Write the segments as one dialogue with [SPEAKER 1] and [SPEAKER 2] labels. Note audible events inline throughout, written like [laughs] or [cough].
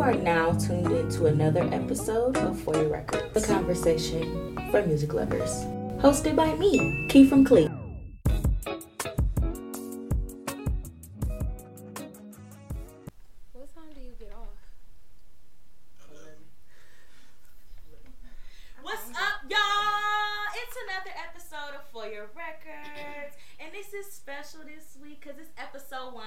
[SPEAKER 1] are now tuned in to another episode of For Your Record, the conversation for music lovers. Hosted by me, Key from Clee.
[SPEAKER 2] What time do you
[SPEAKER 1] [laughs]
[SPEAKER 2] get off?
[SPEAKER 1] What's up, y'all? It's another episode of For Your Records, and this is special this week because it's episode 100.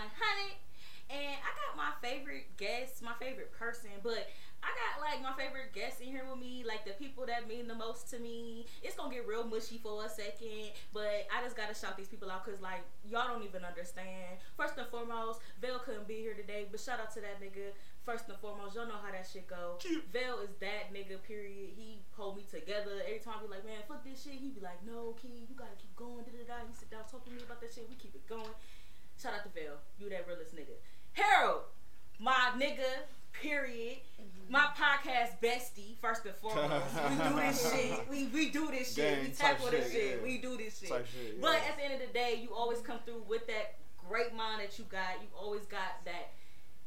[SPEAKER 1] And I got my favorite guest, my favorite person, but I got like my favorite guests in here with me, like the people that mean the most to me. It's gonna get real mushy for a second, but I just gotta shout these people out because like y'all don't even understand. First and foremost, Vel couldn't be here today, but shout out to that nigga. First and foremost, y'all know how that shit go. [laughs] Vel is that nigga. Period. He hold me together every time. I be like, man, fuck this shit. He be like, no, kid, you gotta keep going. Da da da. He sit down talking to me about that shit. We keep it going. Shout out to Vel. You that realest nigga. Harold, my nigga. Period. My podcast bestie. First and foremost, we do
[SPEAKER 3] [laughs]
[SPEAKER 1] this shit. We, we do this shit.
[SPEAKER 3] Gang
[SPEAKER 1] we
[SPEAKER 3] type
[SPEAKER 1] tackle this
[SPEAKER 3] shit,
[SPEAKER 1] shit.
[SPEAKER 3] yeah.
[SPEAKER 1] We do this shit.
[SPEAKER 3] Type shit,
[SPEAKER 1] But
[SPEAKER 3] yeah.
[SPEAKER 1] at the end of the day, you always come through with that great mind that you got. You always got that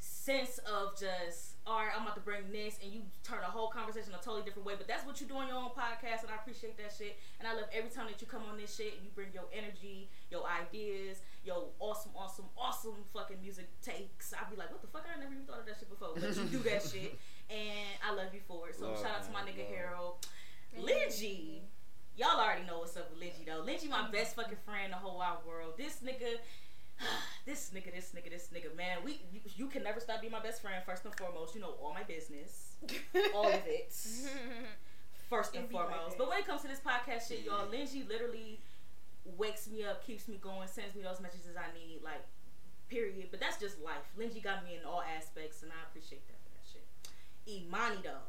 [SPEAKER 1] sense of just all right i'm about to bring this and you turn the whole conversation a totally different way but that's what you do on your own podcast and i appreciate that shit and i love every time that you come on this shit you bring your energy your ideas your awesome awesome awesome fucking music takes i'd be like what the fuck i never even thought of that shit before but you do
[SPEAKER 3] [laughs]
[SPEAKER 1] that shit and i love you for it so
[SPEAKER 3] Love,
[SPEAKER 1] shout out to my
[SPEAKER 3] man,
[SPEAKER 1] nigga
[SPEAKER 3] love.
[SPEAKER 1] harold Lidgy. Y'all already know what's up with Lidgy though. Lidgy my best fucking friend in the whole wide world. This nigga [sighs] this nigga, this nigga, this nigga, man, we you, you can never stop being my best friend. First and foremost, you know all my
[SPEAKER 2] [laughs]
[SPEAKER 1] business, all of it. First and
[SPEAKER 2] It Mm-hmm. be like
[SPEAKER 1] foremost,
[SPEAKER 2] that.
[SPEAKER 1] but when it comes to this podcast shit, y'all, Lindsay literally wakes me up, keeps me going, sends me those messages I need, like period. But that's just life. Lindsay got me in all aspects, and I appreciate that for that shit. Imani though,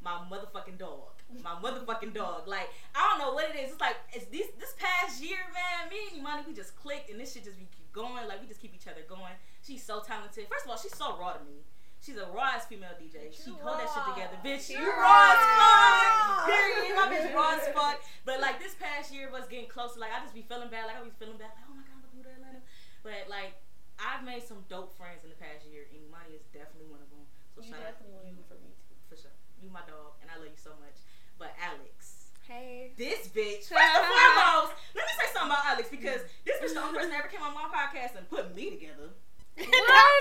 [SPEAKER 1] my motherfucking dog, my motherfucking dog. Like I don't know what it is. It's like it's this this past year, man. Me and Imani, we just clicked, and this shit just we keep going. Like we just keep each other going. She's so talented. First of all, she's so raw to me. She's a raw as female DJ. She
[SPEAKER 2] You
[SPEAKER 1] hold that shit
[SPEAKER 2] raw.
[SPEAKER 1] together, bitch.
[SPEAKER 2] You
[SPEAKER 1] You raw as
[SPEAKER 2] raw.
[SPEAKER 1] fuck. Period. My bitch raw as fuck. But like this past year was getting closer. Like I just be feeling bad. Like I be feeling bad. Like oh my god, I'm about to move to Atlanta. But like I've made some dope friends in the past year, and Imani is definitely one of them. So
[SPEAKER 4] You
[SPEAKER 1] shout out
[SPEAKER 4] definitely one of
[SPEAKER 1] you
[SPEAKER 4] them for me too.
[SPEAKER 1] for sure. You my dog, and I love you so much. But Alex,
[SPEAKER 2] Hey.
[SPEAKER 1] this bitch. First and foremost, let me say something about Alex because this bitch the only person that ever came on my podcast and put me together. [laughs]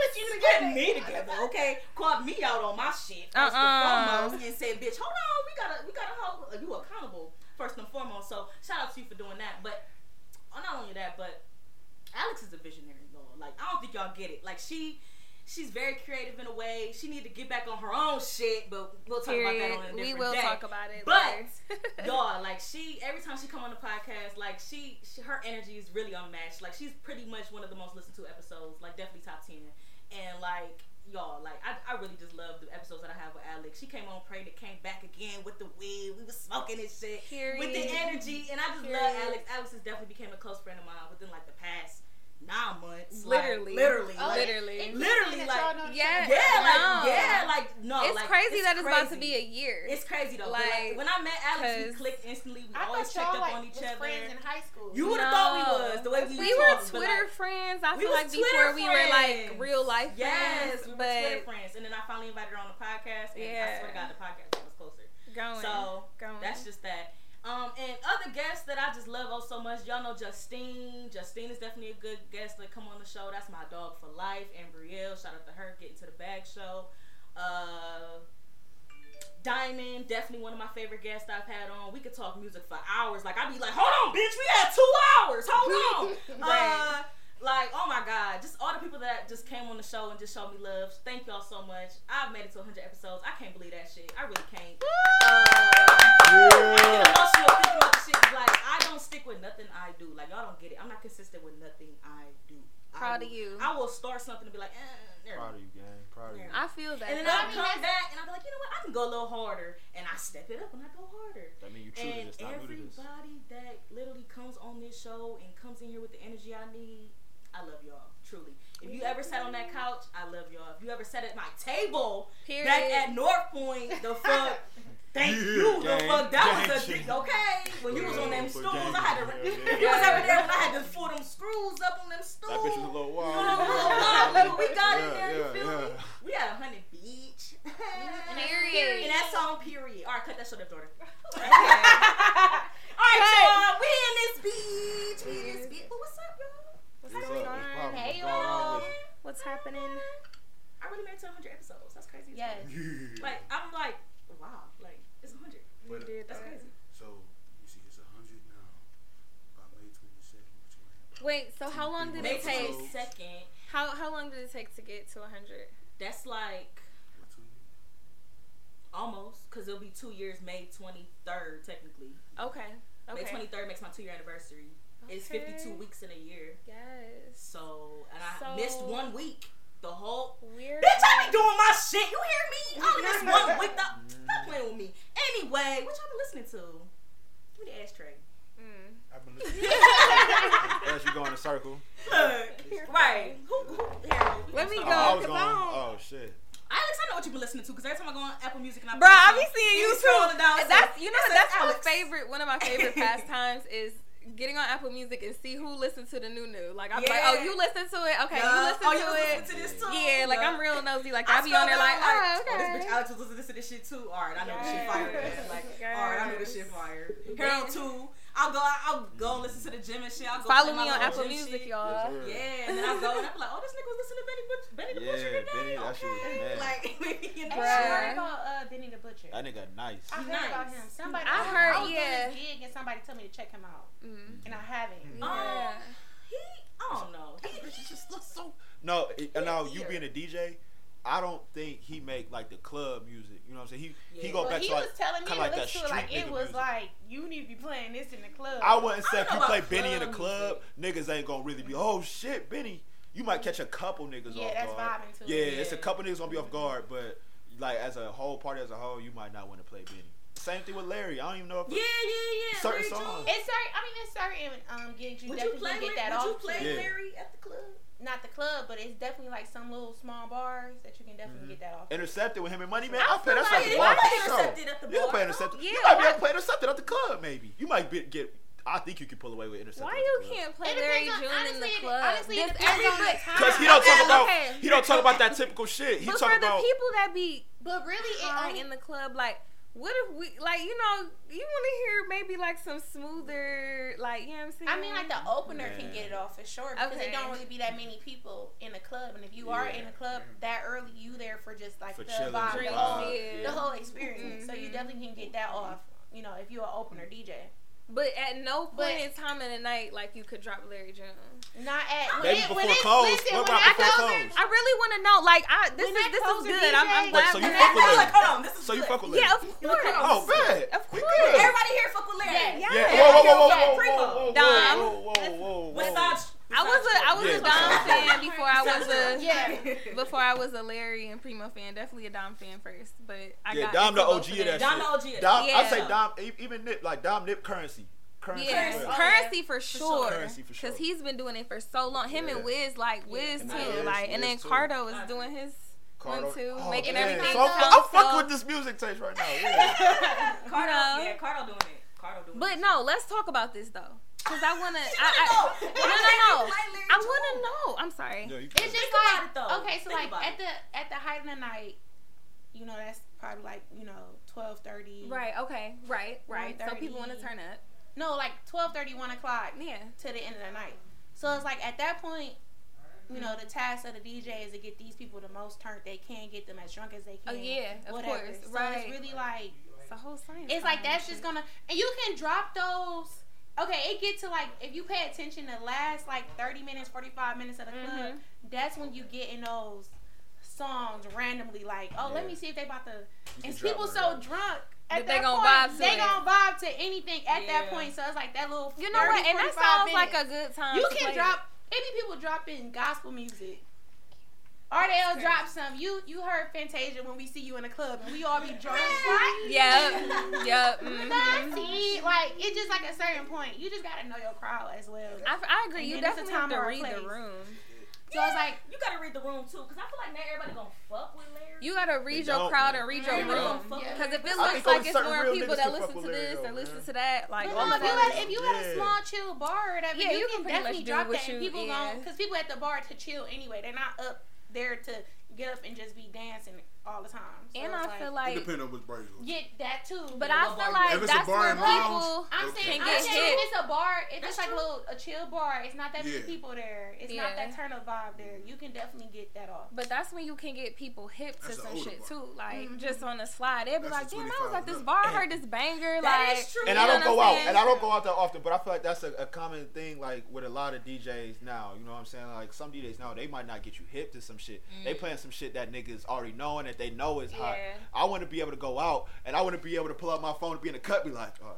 [SPEAKER 1] You just put me together, okay? Called me out on my shit first
[SPEAKER 4] Uh-uh.
[SPEAKER 1] and foremost, and said, "Bitch, hold on, we gotta, we gotta hold uh, you accountable first and foremost." So shout out to you for doing that. But oh, not only that, but Alex is a visionary, y'all. Like I don't think y'all get it. Like she. She's very creative in a way. She need to get back on her own shit, but we'll talk about
[SPEAKER 4] Period.
[SPEAKER 1] that on a different
[SPEAKER 4] We will
[SPEAKER 1] day
[SPEAKER 4] talk about it.
[SPEAKER 1] But-
[SPEAKER 4] later. [laughs]
[SPEAKER 1] y'all like she every time she come on the podcast like she, she her energy is really unmatched like she's pretty much one of the most listened to episodes like definitely top 10 and like y'all like I, I really just love the episodes that i have with alex she came on pregnant came back again with the weed we was smoking and shit
[SPEAKER 4] Period.
[SPEAKER 1] with the energy and i just love
[SPEAKER 4] Period.
[SPEAKER 1] alex alex has definitely became a close friend of mine within like the past nine months Like,
[SPEAKER 4] literally,
[SPEAKER 1] literally
[SPEAKER 2] Oh,
[SPEAKER 1] like,
[SPEAKER 4] literally.
[SPEAKER 2] It's
[SPEAKER 1] Literally,
[SPEAKER 2] something
[SPEAKER 1] like,
[SPEAKER 2] that y'all don't
[SPEAKER 4] yeah.
[SPEAKER 2] say.
[SPEAKER 1] yeah like
[SPEAKER 4] No.
[SPEAKER 1] yeah like no
[SPEAKER 4] it's
[SPEAKER 1] like,
[SPEAKER 4] crazy that it's about to
[SPEAKER 1] crazy.
[SPEAKER 4] be a year.
[SPEAKER 1] It's crazy though. Like,
[SPEAKER 4] Like,
[SPEAKER 1] like when I met Alex, we
[SPEAKER 4] 'cause
[SPEAKER 1] clicked instantly. We
[SPEAKER 2] I
[SPEAKER 1] always checked
[SPEAKER 2] thought y'all
[SPEAKER 1] up
[SPEAKER 2] like
[SPEAKER 1] on each
[SPEAKER 2] was
[SPEAKER 1] other.
[SPEAKER 2] friends in high school. [laughs]
[SPEAKER 1] you would have thought we
[SPEAKER 4] No.
[SPEAKER 1] was the way we,
[SPEAKER 4] we
[SPEAKER 1] talked,
[SPEAKER 4] were
[SPEAKER 1] but,
[SPEAKER 4] Twitter friends. I
[SPEAKER 1] we
[SPEAKER 4] feel
[SPEAKER 1] was
[SPEAKER 4] like
[SPEAKER 1] Twitter
[SPEAKER 4] before we were like
[SPEAKER 1] friends.
[SPEAKER 4] real life
[SPEAKER 1] like, yes, we
[SPEAKER 4] friends,
[SPEAKER 1] were Twitter
[SPEAKER 4] but
[SPEAKER 1] friends, and then I finally invited her on the podcast, and I
[SPEAKER 4] Yeah.
[SPEAKER 1] swear to God, the podcast got us closer.
[SPEAKER 4] going,
[SPEAKER 1] So,
[SPEAKER 4] going.
[SPEAKER 1] That's just that. Um, and other guests that I just love oh so much, y'all know Justine. Justine is definitely a good guest to come on the show. That's my dog for life. And Brielle, shout out to her, getting to the bag show. Uh, Diamond, definitely one of my favorite guests I've had on. We could talk music for hours. Like I'd be like, hold on, bitch, we had two hours. Hold on.
[SPEAKER 4] Right.
[SPEAKER 1] uh, like, oh my God, just all the people that just came on the show and just showed me love. Thank y'all so much. I've made it to 100 episodes. I can't believe that shit. I really can't. Uh, I get
[SPEAKER 3] Yeah.
[SPEAKER 1] emotional thinking about the shit. Like I don't stick with nothing I do. Like y'all don't get it. I'm not consistent with nothing I do. I
[SPEAKER 4] proud of
[SPEAKER 1] will-
[SPEAKER 4] you.
[SPEAKER 1] I will start something and be like, eh, never
[SPEAKER 3] Proud
[SPEAKER 1] mind.
[SPEAKER 3] of you, gang. Proud of you.
[SPEAKER 4] I feel that.
[SPEAKER 1] and then
[SPEAKER 2] But I
[SPEAKER 1] I'll
[SPEAKER 2] mean,
[SPEAKER 1] come
[SPEAKER 2] that's-
[SPEAKER 1] back and I'll be like, you know what? I can go a little harder, and I step it up and I go harder.
[SPEAKER 3] That mean you true to
[SPEAKER 1] And
[SPEAKER 3] this, not new
[SPEAKER 1] [laughs]
[SPEAKER 3] to this.
[SPEAKER 1] everybody that literally comes on this show and comes in here with the energy I need, I love y'all truly. If you ever sat on that couch, I love y'all. If you ever sat at my table
[SPEAKER 4] Period.
[SPEAKER 1] back at North Point,
[SPEAKER 4] [laughs]
[SPEAKER 1] the fuck. Thank
[SPEAKER 3] Yeah,
[SPEAKER 1] you. The
[SPEAKER 3] gang,
[SPEAKER 1] fuck that was a
[SPEAKER 3] gang
[SPEAKER 1] dick,
[SPEAKER 3] shit.
[SPEAKER 1] okay? When you was on them
[SPEAKER 3] Yeah,
[SPEAKER 1] stools,
[SPEAKER 3] for gang
[SPEAKER 1] I had to. [laughs]
[SPEAKER 3] shit,
[SPEAKER 1] You
[SPEAKER 3] yeah,
[SPEAKER 1] was
[SPEAKER 4] yeah.
[SPEAKER 1] over there when I had to pull them screws up on them stools.
[SPEAKER 3] That bitch was a little
[SPEAKER 1] You know,
[SPEAKER 3] wild.
[SPEAKER 1] a little wobbly, but we got it
[SPEAKER 3] Yeah,
[SPEAKER 1] there. You
[SPEAKER 3] yeah,
[SPEAKER 1] feel me?
[SPEAKER 3] yeah.
[SPEAKER 1] We had a hundred beach. [laughs] That's your
[SPEAKER 4] [laughs]
[SPEAKER 1] daughter.
[SPEAKER 4] Okay.
[SPEAKER 1] All right,
[SPEAKER 4] Okay.
[SPEAKER 1] y'all. We in this beach. We in this beach. But what's up, y'all?
[SPEAKER 4] What's
[SPEAKER 3] What's
[SPEAKER 4] going
[SPEAKER 3] up? What's
[SPEAKER 4] on?
[SPEAKER 3] poppin'?
[SPEAKER 4] Hey,
[SPEAKER 3] What's going on
[SPEAKER 1] Man,
[SPEAKER 4] what's happening?
[SPEAKER 1] I really made it to 100 episodes. That's crazy. as
[SPEAKER 4] Yes.
[SPEAKER 1] fuck.
[SPEAKER 3] Yeah.
[SPEAKER 1] Like, I'm like, wow. Like, it's 100.
[SPEAKER 3] But,
[SPEAKER 1] That's crazy.
[SPEAKER 3] so you see, it's hundred now. By May twenty second, which one?
[SPEAKER 4] Wait, so how long did
[SPEAKER 1] May
[SPEAKER 4] it take?
[SPEAKER 1] 22nd.
[SPEAKER 4] How how long did it take to get to 100?
[SPEAKER 1] That's like
[SPEAKER 3] What two years?
[SPEAKER 1] almost, because it'll be two years, May 23rd, technically.
[SPEAKER 4] Okay. Okay.
[SPEAKER 1] May 23rd makes my two year anniversary. It's
[SPEAKER 4] Okay.
[SPEAKER 1] 52 weeks in a year.
[SPEAKER 4] Yes.
[SPEAKER 1] So, and I
[SPEAKER 4] So-
[SPEAKER 1] missed one week. The whole.
[SPEAKER 4] Weird.
[SPEAKER 1] Bitch, I be doing my shit. You hear me? I only missed
[SPEAKER 4] [laughs]
[SPEAKER 1] one week. Stop, stop playing with me. Anyway, what y'all been listening to? Give me the
[SPEAKER 4] [laughs]
[SPEAKER 1] ashtray.
[SPEAKER 4] Mm.
[SPEAKER 3] I've
[SPEAKER 1] [laughs]
[SPEAKER 3] been listening. Unless you go in a circle.
[SPEAKER 1] Look, right. Who, who, Harold, we
[SPEAKER 4] Let
[SPEAKER 1] gonna
[SPEAKER 4] me
[SPEAKER 1] start
[SPEAKER 4] go.
[SPEAKER 1] off.
[SPEAKER 3] I was
[SPEAKER 4] come
[SPEAKER 3] going.
[SPEAKER 4] on.
[SPEAKER 3] Oh shit.
[SPEAKER 1] Alex, I know what you've been listening to because every time I go on Apple Music and I
[SPEAKER 4] Bro, I be seeing
[SPEAKER 1] You
[SPEAKER 4] you
[SPEAKER 1] be
[SPEAKER 4] too.
[SPEAKER 1] scrolling down,
[SPEAKER 4] That's
[SPEAKER 1] so-
[SPEAKER 4] you know
[SPEAKER 1] it says
[SPEAKER 4] that's my
[SPEAKER 1] Alex.
[SPEAKER 4] favorite. One of
[SPEAKER 1] [laughs]
[SPEAKER 4] my favorite pastimes is getting on Apple Music and see who listens to the new new. Like I'm like,
[SPEAKER 1] Yeah.
[SPEAKER 4] oh, you listen to it. Okay, you listen
[SPEAKER 1] oh,
[SPEAKER 4] to
[SPEAKER 1] you
[SPEAKER 4] it.
[SPEAKER 1] listening to this too?
[SPEAKER 4] yeah, like
[SPEAKER 1] Yeah.
[SPEAKER 4] I'm real nosy. Like
[SPEAKER 1] I
[SPEAKER 4] I be on there
[SPEAKER 1] scroll
[SPEAKER 4] like,
[SPEAKER 1] down,
[SPEAKER 4] oh, okay.
[SPEAKER 1] this bitch Alex was listening to this shit too. All right, I know this shit fire. Like, all right, I know this shit fire. Harold
[SPEAKER 4] Yes.
[SPEAKER 1] too. I'll go. I'll go and listen to the gym and shit. I'll go
[SPEAKER 4] Follow
[SPEAKER 1] play my
[SPEAKER 4] me on
[SPEAKER 1] little
[SPEAKER 4] Apple
[SPEAKER 1] gym
[SPEAKER 4] Music,
[SPEAKER 1] shit.
[SPEAKER 4] y'all.
[SPEAKER 3] Yes, sir.
[SPEAKER 1] Yeah, and then I go and I'm like, oh, this nigga was listening to Benny, Butch- Benny the
[SPEAKER 3] Yeah,
[SPEAKER 1] Butcher today.
[SPEAKER 3] Benny, that shit was
[SPEAKER 1] okay.
[SPEAKER 3] mad.
[SPEAKER 1] Like, [laughs] we in
[SPEAKER 2] And
[SPEAKER 1] the
[SPEAKER 2] she
[SPEAKER 4] Bruh.
[SPEAKER 2] heard about uh, Benny the Butcher.
[SPEAKER 3] That nigga nice. Mm-hmm.
[SPEAKER 2] I heard about him.
[SPEAKER 1] Nice.
[SPEAKER 2] Somebody,
[SPEAKER 4] I
[SPEAKER 2] I,
[SPEAKER 4] heard,
[SPEAKER 2] I was
[SPEAKER 4] yeah.
[SPEAKER 2] doing this gig and somebody told me to check him out,
[SPEAKER 1] Oh.
[SPEAKER 4] Mm.
[SPEAKER 2] and I haven't.
[SPEAKER 4] Yeah.
[SPEAKER 1] He, I don't know. He,
[SPEAKER 3] Bitch, it just looks so. No, it- no, you being a DJ, I don't think he make like the club music. You know what I'm saying? He he
[SPEAKER 1] Yeah.
[SPEAKER 3] go
[SPEAKER 2] Well,
[SPEAKER 3] back
[SPEAKER 2] he
[SPEAKER 3] to like.
[SPEAKER 2] was telling me
[SPEAKER 3] kinda like
[SPEAKER 2] to
[SPEAKER 3] that
[SPEAKER 2] listen to it like
[SPEAKER 3] street
[SPEAKER 2] it
[SPEAKER 3] nigga
[SPEAKER 2] was
[SPEAKER 3] music.
[SPEAKER 2] like you need to be playing this in the club.
[SPEAKER 3] I wouldn't say
[SPEAKER 1] I
[SPEAKER 3] if
[SPEAKER 1] don't
[SPEAKER 3] you
[SPEAKER 1] know
[SPEAKER 3] play
[SPEAKER 1] about
[SPEAKER 3] Benny in the
[SPEAKER 1] club
[SPEAKER 3] club, niggas ain't gonna really be. Oh shit, Benny. You might catch a couple niggas
[SPEAKER 2] yeah,
[SPEAKER 3] off
[SPEAKER 2] that's
[SPEAKER 3] guard.
[SPEAKER 2] vibing to
[SPEAKER 3] Yeah,
[SPEAKER 2] it.
[SPEAKER 3] it's a
[SPEAKER 1] Yeah.
[SPEAKER 3] couple niggas gonna be off guard, but like as a whole party as a whole, you might not want to play Benny. Same thing with Larry. I don't even know if
[SPEAKER 1] yeah, yeah, yeah.
[SPEAKER 3] Certain
[SPEAKER 1] Larry Jones.
[SPEAKER 3] songs.
[SPEAKER 2] It's certain. I mean, it's certain um gigs you
[SPEAKER 1] Would you
[SPEAKER 2] definitely
[SPEAKER 1] play?
[SPEAKER 2] can get
[SPEAKER 1] Larry-
[SPEAKER 2] that off.
[SPEAKER 1] Would you play
[SPEAKER 2] to.
[SPEAKER 3] Yeah.
[SPEAKER 1] Larry at the club?
[SPEAKER 2] Not the club, but it's definitely like some little small bars that you can definitely get that off.
[SPEAKER 3] intercepted with him and money, man.
[SPEAKER 4] I
[SPEAKER 3] I play that
[SPEAKER 4] feel
[SPEAKER 3] shit
[SPEAKER 4] like
[SPEAKER 3] at the
[SPEAKER 4] it-
[SPEAKER 3] bar
[SPEAKER 4] I
[SPEAKER 3] for sure.
[SPEAKER 1] intercepted at the
[SPEAKER 3] You
[SPEAKER 1] bar.
[SPEAKER 3] play intercepted.
[SPEAKER 4] Yeah,
[SPEAKER 3] you might be able
[SPEAKER 4] I-
[SPEAKER 3] to play intercepted at the club, maybe. You might be, get. I think you could pull away with intercepted.
[SPEAKER 4] Why
[SPEAKER 3] at the
[SPEAKER 4] you
[SPEAKER 3] club.
[SPEAKER 4] can't play
[SPEAKER 2] It
[SPEAKER 4] Larry
[SPEAKER 2] depends on-
[SPEAKER 4] June in the
[SPEAKER 2] honestly, it-
[SPEAKER 4] club?
[SPEAKER 2] honestly, it
[SPEAKER 4] Does
[SPEAKER 2] depends on
[SPEAKER 4] everybody-
[SPEAKER 2] the time.
[SPEAKER 4] [laughs]
[SPEAKER 3] Cause he don't talk
[SPEAKER 4] Okay,
[SPEAKER 3] about
[SPEAKER 4] okay.
[SPEAKER 3] he don't talk about that typical shit. He
[SPEAKER 4] But
[SPEAKER 3] talk
[SPEAKER 4] for the
[SPEAKER 3] about
[SPEAKER 4] people that be
[SPEAKER 2] But really, it um,
[SPEAKER 4] high
[SPEAKER 2] only,
[SPEAKER 4] in the club, like. What if we like you know you want to hear maybe like some smoother like you know what I'm saying?
[SPEAKER 2] I mean, like the opener can
[SPEAKER 3] Yeah.
[SPEAKER 2] get it off for sure because
[SPEAKER 4] Okay.
[SPEAKER 2] it don't really be that many people in the club, and if you are
[SPEAKER 3] Yeah.
[SPEAKER 2] in the club that early, you there for just like
[SPEAKER 3] for
[SPEAKER 2] the
[SPEAKER 3] chilling,
[SPEAKER 2] vibe,
[SPEAKER 4] Drinks,
[SPEAKER 2] the
[SPEAKER 3] vibe,
[SPEAKER 2] whole,
[SPEAKER 4] yeah.
[SPEAKER 2] the whole experience. So
[SPEAKER 1] Mm-hmm.
[SPEAKER 2] you
[SPEAKER 4] Mhm.
[SPEAKER 2] definitely can get that off. You know, if you're an opener DJ,
[SPEAKER 4] but at no point
[SPEAKER 2] But-
[SPEAKER 4] in time in the night like you could drop Larry June.
[SPEAKER 2] not at
[SPEAKER 3] Maybe
[SPEAKER 2] when it,
[SPEAKER 3] before
[SPEAKER 2] when it's,
[SPEAKER 3] Coles.
[SPEAKER 2] Listen,
[SPEAKER 3] What
[SPEAKER 2] when
[SPEAKER 3] about
[SPEAKER 2] I
[SPEAKER 3] before
[SPEAKER 2] go
[SPEAKER 3] Coles?
[SPEAKER 4] I really want to know. Like, I this
[SPEAKER 2] When
[SPEAKER 4] is
[SPEAKER 2] that
[SPEAKER 4] this is
[SPEAKER 2] comes to
[SPEAKER 4] good. I'm, I'm
[SPEAKER 2] DJ
[SPEAKER 4] glad.
[SPEAKER 3] Wait,
[SPEAKER 4] for
[SPEAKER 3] so you
[SPEAKER 4] that.
[SPEAKER 3] fuck with Larry?
[SPEAKER 1] Look, hold on. This is
[SPEAKER 3] So you
[SPEAKER 1] good.
[SPEAKER 3] fuck with Larry?
[SPEAKER 4] yeah, of course.
[SPEAKER 3] Oh, bad.
[SPEAKER 4] Of
[SPEAKER 3] We
[SPEAKER 4] course.
[SPEAKER 3] good.
[SPEAKER 1] Everybody here fuck with Larry.
[SPEAKER 4] Yeah.
[SPEAKER 3] Yeah. Whoa, whoa, whoa,
[SPEAKER 1] Yeah,
[SPEAKER 3] whoa, whoa,
[SPEAKER 1] Primo.
[SPEAKER 3] whoa, whoa,
[SPEAKER 4] Dom.
[SPEAKER 3] whoa, whoa, whoa,
[SPEAKER 1] What's
[SPEAKER 3] whoa.
[SPEAKER 1] up?
[SPEAKER 4] I was a I was
[SPEAKER 3] Yeah,
[SPEAKER 4] a Dom
[SPEAKER 3] besides-
[SPEAKER 4] fan before I was
[SPEAKER 1] [laughs]
[SPEAKER 4] a
[SPEAKER 2] Yeah.
[SPEAKER 4] before I was a Larry and Primo fan. Definitely a Dom fan first, but I
[SPEAKER 3] Yeah,
[SPEAKER 4] got
[SPEAKER 3] Dom the
[SPEAKER 4] into both
[SPEAKER 3] OG
[SPEAKER 4] of
[SPEAKER 3] of
[SPEAKER 4] them.
[SPEAKER 3] that
[SPEAKER 1] Dom
[SPEAKER 3] shit.
[SPEAKER 1] the OG of that.
[SPEAKER 3] Dom, I
[SPEAKER 4] Yeah.
[SPEAKER 3] say Dom, e- even Nip, like Dom Nip currency, currency.
[SPEAKER 4] Yes,
[SPEAKER 3] as
[SPEAKER 2] Currency.
[SPEAKER 3] well.
[SPEAKER 2] Oh, yeah.
[SPEAKER 4] currency for sure.
[SPEAKER 1] sure.
[SPEAKER 3] Currency for sure.
[SPEAKER 4] Cause he's been doing it for so long. Him
[SPEAKER 3] Yeah.
[SPEAKER 4] and Wiz, like Wiz
[SPEAKER 3] And
[SPEAKER 4] too,
[SPEAKER 3] Wiz,
[SPEAKER 4] like, and then
[SPEAKER 3] Wiz too.
[SPEAKER 4] Cardo is
[SPEAKER 1] Uh,
[SPEAKER 4] doing his.
[SPEAKER 3] Cardo-
[SPEAKER 4] one, two,
[SPEAKER 3] Oh,
[SPEAKER 4] making
[SPEAKER 3] man.
[SPEAKER 4] everything
[SPEAKER 3] So I'm,
[SPEAKER 4] come
[SPEAKER 3] I'm fucking
[SPEAKER 4] so-
[SPEAKER 3] with this music taste right now.
[SPEAKER 4] [laughs]
[SPEAKER 3] Yeah.
[SPEAKER 1] Cardo,
[SPEAKER 4] No.
[SPEAKER 1] yeah, Cardo doing it. Cardo doing
[SPEAKER 4] But
[SPEAKER 1] it.
[SPEAKER 4] no, let's talk about this though, cause I wanna.
[SPEAKER 1] She wanna
[SPEAKER 4] I, I,
[SPEAKER 1] know.
[SPEAKER 4] no, no, no. I wanna know. I'm sorry.
[SPEAKER 3] Yeah, you
[SPEAKER 2] It's
[SPEAKER 3] can-
[SPEAKER 2] just
[SPEAKER 1] Think about
[SPEAKER 2] like
[SPEAKER 1] it, though.
[SPEAKER 2] okay, so
[SPEAKER 1] Think
[SPEAKER 2] like
[SPEAKER 1] about
[SPEAKER 2] at
[SPEAKER 1] it.
[SPEAKER 2] the at the height of the night, you know that's probably like you know twelve thirty.
[SPEAKER 4] Right. Okay. Right. Right. So people want to
[SPEAKER 2] 1:30.
[SPEAKER 4] turn up.
[SPEAKER 2] No, like 12:30, 1 o'clock
[SPEAKER 4] Yeah.
[SPEAKER 2] to the end of the night. So it's like at that point, you know, the task of the DJ is to get these people the most turned they can, get them as drunk as they
[SPEAKER 4] Oh
[SPEAKER 2] can.
[SPEAKER 4] yeah. Of
[SPEAKER 2] whatever.
[SPEAKER 4] course.
[SPEAKER 2] So
[SPEAKER 4] right.
[SPEAKER 2] it's really like
[SPEAKER 4] it's a whole science.
[SPEAKER 2] it's like
[SPEAKER 4] behind
[SPEAKER 2] that's
[SPEAKER 4] this
[SPEAKER 2] just
[SPEAKER 4] shit.
[SPEAKER 2] gonna and you can drop those. Okay, it get to like if you pay attention to last like 30 minutes, 45 minutes of the club,
[SPEAKER 4] Mhm.
[SPEAKER 2] that's when you get in those songs randomly like, oh, let
[SPEAKER 3] Yeah.
[SPEAKER 2] me see if they about to
[SPEAKER 3] you can
[SPEAKER 2] and
[SPEAKER 3] drop
[SPEAKER 2] people
[SPEAKER 3] one
[SPEAKER 2] so
[SPEAKER 3] of
[SPEAKER 2] drunk at
[SPEAKER 4] That they
[SPEAKER 2] that
[SPEAKER 4] gonna vibe
[SPEAKER 2] point,
[SPEAKER 4] to
[SPEAKER 2] they
[SPEAKER 4] it.
[SPEAKER 2] gonna vibe to anything at that
[SPEAKER 1] Yeah.
[SPEAKER 2] point. So it's like that little.
[SPEAKER 4] You know what?
[SPEAKER 2] 30,
[SPEAKER 4] And that
[SPEAKER 2] 45
[SPEAKER 4] sounds
[SPEAKER 2] minutes.
[SPEAKER 4] like a good time.
[SPEAKER 2] You
[SPEAKER 4] to play
[SPEAKER 2] can
[SPEAKER 4] it.
[SPEAKER 2] drop any people dropping gospel music.
[SPEAKER 4] Oh,
[SPEAKER 2] Or they'll
[SPEAKER 1] crazy.
[SPEAKER 2] drop some. You you heard Fantasia when we see you in the club and we all be drunk.
[SPEAKER 4] Yep. Yep.
[SPEAKER 2] But
[SPEAKER 4] mhm.
[SPEAKER 2] I see, like it's just like a certain point. You just gotta know your crowd as well.
[SPEAKER 4] I, I agree.
[SPEAKER 2] And
[SPEAKER 4] You
[SPEAKER 2] then it's a
[SPEAKER 4] definitely have
[SPEAKER 2] time
[SPEAKER 4] to
[SPEAKER 2] or a
[SPEAKER 4] read the
[SPEAKER 2] place.
[SPEAKER 4] room.
[SPEAKER 2] So it's like
[SPEAKER 1] you gotta read the room too, cause I feel like not everybody gonna fuck with Larry.
[SPEAKER 4] You gotta read
[SPEAKER 3] They
[SPEAKER 4] your
[SPEAKER 3] don't,
[SPEAKER 4] crowd
[SPEAKER 3] man.
[SPEAKER 4] and read
[SPEAKER 1] They
[SPEAKER 4] your
[SPEAKER 1] don't
[SPEAKER 4] room.
[SPEAKER 1] fuck with
[SPEAKER 4] Because if it
[SPEAKER 1] Larry.
[SPEAKER 3] I
[SPEAKER 4] looks
[SPEAKER 3] think only
[SPEAKER 4] like it's
[SPEAKER 3] certain
[SPEAKER 4] more
[SPEAKER 3] real
[SPEAKER 4] people
[SPEAKER 3] niggas
[SPEAKER 4] that
[SPEAKER 3] can
[SPEAKER 4] listen
[SPEAKER 3] fuck
[SPEAKER 4] to
[SPEAKER 3] with Larry,
[SPEAKER 4] this and
[SPEAKER 3] though,
[SPEAKER 4] listen
[SPEAKER 3] man.
[SPEAKER 4] to that, like
[SPEAKER 2] But
[SPEAKER 4] all
[SPEAKER 2] no,
[SPEAKER 4] of
[SPEAKER 2] if you
[SPEAKER 4] that.
[SPEAKER 2] had,
[SPEAKER 3] is-
[SPEAKER 2] if you had
[SPEAKER 3] Yeah.
[SPEAKER 2] a small chill bar or whatever,
[SPEAKER 4] Yeah,
[SPEAKER 2] you,
[SPEAKER 4] you
[SPEAKER 2] can,
[SPEAKER 4] can pretty much
[SPEAKER 2] definitely
[SPEAKER 4] do
[SPEAKER 2] drop
[SPEAKER 4] what
[SPEAKER 2] that. and
[SPEAKER 4] you-
[SPEAKER 2] people
[SPEAKER 4] yeah.
[SPEAKER 2] because people at the bar to chill anyway. They're not up there to get up and just be dancing all the time. So
[SPEAKER 4] and
[SPEAKER 2] it's
[SPEAKER 4] I feel like,
[SPEAKER 5] it depends on which bar you go.
[SPEAKER 2] get that too.
[SPEAKER 4] but
[SPEAKER 1] a
[SPEAKER 4] I
[SPEAKER 1] little
[SPEAKER 4] feel
[SPEAKER 1] bar.
[SPEAKER 4] like
[SPEAKER 5] If it's a
[SPEAKER 4] that's
[SPEAKER 5] bar
[SPEAKER 4] where
[SPEAKER 5] in Lounge,
[SPEAKER 4] people.
[SPEAKER 2] I'm
[SPEAKER 5] Okay.
[SPEAKER 2] saying,
[SPEAKER 4] Can
[SPEAKER 2] I'm
[SPEAKER 4] get
[SPEAKER 2] saying
[SPEAKER 4] hit.
[SPEAKER 2] if it's a bar, if
[SPEAKER 1] That's
[SPEAKER 2] it's like a
[SPEAKER 1] true.
[SPEAKER 2] little a chill bar, it's not that many
[SPEAKER 5] Yeah.
[SPEAKER 2] people there. It's not
[SPEAKER 4] Yeah.
[SPEAKER 2] that turn up vibe there. You can definitely get
[SPEAKER 3] [laughs]
[SPEAKER 2] that off.
[SPEAKER 4] But that's when you can get people hip to
[SPEAKER 5] That's
[SPEAKER 4] some
[SPEAKER 5] the older
[SPEAKER 4] shit
[SPEAKER 5] bar.
[SPEAKER 4] too, like just on the slide. They'll be like,
[SPEAKER 5] That's the
[SPEAKER 4] "Damn, I was
[SPEAKER 5] 25
[SPEAKER 4] at this
[SPEAKER 5] up.
[SPEAKER 4] bar, I heard this banger."
[SPEAKER 1] That
[SPEAKER 4] like,
[SPEAKER 1] is true.
[SPEAKER 4] You
[SPEAKER 3] And I
[SPEAKER 4] know
[SPEAKER 3] don't
[SPEAKER 4] what
[SPEAKER 3] go
[SPEAKER 4] I'm
[SPEAKER 3] out,
[SPEAKER 4] saying?
[SPEAKER 3] and I don't go out that often. But I feel like that's a, a common thing, like with a lot of DJs now. You know what I'm saying? Like some DJs now, they might not get you hip to some shit. They playing some shit that niggas already knowing that they know is hot.
[SPEAKER 4] Yeah.
[SPEAKER 3] I want to be able to go out, and I want to be able to pull out my phone and be in the cut, be like, oh,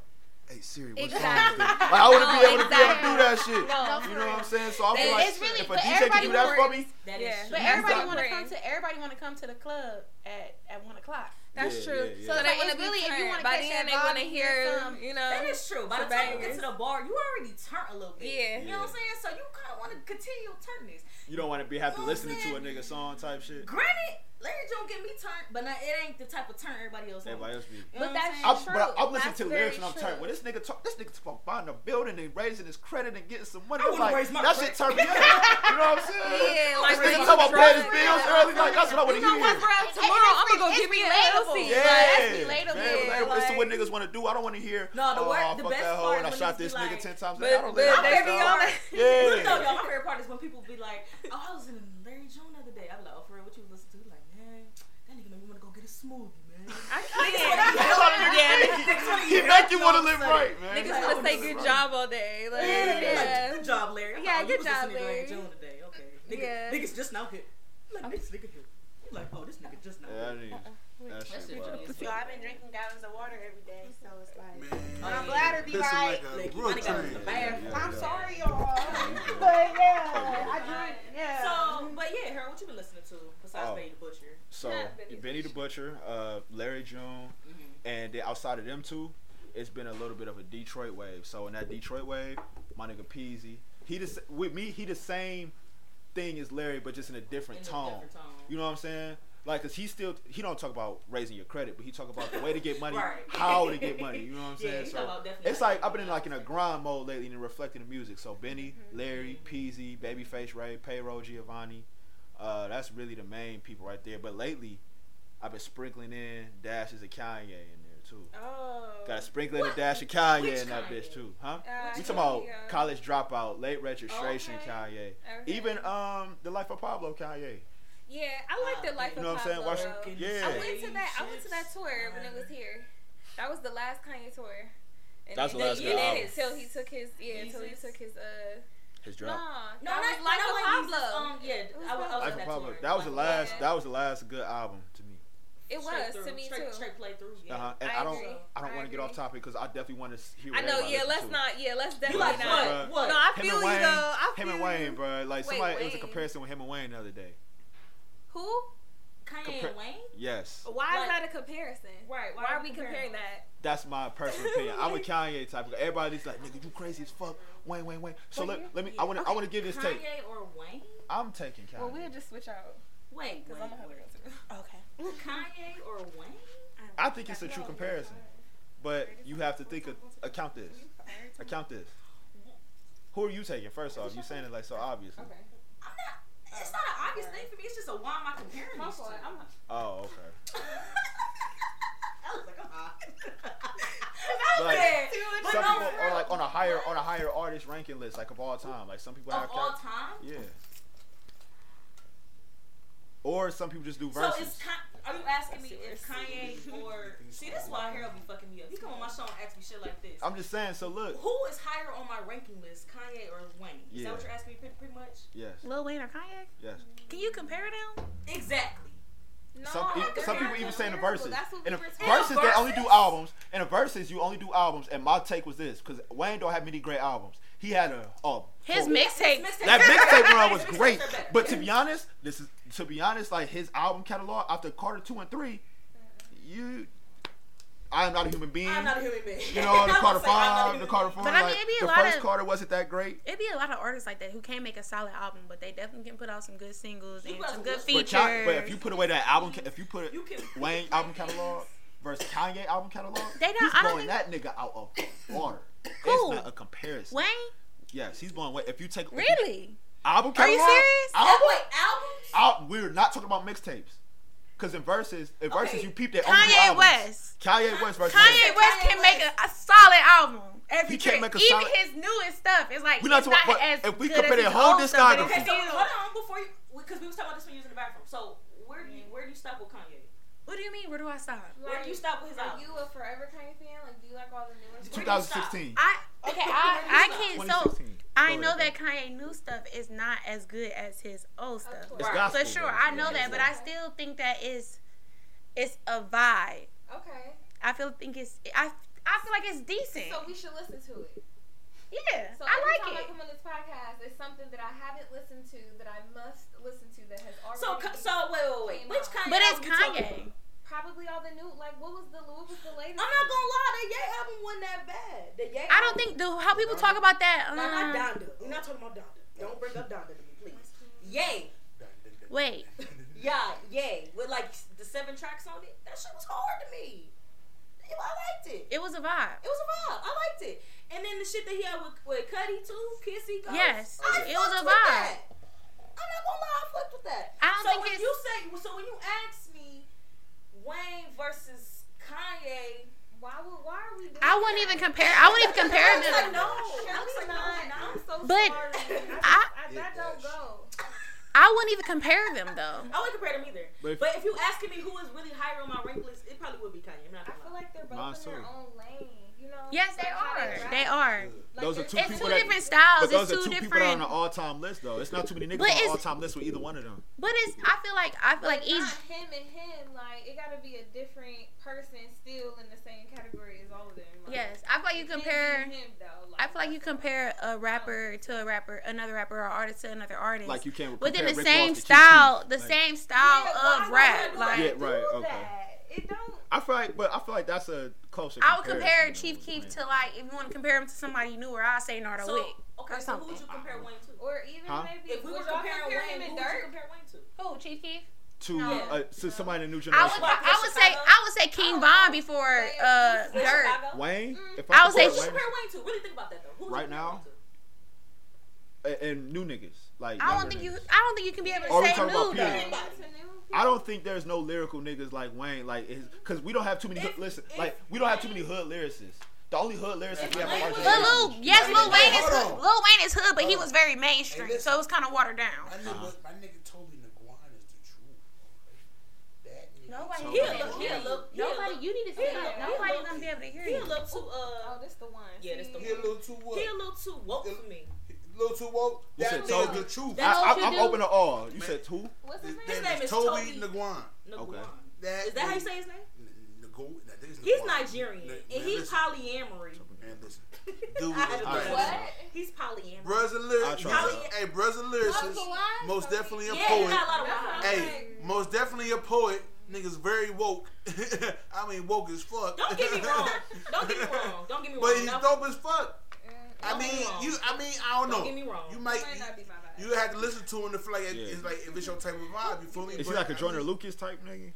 [SPEAKER 3] "Hey Siri, what song is
[SPEAKER 4] Exactly.
[SPEAKER 3] this?" Like I want
[SPEAKER 4] No,
[SPEAKER 3] to be able to be able to
[SPEAKER 4] exactly.
[SPEAKER 3] do that shit.
[SPEAKER 2] No,
[SPEAKER 3] You know what I'm saying? So I feel like
[SPEAKER 2] It's really-
[SPEAKER 3] if a
[SPEAKER 2] but
[SPEAKER 3] DJ can do
[SPEAKER 2] everybody
[SPEAKER 3] that for me,
[SPEAKER 2] works.
[SPEAKER 1] That is
[SPEAKER 4] Yeah.
[SPEAKER 1] true.
[SPEAKER 2] But
[SPEAKER 3] You
[SPEAKER 2] everybody
[SPEAKER 3] got
[SPEAKER 2] want to
[SPEAKER 4] me.
[SPEAKER 2] come to everybody want to come to the club at at one o'clock.
[SPEAKER 4] That's
[SPEAKER 3] Yeah,
[SPEAKER 4] true.
[SPEAKER 3] yeah,
[SPEAKER 4] So
[SPEAKER 3] yeah.
[SPEAKER 4] they
[SPEAKER 2] So
[SPEAKER 4] want to
[SPEAKER 2] it's
[SPEAKER 4] be
[SPEAKER 2] really, if you
[SPEAKER 4] turned.
[SPEAKER 2] wanna
[SPEAKER 4] By
[SPEAKER 2] catch
[SPEAKER 4] then,
[SPEAKER 2] that
[SPEAKER 4] they want to
[SPEAKER 2] vibe, you
[SPEAKER 4] hear,
[SPEAKER 2] get some-
[SPEAKER 4] you
[SPEAKER 1] That
[SPEAKER 4] know.
[SPEAKER 1] is true. By
[SPEAKER 4] It's
[SPEAKER 1] the
[SPEAKER 4] a
[SPEAKER 1] time you get to
[SPEAKER 4] banger.
[SPEAKER 1] the bar, you already turn a little bit.
[SPEAKER 4] Yeah.
[SPEAKER 1] You know what I'm saying? So you kind of want to continue turning this.
[SPEAKER 3] you don't want to be have to
[SPEAKER 1] You know
[SPEAKER 3] listen to
[SPEAKER 1] what
[SPEAKER 3] a
[SPEAKER 1] I'm
[SPEAKER 3] nigga song type shit.
[SPEAKER 1] Granted, Larry Jones get me turned, but now it ain't the type of turn everybody else. on.
[SPEAKER 3] Everybody else be.
[SPEAKER 1] You know
[SPEAKER 4] But
[SPEAKER 1] what I'm
[SPEAKER 4] that's
[SPEAKER 1] saying?
[SPEAKER 3] I,
[SPEAKER 4] true.
[SPEAKER 3] but I, I'm listening
[SPEAKER 4] That's
[SPEAKER 3] to the lyrics
[SPEAKER 4] very
[SPEAKER 3] and I'm
[SPEAKER 4] true.
[SPEAKER 3] turning. When this nigga talk, this nigga talk buying a building and raising his credit and getting some money.
[SPEAKER 1] I
[SPEAKER 3] I'm
[SPEAKER 1] wanna
[SPEAKER 3] like,
[SPEAKER 1] raise my
[SPEAKER 3] that
[SPEAKER 1] credit.
[SPEAKER 3] shit turned
[SPEAKER 1] [laughs]
[SPEAKER 3] me up. You know what I'm saying?
[SPEAKER 4] Yeah, like when
[SPEAKER 3] This nigga
[SPEAKER 4] you
[SPEAKER 3] talking about
[SPEAKER 4] drunk.
[SPEAKER 3] paying his bills early. Like that's what I want
[SPEAKER 4] You
[SPEAKER 3] to
[SPEAKER 4] know what,
[SPEAKER 3] hear.
[SPEAKER 4] bro?
[SPEAKER 2] And- and
[SPEAKER 4] Tomorrow
[SPEAKER 2] it's
[SPEAKER 4] I'm gonna
[SPEAKER 2] re-
[SPEAKER 4] go
[SPEAKER 2] it's
[SPEAKER 4] get me an
[SPEAKER 2] relatable.
[SPEAKER 4] LC.
[SPEAKER 3] Yeah,
[SPEAKER 2] Like, that's relatable.
[SPEAKER 3] Man,
[SPEAKER 4] Yeah,
[SPEAKER 3] this is what
[SPEAKER 4] like-
[SPEAKER 3] niggas want to do. I don't want to hear.
[SPEAKER 1] No, the
[SPEAKER 3] oh,
[SPEAKER 1] wor-
[SPEAKER 3] I
[SPEAKER 1] the
[SPEAKER 3] fucked
[SPEAKER 1] best
[SPEAKER 3] that hoe
[SPEAKER 1] part
[SPEAKER 3] and I
[SPEAKER 1] when
[SPEAKER 3] shot
[SPEAKER 1] niggas
[SPEAKER 3] this
[SPEAKER 1] be
[SPEAKER 3] nigga
[SPEAKER 1] like-
[SPEAKER 3] ten times.
[SPEAKER 4] But-
[SPEAKER 3] I don't
[SPEAKER 4] but they
[SPEAKER 3] let that
[SPEAKER 4] be
[SPEAKER 3] stuff.
[SPEAKER 4] on that- [laughs]
[SPEAKER 1] Look though, y'all,
[SPEAKER 3] Yeah.
[SPEAKER 1] my favorite part is when people be like, "Oh, I was in Larry Jones the other day." I be like, "Oh, for real? What you was listening to?" Like, man, that nigga made me want to go get a smoothie, man.
[SPEAKER 4] I
[SPEAKER 3] That's how niggas
[SPEAKER 4] can't.
[SPEAKER 1] [laughs]
[SPEAKER 3] think.
[SPEAKER 1] That's what
[SPEAKER 3] [laughs] He
[SPEAKER 1] you
[SPEAKER 3] make you
[SPEAKER 1] know
[SPEAKER 3] want to
[SPEAKER 1] what
[SPEAKER 3] live
[SPEAKER 1] I'm
[SPEAKER 3] right, man.
[SPEAKER 4] Niggas
[SPEAKER 1] Like,
[SPEAKER 4] wanna
[SPEAKER 1] oh, this
[SPEAKER 4] say
[SPEAKER 1] is
[SPEAKER 4] good
[SPEAKER 1] right.
[SPEAKER 4] job all day. Like,
[SPEAKER 1] Yeah,
[SPEAKER 4] yeah.
[SPEAKER 1] Like, good job, Larry.
[SPEAKER 4] Yeah,
[SPEAKER 1] oh, you
[SPEAKER 4] good
[SPEAKER 1] was
[SPEAKER 4] job,
[SPEAKER 1] listening to Larry
[SPEAKER 4] Larry.
[SPEAKER 1] Jones today. Okay, nigga,
[SPEAKER 4] Yeah.
[SPEAKER 1] niggas just now hit. Like this nigga hit. You like, oh, this nigga just now
[SPEAKER 3] Yeah, that
[SPEAKER 1] hit.
[SPEAKER 3] nigga- that
[SPEAKER 1] That
[SPEAKER 3] shit
[SPEAKER 1] shit
[SPEAKER 3] wild.
[SPEAKER 1] really is
[SPEAKER 2] So I've been
[SPEAKER 1] bad.
[SPEAKER 2] drinking gallons of water every day, so it's like
[SPEAKER 5] Man,
[SPEAKER 1] My
[SPEAKER 2] bladder be
[SPEAKER 5] pissing
[SPEAKER 1] Like,
[SPEAKER 2] like-
[SPEAKER 5] like a
[SPEAKER 1] you gotta
[SPEAKER 5] brook
[SPEAKER 1] go to
[SPEAKER 5] train.
[SPEAKER 1] the bathroom.
[SPEAKER 3] Yeah,
[SPEAKER 2] I'm
[SPEAKER 3] yeah.
[SPEAKER 2] sorry, y'all, [laughs] but [laughs] yeah, I drink. Yeah.
[SPEAKER 1] So, but yeah, Harold, what you been listening to besides
[SPEAKER 3] Oh.
[SPEAKER 1] Benny the Butcher? Mm-hmm.
[SPEAKER 3] So
[SPEAKER 4] Not Benny
[SPEAKER 3] Benny, the Butcher, uh, Larry June, and then outside of them two, it's been a little bit of a Detroit wave. So in that Detroit wave, my nigga Peasy, he just with me, he the same thing as Larry, but just in a different,
[SPEAKER 1] In a
[SPEAKER 3] tone.
[SPEAKER 1] different tone.
[SPEAKER 3] You know what I'm saying? Like, cause he still he don't talk about raising your credit, but he talk about the way to get money,
[SPEAKER 1] [laughs] Right.
[SPEAKER 3] how to get money. You know what I'm
[SPEAKER 1] [laughs] Yeah,
[SPEAKER 3] saying?
[SPEAKER 1] he
[SPEAKER 3] so
[SPEAKER 1] talk about definitely
[SPEAKER 3] it's
[SPEAKER 1] how to
[SPEAKER 3] like
[SPEAKER 1] get
[SPEAKER 3] I've been in
[SPEAKER 1] money.
[SPEAKER 3] like in a grind mode lately and reflecting the music. So Benny,
[SPEAKER 1] Mm-hmm.
[SPEAKER 3] Larry, Peasy, Babyface Ray, Payroll Giovanni, uh, that's really the main people right there. But lately, I've been sprinkling in dashes of Kanye in there too.
[SPEAKER 4] Oh.
[SPEAKER 3] Got to sprinkle in a
[SPEAKER 1] What?
[SPEAKER 3] dash of Kanye
[SPEAKER 1] Which
[SPEAKER 3] in that
[SPEAKER 1] Kanye?
[SPEAKER 3] bitch too, huh?
[SPEAKER 4] Uh,
[SPEAKER 3] We
[SPEAKER 4] here
[SPEAKER 3] talking about
[SPEAKER 4] we go.
[SPEAKER 3] college dropout, late registration
[SPEAKER 1] Okay.
[SPEAKER 3] Kanye,
[SPEAKER 4] Okay.
[SPEAKER 3] even um the life of Pablo Kanye.
[SPEAKER 4] Yeah, I like the life
[SPEAKER 3] You
[SPEAKER 4] of
[SPEAKER 3] know what I'm saying?
[SPEAKER 4] Pablo.
[SPEAKER 3] Washington- yeah.
[SPEAKER 4] I went to that. I went to that tour when it was here. That was the last Kanye tour. And
[SPEAKER 3] That's
[SPEAKER 4] then-
[SPEAKER 3] the last
[SPEAKER 4] and
[SPEAKER 1] good
[SPEAKER 4] then
[SPEAKER 1] album.
[SPEAKER 4] Till he took his yeah. Till he
[SPEAKER 1] Jesus.
[SPEAKER 4] took his uh.
[SPEAKER 3] His
[SPEAKER 4] No,
[SPEAKER 3] drop.
[SPEAKER 1] No, not
[SPEAKER 4] that was Life
[SPEAKER 1] not
[SPEAKER 4] of
[SPEAKER 1] like
[SPEAKER 4] Pablo.
[SPEAKER 1] Yeezus. Um, yeah,
[SPEAKER 4] was
[SPEAKER 1] I, was- I was
[SPEAKER 3] Life
[SPEAKER 1] at
[SPEAKER 3] of
[SPEAKER 1] that
[SPEAKER 3] Pablo.
[SPEAKER 1] tour.
[SPEAKER 3] That was
[SPEAKER 1] Life
[SPEAKER 3] the
[SPEAKER 1] of
[SPEAKER 3] last.
[SPEAKER 1] Pablo.
[SPEAKER 3] That was the last good album to me.
[SPEAKER 1] Straight
[SPEAKER 4] it was
[SPEAKER 1] through,
[SPEAKER 4] to me
[SPEAKER 1] straight,
[SPEAKER 4] too.
[SPEAKER 1] Straight play through. Yeah.
[SPEAKER 3] Uh-huh. And
[SPEAKER 4] I
[SPEAKER 3] I, don't.
[SPEAKER 4] agree.
[SPEAKER 3] I don't
[SPEAKER 4] I
[SPEAKER 3] want to get off
[SPEAKER 4] agree.
[SPEAKER 3] topic because I definitely want to hear. What
[SPEAKER 4] I know.
[SPEAKER 3] everybody
[SPEAKER 4] Yeah,
[SPEAKER 3] listen
[SPEAKER 4] let's
[SPEAKER 3] to.
[SPEAKER 4] not. Yeah, let's
[SPEAKER 1] You
[SPEAKER 4] definitely
[SPEAKER 1] like
[SPEAKER 3] Nah,
[SPEAKER 4] not.
[SPEAKER 3] bruh.
[SPEAKER 1] what? What?
[SPEAKER 4] No, I
[SPEAKER 3] Him
[SPEAKER 4] feel
[SPEAKER 3] and
[SPEAKER 4] you though.
[SPEAKER 3] Wayne.
[SPEAKER 4] I feel
[SPEAKER 3] him and Wayne,
[SPEAKER 4] you.
[SPEAKER 3] bro. Like
[SPEAKER 4] Wait,
[SPEAKER 3] somebody, it was a
[SPEAKER 4] Wayne.
[SPEAKER 3] comparison with him and Wayne the other day.
[SPEAKER 4] Who?
[SPEAKER 1] Kanye
[SPEAKER 3] Compare-
[SPEAKER 1] and Wayne.
[SPEAKER 3] Yes,
[SPEAKER 4] Why
[SPEAKER 1] Like-
[SPEAKER 4] is that a comparison?
[SPEAKER 1] Right,
[SPEAKER 4] Why,
[SPEAKER 1] why
[SPEAKER 4] are
[SPEAKER 1] are
[SPEAKER 4] we
[SPEAKER 1] we comparing
[SPEAKER 4] comparing that?
[SPEAKER 3] that's my personal opinion.
[SPEAKER 4] [laughs]
[SPEAKER 3] I'm a Kanye type. of guy. Everybody's like, nigga, you crazy as fuck. Wayne, Wayne, Wayne. So
[SPEAKER 4] But
[SPEAKER 3] let,
[SPEAKER 4] you-
[SPEAKER 3] let me.
[SPEAKER 1] yeah.
[SPEAKER 3] I want to. I want to give this take.
[SPEAKER 1] Kanye or Wayne?
[SPEAKER 3] I'm taking Kanye.
[SPEAKER 4] just switch out.
[SPEAKER 1] Wait, wait, wait.
[SPEAKER 2] okay.
[SPEAKER 1] Kanye or Wayne?
[SPEAKER 3] I think it's a true comparison, but you have to think of account this. Account this. Who are you taking? First off, you saying it like so obviously.
[SPEAKER 4] Okay.
[SPEAKER 1] I'm not. It's not an obvious thing for me. It's just a why am I comparing
[SPEAKER 4] My
[SPEAKER 1] these
[SPEAKER 4] fault.
[SPEAKER 1] two?
[SPEAKER 4] I'm
[SPEAKER 1] [laughs]
[SPEAKER 4] not-
[SPEAKER 3] Oh, okay.
[SPEAKER 1] I was like, I'm high. [laughs]
[SPEAKER 3] But
[SPEAKER 1] I said, but
[SPEAKER 3] some
[SPEAKER 1] no,
[SPEAKER 3] people
[SPEAKER 1] for
[SPEAKER 3] are
[SPEAKER 1] real.
[SPEAKER 3] like on a higher on a higher artist ranking list, like of all time. Like some people
[SPEAKER 1] of
[SPEAKER 3] have
[SPEAKER 1] all
[SPEAKER 3] Kanye.
[SPEAKER 1] time.
[SPEAKER 3] Yeah. Or some people just do
[SPEAKER 1] So
[SPEAKER 3] verses.
[SPEAKER 1] is Ki- are you asking me if Kanye or [laughs] see this is why Harold be fucking me up? He come on my show and ask me shit like this.
[SPEAKER 3] I'm just saying. So look.
[SPEAKER 1] Who is higher on my ranking list, Kanye or Wayne? Is
[SPEAKER 3] Yeah.
[SPEAKER 1] that what you're asking me pretty, pretty much?
[SPEAKER 3] Yes.
[SPEAKER 2] Lil Wayne or Kanye?
[SPEAKER 3] Yes.
[SPEAKER 2] Can you compare them?
[SPEAKER 1] Exactly.
[SPEAKER 4] No,
[SPEAKER 3] Some,
[SPEAKER 4] they're
[SPEAKER 3] e- some people
[SPEAKER 4] not
[SPEAKER 3] even saying the
[SPEAKER 4] comparable.
[SPEAKER 3] verses.
[SPEAKER 4] That's what
[SPEAKER 3] In
[SPEAKER 4] we
[SPEAKER 3] the
[SPEAKER 4] were talking
[SPEAKER 3] verses, they only do
[SPEAKER 1] Verses?
[SPEAKER 3] albums. In the verses, you only do albums. And my take was this, because Wayne don't have many great albums. He had a oh
[SPEAKER 2] His
[SPEAKER 3] oh,
[SPEAKER 2] mixtape.
[SPEAKER 1] Mixtape- [laughs]
[SPEAKER 3] That mixtape run was
[SPEAKER 1] Mixtapes
[SPEAKER 3] great,
[SPEAKER 1] are better.
[SPEAKER 3] but to be honest, this is to be honest, like his album catalog after Carter two and three, you, I am not a human being.
[SPEAKER 1] I'm not a human being. [laughs]
[SPEAKER 3] you know the
[SPEAKER 1] I'm gonna say I'm
[SPEAKER 3] Carter
[SPEAKER 1] not a
[SPEAKER 3] five,
[SPEAKER 1] human
[SPEAKER 3] the Carter
[SPEAKER 1] being.
[SPEAKER 3] four.
[SPEAKER 2] But I mean,
[SPEAKER 3] like,
[SPEAKER 2] it'd be a
[SPEAKER 3] the
[SPEAKER 2] lot
[SPEAKER 3] first
[SPEAKER 2] of-
[SPEAKER 3] Carter wasn't that great.
[SPEAKER 2] It'd be a lot of artists like that who can't make a solid album, but they definitely can put out some good singles
[SPEAKER 1] You
[SPEAKER 2] and
[SPEAKER 1] put out some
[SPEAKER 2] some good
[SPEAKER 1] good singles.
[SPEAKER 3] But,
[SPEAKER 2] features.
[SPEAKER 3] Ka- but if you put away that album, ca- if you put
[SPEAKER 1] You can-
[SPEAKER 3] Wayne album catalog versus Kanye album catalog,
[SPEAKER 2] They not-
[SPEAKER 3] he's
[SPEAKER 2] I don't
[SPEAKER 3] blowing that nigga out
[SPEAKER 2] [coughs]
[SPEAKER 3] of water.
[SPEAKER 2] Who?
[SPEAKER 3] It's not a comparison.
[SPEAKER 2] Wayne,
[SPEAKER 3] Yes, he's blowing. If you take if you-
[SPEAKER 2] really?
[SPEAKER 3] album
[SPEAKER 2] Are you
[SPEAKER 3] catalog,
[SPEAKER 2] serious?
[SPEAKER 1] Oh,
[SPEAKER 3] Album,
[SPEAKER 1] wait, albums?
[SPEAKER 3] al- we're not talking about mixtapes. Cause in verses, in verses
[SPEAKER 1] Okay.
[SPEAKER 3] you peep that only do
[SPEAKER 2] Kanye
[SPEAKER 3] Oh albums.
[SPEAKER 2] West.
[SPEAKER 3] Kanye West versus
[SPEAKER 2] Kanye
[SPEAKER 3] Kanye.
[SPEAKER 2] West
[SPEAKER 1] Kanye
[SPEAKER 2] can
[SPEAKER 1] West.
[SPEAKER 2] make a, a solid album. Every
[SPEAKER 3] He can't
[SPEAKER 2] track.
[SPEAKER 3] make a
[SPEAKER 2] even
[SPEAKER 3] solid-
[SPEAKER 2] his newest stuff. It's like
[SPEAKER 3] We're not
[SPEAKER 2] it's not,
[SPEAKER 3] talking- but
[SPEAKER 2] as
[SPEAKER 3] if we
[SPEAKER 2] good
[SPEAKER 3] compare
[SPEAKER 2] as
[SPEAKER 3] their
[SPEAKER 2] his
[SPEAKER 3] whole
[SPEAKER 2] old stuff, but
[SPEAKER 1] Okay,
[SPEAKER 2] it's
[SPEAKER 1] so
[SPEAKER 2] still-
[SPEAKER 1] hold on before you, because we was talking about this when you was in the bathroom. So where do you where do you stop with Kanye?
[SPEAKER 2] What do you mean? Where do I stop?
[SPEAKER 1] Where do you stop with his
[SPEAKER 4] Are
[SPEAKER 1] album?
[SPEAKER 4] you a forever Kanye fan? Like, do you like all the
[SPEAKER 1] Where
[SPEAKER 4] newer
[SPEAKER 1] do you
[SPEAKER 3] 2016.
[SPEAKER 2] I okay. I I can't. So
[SPEAKER 3] 2016.
[SPEAKER 2] I
[SPEAKER 3] Go
[SPEAKER 2] know
[SPEAKER 3] ahead,
[SPEAKER 2] that Kanye new stuff is not as good as his old stuff.
[SPEAKER 4] course.
[SPEAKER 3] It's
[SPEAKER 1] Right.
[SPEAKER 3] gospel,
[SPEAKER 2] For sure,
[SPEAKER 3] though.
[SPEAKER 2] I know
[SPEAKER 3] Yeah.
[SPEAKER 2] that, but I still think that is it's a vibe.
[SPEAKER 4] Okay.
[SPEAKER 2] I feel think it's I I feel like it's decent.
[SPEAKER 4] So we should listen to it.
[SPEAKER 2] yeah,
[SPEAKER 4] So every
[SPEAKER 2] I
[SPEAKER 4] time I
[SPEAKER 2] like it.
[SPEAKER 4] come on this podcast, it's something that I haven't listened to that I must listen to that has already.
[SPEAKER 1] So Ka-
[SPEAKER 4] been-
[SPEAKER 1] so wait wait wait, which Kanye?
[SPEAKER 2] But it's
[SPEAKER 1] album you talking
[SPEAKER 2] Kanye.
[SPEAKER 1] about?
[SPEAKER 4] probably all the new. Like, what was the what was the
[SPEAKER 1] I'm
[SPEAKER 4] latest?
[SPEAKER 1] not gonna lie, the Ye album wasn't that bad. The Ye
[SPEAKER 2] I don't think the how people talk about that.
[SPEAKER 1] No, not
[SPEAKER 2] Um,
[SPEAKER 1] Donda. We're not talking about Donda. Don't bring up Donda to me, please. Yay.
[SPEAKER 2] wait,
[SPEAKER 1] Yeah, yay. With like the seven tracks on it. That shit was hard to me. I liked it.
[SPEAKER 2] it was a vibe.
[SPEAKER 1] It was a vibe. I liked it. And then the shit that he had with, with Cuddy too, Kissy Ghost.
[SPEAKER 2] Yes,
[SPEAKER 1] I
[SPEAKER 2] it was
[SPEAKER 1] fucked
[SPEAKER 2] a
[SPEAKER 1] with
[SPEAKER 2] vibe.
[SPEAKER 1] that. I'm not gonna lie, I fucked with that.
[SPEAKER 2] I don't
[SPEAKER 1] so
[SPEAKER 2] think
[SPEAKER 1] when
[SPEAKER 2] it's-
[SPEAKER 1] you say so when you ask me Wayne versus Kanye,
[SPEAKER 4] Why would why are we? Doing
[SPEAKER 2] I wouldn't even
[SPEAKER 4] that?
[SPEAKER 2] compare. I wouldn't even compare
[SPEAKER 1] I was like,
[SPEAKER 2] them.
[SPEAKER 1] no,
[SPEAKER 4] Surely
[SPEAKER 1] I was like, no,
[SPEAKER 4] not.
[SPEAKER 2] [laughs]
[SPEAKER 1] no.
[SPEAKER 4] I'm so
[SPEAKER 2] But
[SPEAKER 4] sorry.
[SPEAKER 2] I-
[SPEAKER 4] I, I, that don't go.
[SPEAKER 2] I wouldn't even compare them though.
[SPEAKER 1] I wouldn't compare them either.
[SPEAKER 3] But if-
[SPEAKER 1] But if you asking me who is really higher on my rank list, it probably would be Kanye. I'm not
[SPEAKER 4] I
[SPEAKER 1] gonna
[SPEAKER 4] feel
[SPEAKER 1] lie.
[SPEAKER 4] like they're both
[SPEAKER 3] Mine
[SPEAKER 4] in
[SPEAKER 3] too.
[SPEAKER 4] their own lane. You know.
[SPEAKER 2] Yes, they
[SPEAKER 4] Like how
[SPEAKER 2] are.
[SPEAKER 4] rap.
[SPEAKER 2] They are.
[SPEAKER 4] Like,
[SPEAKER 3] Those are
[SPEAKER 4] they're-
[SPEAKER 3] two
[SPEAKER 2] It's
[SPEAKER 3] people
[SPEAKER 2] two
[SPEAKER 3] that-
[SPEAKER 2] different styles.
[SPEAKER 3] But those
[SPEAKER 2] It's
[SPEAKER 3] are
[SPEAKER 2] two
[SPEAKER 3] two people that are on
[SPEAKER 2] different.
[SPEAKER 3] the all-time list, though. It's not too many niggas
[SPEAKER 2] But
[SPEAKER 3] on
[SPEAKER 2] it's-
[SPEAKER 3] the all-time list with either one of them.
[SPEAKER 2] But it's. I feel like I feel like
[SPEAKER 4] It's
[SPEAKER 2] each.
[SPEAKER 4] not him and him. Like it got to be a different person still in the same category as all of them. Like,
[SPEAKER 2] Yes, I feel like you
[SPEAKER 4] him
[SPEAKER 2] compare.
[SPEAKER 4] and him, though,
[SPEAKER 2] I feel like you compare a rapper to a rapper, another rapper or artist to another artist.
[SPEAKER 3] Like you can't.
[SPEAKER 2] within the
[SPEAKER 3] compare Rick
[SPEAKER 2] same
[SPEAKER 3] Ross to Keith
[SPEAKER 2] style,
[SPEAKER 3] Keith.
[SPEAKER 2] the
[SPEAKER 3] Like,
[SPEAKER 2] same style
[SPEAKER 4] Yeah, why
[SPEAKER 2] of
[SPEAKER 4] would
[SPEAKER 2] rap.
[SPEAKER 4] you
[SPEAKER 2] Like
[SPEAKER 3] Yeah,
[SPEAKER 4] do
[SPEAKER 3] right, okay.
[SPEAKER 4] that? It don't.
[SPEAKER 3] I feel like, but I feel like that's a closer.
[SPEAKER 2] I would compare
[SPEAKER 3] comparison,
[SPEAKER 2] Chief
[SPEAKER 3] though,
[SPEAKER 2] Keef
[SPEAKER 3] man.
[SPEAKER 2] to like if you want to compare him to somebody newer, I say Nardo
[SPEAKER 1] So,
[SPEAKER 2] Wick.
[SPEAKER 1] okay,
[SPEAKER 2] or
[SPEAKER 1] so who would you
[SPEAKER 2] something.
[SPEAKER 1] compare Wayne to?
[SPEAKER 4] Or even
[SPEAKER 3] Huh?
[SPEAKER 4] maybe
[SPEAKER 1] If we were
[SPEAKER 4] would y'all
[SPEAKER 1] comparing
[SPEAKER 4] compare
[SPEAKER 1] Wayne,
[SPEAKER 4] him
[SPEAKER 1] who
[SPEAKER 4] and
[SPEAKER 1] would you
[SPEAKER 4] Dirk.
[SPEAKER 1] compare Wayne to?
[SPEAKER 2] Who Chief Keef?
[SPEAKER 3] to
[SPEAKER 2] No.
[SPEAKER 3] uh, to somebody in the new
[SPEAKER 2] I
[SPEAKER 3] generation.
[SPEAKER 2] would I would say I would say King Von before uh
[SPEAKER 1] Is it
[SPEAKER 2] Dirt.
[SPEAKER 1] Chicago?
[SPEAKER 3] Wayne. If
[SPEAKER 2] I would
[SPEAKER 1] Who
[SPEAKER 2] say
[SPEAKER 1] would you
[SPEAKER 2] Wayne-
[SPEAKER 1] compare Wayne to? Really think about that though. Who would you
[SPEAKER 3] Right
[SPEAKER 1] compare
[SPEAKER 3] now?
[SPEAKER 1] Wayne to?
[SPEAKER 3] Wayne, and, and new niggas. Like
[SPEAKER 2] I
[SPEAKER 3] younger
[SPEAKER 2] don't think you
[SPEAKER 3] niggas.
[SPEAKER 2] I don't think you can be able
[SPEAKER 3] Are
[SPEAKER 2] to
[SPEAKER 3] we
[SPEAKER 2] say
[SPEAKER 3] talking
[SPEAKER 2] new
[SPEAKER 3] about
[SPEAKER 2] though.
[SPEAKER 3] period? I don't think there's no lyrical niggas like Wayne, like because we don't have too many.
[SPEAKER 1] If-
[SPEAKER 3] listen,
[SPEAKER 1] if
[SPEAKER 3] like we don't have too many hood lyricists. The only hood lyricist we have
[SPEAKER 1] Wayne
[SPEAKER 3] are
[SPEAKER 1] was-
[SPEAKER 2] But Lil yes, Lil
[SPEAKER 5] Hey,
[SPEAKER 2] Wayne is
[SPEAKER 5] hold
[SPEAKER 2] hood.
[SPEAKER 5] on.
[SPEAKER 2] Lil Wayne is hood, but he
[SPEAKER 5] Hold
[SPEAKER 2] was very mainstream,
[SPEAKER 5] listen.
[SPEAKER 2] so it was kind of watered
[SPEAKER 5] My
[SPEAKER 2] down.
[SPEAKER 5] nigga, my nigga Toby Naguan is the truth. That nigga.
[SPEAKER 2] Nobody,
[SPEAKER 3] He
[SPEAKER 1] He a
[SPEAKER 3] Okay.
[SPEAKER 1] little, he a little, he a
[SPEAKER 2] nobody,
[SPEAKER 1] little-
[SPEAKER 2] you need to
[SPEAKER 1] he
[SPEAKER 2] say
[SPEAKER 1] a
[SPEAKER 2] it.
[SPEAKER 1] little-
[SPEAKER 2] Nobody gonna be able to hear
[SPEAKER 1] he a
[SPEAKER 2] you.
[SPEAKER 1] little too, uh,
[SPEAKER 4] Oh, this the one.
[SPEAKER 1] Yeah, this the
[SPEAKER 5] He a little too what?
[SPEAKER 1] he a little too woke for me.
[SPEAKER 5] little too woke.
[SPEAKER 3] You
[SPEAKER 5] That
[SPEAKER 3] said
[SPEAKER 5] nigga
[SPEAKER 3] Toby.
[SPEAKER 5] the truth.
[SPEAKER 1] That's
[SPEAKER 3] I,
[SPEAKER 1] what
[SPEAKER 3] I'm,
[SPEAKER 1] you
[SPEAKER 3] I'm
[SPEAKER 1] do.
[SPEAKER 3] open to all. You
[SPEAKER 5] Man.
[SPEAKER 3] said two.
[SPEAKER 4] What's his
[SPEAKER 5] His
[SPEAKER 4] name?
[SPEAKER 1] name is
[SPEAKER 5] Toby
[SPEAKER 1] Toby.
[SPEAKER 5] Naguan.
[SPEAKER 1] Naguan.
[SPEAKER 3] Okay.
[SPEAKER 5] That
[SPEAKER 1] Is that how you
[SPEAKER 5] nigga-
[SPEAKER 1] say his name?
[SPEAKER 5] N- Nagu- I think it's
[SPEAKER 1] He's
[SPEAKER 5] Naguan.
[SPEAKER 1] Nigerian
[SPEAKER 5] Na-
[SPEAKER 1] and
[SPEAKER 5] man,
[SPEAKER 1] he's
[SPEAKER 5] listen,
[SPEAKER 1] polyamory.
[SPEAKER 5] Man,
[SPEAKER 1] [laughs]
[SPEAKER 5] listen. Dude,
[SPEAKER 1] I had to
[SPEAKER 3] All
[SPEAKER 1] look
[SPEAKER 3] right.
[SPEAKER 1] it
[SPEAKER 4] What?
[SPEAKER 1] up. He's polyamory.
[SPEAKER 5] Brazil
[SPEAKER 3] I'll
[SPEAKER 5] lyricist.
[SPEAKER 3] try
[SPEAKER 1] that.
[SPEAKER 5] Hey, Brazil lyricist.
[SPEAKER 4] Naguan?
[SPEAKER 5] Most definitely a
[SPEAKER 1] Yeah, he
[SPEAKER 5] poet.
[SPEAKER 1] got a lot of
[SPEAKER 4] That's
[SPEAKER 1] wives.
[SPEAKER 4] what I'm
[SPEAKER 5] Hey, most definitely a poet. Niggas very woke. [laughs] I mean, woke as fuck.
[SPEAKER 1] Don't get me wrong. Don't
[SPEAKER 5] [laughs]
[SPEAKER 1] get me wrong. Don't get me
[SPEAKER 5] But
[SPEAKER 1] wrong.
[SPEAKER 5] he's
[SPEAKER 1] No,
[SPEAKER 5] dope as fuck. I
[SPEAKER 1] Don't
[SPEAKER 5] mean,
[SPEAKER 1] get me wrong.
[SPEAKER 5] you. I mean, I don't know.
[SPEAKER 1] Don't get me wrong.
[SPEAKER 5] You might.
[SPEAKER 4] Might not be my vibe.
[SPEAKER 5] You, you have to listen to him if like it-
[SPEAKER 3] Yeah.
[SPEAKER 5] it's like if it's your type of vibe. You feel me?
[SPEAKER 3] Is he
[SPEAKER 5] But
[SPEAKER 3] like a
[SPEAKER 5] I
[SPEAKER 3] Joyner
[SPEAKER 5] mean,
[SPEAKER 3] Lucas type nigga?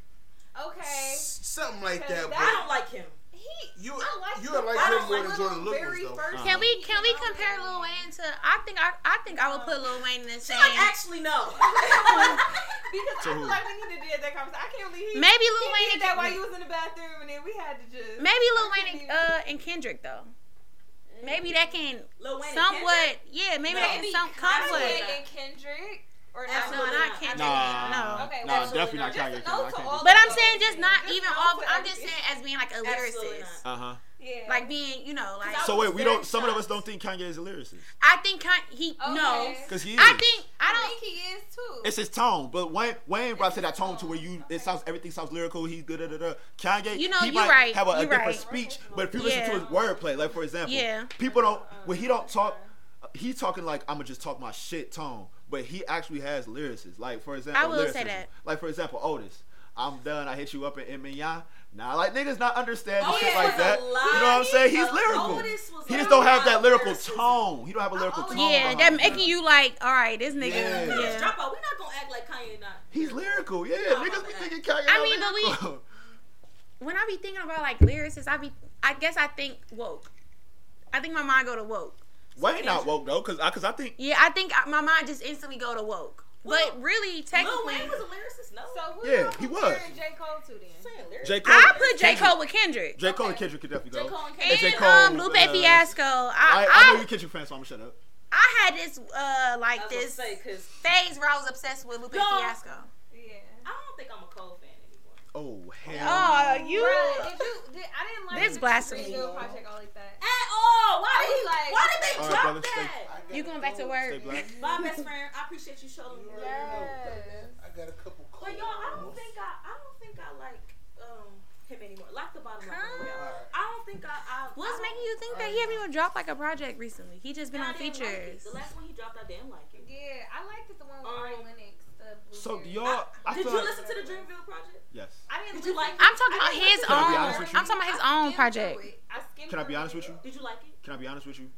[SPEAKER 4] Okay.
[SPEAKER 5] s- Something like
[SPEAKER 4] Cause
[SPEAKER 5] that.
[SPEAKER 1] I
[SPEAKER 5] But
[SPEAKER 1] don't like him.
[SPEAKER 4] He.
[SPEAKER 5] you,
[SPEAKER 4] I like
[SPEAKER 5] you
[SPEAKER 4] the-
[SPEAKER 5] are like
[SPEAKER 1] I
[SPEAKER 5] him
[SPEAKER 1] don't
[SPEAKER 5] more
[SPEAKER 1] like
[SPEAKER 5] than
[SPEAKER 1] him
[SPEAKER 5] Jordan Lucas
[SPEAKER 4] very
[SPEAKER 5] though.
[SPEAKER 4] first-
[SPEAKER 2] Can we can we compare
[SPEAKER 4] [laughs]
[SPEAKER 2] Lil Wayne to? I think I I think I would put Lil Wayne in the same.
[SPEAKER 1] Like, actually, no.
[SPEAKER 4] Because I
[SPEAKER 3] To
[SPEAKER 4] feel
[SPEAKER 3] who?
[SPEAKER 4] like we need to do that conversation. I can't believe he.
[SPEAKER 2] Maybe
[SPEAKER 4] he
[SPEAKER 2] Lil Wayne
[SPEAKER 4] did
[SPEAKER 2] and
[SPEAKER 4] that while you was in the bathroom, and then we had to just.
[SPEAKER 2] Maybe Lil Wayne and, uh, and Kendrick though. Maybe that can
[SPEAKER 1] Lil Wayne and
[SPEAKER 2] somewhat. Yeah, maybe that
[SPEAKER 1] No.
[SPEAKER 2] can some
[SPEAKER 4] Kanye
[SPEAKER 2] conflict.
[SPEAKER 1] Kanye.
[SPEAKER 4] and Kendrick. Or
[SPEAKER 2] No,
[SPEAKER 1] Absolutely
[SPEAKER 2] uh, not
[SPEAKER 1] not.
[SPEAKER 2] Kendrick.
[SPEAKER 3] Nah.
[SPEAKER 2] No.
[SPEAKER 4] Okay,
[SPEAKER 3] nah,
[SPEAKER 4] well,
[SPEAKER 3] definitely
[SPEAKER 1] not.
[SPEAKER 3] not Kanye.
[SPEAKER 4] Just no to all
[SPEAKER 2] But I'm saying just not
[SPEAKER 4] Just
[SPEAKER 2] even
[SPEAKER 4] no
[SPEAKER 2] off.
[SPEAKER 4] to
[SPEAKER 2] I'm just
[SPEAKER 4] everything.
[SPEAKER 2] saying as being like a
[SPEAKER 1] Absolutely
[SPEAKER 2] lyricist,
[SPEAKER 1] not.
[SPEAKER 3] Uh huh.
[SPEAKER 4] Yeah.
[SPEAKER 2] like being you know like.
[SPEAKER 1] Cause
[SPEAKER 3] So wait, we
[SPEAKER 1] very
[SPEAKER 3] don't. Some of us
[SPEAKER 1] shocked.
[SPEAKER 3] don't think Kanye is a lyricist
[SPEAKER 2] I think Kanye, he no.
[SPEAKER 4] Okay.
[SPEAKER 3] because he is.
[SPEAKER 2] I think I
[SPEAKER 4] I
[SPEAKER 2] don't.
[SPEAKER 4] don't think he is too.
[SPEAKER 3] It's his tone, but Wayne Wayne brought to that tone to where you it sounds everything sounds lyrical. He's good da da da. Kanye,
[SPEAKER 2] You know,
[SPEAKER 3] he
[SPEAKER 2] you
[SPEAKER 3] might
[SPEAKER 2] right,
[SPEAKER 3] have a, a
[SPEAKER 2] you
[SPEAKER 3] different
[SPEAKER 2] right.
[SPEAKER 3] speech, but if you listen
[SPEAKER 2] Yeah.
[SPEAKER 3] to his wordplay, like for example,
[SPEAKER 2] Yeah.
[SPEAKER 3] people don't when he don't talk, he talking like I'ma just talk my shit tone, but he actually has lyricism. Like for example,
[SPEAKER 2] I will say
[SPEAKER 3] lyricism.
[SPEAKER 2] that.
[SPEAKER 3] Like for example, Otis. I'm done. I hit you up in Eminem. Nah, like niggas not understanding
[SPEAKER 1] Otis
[SPEAKER 3] shit
[SPEAKER 1] was
[SPEAKER 3] like that.
[SPEAKER 1] a
[SPEAKER 3] You know what I'm
[SPEAKER 1] lot-
[SPEAKER 3] saying? He's
[SPEAKER 1] uh,
[SPEAKER 3] lyrical.
[SPEAKER 1] Otis was
[SPEAKER 3] He
[SPEAKER 1] a
[SPEAKER 3] just don't have
[SPEAKER 1] lot
[SPEAKER 3] that
[SPEAKER 1] of
[SPEAKER 3] lyrical
[SPEAKER 1] lyricism.
[SPEAKER 3] tone. He don't have a lyrical
[SPEAKER 1] always-
[SPEAKER 3] tone.
[SPEAKER 2] Yeah,
[SPEAKER 3] behind
[SPEAKER 2] that
[SPEAKER 3] it.
[SPEAKER 2] making you like, all right, this nigga.
[SPEAKER 3] Yeah.
[SPEAKER 2] Yeah.
[SPEAKER 1] Let's Drop out. We're not gonna act like Kanye not.
[SPEAKER 3] He's lyrical, yeah.
[SPEAKER 1] No,
[SPEAKER 3] Niggas
[SPEAKER 1] my
[SPEAKER 2] [laughs]
[SPEAKER 3] be
[SPEAKER 1] bad.
[SPEAKER 3] thinking Kanye.
[SPEAKER 2] I
[SPEAKER 3] not
[SPEAKER 2] mean, but we-
[SPEAKER 3] lyrical. [laughs]
[SPEAKER 2] When I be thinking about like lyricists, I be. I guess I think woke. I think my mind go to woke.
[SPEAKER 3] Wayne not woke though, cause I, cause I think
[SPEAKER 2] uh, Yeah, I think I- my mind just instantly go to woke. but really,
[SPEAKER 1] Lil
[SPEAKER 2] technically,
[SPEAKER 1] Wayne was a lyricist, no?
[SPEAKER 4] So who
[SPEAKER 3] Yeah,
[SPEAKER 4] y'all
[SPEAKER 3] he
[SPEAKER 4] compare
[SPEAKER 3] was.
[SPEAKER 4] J. Cole to then?
[SPEAKER 1] Saying lyrics.
[SPEAKER 3] J. Cole,
[SPEAKER 2] I put J.
[SPEAKER 3] Kendrick.
[SPEAKER 2] Cole with Kendrick.
[SPEAKER 3] J. Cole and
[SPEAKER 1] okay.
[SPEAKER 3] Kendrick could definitely
[SPEAKER 1] J.
[SPEAKER 3] go.
[SPEAKER 1] Cole and
[SPEAKER 3] And J.
[SPEAKER 1] Kendrick.
[SPEAKER 2] And
[SPEAKER 3] Cole,
[SPEAKER 2] um, Lupe
[SPEAKER 3] uh,
[SPEAKER 2] Fiasco.
[SPEAKER 3] I,
[SPEAKER 2] I,
[SPEAKER 3] I, know
[SPEAKER 2] I,
[SPEAKER 3] you're Kendrick fan, so I'm gonna shut up.
[SPEAKER 2] I had this uh
[SPEAKER 1] I
[SPEAKER 2] like
[SPEAKER 1] was gonna
[SPEAKER 2] this
[SPEAKER 1] say, because
[SPEAKER 2] phase where I was obsessed with Lupe
[SPEAKER 1] Yo.
[SPEAKER 2] Fiasco.
[SPEAKER 4] Yeah.
[SPEAKER 1] I don't think I'm a Cole fan anymore.
[SPEAKER 3] Oh hell,
[SPEAKER 2] Oh, you.
[SPEAKER 4] Bruh, if you, did, I didn't like
[SPEAKER 2] This
[SPEAKER 4] the
[SPEAKER 2] blasphemy.
[SPEAKER 4] Greenville project all like that.
[SPEAKER 1] At all. Why
[SPEAKER 4] I
[SPEAKER 1] did,
[SPEAKER 4] was
[SPEAKER 1] he,
[SPEAKER 4] like-
[SPEAKER 1] why did they
[SPEAKER 3] All right,
[SPEAKER 1] drop
[SPEAKER 3] brother, stay-
[SPEAKER 1] that?
[SPEAKER 2] You going back to work?
[SPEAKER 3] stay black.
[SPEAKER 1] [laughs] My best
[SPEAKER 5] [laughs]
[SPEAKER 1] friend, I appreciate you showing me.
[SPEAKER 4] Yeah. Yes.
[SPEAKER 5] I got a couple
[SPEAKER 1] But y'all, I don't think I, I don't think I like um him anymore. Like the bottom line, for y'all. I don't think I. I
[SPEAKER 2] [laughs] What's
[SPEAKER 1] I
[SPEAKER 2] making you think that he haven't even dropped like a project recently? He just been on features.
[SPEAKER 1] The last one he dropped, I didn't like it.
[SPEAKER 4] Yeah, I liked it the one with
[SPEAKER 1] Um,
[SPEAKER 4] Ari Lennox. The Blue
[SPEAKER 3] So do
[SPEAKER 4] Berry.
[SPEAKER 3] y'all, I
[SPEAKER 1] Did
[SPEAKER 3] feel
[SPEAKER 1] you
[SPEAKER 3] like-
[SPEAKER 1] listen to the Dreamville project?
[SPEAKER 3] yes.
[SPEAKER 4] I
[SPEAKER 1] Did
[SPEAKER 4] didn't
[SPEAKER 1] you like?
[SPEAKER 2] I'm talking about his
[SPEAKER 3] Can I be honest
[SPEAKER 2] own.
[SPEAKER 3] with you?
[SPEAKER 2] I'm talking about his own project.
[SPEAKER 3] Can I be honest with you?
[SPEAKER 1] Did you like it?
[SPEAKER 3] Can I be honest with you?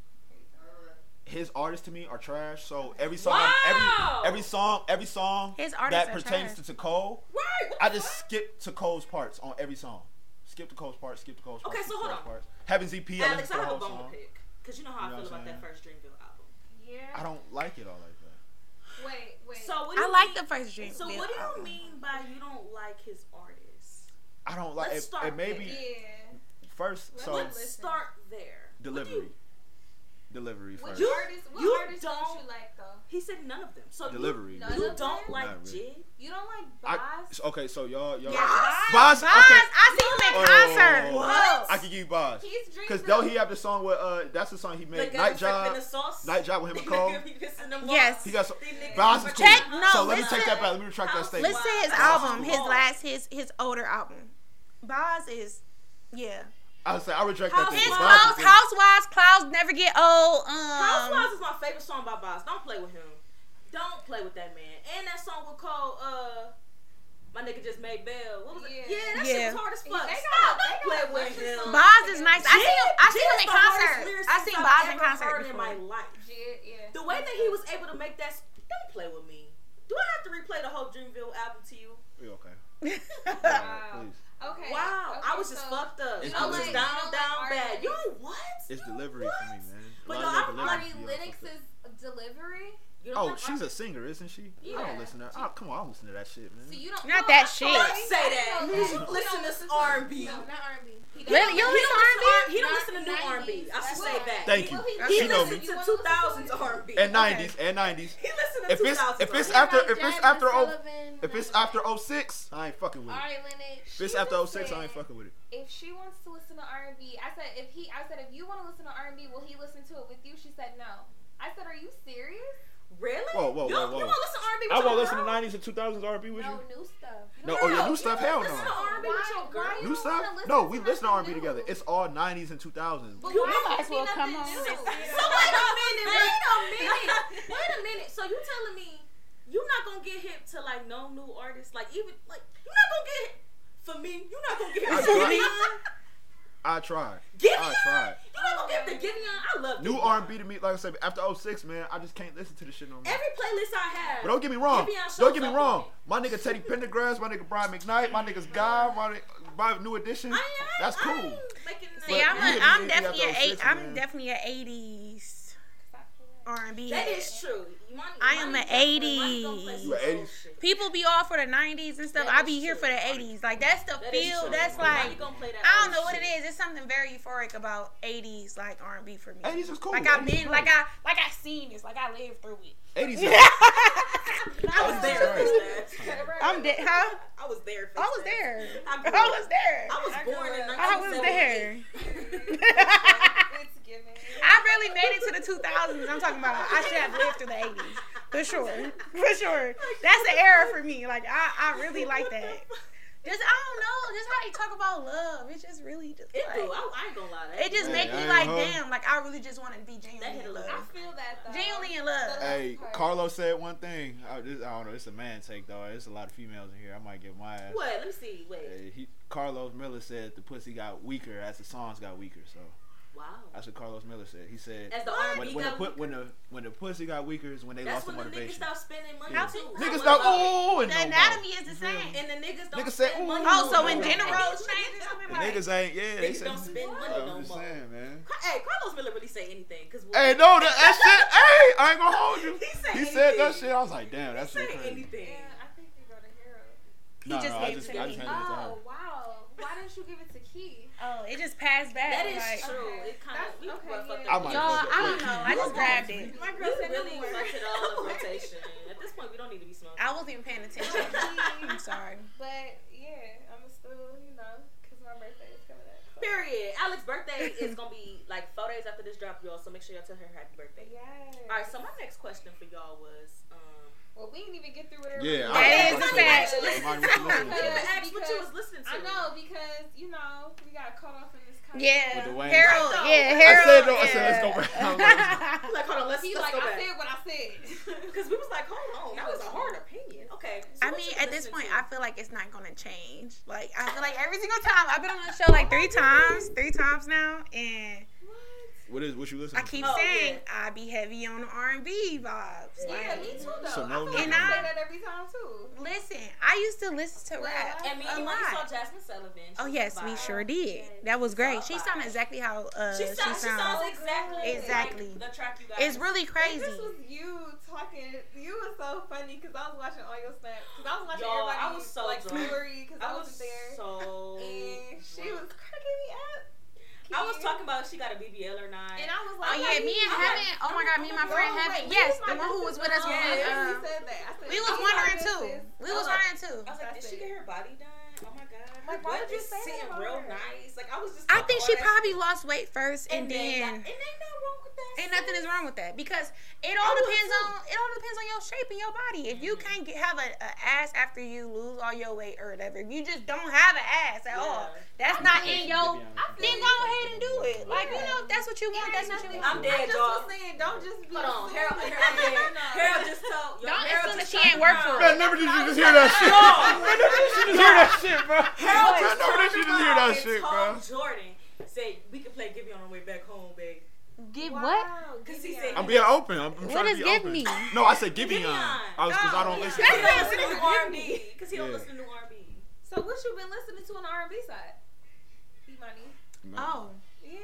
[SPEAKER 3] His artists to me are trash. So every song,
[SPEAKER 1] Wow.
[SPEAKER 3] every every song, every song
[SPEAKER 2] His artists
[SPEAKER 3] that
[SPEAKER 2] are
[SPEAKER 3] pertains
[SPEAKER 2] trash.
[SPEAKER 3] to, to Cole,
[SPEAKER 1] Right.
[SPEAKER 3] I just skip to Cole's parts on every song. Skip to Cole's parts. Skip to Cole's parts.
[SPEAKER 1] Okay,
[SPEAKER 3] skip
[SPEAKER 1] so
[SPEAKER 3] to
[SPEAKER 1] hold
[SPEAKER 3] Cole's
[SPEAKER 1] on.
[SPEAKER 3] Parts. Heaven's EP. I listen
[SPEAKER 1] Alex,
[SPEAKER 3] to
[SPEAKER 1] I
[SPEAKER 3] the
[SPEAKER 1] have a
[SPEAKER 3] whole
[SPEAKER 1] bone
[SPEAKER 3] song.
[SPEAKER 1] to pick because you know how
[SPEAKER 3] You know
[SPEAKER 1] I feel
[SPEAKER 3] what I'm
[SPEAKER 1] about that
[SPEAKER 3] saying?
[SPEAKER 1] first Dreamville album.
[SPEAKER 4] Yeah.
[SPEAKER 3] I don't like it all like that.
[SPEAKER 4] Wait, wait.
[SPEAKER 1] So what? Do
[SPEAKER 2] I
[SPEAKER 1] you
[SPEAKER 2] like
[SPEAKER 1] mean,
[SPEAKER 2] the first dream.
[SPEAKER 1] So what do you mean by you don't like his artists?
[SPEAKER 3] I don't like
[SPEAKER 1] Let's
[SPEAKER 3] it.
[SPEAKER 1] start
[SPEAKER 3] It may
[SPEAKER 1] with
[SPEAKER 3] be
[SPEAKER 4] yeah.
[SPEAKER 3] first.
[SPEAKER 4] Let's-
[SPEAKER 3] So
[SPEAKER 1] Let's
[SPEAKER 4] Listen.
[SPEAKER 1] start there. What do
[SPEAKER 3] delivery,
[SPEAKER 1] you-
[SPEAKER 3] delivery
[SPEAKER 4] What
[SPEAKER 3] first.
[SPEAKER 1] You-
[SPEAKER 4] artists? What
[SPEAKER 1] you
[SPEAKER 4] artists don't,
[SPEAKER 1] don't-
[SPEAKER 4] you like though?
[SPEAKER 1] he said none of them. So you-
[SPEAKER 3] delivery.
[SPEAKER 4] No,
[SPEAKER 1] You,
[SPEAKER 4] None of
[SPEAKER 1] don't
[SPEAKER 4] them?
[SPEAKER 1] like
[SPEAKER 3] Not really.
[SPEAKER 1] Jig?
[SPEAKER 4] You don't like
[SPEAKER 3] I,
[SPEAKER 4] Boz?
[SPEAKER 3] so- okay, so y'all, y'all.
[SPEAKER 2] Yes.
[SPEAKER 3] Boz,
[SPEAKER 2] Boz,
[SPEAKER 3] okay.
[SPEAKER 2] I seen him in concert.
[SPEAKER 3] Oh,
[SPEAKER 2] What?
[SPEAKER 3] I can give you Boz.
[SPEAKER 4] He's dreaming.
[SPEAKER 3] Cause though he have the song with uh, that's the song he made.
[SPEAKER 1] The
[SPEAKER 3] Night
[SPEAKER 1] guy that's
[SPEAKER 3] job,
[SPEAKER 1] in the sauce.
[SPEAKER 3] night
[SPEAKER 1] [laughs]
[SPEAKER 3] job with him and Cole.
[SPEAKER 1] He pissing them off.
[SPEAKER 2] Yes.
[SPEAKER 3] He got some.
[SPEAKER 1] These niggas
[SPEAKER 3] Boz
[SPEAKER 1] be
[SPEAKER 3] is cool.
[SPEAKER 2] Check- no,
[SPEAKER 3] so let me
[SPEAKER 2] listen.
[SPEAKER 3] take that back. Let me retract that statement.
[SPEAKER 2] Listen to his
[SPEAKER 1] Wow.
[SPEAKER 2] album, his
[SPEAKER 1] Wow.
[SPEAKER 2] last, his his older album. Boz is, yeah.
[SPEAKER 3] I say I reject that
[SPEAKER 1] House-
[SPEAKER 2] His
[SPEAKER 3] thing.
[SPEAKER 1] Boz
[SPEAKER 2] clothes,
[SPEAKER 3] Boz is in.
[SPEAKER 2] housewives, clouds never get old. Um,
[SPEAKER 1] Housewives is my favorite song by Boz. Don't play with him. Don't play with that man. And that song with Cole, uh, my nigga just made Bell. What was
[SPEAKER 4] Yeah.
[SPEAKER 1] it? Yeah, that shit
[SPEAKER 2] Yeah.
[SPEAKER 1] was hard as
[SPEAKER 4] They
[SPEAKER 1] fuck.
[SPEAKER 4] got-
[SPEAKER 1] Stop.
[SPEAKER 4] they got
[SPEAKER 1] Don't play with him.
[SPEAKER 4] bunches of-
[SPEAKER 2] Boz is nice. I seen him.
[SPEAKER 1] Jig
[SPEAKER 2] I seen him
[SPEAKER 1] is
[SPEAKER 2] in
[SPEAKER 1] the hardest
[SPEAKER 2] concert.
[SPEAKER 1] lyricist
[SPEAKER 2] I seen
[SPEAKER 1] I've
[SPEAKER 2] Boz in
[SPEAKER 1] ever
[SPEAKER 2] concert
[SPEAKER 1] heard in my
[SPEAKER 2] [laughs] before.
[SPEAKER 1] life.
[SPEAKER 4] Yeah, yeah.
[SPEAKER 1] The way that he was able to make that, s- don't play with me. Do I have to replay the whole Dreamville album to you?
[SPEAKER 3] Yeah, Okay.
[SPEAKER 2] Boz
[SPEAKER 3] Alright, please.
[SPEAKER 4] Okay.
[SPEAKER 1] Wow,
[SPEAKER 4] okay,
[SPEAKER 1] I was just
[SPEAKER 4] so-
[SPEAKER 1] fucked up.
[SPEAKER 3] It's
[SPEAKER 1] I was
[SPEAKER 3] delivery.
[SPEAKER 1] down,
[SPEAKER 4] You don't
[SPEAKER 1] down
[SPEAKER 4] like
[SPEAKER 1] bad.
[SPEAKER 4] Ari
[SPEAKER 1] You know what?
[SPEAKER 3] It's delivery
[SPEAKER 1] what?
[SPEAKER 3] for me, man. A
[SPEAKER 1] But
[SPEAKER 3] lot
[SPEAKER 1] no,
[SPEAKER 3] of their
[SPEAKER 1] I'm
[SPEAKER 3] deliveries
[SPEAKER 1] like-
[SPEAKER 4] Ari
[SPEAKER 3] be all fucked up.
[SPEAKER 4] Lennox's delivery.
[SPEAKER 1] You don't
[SPEAKER 3] Oh,
[SPEAKER 1] like
[SPEAKER 3] she's
[SPEAKER 1] Ari-
[SPEAKER 3] a singer, isn't she? I
[SPEAKER 4] Yeah.
[SPEAKER 3] don't listen to her. Oh, come on, I don't listen to that shit,
[SPEAKER 4] So
[SPEAKER 3] man.
[SPEAKER 4] you don't.
[SPEAKER 2] Not
[SPEAKER 4] no,
[SPEAKER 2] that
[SPEAKER 4] I
[SPEAKER 2] shit.
[SPEAKER 4] thought-
[SPEAKER 1] Don't say that.
[SPEAKER 4] No,
[SPEAKER 1] You listen to
[SPEAKER 4] no,
[SPEAKER 1] R&B.
[SPEAKER 4] No, not R&B. He don't-
[SPEAKER 2] Really? You
[SPEAKER 1] he
[SPEAKER 2] don't listen
[SPEAKER 1] don't
[SPEAKER 2] to
[SPEAKER 1] listen to
[SPEAKER 2] R&B?
[SPEAKER 1] he don't listen to new R&B. I should
[SPEAKER 4] That's
[SPEAKER 1] say
[SPEAKER 4] why.
[SPEAKER 1] that.
[SPEAKER 3] Thank you.
[SPEAKER 4] Well, he-
[SPEAKER 3] She
[SPEAKER 1] He
[SPEAKER 3] know me.
[SPEAKER 1] listens to 2000s R&B.
[SPEAKER 3] And
[SPEAKER 2] Okay.
[SPEAKER 3] nineties, and nineties.
[SPEAKER 1] He listened to
[SPEAKER 3] If it's
[SPEAKER 1] 2000s
[SPEAKER 3] if it's
[SPEAKER 1] R&B.
[SPEAKER 3] after if it's after oh
[SPEAKER 4] Sullivan,
[SPEAKER 3] if it's
[SPEAKER 4] Nigel
[SPEAKER 3] after 06, I ain't fucking with it.
[SPEAKER 4] Ari Lennox.
[SPEAKER 3] If it's
[SPEAKER 4] she
[SPEAKER 3] after
[SPEAKER 4] just
[SPEAKER 3] 06, I ain't
[SPEAKER 4] said,
[SPEAKER 3] fucking with it.
[SPEAKER 4] If she wants to listen to R and B, I said if he, I said if you want to listen to R and B, will he listen to it with you? She said no. I said, are you serious?
[SPEAKER 1] Really?
[SPEAKER 3] Whoa, whoa,
[SPEAKER 1] you,
[SPEAKER 3] whoa,
[SPEAKER 1] don't- You
[SPEAKER 3] whoa.
[SPEAKER 1] won't listen to R&B with
[SPEAKER 3] I
[SPEAKER 1] your
[SPEAKER 3] won't listen to
[SPEAKER 1] girl?
[SPEAKER 3] nineties and two thousands R and B with
[SPEAKER 4] No
[SPEAKER 3] you.
[SPEAKER 4] new stuff. You
[SPEAKER 3] No,
[SPEAKER 4] don't
[SPEAKER 3] oh yeah,
[SPEAKER 1] No,
[SPEAKER 3] new
[SPEAKER 1] you
[SPEAKER 3] stuff.
[SPEAKER 1] don't
[SPEAKER 3] Hell
[SPEAKER 1] listen to
[SPEAKER 3] no.
[SPEAKER 1] R&B with your
[SPEAKER 4] Why- why
[SPEAKER 1] girl?
[SPEAKER 4] you
[SPEAKER 3] New
[SPEAKER 4] don't
[SPEAKER 3] stuff?
[SPEAKER 4] wanna listen
[SPEAKER 3] No,
[SPEAKER 4] to
[SPEAKER 3] we listen to R
[SPEAKER 4] nothing
[SPEAKER 3] and B together.
[SPEAKER 4] new?
[SPEAKER 3] It's all nineties and two thousands.
[SPEAKER 4] But
[SPEAKER 1] You
[SPEAKER 4] why
[SPEAKER 1] might
[SPEAKER 4] would
[SPEAKER 2] as
[SPEAKER 4] it be
[SPEAKER 2] well
[SPEAKER 4] nothing
[SPEAKER 2] come on.
[SPEAKER 4] new?
[SPEAKER 2] So
[SPEAKER 1] So wait a minute. Wait a minute. Wait a minute. So you telling me you're not gonna get hip to like no new artists? Like even like you're not gonna get hip for me. You're not gonna get hip
[SPEAKER 3] I
[SPEAKER 1] for
[SPEAKER 3] tried.
[SPEAKER 1] me.
[SPEAKER 3] I tried.
[SPEAKER 1] Gideon.
[SPEAKER 3] I tried.
[SPEAKER 1] You're not gonna get hip to Gideon. I love
[SPEAKER 3] New
[SPEAKER 1] Gideon.
[SPEAKER 3] R and B to me, like I said, after 06, man, I just can't listen to this shit no more.
[SPEAKER 1] Every playlist I have.
[SPEAKER 3] But don't get me wrong.
[SPEAKER 1] Gideon shows
[SPEAKER 3] Don't get me
[SPEAKER 1] up
[SPEAKER 3] wrong.
[SPEAKER 1] on it.
[SPEAKER 3] My nigga Teddy Pendergrass, my nigga Brian McKnight, my nigga's Guy, my, nigga- my New Edition.
[SPEAKER 1] I ain't,
[SPEAKER 3] That's
[SPEAKER 1] I ain't
[SPEAKER 3] cool.
[SPEAKER 1] making
[SPEAKER 2] See,
[SPEAKER 1] that-
[SPEAKER 3] But
[SPEAKER 2] I'm
[SPEAKER 3] you
[SPEAKER 2] a,
[SPEAKER 3] didn't
[SPEAKER 2] I'm
[SPEAKER 3] even
[SPEAKER 2] definitely
[SPEAKER 3] get
[SPEAKER 2] an
[SPEAKER 3] out those
[SPEAKER 2] eight.
[SPEAKER 3] hits,
[SPEAKER 2] I'm
[SPEAKER 3] man.
[SPEAKER 2] definitely an '80s R&B.
[SPEAKER 1] That
[SPEAKER 2] head.
[SPEAKER 1] is true. Imani-
[SPEAKER 2] I am
[SPEAKER 1] Imani
[SPEAKER 2] a
[SPEAKER 1] don't play- Imani don't play
[SPEAKER 2] 80s.
[SPEAKER 1] some
[SPEAKER 3] You a
[SPEAKER 1] soul
[SPEAKER 3] 80s?
[SPEAKER 1] shit.
[SPEAKER 2] People be all for the '90s and stuff.
[SPEAKER 1] That
[SPEAKER 2] I be
[SPEAKER 1] is
[SPEAKER 2] here
[SPEAKER 1] true.
[SPEAKER 2] for the '80s. Like that's the
[SPEAKER 1] That is
[SPEAKER 2] feel.
[SPEAKER 1] true.
[SPEAKER 2] That's
[SPEAKER 1] Imani
[SPEAKER 2] like
[SPEAKER 1] gonna play that
[SPEAKER 2] I don't
[SPEAKER 1] old
[SPEAKER 2] know what it
[SPEAKER 1] shit.
[SPEAKER 2] is. It's something very euphoric about '80s like R&B for me.
[SPEAKER 3] 80s is cool.
[SPEAKER 2] Like I've
[SPEAKER 3] 80s is
[SPEAKER 2] been, like
[SPEAKER 3] great.
[SPEAKER 2] I, like I seen this, like I lived through [laughs] it.
[SPEAKER 3] 80s. is-
[SPEAKER 1] I
[SPEAKER 2] [laughs] I
[SPEAKER 1] was there. for that.
[SPEAKER 2] I'm dead, huh?
[SPEAKER 1] I was there. for
[SPEAKER 2] I
[SPEAKER 1] that.
[SPEAKER 2] was there.
[SPEAKER 1] [laughs] I,
[SPEAKER 2] I
[SPEAKER 1] grew up.
[SPEAKER 2] was there.
[SPEAKER 1] I was born in
[SPEAKER 2] I was
[SPEAKER 1] 1978.
[SPEAKER 2] there.
[SPEAKER 4] [laughs]
[SPEAKER 1] [laughs]
[SPEAKER 4] It's giving.
[SPEAKER 2] I really made it to the 2000s. I'm talking about. I should have lived through the 80s for sure, for sure. That's the era for me. Like I, I really like that. Just I don't know. Just how they talk about love. It's just really just.
[SPEAKER 1] It do.
[SPEAKER 2] Like,
[SPEAKER 1] I, I ain't gonna lie. That
[SPEAKER 2] it just
[SPEAKER 3] Hey,
[SPEAKER 2] make
[SPEAKER 3] I
[SPEAKER 2] me
[SPEAKER 3] ain't
[SPEAKER 2] like,
[SPEAKER 3] gonna-
[SPEAKER 2] damn. Like I really just want to be
[SPEAKER 1] That
[SPEAKER 2] genuinely
[SPEAKER 1] hit a
[SPEAKER 2] in
[SPEAKER 1] little.
[SPEAKER 2] love.
[SPEAKER 4] feel that though.
[SPEAKER 2] Genuinely in love.
[SPEAKER 3] Hey, Carlos said one thing. I, this, I don't know. It's a man take though. It's a lot of females in here. I might get my ass.
[SPEAKER 1] What? Let me see. Wait.
[SPEAKER 3] Hey, he, Carlos Miller said the pussy got weaker as the songs got weaker. So
[SPEAKER 1] Wow.
[SPEAKER 3] That's what Carlos Miller said. He said
[SPEAKER 1] As the
[SPEAKER 2] What?
[SPEAKER 1] R&B
[SPEAKER 3] when, when, the,
[SPEAKER 1] got
[SPEAKER 3] pu-
[SPEAKER 1] weaker,
[SPEAKER 3] when the when the pussy got weaker is when they
[SPEAKER 1] that's
[SPEAKER 3] lost the
[SPEAKER 1] when the niggas
[SPEAKER 3] motivation.
[SPEAKER 1] stop spending money
[SPEAKER 3] Yeah.
[SPEAKER 1] too.
[SPEAKER 3] Niggas
[SPEAKER 1] Like,
[SPEAKER 3] stop.
[SPEAKER 1] well,
[SPEAKER 3] Oh, and
[SPEAKER 2] The
[SPEAKER 3] no more.
[SPEAKER 2] anatomy
[SPEAKER 3] You
[SPEAKER 2] is the
[SPEAKER 3] feel me?
[SPEAKER 2] same.
[SPEAKER 1] And the niggas don't
[SPEAKER 3] Niggas said,
[SPEAKER 1] spend
[SPEAKER 3] "Ooh."
[SPEAKER 1] money. no
[SPEAKER 2] Oh, so
[SPEAKER 1] more.
[SPEAKER 2] when gender roles
[SPEAKER 1] Niggas
[SPEAKER 2] change or something
[SPEAKER 3] The
[SPEAKER 2] like
[SPEAKER 3] niggas ain't. Yeah, they
[SPEAKER 1] Niggas
[SPEAKER 3] say-
[SPEAKER 1] don't spend money
[SPEAKER 3] I'm
[SPEAKER 1] no
[SPEAKER 3] just
[SPEAKER 1] more.
[SPEAKER 3] saying, man.
[SPEAKER 1] Hey, Carlos Miller really say anything because
[SPEAKER 3] Hey, no, that, that shit. Hey, I ain't gonna hold you.
[SPEAKER 1] [laughs] He said
[SPEAKER 3] He said that
[SPEAKER 1] anything.
[SPEAKER 3] shit. I was like, damn, that's
[SPEAKER 1] say
[SPEAKER 3] shit crazy.
[SPEAKER 1] anything.
[SPEAKER 4] Yeah, I think you go to Hero.
[SPEAKER 2] He
[SPEAKER 3] No, no,
[SPEAKER 2] just
[SPEAKER 3] I
[SPEAKER 2] gave
[SPEAKER 3] just,
[SPEAKER 2] it to
[SPEAKER 3] I
[SPEAKER 2] me.
[SPEAKER 3] just handed it to her.
[SPEAKER 4] Oh wow! Why didn't you give it to Keith?
[SPEAKER 2] Oh, it just passed back.
[SPEAKER 1] That is
[SPEAKER 2] like,
[SPEAKER 1] true. It kind
[SPEAKER 4] That's-
[SPEAKER 1] of we fucked
[SPEAKER 4] okay, yeah.
[SPEAKER 1] up.
[SPEAKER 3] I might
[SPEAKER 2] Y'all,
[SPEAKER 3] fuck up
[SPEAKER 2] I don't
[SPEAKER 3] with
[SPEAKER 2] know.
[SPEAKER 3] you.
[SPEAKER 2] I just grabbed it.
[SPEAKER 4] My
[SPEAKER 1] We
[SPEAKER 4] girl said
[SPEAKER 1] really
[SPEAKER 4] no more.
[SPEAKER 1] fucked it all up rotation. At this point, we don't need to be smoking.
[SPEAKER 2] I wasn't even paying attention.
[SPEAKER 1] [laughs]
[SPEAKER 2] I'm sorry.
[SPEAKER 4] But yeah, I'm still, you know, because my birthday is coming up. so-
[SPEAKER 1] Period. Alex's birthday is gonna be like four days after this drop, y'all. So make sure y'all tell her happy birthday.
[SPEAKER 4] Yes.
[SPEAKER 1] All right. So my next question for y'all was, um,
[SPEAKER 4] Well, we didn't even get through whatever.
[SPEAKER 3] Yeah,
[SPEAKER 2] That
[SPEAKER 3] I- I-
[SPEAKER 2] is a
[SPEAKER 3] I-
[SPEAKER 2] fact.
[SPEAKER 3] Mine was listening to
[SPEAKER 1] I
[SPEAKER 3] it.
[SPEAKER 1] asked what you was listening to.
[SPEAKER 4] I know because you know we got caught off in this. Conversation.
[SPEAKER 2] Yeah.
[SPEAKER 3] With the Wayne.
[SPEAKER 2] Harold.
[SPEAKER 1] I
[SPEAKER 2] Yeah,
[SPEAKER 1] said,
[SPEAKER 2] Harold.
[SPEAKER 3] no, I said, let's
[SPEAKER 2] yeah.
[SPEAKER 3] go back. I was like,
[SPEAKER 1] I'm like,
[SPEAKER 2] [laughs]
[SPEAKER 1] hold on, let's,
[SPEAKER 4] He
[SPEAKER 1] let's
[SPEAKER 4] like
[SPEAKER 1] go
[SPEAKER 4] I
[SPEAKER 1] back. [laughs]
[SPEAKER 4] said what I said.
[SPEAKER 1] Because we was like, hold on, that was a hard opinion. Okay. so
[SPEAKER 2] I
[SPEAKER 1] what
[SPEAKER 2] mean,
[SPEAKER 1] you
[SPEAKER 2] at this
[SPEAKER 1] listening
[SPEAKER 2] point,
[SPEAKER 1] to?
[SPEAKER 2] I feel like it's not gonna change. Like I feel like every single time I've been on the show like three times, three times now, and
[SPEAKER 3] What is what you
[SPEAKER 2] I
[SPEAKER 3] listening? to?
[SPEAKER 2] keep
[SPEAKER 1] Oh,
[SPEAKER 2] saying I be heavy on the R and B vibes.
[SPEAKER 4] yeah,
[SPEAKER 2] Like,
[SPEAKER 4] me too though.
[SPEAKER 3] So
[SPEAKER 4] I
[SPEAKER 3] no
[SPEAKER 4] feel like
[SPEAKER 2] nigga.
[SPEAKER 4] I say that every time too.
[SPEAKER 2] listen, I used to listen to
[SPEAKER 4] Well,
[SPEAKER 2] rap.
[SPEAKER 4] I-
[SPEAKER 1] And me
[SPEAKER 2] a
[SPEAKER 1] and Money
[SPEAKER 2] lot.
[SPEAKER 1] saw Jasmine Sullivan.
[SPEAKER 2] Oh yes, we
[SPEAKER 1] She's
[SPEAKER 2] sure
[SPEAKER 1] fire.
[SPEAKER 2] did.
[SPEAKER 4] Yes.
[SPEAKER 2] That was great.
[SPEAKER 1] She's
[SPEAKER 2] She
[SPEAKER 1] fire.
[SPEAKER 2] sounded exactly how uh,
[SPEAKER 1] She, sound, she sounds
[SPEAKER 4] sounds-
[SPEAKER 1] exactly
[SPEAKER 2] Exactly.
[SPEAKER 1] like the track you got.
[SPEAKER 2] It's really
[SPEAKER 4] And
[SPEAKER 2] crazy.
[SPEAKER 4] This was you talking. You was so funny because I was watching all your snaps. Because I was watching
[SPEAKER 1] Y'all,
[SPEAKER 4] everybody.
[SPEAKER 1] I was so
[SPEAKER 4] like
[SPEAKER 1] drunk.
[SPEAKER 4] story because I,
[SPEAKER 1] I was
[SPEAKER 4] wasn't
[SPEAKER 1] [laughs]
[SPEAKER 4] there.
[SPEAKER 1] so.
[SPEAKER 4] and she
[SPEAKER 1] drunk.
[SPEAKER 4] was cracking me up.
[SPEAKER 1] I was talking about if she got a BBL or not.
[SPEAKER 4] And I was like,
[SPEAKER 2] Oh yeah, me and Heaven. Oh my God, me and my friend Heaven. Yes, the one who was with us when we,
[SPEAKER 4] Yeah,
[SPEAKER 2] um,
[SPEAKER 4] said that. I said,
[SPEAKER 2] we
[SPEAKER 4] "Oh,
[SPEAKER 2] was
[SPEAKER 4] my
[SPEAKER 2] wondering
[SPEAKER 4] goodness."
[SPEAKER 2] too. We was wondering too.
[SPEAKER 1] I was like, did
[SPEAKER 4] That's
[SPEAKER 1] she get
[SPEAKER 4] it.
[SPEAKER 1] her body done? Oh my god. Her
[SPEAKER 4] Like, why
[SPEAKER 1] butt
[SPEAKER 4] would you
[SPEAKER 1] is
[SPEAKER 4] say that
[SPEAKER 1] sitting
[SPEAKER 4] about
[SPEAKER 1] real
[SPEAKER 4] her?
[SPEAKER 1] nice? Like, I was just.
[SPEAKER 2] I
[SPEAKER 1] talking
[SPEAKER 2] think
[SPEAKER 1] all
[SPEAKER 2] she
[SPEAKER 1] that
[SPEAKER 2] probably lost weight first,
[SPEAKER 1] shit, got-
[SPEAKER 2] and
[SPEAKER 1] and ain't
[SPEAKER 2] then
[SPEAKER 1] nothing wrong with that.
[SPEAKER 2] ain't
[SPEAKER 1] sis.
[SPEAKER 2] nothing is wrong with that because it
[SPEAKER 1] I
[SPEAKER 2] all
[SPEAKER 1] would
[SPEAKER 2] depends
[SPEAKER 1] too.
[SPEAKER 2] on it all depends on your shape and your body. If you
[SPEAKER 1] Mhm.
[SPEAKER 2] can't get, have a, a ass after you lose all your weight or whatever, if you just don't have an ass at all,
[SPEAKER 1] Yeah.
[SPEAKER 2] that's not in your. Then go ahead and do it. Like you
[SPEAKER 4] Yeah.
[SPEAKER 2] know, if that's what you want. That's what you
[SPEAKER 4] Nothing.
[SPEAKER 1] I'm
[SPEAKER 2] want.
[SPEAKER 1] dead,
[SPEAKER 4] I just
[SPEAKER 1] y'all.
[SPEAKER 4] was saying, don't just be.
[SPEAKER 1] Hold on,
[SPEAKER 4] [laughs]
[SPEAKER 1] Harold.
[SPEAKER 4] assuming that-
[SPEAKER 1] Harold,
[SPEAKER 4] No.
[SPEAKER 1] Harold just told. yo,
[SPEAKER 2] Don't
[SPEAKER 1] Harold just
[SPEAKER 2] assume that she ain't
[SPEAKER 1] told
[SPEAKER 2] work
[SPEAKER 1] Brown.
[SPEAKER 2] for it.
[SPEAKER 3] Man, never did you just hear that shit.
[SPEAKER 1] No.
[SPEAKER 3] Man, never did you just hear that shit, bro.
[SPEAKER 1] Harold
[SPEAKER 3] Man,
[SPEAKER 1] just
[SPEAKER 3] never did you
[SPEAKER 1] turned
[SPEAKER 3] just hear that
[SPEAKER 1] around and
[SPEAKER 3] shit, bro.
[SPEAKER 1] told Jordan said we can play Give Me on our way back home, babe.
[SPEAKER 2] Did
[SPEAKER 4] Wow,
[SPEAKER 1] Cause he
[SPEAKER 4] Gideon.
[SPEAKER 1] said-
[SPEAKER 3] I'm being open. I'm, I'm
[SPEAKER 2] What
[SPEAKER 3] trying to
[SPEAKER 2] is
[SPEAKER 3] be
[SPEAKER 2] give
[SPEAKER 3] open.
[SPEAKER 2] me?
[SPEAKER 3] No, I said Giveon.
[SPEAKER 1] Giveon.
[SPEAKER 3] I was because I
[SPEAKER 1] Oh,
[SPEAKER 3] don't listen.
[SPEAKER 1] yeah. He
[SPEAKER 3] to that.
[SPEAKER 1] don't
[SPEAKER 4] That's
[SPEAKER 1] listen to
[SPEAKER 4] what I'm
[SPEAKER 1] R&B because he don't
[SPEAKER 3] Yeah.
[SPEAKER 1] listen to R&B.
[SPEAKER 4] So what you been listening to on the R&B side? Imani.
[SPEAKER 3] Man.
[SPEAKER 2] Oh,
[SPEAKER 4] Yeah,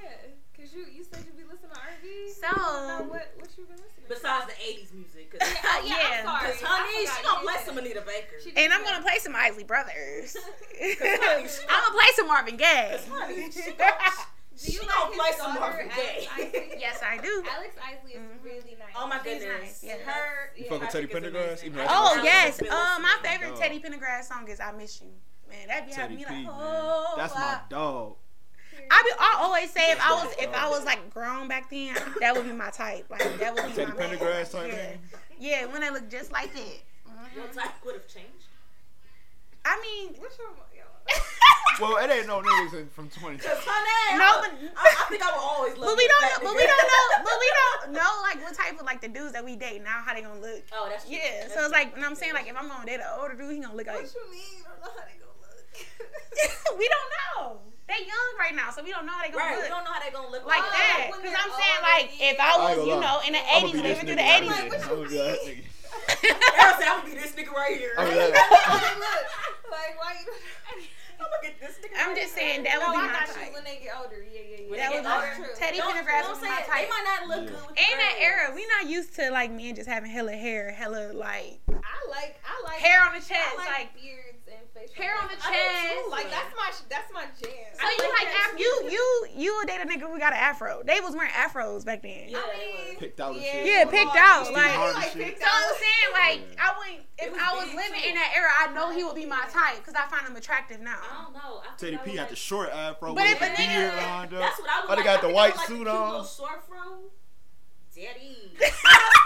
[SPEAKER 4] cause you you said you be listening to R&B.
[SPEAKER 2] So-
[SPEAKER 4] I don't know what what you been listening? to.
[SPEAKER 1] Besides the '80s music, because
[SPEAKER 4] Oh, yeah,
[SPEAKER 2] [laughs]
[SPEAKER 4] I'm sorry.
[SPEAKER 2] Yeah,
[SPEAKER 1] honey,
[SPEAKER 4] I forgot
[SPEAKER 1] she
[SPEAKER 4] you
[SPEAKER 1] gonna
[SPEAKER 4] did
[SPEAKER 1] play
[SPEAKER 4] that.
[SPEAKER 1] some Anita Baker.
[SPEAKER 4] She did
[SPEAKER 2] and I'm
[SPEAKER 4] that.
[SPEAKER 2] gonna [laughs] play some Isley Brothers.
[SPEAKER 1] honey, she
[SPEAKER 2] I'm gonna play some Marvin Gaye.
[SPEAKER 1] Cause
[SPEAKER 4] [laughs]
[SPEAKER 1] honey, she gonna- she
[SPEAKER 4] Do you
[SPEAKER 1] gonna
[SPEAKER 4] like
[SPEAKER 1] play
[SPEAKER 4] his
[SPEAKER 1] some
[SPEAKER 4] daughter,
[SPEAKER 1] Marvin Gaye.
[SPEAKER 4] Alex Isley?
[SPEAKER 2] Yes, I do.
[SPEAKER 4] Alex Isley is
[SPEAKER 2] Mhm.
[SPEAKER 4] really nice.
[SPEAKER 1] [laughs] Oh my
[SPEAKER 2] She's
[SPEAKER 1] goodness.
[SPEAKER 2] nice, yeah.
[SPEAKER 1] Her.
[SPEAKER 4] You
[SPEAKER 1] yeah,
[SPEAKER 3] fuck with
[SPEAKER 1] I
[SPEAKER 3] Teddy
[SPEAKER 1] think it's
[SPEAKER 3] Pendergrass?
[SPEAKER 1] amazing.
[SPEAKER 3] Even though
[SPEAKER 2] Oh
[SPEAKER 1] I've
[SPEAKER 2] yes,
[SPEAKER 1] been
[SPEAKER 2] uh, my
[SPEAKER 1] listening.
[SPEAKER 2] favorite Teddy Pendergrass song is "I Miss You." Man, that be having
[SPEAKER 3] Teddy
[SPEAKER 2] me
[SPEAKER 3] P, man.
[SPEAKER 2] like, oh,
[SPEAKER 3] That's my dog.
[SPEAKER 2] I be I always say if I was if I was like grown back then, that would be my type. Like that would be
[SPEAKER 3] Teddy
[SPEAKER 2] my man.
[SPEAKER 3] Pendergrass type
[SPEAKER 2] Yeah,
[SPEAKER 3] thing.
[SPEAKER 2] yeah when they look just like it. Mm-hmm.
[SPEAKER 1] Your type would have changed.
[SPEAKER 2] I mean,
[SPEAKER 4] What's your yo,
[SPEAKER 2] [laughs]
[SPEAKER 3] Well, it ain't no niggas in- from 20.
[SPEAKER 1] [laughs] Cause honey,
[SPEAKER 2] No,
[SPEAKER 1] I-
[SPEAKER 2] but-
[SPEAKER 1] I, I think I would always love.
[SPEAKER 2] but we
[SPEAKER 1] that
[SPEAKER 2] don't
[SPEAKER 1] fat
[SPEAKER 2] know, but
[SPEAKER 1] nigga.
[SPEAKER 2] we
[SPEAKER 1] [laughs]
[SPEAKER 2] don't know, but we don't know like what type of like the dudes that we date now how they gonna look.
[SPEAKER 1] Oh, that's true.
[SPEAKER 2] Yeah,
[SPEAKER 1] That's
[SPEAKER 2] so it's
[SPEAKER 1] true.
[SPEAKER 2] like, you know what I'm saying like if I'm gonna date an older dude, he gonna look
[SPEAKER 4] what
[SPEAKER 2] like.
[SPEAKER 4] you mean? You don't know how they gonna look.
[SPEAKER 2] [laughs] we don't know. They young right now, so we don't know how they gonna
[SPEAKER 1] Right, we
[SPEAKER 2] look.
[SPEAKER 1] don't know how they're gonna look
[SPEAKER 2] like
[SPEAKER 1] Oh,
[SPEAKER 2] that.
[SPEAKER 4] when
[SPEAKER 2] Because
[SPEAKER 4] they're
[SPEAKER 2] I'm saying, like,
[SPEAKER 4] already-
[SPEAKER 2] if I
[SPEAKER 3] I ain't
[SPEAKER 2] was,
[SPEAKER 3] gonna
[SPEAKER 2] you
[SPEAKER 3] lie.
[SPEAKER 2] know, in the
[SPEAKER 3] I'm
[SPEAKER 2] 80s,
[SPEAKER 3] gonna be this
[SPEAKER 2] living
[SPEAKER 3] nigga.
[SPEAKER 2] through the
[SPEAKER 3] right here.
[SPEAKER 2] 80s.
[SPEAKER 3] I'm gonna be that [laughs] nigga.
[SPEAKER 1] Harold said, I'm gonna be this nigga right here. I'm
[SPEAKER 3] I'm gonna
[SPEAKER 1] [laughs]
[SPEAKER 3] be
[SPEAKER 1] gonna
[SPEAKER 4] how [laughs]
[SPEAKER 3] that-
[SPEAKER 4] they look. Like why you?
[SPEAKER 1] get this nigga.
[SPEAKER 2] [laughs] I'm
[SPEAKER 1] right here.
[SPEAKER 4] [laughs]
[SPEAKER 2] just saying that
[SPEAKER 4] no,
[SPEAKER 2] would
[SPEAKER 4] I
[SPEAKER 2] be my
[SPEAKER 4] got
[SPEAKER 2] type.
[SPEAKER 4] you when they get older. Yeah, yeah, yeah.
[SPEAKER 1] When they
[SPEAKER 2] That would
[SPEAKER 1] get older.
[SPEAKER 2] be
[SPEAKER 4] true.
[SPEAKER 2] Teddy
[SPEAKER 1] Don't-
[SPEAKER 2] Pendergrass
[SPEAKER 1] don't
[SPEAKER 2] was
[SPEAKER 1] say
[SPEAKER 2] my
[SPEAKER 1] it.
[SPEAKER 2] type.
[SPEAKER 1] They might not look
[SPEAKER 3] Yeah.
[SPEAKER 1] good with the
[SPEAKER 2] In that
[SPEAKER 1] girls.
[SPEAKER 2] era, we not used to like men just having hella hair, hella like
[SPEAKER 4] I like, I like
[SPEAKER 2] hair on the chest,
[SPEAKER 4] I
[SPEAKER 2] like.
[SPEAKER 4] like beards and facial.
[SPEAKER 2] hair on the
[SPEAKER 4] makeup. I do
[SPEAKER 2] chest.
[SPEAKER 4] too. Like that's my, sh- that's my jam.
[SPEAKER 2] so you like af- you you you would date a nigga who got an afro. They was wearing afros back then.
[SPEAKER 1] Yeah,
[SPEAKER 4] I
[SPEAKER 1] they
[SPEAKER 4] mean,
[SPEAKER 1] was.
[SPEAKER 3] Picked out and shit.
[SPEAKER 2] Yeah, picked out,
[SPEAKER 3] Steve
[SPEAKER 2] like-
[SPEAKER 3] Harvey
[SPEAKER 4] Like,
[SPEAKER 3] shit.
[SPEAKER 2] So I'm saying like
[SPEAKER 3] Yeah.
[SPEAKER 2] I wouldn't
[SPEAKER 1] It
[SPEAKER 2] if
[SPEAKER 1] was
[SPEAKER 2] I was
[SPEAKER 1] big,
[SPEAKER 2] living
[SPEAKER 1] too.
[SPEAKER 2] in that era, I know he would be my type because I find him attractive
[SPEAKER 1] I [laughs]
[SPEAKER 2] [laughs] now.
[SPEAKER 1] don't know. I think
[SPEAKER 3] Teddy
[SPEAKER 1] I
[SPEAKER 3] P
[SPEAKER 1] would
[SPEAKER 3] got
[SPEAKER 1] like-
[SPEAKER 3] the short afro
[SPEAKER 2] But
[SPEAKER 3] with
[SPEAKER 2] if
[SPEAKER 3] the
[SPEAKER 2] a nigga-
[SPEAKER 3] beard lined up.
[SPEAKER 1] That's what I would
[SPEAKER 3] Oh,
[SPEAKER 1] like.
[SPEAKER 3] they got
[SPEAKER 1] I
[SPEAKER 3] the
[SPEAKER 1] think I
[SPEAKER 3] white
[SPEAKER 1] would like the
[SPEAKER 3] suit
[SPEAKER 1] cute
[SPEAKER 3] on.
[SPEAKER 1] little Short fro.
[SPEAKER 4] [laughs]
[SPEAKER 1] Daddy.
[SPEAKER 4] Like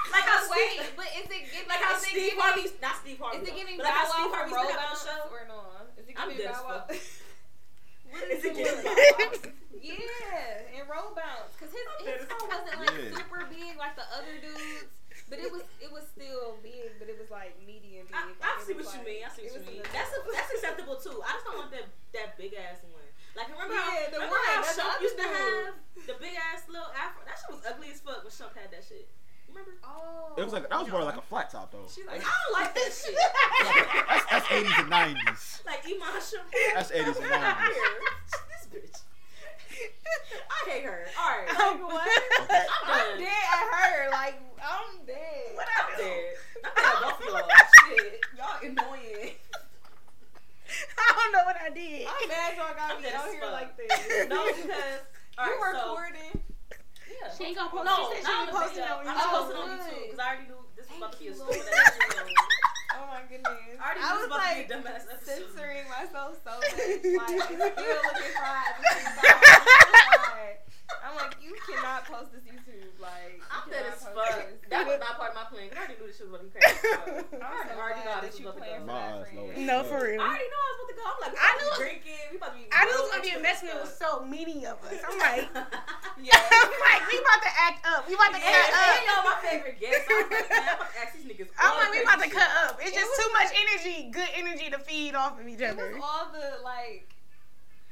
[SPEAKER 1] Like
[SPEAKER 4] I
[SPEAKER 1] how
[SPEAKER 4] wait,
[SPEAKER 1] Steve,
[SPEAKER 4] but is
[SPEAKER 2] [laughs]
[SPEAKER 4] it giving?
[SPEAKER 1] like how
[SPEAKER 4] is it
[SPEAKER 1] Steve
[SPEAKER 4] giving-
[SPEAKER 1] Harvey's not Steve Harvey.
[SPEAKER 4] Is it
[SPEAKER 1] though,
[SPEAKER 4] giving
[SPEAKER 1] but like how
[SPEAKER 4] bow
[SPEAKER 1] Steve
[SPEAKER 4] wow
[SPEAKER 1] Harvey's
[SPEAKER 4] for roll
[SPEAKER 1] been on the show?
[SPEAKER 4] or no? Is it
[SPEAKER 1] I'm dead
[SPEAKER 4] giving
[SPEAKER 1] as
[SPEAKER 4] bow wow?
[SPEAKER 1] fuck.
[SPEAKER 4] What
[SPEAKER 1] [laughs] Is it giving
[SPEAKER 4] doing?
[SPEAKER 1] bow wow?
[SPEAKER 4] [laughs] Yeah, and roll bounce because his
[SPEAKER 1] I'm dead as
[SPEAKER 4] his phone
[SPEAKER 1] fuck.
[SPEAKER 4] wasn't like
[SPEAKER 3] Yeah.
[SPEAKER 4] super big like the other dudes, but it was it was still big, but it was like medium big.
[SPEAKER 1] I,
[SPEAKER 4] Like,
[SPEAKER 1] I
[SPEAKER 4] it
[SPEAKER 1] see
[SPEAKER 4] was,
[SPEAKER 1] what you mean.
[SPEAKER 4] like-
[SPEAKER 1] I see
[SPEAKER 4] it
[SPEAKER 1] what you
[SPEAKER 4] was
[SPEAKER 1] mean.
[SPEAKER 4] little- [laughs]
[SPEAKER 1] That's a, that's acceptable too. I just don't want that that big ass one. Like remember
[SPEAKER 4] Yeah,
[SPEAKER 1] how
[SPEAKER 4] the
[SPEAKER 1] remember
[SPEAKER 4] one,
[SPEAKER 1] how
[SPEAKER 4] that's the
[SPEAKER 1] Shump
[SPEAKER 4] other
[SPEAKER 1] used to
[SPEAKER 4] dude.
[SPEAKER 1] have the big
[SPEAKER 4] Oh.
[SPEAKER 3] I was wearing like a flat top though.
[SPEAKER 1] She's like, I don't like that shit.
[SPEAKER 4] [laughs]
[SPEAKER 3] that's that's 80s and 90s.
[SPEAKER 1] like Iman Shumpert.
[SPEAKER 3] That's 80s and
[SPEAKER 1] [laughs]
[SPEAKER 3] 90s.
[SPEAKER 1] This bitch. I hate her. All
[SPEAKER 2] [laughs]
[SPEAKER 1] right. Like, what? I'm
[SPEAKER 4] I'm
[SPEAKER 1] dead.
[SPEAKER 4] dead at her. Like I'm dead. [laughs]
[SPEAKER 2] What
[SPEAKER 1] I'm
[SPEAKER 2] I do? [laughs]
[SPEAKER 1] dead. I'm dead. Both of y'all. Shit. Y'all annoying. [laughs]
[SPEAKER 2] I don't know what I did.
[SPEAKER 4] I'm mad y'all got
[SPEAKER 1] I'm
[SPEAKER 4] me
[SPEAKER 1] dead
[SPEAKER 4] out
[SPEAKER 1] as
[SPEAKER 4] here
[SPEAKER 1] fuck. [laughs]
[SPEAKER 4] like this.
[SPEAKER 1] No, because. All
[SPEAKER 4] you
[SPEAKER 1] right, so,
[SPEAKER 4] recording.
[SPEAKER 1] Yeah.
[SPEAKER 2] She ain't gonna
[SPEAKER 1] No,
[SPEAKER 2] post.
[SPEAKER 1] no,
[SPEAKER 2] she said she
[SPEAKER 1] I'm
[SPEAKER 2] ain't posting
[SPEAKER 1] posting
[SPEAKER 2] on
[SPEAKER 1] on, I'm
[SPEAKER 2] YouTube.
[SPEAKER 1] posting on
[SPEAKER 4] Oh,
[SPEAKER 1] YouTube
[SPEAKER 4] good.
[SPEAKER 1] because I already knew this was about to be a
[SPEAKER 4] Thank
[SPEAKER 1] stupid
[SPEAKER 4] you,
[SPEAKER 1] ass video.
[SPEAKER 4] Oh my goodness.
[SPEAKER 1] I
[SPEAKER 2] [laughs]
[SPEAKER 1] already knew this
[SPEAKER 4] I was
[SPEAKER 1] was about
[SPEAKER 4] like
[SPEAKER 1] to be a dumbass episode.
[SPEAKER 4] censoring myself so much. Like it's still looking fried. at the same time. I'm like, you cannot post this YouTube. Like you
[SPEAKER 1] I'm dead as
[SPEAKER 4] cannot post
[SPEAKER 1] fuck.
[SPEAKER 4] this.
[SPEAKER 1] That was not part of my plan. I already knew this shit was going to be
[SPEAKER 2] [laughs]
[SPEAKER 1] crazy. so.
[SPEAKER 4] I'm
[SPEAKER 1] I
[SPEAKER 4] so
[SPEAKER 1] already got
[SPEAKER 4] glad that
[SPEAKER 1] this
[SPEAKER 4] you
[SPEAKER 1] was about to
[SPEAKER 4] playing
[SPEAKER 1] go.
[SPEAKER 4] for
[SPEAKER 3] My
[SPEAKER 4] that
[SPEAKER 3] eyes low.
[SPEAKER 4] friend.
[SPEAKER 2] No, for real.
[SPEAKER 1] I already know I was about to go. I'm like, we
[SPEAKER 2] I
[SPEAKER 1] about to be
[SPEAKER 2] knew-
[SPEAKER 1] drinking. We about to be.
[SPEAKER 2] I knew it
[SPEAKER 1] real
[SPEAKER 2] was gonna be
[SPEAKER 1] extra
[SPEAKER 2] investment with
[SPEAKER 1] fucked
[SPEAKER 2] so many of us.
[SPEAKER 1] [laughs]
[SPEAKER 2] I'm like,
[SPEAKER 1] up.
[SPEAKER 4] Yeah.
[SPEAKER 2] [laughs] I'm like, we about to act up. We about to
[SPEAKER 1] Yeah, and
[SPEAKER 2] cut
[SPEAKER 1] y'all
[SPEAKER 2] up.
[SPEAKER 1] my favorite guest. So I'm like, man, I'm about to ask these niggas.
[SPEAKER 2] I'm
[SPEAKER 1] all
[SPEAKER 2] like, we
[SPEAKER 1] crazy
[SPEAKER 2] about to
[SPEAKER 1] shit.
[SPEAKER 2] cut up. It's
[SPEAKER 4] It
[SPEAKER 2] just
[SPEAKER 4] was
[SPEAKER 2] too much
[SPEAKER 4] like-
[SPEAKER 2] energy, good energy to feed off of each
[SPEAKER 4] It
[SPEAKER 2] other.
[SPEAKER 4] was
[SPEAKER 2] [laughs]
[SPEAKER 4] all the like,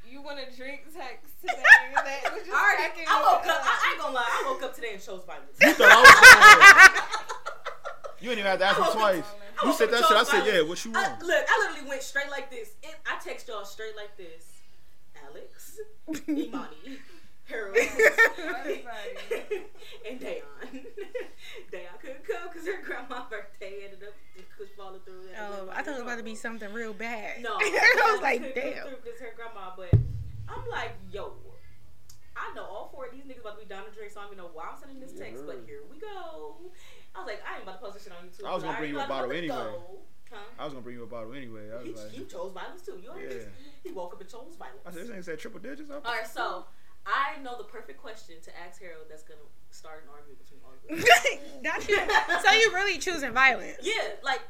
[SPEAKER 4] you want to drink text today. That was just
[SPEAKER 1] I already,
[SPEAKER 4] cracking
[SPEAKER 1] I
[SPEAKER 4] me
[SPEAKER 1] woke up.
[SPEAKER 4] up.
[SPEAKER 1] I, I ain't gonna lie. I woke up today and chose violence.
[SPEAKER 2] [laughs]
[SPEAKER 3] You thought I was
[SPEAKER 1] I
[SPEAKER 3] You ain't even have to ask me
[SPEAKER 1] Oh,
[SPEAKER 3] twice. You
[SPEAKER 1] woke up
[SPEAKER 3] said that
[SPEAKER 1] chose
[SPEAKER 3] shit. I said,
[SPEAKER 1] violence.
[SPEAKER 3] yeah, what you
[SPEAKER 1] I,
[SPEAKER 3] want?
[SPEAKER 1] look, I literally went straight like this. It, I text y'all straight like this. Alex, Imani, Harold,
[SPEAKER 4] Everybody.
[SPEAKER 1] [laughs] and Dayon. [laughs] Dayon couldn't come because her grandma's birthday ended up was falling through.
[SPEAKER 2] Oh, I thought it was about to be something real bad.
[SPEAKER 1] No,
[SPEAKER 2] [laughs] I was like,
[SPEAKER 1] couldn't come
[SPEAKER 2] damn. [laughs]
[SPEAKER 1] through 'cause her grandma, but I'm like, yo, I know all four of these niggas about to be down to drink, so I don't even know why I'm sending this text. But here we go. I was like, I ain't about to post this shit on YouTube.
[SPEAKER 3] I was gonna
[SPEAKER 1] but
[SPEAKER 3] bring you a
[SPEAKER 1] already
[SPEAKER 3] bottle
[SPEAKER 1] know I'm about to
[SPEAKER 3] anyway.
[SPEAKER 1] go. Huh?
[SPEAKER 3] I was gonna bring you a bottle anyway. I
[SPEAKER 1] He,
[SPEAKER 3] was
[SPEAKER 1] he
[SPEAKER 3] like,
[SPEAKER 1] chose violence too. You
[SPEAKER 3] yeah.
[SPEAKER 1] already He woke up and chose violence.
[SPEAKER 3] I said, this ain't said triple digits.
[SPEAKER 1] all right, so I know the perfect question to ask Harold that's gonna start an argument between all
[SPEAKER 3] [laughs]
[SPEAKER 1] of us.
[SPEAKER 2] Got you. So you really choosing violence?
[SPEAKER 1] yeah, like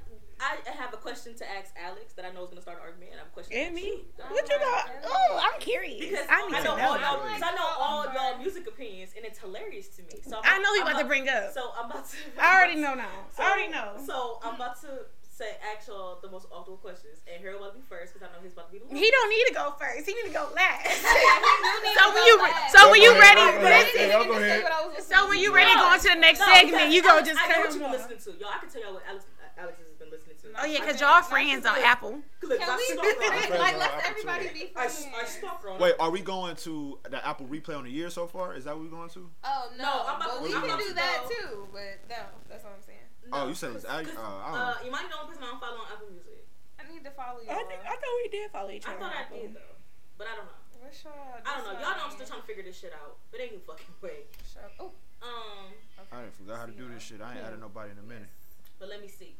[SPEAKER 1] I have a question to ask Alex that I know is gonna start an argument, and I have a question. to
[SPEAKER 2] And
[SPEAKER 1] ask
[SPEAKER 2] me?
[SPEAKER 1] you.
[SPEAKER 2] What you know? Oh, I'm curious.
[SPEAKER 1] Because
[SPEAKER 2] I need
[SPEAKER 1] I
[SPEAKER 2] to
[SPEAKER 1] know
[SPEAKER 2] know.
[SPEAKER 1] all y'all,
[SPEAKER 3] Really?
[SPEAKER 1] because I know all y'all music opinions, and it's hilarious to me. So I'm,
[SPEAKER 2] I know he
[SPEAKER 1] I'm
[SPEAKER 2] about to bring up.
[SPEAKER 1] So I'm about to.
[SPEAKER 2] I already know now.
[SPEAKER 1] So,
[SPEAKER 2] I already know.
[SPEAKER 1] So I'm about to say actual the most awkward questions, and Harold about to be first because I know he's about to be the
[SPEAKER 2] [laughs] He don't need to go first. He need to go
[SPEAKER 1] [laughs]
[SPEAKER 2] last.
[SPEAKER 4] need to
[SPEAKER 2] so when
[SPEAKER 4] go
[SPEAKER 2] you
[SPEAKER 4] last.
[SPEAKER 2] so when
[SPEAKER 3] Go
[SPEAKER 2] you
[SPEAKER 3] ahead,
[SPEAKER 2] ready,
[SPEAKER 3] go ahead.
[SPEAKER 4] I didn't
[SPEAKER 3] Hey, I'll
[SPEAKER 4] even
[SPEAKER 3] go
[SPEAKER 4] say
[SPEAKER 3] ahead.
[SPEAKER 4] what I was listening
[SPEAKER 2] so when you
[SPEAKER 4] to.
[SPEAKER 2] ready to
[SPEAKER 1] No.
[SPEAKER 2] go into the next
[SPEAKER 1] No,
[SPEAKER 2] segment,
[SPEAKER 1] because
[SPEAKER 2] you go
[SPEAKER 1] Alex-
[SPEAKER 2] just
[SPEAKER 1] I know
[SPEAKER 2] cut
[SPEAKER 1] what
[SPEAKER 2] him
[SPEAKER 1] you've been
[SPEAKER 2] off.
[SPEAKER 1] listening to. Y'all, I can tell y'all what Alex, Alex has been listening to.
[SPEAKER 2] Oh yeah, cause
[SPEAKER 4] Okay.
[SPEAKER 2] y'all friends on Apple.
[SPEAKER 1] Look,
[SPEAKER 4] Can
[SPEAKER 1] [laughs] I
[SPEAKER 4] we?
[SPEAKER 1] stalked her.
[SPEAKER 4] [laughs]
[SPEAKER 3] Friends
[SPEAKER 4] like,
[SPEAKER 3] on
[SPEAKER 4] let's
[SPEAKER 3] Apple
[SPEAKER 4] everybody
[SPEAKER 3] too.
[SPEAKER 4] be
[SPEAKER 1] I,
[SPEAKER 4] friends.
[SPEAKER 1] I stalked her. on-
[SPEAKER 3] Wait, are we going to the Apple replay on the year so far? Is that what we're going to?
[SPEAKER 4] Oh no,
[SPEAKER 1] No, I'm
[SPEAKER 4] but
[SPEAKER 1] about-
[SPEAKER 4] we
[SPEAKER 3] I'm
[SPEAKER 4] can
[SPEAKER 3] about
[SPEAKER 4] do
[SPEAKER 1] to
[SPEAKER 4] that
[SPEAKER 1] go.
[SPEAKER 4] too. But no, that's what I'm saying.
[SPEAKER 1] No,
[SPEAKER 3] Oh, you said it's. I, uh,
[SPEAKER 1] Cause,
[SPEAKER 3] I don't know.
[SPEAKER 1] uh, you might be the only person I don't follow on Apple Music.
[SPEAKER 4] I need to follow you.
[SPEAKER 2] thought we did follow each
[SPEAKER 1] I thought I did though, but I don't know.
[SPEAKER 4] What's y'all?
[SPEAKER 1] I don't know. Y'all know I'm still trying to figure this shit out, but ain't no fucking way.
[SPEAKER 4] Oh,
[SPEAKER 1] Um,
[SPEAKER 3] I done forgot how to do this shit. I ain't added nobody in a minute.
[SPEAKER 1] but let me see.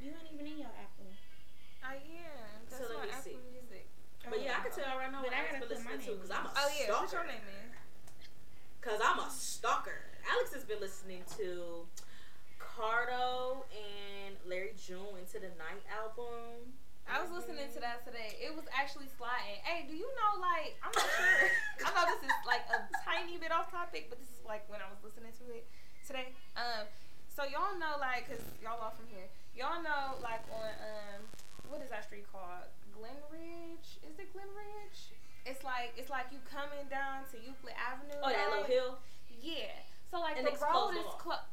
[SPEAKER 1] You ain't even in your Apple.
[SPEAKER 4] I am. That's
[SPEAKER 1] So let
[SPEAKER 4] my
[SPEAKER 1] me
[SPEAKER 4] Apple
[SPEAKER 1] see.
[SPEAKER 4] Music.
[SPEAKER 1] But yeah, I can tell y'all right now
[SPEAKER 2] But
[SPEAKER 1] what
[SPEAKER 2] I
[SPEAKER 1] Alex been
[SPEAKER 2] gotta put my
[SPEAKER 1] listening to
[SPEAKER 2] name
[SPEAKER 1] because I'm
[SPEAKER 2] in.
[SPEAKER 1] a
[SPEAKER 4] Oh yeah, what's your
[SPEAKER 1] stalker.
[SPEAKER 4] name is?
[SPEAKER 1] Because I'm a stalker. Alex has been listening to Cardo and Larry June into the Night album.
[SPEAKER 4] I was listening to that today. It was actually sliding. Hey, do you know, like, I'm not sure. [laughs] I know this is, like, a tiny bit off topic, but this is, like, when I was listening to it today. Um, so y'all know, like, because y'all all from here. Y'all know, like, on, um, what is that street called? Glen Ridge? Is it Glen Ridge? It's like, it's like you coming down to Euclid Avenue.
[SPEAKER 1] Oh, that little
[SPEAKER 4] Road.
[SPEAKER 1] hill.
[SPEAKER 4] Yeah. So,
[SPEAKER 1] And
[SPEAKER 4] like,
[SPEAKER 1] it's
[SPEAKER 4] the road
[SPEAKER 1] closed
[SPEAKER 4] is
[SPEAKER 1] off.
[SPEAKER 4] close.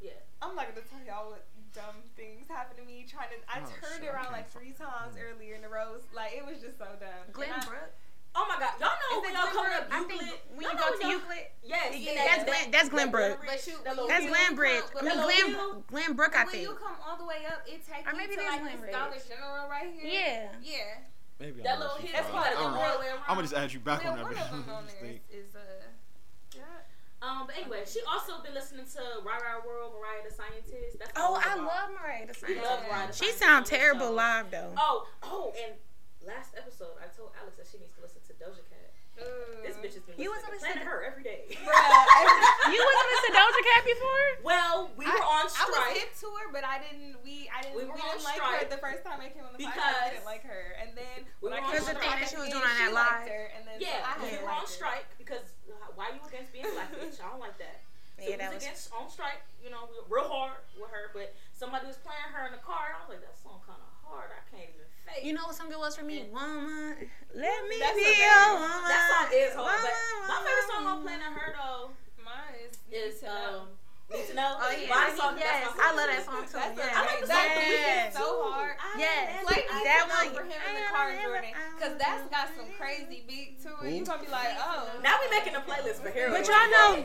[SPEAKER 1] Yeah.
[SPEAKER 4] I'm not gonna tell y'all what dumb things happened to me trying to. I
[SPEAKER 3] Oh,
[SPEAKER 4] turned
[SPEAKER 3] shit, Mm. I
[SPEAKER 4] around
[SPEAKER 3] can't
[SPEAKER 4] like three times earlier in the rows. Like it was just so dumb.
[SPEAKER 2] Glenbrook.
[SPEAKER 4] And I-
[SPEAKER 1] Oh my God. Y'all know
[SPEAKER 4] Is
[SPEAKER 1] when
[SPEAKER 4] it
[SPEAKER 1] y'all coming
[SPEAKER 4] Glenbrook?
[SPEAKER 1] up
[SPEAKER 2] I
[SPEAKER 1] Euclid.
[SPEAKER 2] think when
[SPEAKER 1] Y'all
[SPEAKER 2] you
[SPEAKER 1] know
[SPEAKER 2] go to
[SPEAKER 1] y'all-
[SPEAKER 2] Euclid,
[SPEAKER 1] Yes.
[SPEAKER 4] Yeah,
[SPEAKER 2] that's Glen. That's Glenbrook.
[SPEAKER 1] Glenbridge,
[SPEAKER 4] But you,
[SPEAKER 1] that
[SPEAKER 4] when
[SPEAKER 1] little
[SPEAKER 4] you
[SPEAKER 2] That's
[SPEAKER 1] hill.
[SPEAKER 4] when you
[SPEAKER 2] Glenbridge.
[SPEAKER 4] come-
[SPEAKER 1] That
[SPEAKER 2] No,
[SPEAKER 1] little
[SPEAKER 4] When,
[SPEAKER 2] Glen
[SPEAKER 1] hill.
[SPEAKER 2] Glenbrook, I
[SPEAKER 4] when you
[SPEAKER 2] think.
[SPEAKER 4] come all the way up, it takes
[SPEAKER 2] Or
[SPEAKER 4] you
[SPEAKER 2] maybe
[SPEAKER 4] to
[SPEAKER 2] that's
[SPEAKER 4] like
[SPEAKER 2] Glen
[SPEAKER 4] this
[SPEAKER 2] Ridge.
[SPEAKER 4] Dollar General right here.
[SPEAKER 2] Yeah.
[SPEAKER 4] Yeah.
[SPEAKER 3] Maybe
[SPEAKER 1] That
[SPEAKER 3] I'll
[SPEAKER 1] little
[SPEAKER 3] let you
[SPEAKER 1] hill.
[SPEAKER 4] That's
[SPEAKER 3] find
[SPEAKER 1] It's probably
[SPEAKER 3] out. I
[SPEAKER 1] the
[SPEAKER 3] don't
[SPEAKER 1] real
[SPEAKER 3] know.
[SPEAKER 4] way
[SPEAKER 1] way around.
[SPEAKER 3] I'm gonna just add you back
[SPEAKER 4] Well, one
[SPEAKER 3] on that
[SPEAKER 4] of them
[SPEAKER 3] [laughs] bitch.
[SPEAKER 4] on there is, is uh. Yeah.
[SPEAKER 1] Um, but anyway, she also been listening to Rah Rah World, Mariah the Scientist. That's what
[SPEAKER 2] Oh,
[SPEAKER 1] it's
[SPEAKER 2] I
[SPEAKER 1] about.
[SPEAKER 2] love Mariah. the
[SPEAKER 1] We
[SPEAKER 2] Scientist.
[SPEAKER 1] love Mariah. the
[SPEAKER 2] She
[SPEAKER 1] Scientist
[SPEAKER 2] sound
[SPEAKER 1] on this
[SPEAKER 2] terrible
[SPEAKER 1] show.
[SPEAKER 2] live
[SPEAKER 1] [laughs]
[SPEAKER 2] though.
[SPEAKER 1] Oh, oh, and last episode I told Alex that she needs to listen to Doja Cat. This bitch has been listening
[SPEAKER 2] You was
[SPEAKER 1] to Planet
[SPEAKER 2] listening to-
[SPEAKER 1] her every day. [laughs]
[SPEAKER 4] Bruh,
[SPEAKER 2] You wasn't to Doja Cat before?
[SPEAKER 1] well, we
[SPEAKER 4] I-
[SPEAKER 1] were on
[SPEAKER 4] I was
[SPEAKER 1] strike.
[SPEAKER 4] hip to her, but I didn't. We I didn't.
[SPEAKER 1] We
[SPEAKER 4] We,
[SPEAKER 1] were on
[SPEAKER 4] didn't like
[SPEAKER 1] strike
[SPEAKER 4] her the first time I came on the podcast. I
[SPEAKER 1] because
[SPEAKER 4] didn't like her, and then
[SPEAKER 1] we
[SPEAKER 4] when I
[SPEAKER 1] were on
[SPEAKER 4] came on
[SPEAKER 1] strike. Because
[SPEAKER 4] the
[SPEAKER 2] the
[SPEAKER 4] podcast,
[SPEAKER 2] thing that she was
[SPEAKER 4] again,
[SPEAKER 2] doing on
[SPEAKER 4] she
[SPEAKER 2] that
[SPEAKER 4] liked
[SPEAKER 2] live.
[SPEAKER 4] her, and then
[SPEAKER 1] Yeah,
[SPEAKER 4] I
[SPEAKER 1] we
[SPEAKER 4] didn't
[SPEAKER 1] were
[SPEAKER 4] like
[SPEAKER 1] on
[SPEAKER 4] her.
[SPEAKER 1] strike because why you against being
[SPEAKER 2] [laughs]
[SPEAKER 1] black bitch? I don't like that. So
[SPEAKER 2] Yeah,
[SPEAKER 1] we
[SPEAKER 2] that
[SPEAKER 1] was
[SPEAKER 2] was.
[SPEAKER 1] against on strike, you know, we- real hard with her, but somebody was playing her in the car, and I was like, that song kind of hard. I can't even fake.
[SPEAKER 2] You know what song it was for me?
[SPEAKER 1] Yeah.
[SPEAKER 2] Woman, let me
[SPEAKER 4] That's a
[SPEAKER 2] be
[SPEAKER 4] baby.
[SPEAKER 2] a woman.
[SPEAKER 1] that song is hard, but
[SPEAKER 2] Woman,
[SPEAKER 1] my favorite song on
[SPEAKER 2] woman.
[SPEAKER 1] Planet her though
[SPEAKER 4] Mine is
[SPEAKER 1] is um, Need to know.
[SPEAKER 4] Oh, yeah.
[SPEAKER 1] Why
[SPEAKER 4] I
[SPEAKER 1] song?
[SPEAKER 4] mean,
[SPEAKER 1] That's
[SPEAKER 2] yes,
[SPEAKER 1] my
[SPEAKER 2] I love that song too.
[SPEAKER 4] That's a-
[SPEAKER 2] yes.
[SPEAKER 4] I like the song
[SPEAKER 1] Yes.
[SPEAKER 4] yes.
[SPEAKER 1] song.
[SPEAKER 4] so hard.
[SPEAKER 1] I-
[SPEAKER 2] Yes.
[SPEAKER 1] that's-
[SPEAKER 4] Play
[SPEAKER 1] I-
[SPEAKER 2] That
[SPEAKER 4] that one
[SPEAKER 2] one-
[SPEAKER 4] for him in the car, Jordan, because that's got some crazy beat to it.
[SPEAKER 3] Who?
[SPEAKER 4] You're gonna be like, oh.
[SPEAKER 1] Now we making a playlist for Harold.
[SPEAKER 2] But y'all know,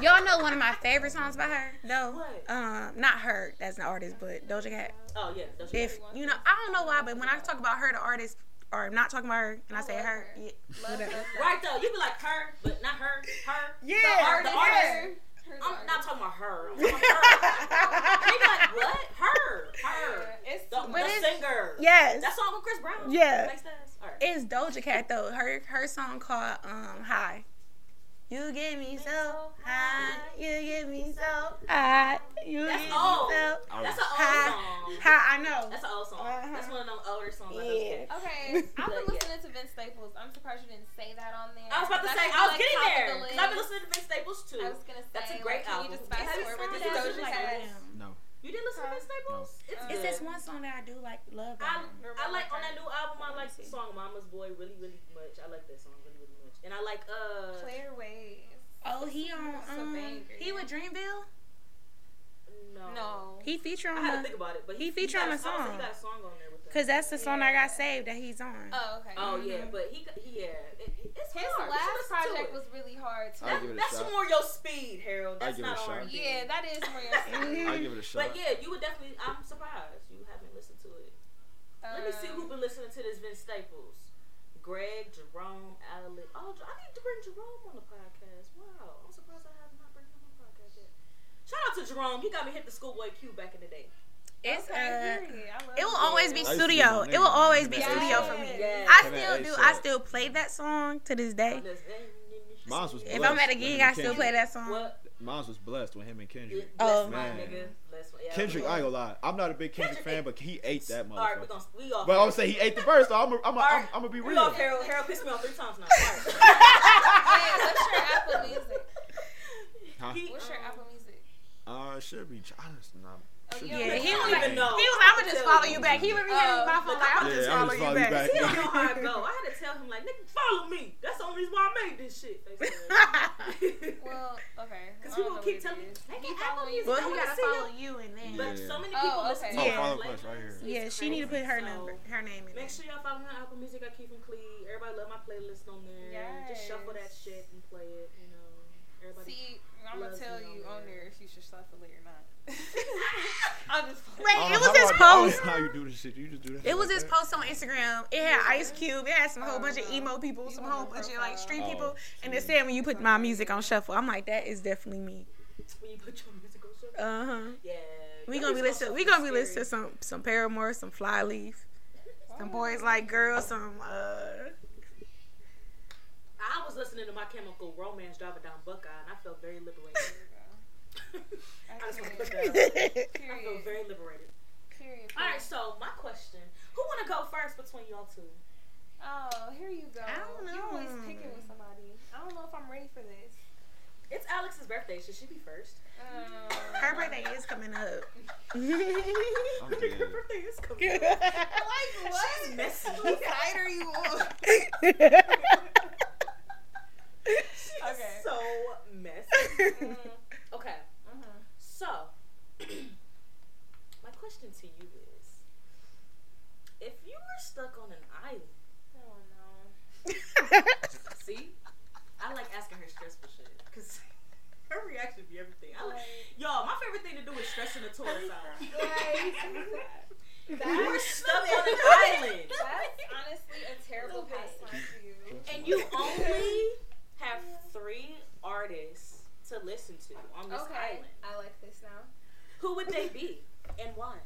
[SPEAKER 2] y'all know one of my favorite songs by her, though.
[SPEAKER 1] What?
[SPEAKER 2] Um, not her, that's an artist, but Doja Cat.
[SPEAKER 1] [laughs] Oh yeah. that's
[SPEAKER 2] If you know, I don't know why, but when I talk about her, the artist, or I'm not talking about her, and I say her, yeah,
[SPEAKER 4] Love, love,
[SPEAKER 2] whatever.
[SPEAKER 4] love.
[SPEAKER 1] Right though, you be like her, but not her. Her.
[SPEAKER 2] Yeah,
[SPEAKER 1] The artist.
[SPEAKER 2] yeah.
[SPEAKER 4] Her
[SPEAKER 1] I'm
[SPEAKER 4] daughter.
[SPEAKER 1] not talking about her. I'm talking about her.
[SPEAKER 2] [laughs]
[SPEAKER 1] they be like what? Her. Her.
[SPEAKER 4] Yeah, It's
[SPEAKER 1] The,
[SPEAKER 4] but
[SPEAKER 1] the
[SPEAKER 4] it's-
[SPEAKER 1] singer.
[SPEAKER 2] Yes,
[SPEAKER 1] That song with Chris Brown.
[SPEAKER 2] Yeah.
[SPEAKER 1] Makes sense. All right.
[SPEAKER 2] it's Doja Cat though. Her her song called um High. You get me so high, you get me so high, you
[SPEAKER 1] That's
[SPEAKER 2] get
[SPEAKER 1] old.
[SPEAKER 2] me so
[SPEAKER 3] I
[SPEAKER 1] That's an
[SPEAKER 3] was,
[SPEAKER 2] Hi.
[SPEAKER 1] old song.
[SPEAKER 2] high. I know.
[SPEAKER 1] That's an old song.
[SPEAKER 2] Uh-huh.
[SPEAKER 1] That's one of them older songs. I know.
[SPEAKER 2] Yeah.
[SPEAKER 4] Okay,
[SPEAKER 1] But,
[SPEAKER 4] I've been
[SPEAKER 1] yeah.
[SPEAKER 4] listening to Vince Staples. I'm surprised you didn't say that on there.
[SPEAKER 1] I was about to
[SPEAKER 4] 'Cause
[SPEAKER 1] say I
[SPEAKER 4] should
[SPEAKER 1] was
[SPEAKER 4] be, like,
[SPEAKER 1] getting
[SPEAKER 4] top of
[SPEAKER 1] there
[SPEAKER 4] the
[SPEAKER 1] because
[SPEAKER 4] list.
[SPEAKER 1] I've been listening to Vince Staples too.
[SPEAKER 4] I was gonna say
[SPEAKER 1] That's a
[SPEAKER 4] like,
[SPEAKER 1] great
[SPEAKER 4] can
[SPEAKER 1] album.
[SPEAKER 4] You just
[SPEAKER 1] It has
[SPEAKER 4] fast
[SPEAKER 1] a
[SPEAKER 4] forward
[SPEAKER 1] song
[SPEAKER 4] with
[SPEAKER 1] that
[SPEAKER 4] Doja
[SPEAKER 1] was like-
[SPEAKER 4] Cat.
[SPEAKER 3] no.
[SPEAKER 1] You didn't listen
[SPEAKER 4] Uh-huh.
[SPEAKER 1] to Vince Staples? It's
[SPEAKER 2] It's
[SPEAKER 1] good.
[SPEAKER 2] this one song that I do like love.
[SPEAKER 1] I,
[SPEAKER 2] by her.
[SPEAKER 1] I like on that new album. I like the song "Mama's Boy" really, really much. I like that song really, really much. And I like uh,
[SPEAKER 4] Claire Ways.
[SPEAKER 2] Oh, he on
[SPEAKER 4] It's a
[SPEAKER 2] um,
[SPEAKER 4] banger.
[SPEAKER 2] he with Dreamville.
[SPEAKER 1] no,
[SPEAKER 4] No.
[SPEAKER 2] He feature
[SPEAKER 1] I
[SPEAKER 2] on
[SPEAKER 1] had to
[SPEAKER 2] the
[SPEAKER 1] think about it, but
[SPEAKER 2] he
[SPEAKER 1] he,
[SPEAKER 2] feature
[SPEAKER 1] got
[SPEAKER 2] on
[SPEAKER 1] a
[SPEAKER 2] the
[SPEAKER 1] song.
[SPEAKER 2] song.
[SPEAKER 1] He got a song on there with
[SPEAKER 2] because
[SPEAKER 1] that.
[SPEAKER 2] that's the song I got saved that he's on.
[SPEAKER 4] Oh, okay.
[SPEAKER 1] Oh yeah, but he got- he- yeah, it, it- it's
[SPEAKER 4] His
[SPEAKER 1] hard. You should
[SPEAKER 4] last
[SPEAKER 1] listen to
[SPEAKER 4] project
[SPEAKER 1] it.
[SPEAKER 4] was really hard. To,
[SPEAKER 3] I'll give it a
[SPEAKER 1] that's
[SPEAKER 3] shot.
[SPEAKER 1] more your speed, Harold.
[SPEAKER 3] I'll
[SPEAKER 1] That's
[SPEAKER 3] give it a
[SPEAKER 1] not
[SPEAKER 3] shot.
[SPEAKER 1] R&B.
[SPEAKER 4] yeah, that is more your speed.
[SPEAKER 3] I give it a shot.
[SPEAKER 1] But yeah, you would definitely. I'm surprised you haven't listened to it. Let me see who been listening to this Vince Staples. Greg, Jerome, Alec. Oh, I need to bring Jerome on the podcast. Wow, I'm surprised I have not bring him on the podcast yet. Shout out to Jerome. He got me hit the schoolboy Q back in the day.
[SPEAKER 2] It's
[SPEAKER 4] okay,
[SPEAKER 2] uh,
[SPEAKER 4] period. I love
[SPEAKER 2] it will always
[SPEAKER 3] I
[SPEAKER 2] be
[SPEAKER 3] used to
[SPEAKER 2] studio.
[SPEAKER 3] do my
[SPEAKER 2] It will
[SPEAKER 3] name.
[SPEAKER 2] always be
[SPEAKER 3] Yeah.
[SPEAKER 2] studio for me.
[SPEAKER 1] Yeah.
[SPEAKER 2] I
[SPEAKER 3] Come
[SPEAKER 2] still
[SPEAKER 3] at
[SPEAKER 2] do.
[SPEAKER 3] ASAP.
[SPEAKER 2] I still play that song to this day.
[SPEAKER 3] Mine was
[SPEAKER 2] If
[SPEAKER 3] Blessed
[SPEAKER 2] I'm at a
[SPEAKER 3] when
[SPEAKER 2] gig,
[SPEAKER 3] him
[SPEAKER 2] I
[SPEAKER 3] and
[SPEAKER 2] still
[SPEAKER 3] Kendrick-
[SPEAKER 2] play that song.
[SPEAKER 1] What?
[SPEAKER 3] Mine was blessed with him and Kendrick.
[SPEAKER 1] Oh
[SPEAKER 2] Oh.
[SPEAKER 1] man,
[SPEAKER 3] Man.
[SPEAKER 1] nigga. Bless my, yeah,
[SPEAKER 3] Kendrick,
[SPEAKER 1] we
[SPEAKER 3] I
[SPEAKER 1] gonna-
[SPEAKER 3] ain't gonna lie. I'm not a big Kendrick,
[SPEAKER 1] Kendrick
[SPEAKER 3] fan, but he ate that
[SPEAKER 1] All right, we
[SPEAKER 3] motherfucker.
[SPEAKER 1] gonna we off.
[SPEAKER 3] But I'm gonna say he ate the first. So I'm gonna I'm
[SPEAKER 1] All
[SPEAKER 3] I'm,
[SPEAKER 1] right.
[SPEAKER 3] I'm gonna be
[SPEAKER 1] we
[SPEAKER 3] real.
[SPEAKER 1] off. Harold, Harold pissed me off three
[SPEAKER 2] [laughs]
[SPEAKER 1] times now. All
[SPEAKER 4] Hey, what's your Apple Music?
[SPEAKER 3] Huh?
[SPEAKER 1] right. He-
[SPEAKER 4] What's your
[SPEAKER 1] um,
[SPEAKER 4] Apple Music?
[SPEAKER 3] Uh, it should be. I just nah.
[SPEAKER 4] Oh,
[SPEAKER 3] should
[SPEAKER 4] yeah,
[SPEAKER 3] be-
[SPEAKER 2] Yeah, he
[SPEAKER 1] I
[SPEAKER 2] was
[SPEAKER 1] don't
[SPEAKER 2] like,
[SPEAKER 1] even
[SPEAKER 2] he
[SPEAKER 1] know.
[SPEAKER 2] was. I'm gonna just
[SPEAKER 1] Tell
[SPEAKER 2] follow
[SPEAKER 1] you.
[SPEAKER 2] you back. He would be hitting
[SPEAKER 4] Oh,
[SPEAKER 2] my phone like, I'm
[SPEAKER 3] Yeah,
[SPEAKER 2] just
[SPEAKER 3] I'ma
[SPEAKER 2] follow
[SPEAKER 3] just
[SPEAKER 2] you [laughs] back.
[SPEAKER 1] [laughs] He don't know how it go.
[SPEAKER 2] [laughs]
[SPEAKER 1] I had to tell him like, nigga, follow me. That's the only reason why I made this shit.
[SPEAKER 2] [laughs]
[SPEAKER 1] [laughs] Because
[SPEAKER 4] Well, okay. I don't
[SPEAKER 1] people
[SPEAKER 4] know
[SPEAKER 1] keep
[SPEAKER 4] what
[SPEAKER 1] telling me,
[SPEAKER 4] it is.
[SPEAKER 1] nigga,
[SPEAKER 4] He
[SPEAKER 1] Apple
[SPEAKER 4] follow
[SPEAKER 1] Music. I
[SPEAKER 4] you.
[SPEAKER 2] Well, he
[SPEAKER 1] wanna
[SPEAKER 2] gotta
[SPEAKER 1] see
[SPEAKER 2] follow
[SPEAKER 1] you.
[SPEAKER 2] you and
[SPEAKER 1] But
[SPEAKER 2] then.
[SPEAKER 3] Yeah.
[SPEAKER 1] so many
[SPEAKER 4] Oh,
[SPEAKER 1] people
[SPEAKER 4] okay.
[SPEAKER 1] listen
[SPEAKER 4] Oh,
[SPEAKER 1] to
[SPEAKER 3] follow
[SPEAKER 1] her
[SPEAKER 3] Plus right here.
[SPEAKER 1] playlist.
[SPEAKER 2] Yeah,
[SPEAKER 1] It's
[SPEAKER 2] she need to put
[SPEAKER 1] crazy.
[SPEAKER 2] her
[SPEAKER 1] So,
[SPEAKER 2] number, her name in
[SPEAKER 1] Make
[SPEAKER 2] there.
[SPEAKER 1] sure y'all follow my Apple Music. I keep from Clee. Everybody love my playlist on there. Just shuffle that
[SPEAKER 4] Yes.
[SPEAKER 1] shit and play it. You know, everybody.
[SPEAKER 4] See, I'm gonna
[SPEAKER 1] loves
[SPEAKER 4] tell
[SPEAKER 1] you
[SPEAKER 4] you
[SPEAKER 1] on
[SPEAKER 4] on
[SPEAKER 1] there.
[SPEAKER 4] there if you should shuffle it or
[SPEAKER 1] [laughs]
[SPEAKER 4] not. [laughs] I'm just. playing.
[SPEAKER 2] Wait,
[SPEAKER 3] I don't
[SPEAKER 2] it
[SPEAKER 3] know
[SPEAKER 2] was
[SPEAKER 3] Uh, how I-
[SPEAKER 2] his
[SPEAKER 3] I don't
[SPEAKER 2] post.
[SPEAKER 3] know How you do this shit? You just do that.
[SPEAKER 2] It was
[SPEAKER 3] like
[SPEAKER 2] his
[SPEAKER 3] that?
[SPEAKER 2] post on Instagram. It had Ice Cube. It had some whole bunch of emo people, some whole bunch of like street
[SPEAKER 3] Oh,
[SPEAKER 2] people. And it
[SPEAKER 3] shit.
[SPEAKER 2] said when you put my music on shuffle, I'm like, that is definitely me.
[SPEAKER 1] When you put your music on shuffle.
[SPEAKER 2] Uh huh.
[SPEAKER 1] yeah.
[SPEAKER 2] We
[SPEAKER 1] your
[SPEAKER 2] gonna
[SPEAKER 1] music on
[SPEAKER 2] be listening. We
[SPEAKER 1] shuffle
[SPEAKER 2] gonna be
[SPEAKER 1] is
[SPEAKER 2] listening to
[SPEAKER 1] scary.
[SPEAKER 2] some some Paramore, some Flyleaf, some boys like girls, some uh.
[SPEAKER 1] I was listening to my Chemical Romance driving down Buckeye, and I felt very
[SPEAKER 2] [laughs]
[SPEAKER 1] liberated. [laughs] I just want to put that. [laughs] out there. I feel
[SPEAKER 4] Period.
[SPEAKER 1] very liberated.
[SPEAKER 4] Period.
[SPEAKER 1] All right, so my question: Who want to go first between y'all two?
[SPEAKER 4] Oh, here you go.
[SPEAKER 2] I don't
[SPEAKER 4] You're always
[SPEAKER 2] know.
[SPEAKER 4] picking with somebody. I don't know if I'm ready for this.
[SPEAKER 1] It's Alex's birthday. Should she be first?
[SPEAKER 4] Um,
[SPEAKER 2] Her birthday is coming up.
[SPEAKER 3] I'm
[SPEAKER 1] Her
[SPEAKER 3] dead.
[SPEAKER 1] birthday is coming. up.
[SPEAKER 4] Like what?
[SPEAKER 1] She's messy.
[SPEAKER 4] What side are you on?
[SPEAKER 1] She's
[SPEAKER 4] Okay.
[SPEAKER 1] so messy. Okay,
[SPEAKER 4] Mm-hmm.
[SPEAKER 1] so [clears throat] my question to you is: If you were stuck on an island,
[SPEAKER 4] Oh
[SPEAKER 1] [laughs]
[SPEAKER 4] no.
[SPEAKER 1] see, I like asking her stressful shit because [laughs] her reaction be everything. I like, y'all, my favorite thing to do is stressing the tourists
[SPEAKER 4] [laughs]
[SPEAKER 1] out.
[SPEAKER 4] That-
[SPEAKER 1] You were stuck on an island.
[SPEAKER 4] [laughs] That's honestly a terrible
[SPEAKER 1] Little
[SPEAKER 4] pastime for you.
[SPEAKER 1] And you only have three artists to listen to on this
[SPEAKER 4] Okay.
[SPEAKER 1] island.
[SPEAKER 4] I like this now.
[SPEAKER 1] Who would they be and why?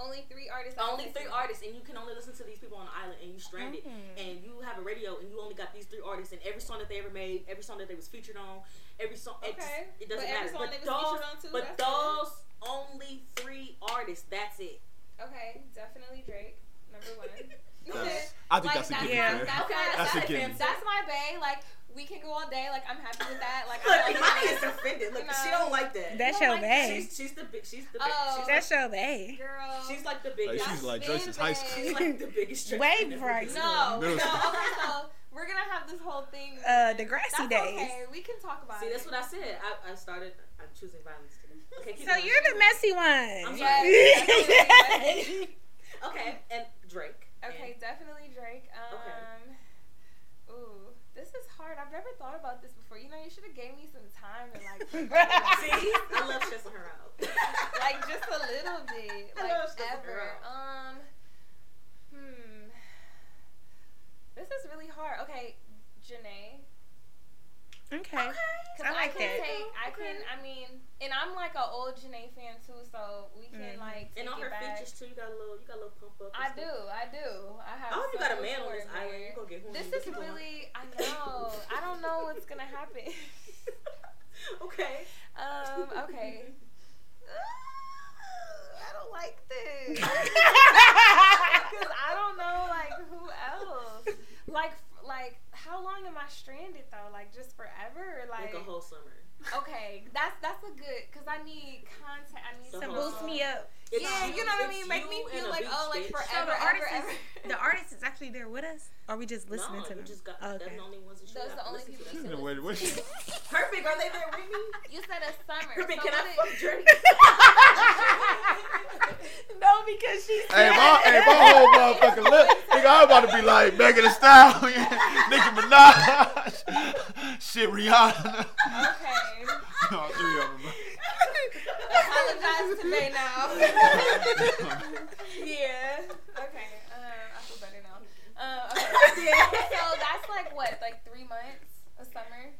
[SPEAKER 4] Only three artists. I
[SPEAKER 1] Only
[SPEAKER 4] listen
[SPEAKER 1] three
[SPEAKER 4] to.
[SPEAKER 1] artists, and you can only listen to these people on the island, and you stranded, and you have a radio, and you only got these three artists, and every song that they ever made, every song that they was featured on, every song. It, just-
[SPEAKER 4] Okay.
[SPEAKER 1] it doesn't
[SPEAKER 4] But every
[SPEAKER 1] matter.
[SPEAKER 4] song
[SPEAKER 1] But
[SPEAKER 4] they was
[SPEAKER 1] those,
[SPEAKER 4] featured on too,
[SPEAKER 1] but
[SPEAKER 4] that's fine.
[SPEAKER 1] those only three artists. That's it.
[SPEAKER 4] Okay, definitely Drake. Number [laughs] one.
[SPEAKER 3] [laughs] That's- I think
[SPEAKER 4] Like, that's
[SPEAKER 3] that's a given.
[SPEAKER 2] my-
[SPEAKER 3] fair.
[SPEAKER 4] that's
[SPEAKER 1] Okay,
[SPEAKER 4] my-
[SPEAKER 3] That's a
[SPEAKER 1] that's
[SPEAKER 3] given.
[SPEAKER 4] That's my bae. Like we can go all day. Like I'm happy with that. Like
[SPEAKER 1] Look, [laughs]
[SPEAKER 4] I
[SPEAKER 1] Imani is offended. Look, she don't like that.
[SPEAKER 2] That's
[SPEAKER 4] You
[SPEAKER 2] your
[SPEAKER 4] don't like that.
[SPEAKER 2] bae.
[SPEAKER 1] she's, she's the big. She's the big.
[SPEAKER 4] Oh.
[SPEAKER 1] she's,
[SPEAKER 2] That's your bae.
[SPEAKER 4] girl.
[SPEAKER 1] she's like the biggest.
[SPEAKER 3] Like, she's like
[SPEAKER 4] That's
[SPEAKER 3] Jason's high school.
[SPEAKER 1] She's like the biggest stripper
[SPEAKER 2] Way
[SPEAKER 1] in the
[SPEAKER 2] before I
[SPEAKER 1] business. [laughs]
[SPEAKER 4] no, no.
[SPEAKER 3] Middle
[SPEAKER 4] Okay,
[SPEAKER 3] school.
[SPEAKER 4] so we're gonna have this whole thing.
[SPEAKER 2] Uh, Degrassi
[SPEAKER 4] That's
[SPEAKER 2] days.
[SPEAKER 4] okay. We can talk about
[SPEAKER 1] See,
[SPEAKER 4] it.
[SPEAKER 1] that's what I said. I, I started. I choosing violence today. Okay, keep
[SPEAKER 2] So
[SPEAKER 1] going.
[SPEAKER 2] you're the messy one.
[SPEAKER 1] I'm
[SPEAKER 4] sorry.
[SPEAKER 1] Okay, and Drake.
[SPEAKER 4] Okay, definitely Drake. Um,
[SPEAKER 1] Okay.
[SPEAKER 4] Ooh, this is hard. I've never thought about this before. You know, you should have gave me some time
[SPEAKER 1] [laughs]
[SPEAKER 4] and like,
[SPEAKER 1] And- See, I love stressing her out.
[SPEAKER 4] like just a little
[SPEAKER 1] [laughs]
[SPEAKER 4] bit,
[SPEAKER 1] I
[SPEAKER 4] like
[SPEAKER 1] love Sister
[SPEAKER 4] ever.
[SPEAKER 1] Girl.
[SPEAKER 4] Um, hmm. This is really hard. Okay, Janae.
[SPEAKER 2] Okay.
[SPEAKER 4] 'Cause
[SPEAKER 2] I like
[SPEAKER 4] can
[SPEAKER 2] that.
[SPEAKER 4] Take, I
[SPEAKER 1] Okay.
[SPEAKER 4] can. I mean, and I'm like an old Janae fan too, so we can
[SPEAKER 2] Mhm.
[SPEAKER 4] like take
[SPEAKER 1] And on
[SPEAKER 4] it
[SPEAKER 1] her
[SPEAKER 4] back.
[SPEAKER 1] features too, you got a little, you got a little pump up. and
[SPEAKER 4] I
[SPEAKER 1] stuff.
[SPEAKER 4] do. I do. I have.
[SPEAKER 1] I hope you
[SPEAKER 4] so
[SPEAKER 1] got a
[SPEAKER 4] much
[SPEAKER 1] man on this
[SPEAKER 4] work
[SPEAKER 1] island.
[SPEAKER 4] there.
[SPEAKER 1] You gonna get horny.
[SPEAKER 4] This
[SPEAKER 1] But
[SPEAKER 4] is
[SPEAKER 1] keep going.
[SPEAKER 4] really, I know. I don't know what's gonna happen.
[SPEAKER 1] [laughs] okay.
[SPEAKER 4] Um, okay. I don't like
[SPEAKER 1] [laughs]
[SPEAKER 4] this. Cause I don't know, like who else? Like, f- like how long am I stranded though? Like just forever? Or,
[SPEAKER 1] [laughs] Like
[SPEAKER 4] like,
[SPEAKER 1] a whole summer.
[SPEAKER 4] okay, that's that's a good. Cause I need contact. I need
[SPEAKER 1] So
[SPEAKER 2] So
[SPEAKER 4] some
[SPEAKER 2] boost me up.
[SPEAKER 1] It's-
[SPEAKER 4] Yeah, you know what I
[SPEAKER 1] it's
[SPEAKER 4] mean. Make me
[SPEAKER 1] you and
[SPEAKER 4] feel
[SPEAKER 1] a
[SPEAKER 4] like
[SPEAKER 1] beach,
[SPEAKER 4] oh, like
[SPEAKER 1] bitch.
[SPEAKER 4] forever,
[SPEAKER 2] So the
[SPEAKER 4] ever,
[SPEAKER 2] artist
[SPEAKER 4] ever.
[SPEAKER 2] is the artist is actually there with us, or we just listening
[SPEAKER 1] no,
[SPEAKER 2] to
[SPEAKER 1] you
[SPEAKER 2] them.
[SPEAKER 1] just got.
[SPEAKER 2] Oh,
[SPEAKER 1] That's
[SPEAKER 2] okay.
[SPEAKER 1] the only ones that you
[SPEAKER 4] Those
[SPEAKER 1] got
[SPEAKER 4] the
[SPEAKER 1] to
[SPEAKER 4] only
[SPEAKER 1] listen
[SPEAKER 4] people
[SPEAKER 1] to.
[SPEAKER 4] that you
[SPEAKER 3] [laughs] Wait, wait.
[SPEAKER 1] Perfect. Are they there with me?
[SPEAKER 4] [laughs] You said a summer.
[SPEAKER 1] Perfect.
[SPEAKER 4] so
[SPEAKER 1] Can I
[SPEAKER 4] what
[SPEAKER 1] fuck
[SPEAKER 4] is-
[SPEAKER 1] Drake? [laughs]
[SPEAKER 2] no, because she's
[SPEAKER 3] Hey, my, hey, my whole motherfucking lip, nigga, I'm about to be like Megan Thee Stallion, [laughs] Nicki Minaj, [laughs] shit, Rihanna.
[SPEAKER 4] [laughs]
[SPEAKER 3] [laughs]
[SPEAKER 4] Okay.
[SPEAKER 3] All three of them.
[SPEAKER 4] Apologize today
[SPEAKER 1] [laughs]
[SPEAKER 4] now. yeah. Okay. Um, I feel better now. Um,
[SPEAKER 2] [laughs]
[SPEAKER 4] okay. So that's like what, like three months a summer.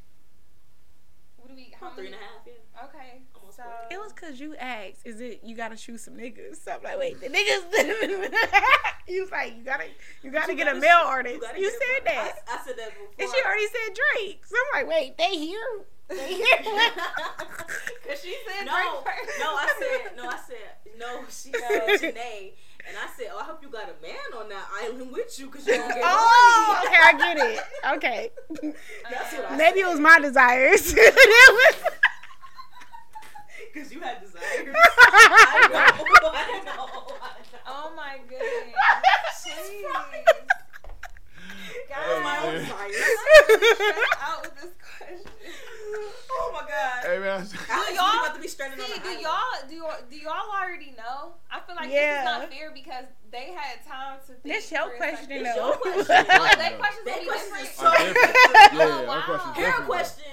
[SPEAKER 4] What do we? How
[SPEAKER 1] Three and a
[SPEAKER 4] many-
[SPEAKER 1] half. Yeah.
[SPEAKER 4] Okay.
[SPEAKER 1] Almost
[SPEAKER 4] So
[SPEAKER 1] four.
[SPEAKER 2] It was cause you asked, is it you gotta shoot some niggas? So I'm like, wait, the niggas [laughs] You was like, you gotta you gotta
[SPEAKER 1] You
[SPEAKER 2] get
[SPEAKER 1] gotta
[SPEAKER 2] a male
[SPEAKER 1] shoot-
[SPEAKER 2] artist.
[SPEAKER 1] gotta
[SPEAKER 2] You
[SPEAKER 1] get a
[SPEAKER 2] said
[SPEAKER 1] male-
[SPEAKER 2] that.
[SPEAKER 1] I, I said that before.
[SPEAKER 2] And she
[SPEAKER 1] [laughs]
[SPEAKER 2] already [laughs] said Drake. So I'm like, wait, they here? They here?
[SPEAKER 1] [laughs]
[SPEAKER 4] Cause she said
[SPEAKER 1] no,
[SPEAKER 2] [laughs]
[SPEAKER 4] break first.
[SPEAKER 1] no, I said, no, I said, no, she said Janae. And I said, oh, I hope you got a man on that island with you because you don't get
[SPEAKER 2] oh,
[SPEAKER 1] money.
[SPEAKER 2] okay, I get it. Okay.
[SPEAKER 1] [laughs] That's what I
[SPEAKER 2] Maybe it was my desires. [laughs] It was-
[SPEAKER 1] Because you had desires.
[SPEAKER 2] [laughs]
[SPEAKER 1] I know, I know, [laughs] I know.
[SPEAKER 4] Oh
[SPEAKER 1] [laughs]
[SPEAKER 4] my goodness.
[SPEAKER 1] She's
[SPEAKER 4] Jeez.
[SPEAKER 1] Oh, my own
[SPEAKER 3] Hey,
[SPEAKER 1] desires.
[SPEAKER 4] Out with this question.
[SPEAKER 1] Oh, my God.
[SPEAKER 3] Hey,
[SPEAKER 1] [laughs]
[SPEAKER 3] man. [laughs]
[SPEAKER 1] Alex, you
[SPEAKER 4] y'all-
[SPEAKER 1] about to be stranded on
[SPEAKER 4] See,
[SPEAKER 1] an
[SPEAKER 4] do
[SPEAKER 1] island.
[SPEAKER 4] y'all do y'all, do y'all already know? I feel like
[SPEAKER 2] Yeah.
[SPEAKER 4] this is not fair because they had time to think.
[SPEAKER 2] This your
[SPEAKER 4] for a
[SPEAKER 2] question
[SPEAKER 4] second.
[SPEAKER 1] It's
[SPEAKER 2] though.
[SPEAKER 1] your question.
[SPEAKER 4] Oh, that question's
[SPEAKER 1] That
[SPEAKER 4] gonna be
[SPEAKER 1] question
[SPEAKER 4] different.
[SPEAKER 1] is
[SPEAKER 3] I'm
[SPEAKER 1] so-
[SPEAKER 3] different. Yeah,
[SPEAKER 4] wow.
[SPEAKER 3] that question's
[SPEAKER 1] Your
[SPEAKER 3] different.
[SPEAKER 1] question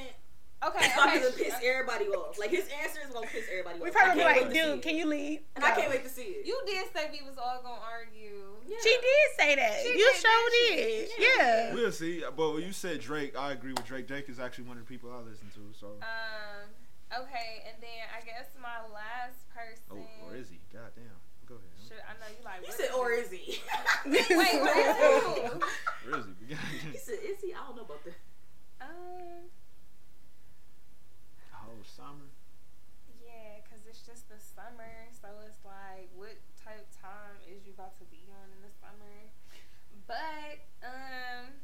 [SPEAKER 4] Okay,
[SPEAKER 1] is about to
[SPEAKER 4] okay.
[SPEAKER 1] piss everybody off. Like, his answer is going to piss everybody off.
[SPEAKER 2] [laughs] We
[SPEAKER 1] I
[SPEAKER 2] probably
[SPEAKER 1] can't wait to
[SPEAKER 2] like,
[SPEAKER 1] see
[SPEAKER 2] dude,
[SPEAKER 1] it.
[SPEAKER 2] can you leave?
[SPEAKER 1] And I can't wait to see it.
[SPEAKER 4] You did say we was all gonna argue.
[SPEAKER 1] Yeah.
[SPEAKER 2] She did say that.
[SPEAKER 4] She
[SPEAKER 2] you
[SPEAKER 4] did,
[SPEAKER 2] sure
[SPEAKER 4] she
[SPEAKER 2] did.
[SPEAKER 4] did.
[SPEAKER 2] Yeah.
[SPEAKER 3] We'll see. But when you said Drake, I agree with Drake. Drake is actually one of the people I listen to. So,
[SPEAKER 1] Oh,
[SPEAKER 4] Um. Okay, and then I guess my last
[SPEAKER 3] oh,
[SPEAKER 4] person.
[SPEAKER 3] or is he? Goddamn. Go ahead.
[SPEAKER 4] Should, I know you like.
[SPEAKER 1] You
[SPEAKER 4] what
[SPEAKER 1] said,
[SPEAKER 4] is
[SPEAKER 1] or is
[SPEAKER 4] it?
[SPEAKER 1] he? [laughs]
[SPEAKER 4] Wait,
[SPEAKER 2] [laughs]
[SPEAKER 4] where is it?
[SPEAKER 3] Where is he? [laughs]
[SPEAKER 1] He said, is he? I don't know about that.
[SPEAKER 4] Um.
[SPEAKER 3] Whole Oh, summer.
[SPEAKER 4] Yeah, cause it's just the summer, so it's like, what type of time is you about to be on in the summer? But um,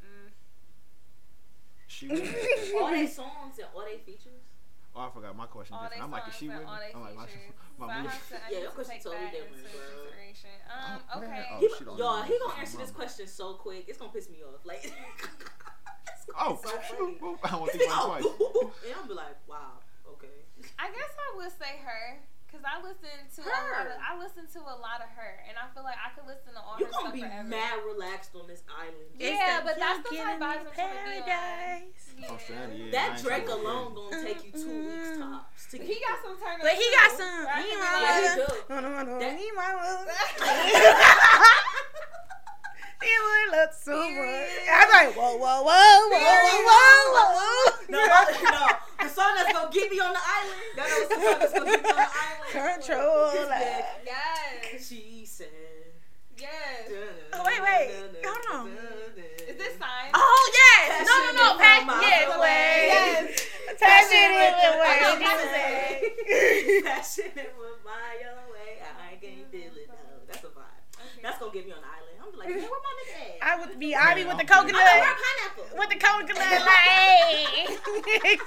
[SPEAKER 4] mm,
[SPEAKER 1] [laughs]
[SPEAKER 3] She. with me?
[SPEAKER 1] all they songs and all they features.
[SPEAKER 3] Oh, I forgot my question.
[SPEAKER 4] all they
[SPEAKER 3] Different. I'm like, is
[SPEAKER 4] songs
[SPEAKER 3] she with
[SPEAKER 4] and
[SPEAKER 3] me?
[SPEAKER 4] all they
[SPEAKER 3] I'm like, my,
[SPEAKER 4] features.
[SPEAKER 3] [laughs]
[SPEAKER 4] So
[SPEAKER 3] my
[SPEAKER 4] I
[SPEAKER 3] mood.
[SPEAKER 4] have to, I
[SPEAKER 1] Yeah,
[SPEAKER 4] need
[SPEAKER 1] your
[SPEAKER 4] to
[SPEAKER 1] question
[SPEAKER 4] take
[SPEAKER 1] totally
[SPEAKER 4] that
[SPEAKER 1] different,
[SPEAKER 4] into
[SPEAKER 1] bro.
[SPEAKER 4] consideration. Um,
[SPEAKER 3] Oh, man.
[SPEAKER 4] okay.
[SPEAKER 3] Oh,
[SPEAKER 1] He,
[SPEAKER 3] shit, I don't
[SPEAKER 1] y'all,
[SPEAKER 3] know.
[SPEAKER 1] he gonna answer
[SPEAKER 3] Mama.
[SPEAKER 1] this question so quick. It's gonna piss me off. Like, [laughs] it's gonna
[SPEAKER 3] Oh,
[SPEAKER 1] be so funny.
[SPEAKER 3] boop,
[SPEAKER 1] [laughs]
[SPEAKER 3] boop. [laughs] I want
[SPEAKER 1] It's like,
[SPEAKER 3] to think
[SPEAKER 1] oh,
[SPEAKER 3] about it
[SPEAKER 1] boop,
[SPEAKER 3] twice.
[SPEAKER 1] boop, boop. [laughs] And I'm be like, wow, okay.
[SPEAKER 4] I guess I would say her because I listen to a lot
[SPEAKER 1] Her.
[SPEAKER 4] of, I listen to a lot of her, and I feel like I could listen to all
[SPEAKER 1] You
[SPEAKER 4] her
[SPEAKER 1] gonna
[SPEAKER 4] stuff
[SPEAKER 1] be
[SPEAKER 4] forever.
[SPEAKER 1] mad relaxed on this island.
[SPEAKER 4] Yeah, but that's the type
[SPEAKER 2] You're
[SPEAKER 4] vibes I'm
[SPEAKER 2] giving me
[SPEAKER 4] trying to be on.
[SPEAKER 2] paradise.
[SPEAKER 4] Yeah.
[SPEAKER 3] Oh, Sandy, yeah, I
[SPEAKER 1] That
[SPEAKER 3] ain't
[SPEAKER 1] Drake
[SPEAKER 3] trying to
[SPEAKER 1] alone
[SPEAKER 3] be
[SPEAKER 1] gonna take you two
[SPEAKER 2] Mm-hmm.
[SPEAKER 1] weeks tops to get.
[SPEAKER 4] He got some turn.
[SPEAKER 2] But he got some.
[SPEAKER 4] Right?
[SPEAKER 2] He
[SPEAKER 1] Yeah, he
[SPEAKER 2] mama.
[SPEAKER 1] good.
[SPEAKER 2] No, no, no.
[SPEAKER 1] That-
[SPEAKER 2] Me
[SPEAKER 1] [laughs]
[SPEAKER 2] [laughs] mama. It would look so much. I'm like, whoa, whoa, whoa, whoa, whoa, whoa, whoa.
[SPEAKER 1] No, [laughs] no, the song that's gonna get me on the island. That was the song that's gonna get me on the island.
[SPEAKER 2] Controller.
[SPEAKER 4] Yes.
[SPEAKER 1] She said.
[SPEAKER 4] Yes.
[SPEAKER 2] Oh, wait, wait. Hold on.
[SPEAKER 4] Is this sign?
[SPEAKER 2] Oh yes! No,
[SPEAKER 1] Passion
[SPEAKER 2] no, no!
[SPEAKER 1] is
[SPEAKER 2] Pass
[SPEAKER 1] on my
[SPEAKER 2] it
[SPEAKER 1] way.
[SPEAKER 2] away.
[SPEAKER 1] Yes.
[SPEAKER 2] Pass
[SPEAKER 1] Passion
[SPEAKER 2] it
[SPEAKER 1] with
[SPEAKER 2] away.
[SPEAKER 1] my
[SPEAKER 2] That's what
[SPEAKER 1] own
[SPEAKER 2] she
[SPEAKER 1] way.
[SPEAKER 2] [laughs] said.
[SPEAKER 1] Passionate with my own way. I can't feel it though. That's a vibe. That's gonna get me on the island. I'm like, man, where my nigga at?
[SPEAKER 2] I would be Ivy with the
[SPEAKER 3] I'm good.
[SPEAKER 1] I'm gonna wear
[SPEAKER 2] coconut.
[SPEAKER 1] pineapple.
[SPEAKER 2] With the coconut, like, hey.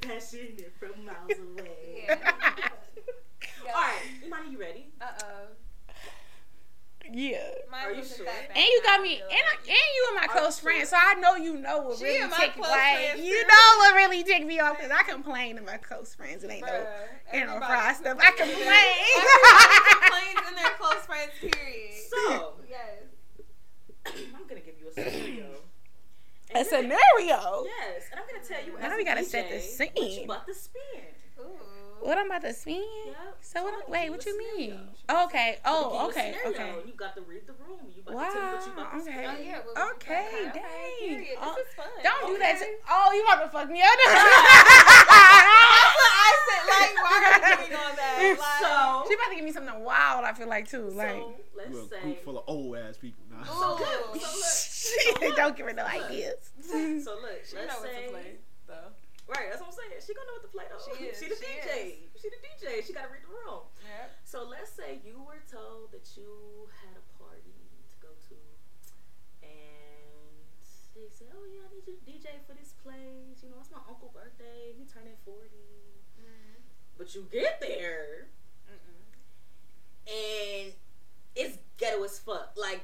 [SPEAKER 1] [laughs] Passionate from miles away.
[SPEAKER 4] Yeah.
[SPEAKER 1] All right, Imani, you ready?
[SPEAKER 4] Uh oh.
[SPEAKER 2] [laughs] Yeah.
[SPEAKER 4] Mine
[SPEAKER 1] Are you
[SPEAKER 4] wasn't
[SPEAKER 1] sure?
[SPEAKER 4] that bad.
[SPEAKER 2] And you got
[SPEAKER 4] I
[SPEAKER 2] me, and
[SPEAKER 4] feel
[SPEAKER 2] I,
[SPEAKER 4] like-
[SPEAKER 2] and you and my
[SPEAKER 3] Are you
[SPEAKER 2] close
[SPEAKER 3] sure?
[SPEAKER 2] friend, so I know you know what
[SPEAKER 4] She
[SPEAKER 2] really
[SPEAKER 4] and my
[SPEAKER 2] tick
[SPEAKER 4] close
[SPEAKER 2] like
[SPEAKER 4] friends,
[SPEAKER 2] you
[SPEAKER 4] too.
[SPEAKER 2] know what really tick me off because I complain to my close friends and ain't no
[SPEAKER 4] Bruh,
[SPEAKER 2] animal
[SPEAKER 4] everybody- [laughs]
[SPEAKER 2] fry stuff. I
[SPEAKER 4] Everybody
[SPEAKER 2] complain.
[SPEAKER 4] complains in their close friends, period.
[SPEAKER 1] [laughs] So [clears throat]
[SPEAKER 4] Yes.
[SPEAKER 1] I'm gonna give you a scenario. And
[SPEAKER 2] A
[SPEAKER 1] you're gonna-
[SPEAKER 2] scenario.
[SPEAKER 1] Yes, and I'm gonna tell you.
[SPEAKER 2] Now
[SPEAKER 1] as
[SPEAKER 2] we
[SPEAKER 1] a
[SPEAKER 2] gotta
[SPEAKER 1] DJ,
[SPEAKER 2] set the
[SPEAKER 1] What you
[SPEAKER 2] scene.
[SPEAKER 1] about to spend?
[SPEAKER 4] Ooh. Oh,
[SPEAKER 2] What I'm about to spend?
[SPEAKER 1] Yep.
[SPEAKER 2] So
[SPEAKER 1] I'm
[SPEAKER 2] what?
[SPEAKER 1] gonna
[SPEAKER 2] Wait,
[SPEAKER 1] give
[SPEAKER 2] what
[SPEAKER 1] a
[SPEAKER 2] you mean?
[SPEAKER 1] scenario.
[SPEAKER 2] Okay.
[SPEAKER 1] I'm gonna give you
[SPEAKER 2] Oh,
[SPEAKER 1] a
[SPEAKER 2] okay. Okay.
[SPEAKER 1] scenario, and You got to read the room. You about to tell me what you about to
[SPEAKER 2] Wow, okay.
[SPEAKER 4] Oh,
[SPEAKER 1] spend.
[SPEAKER 4] yeah. Well,
[SPEAKER 2] Okay,
[SPEAKER 4] okay,
[SPEAKER 2] dang.
[SPEAKER 4] Period.
[SPEAKER 1] Oh,
[SPEAKER 2] Uh,
[SPEAKER 4] this is fun.
[SPEAKER 2] Don't do that.
[SPEAKER 4] Okay.
[SPEAKER 2] To, oh, you want to fuck
[SPEAKER 1] [laughs]
[SPEAKER 2] me up?
[SPEAKER 4] That's what I said. Like, why are you doing all that? Like,
[SPEAKER 1] [laughs] So,
[SPEAKER 2] she about to give me something wild. I feel like too. Like
[SPEAKER 1] so let's
[SPEAKER 3] We're a
[SPEAKER 1] say.
[SPEAKER 3] group full of old ass people. Nah. [laughs]
[SPEAKER 4] Ooh.
[SPEAKER 1] Good. So look.
[SPEAKER 2] [laughs] she don't give her no ideas.
[SPEAKER 1] [laughs] So look.
[SPEAKER 4] She
[SPEAKER 1] let's
[SPEAKER 4] know what to
[SPEAKER 1] say.
[SPEAKER 4] play, though.
[SPEAKER 1] Right. That's what I'm saying. She gonna know what to play though.
[SPEAKER 4] She is,
[SPEAKER 1] [laughs] She the
[SPEAKER 4] she
[SPEAKER 1] DJ. She the DJ. She gotta read the room. So let's say you were told that you had a party to go to, and they said, "Oh yeah, I need you to DJ for this place. You know, it's my uncle's birthday. He turning 40. But you get there,
[SPEAKER 4] Mm-mm.
[SPEAKER 1] and it's ghetto as fuck. Like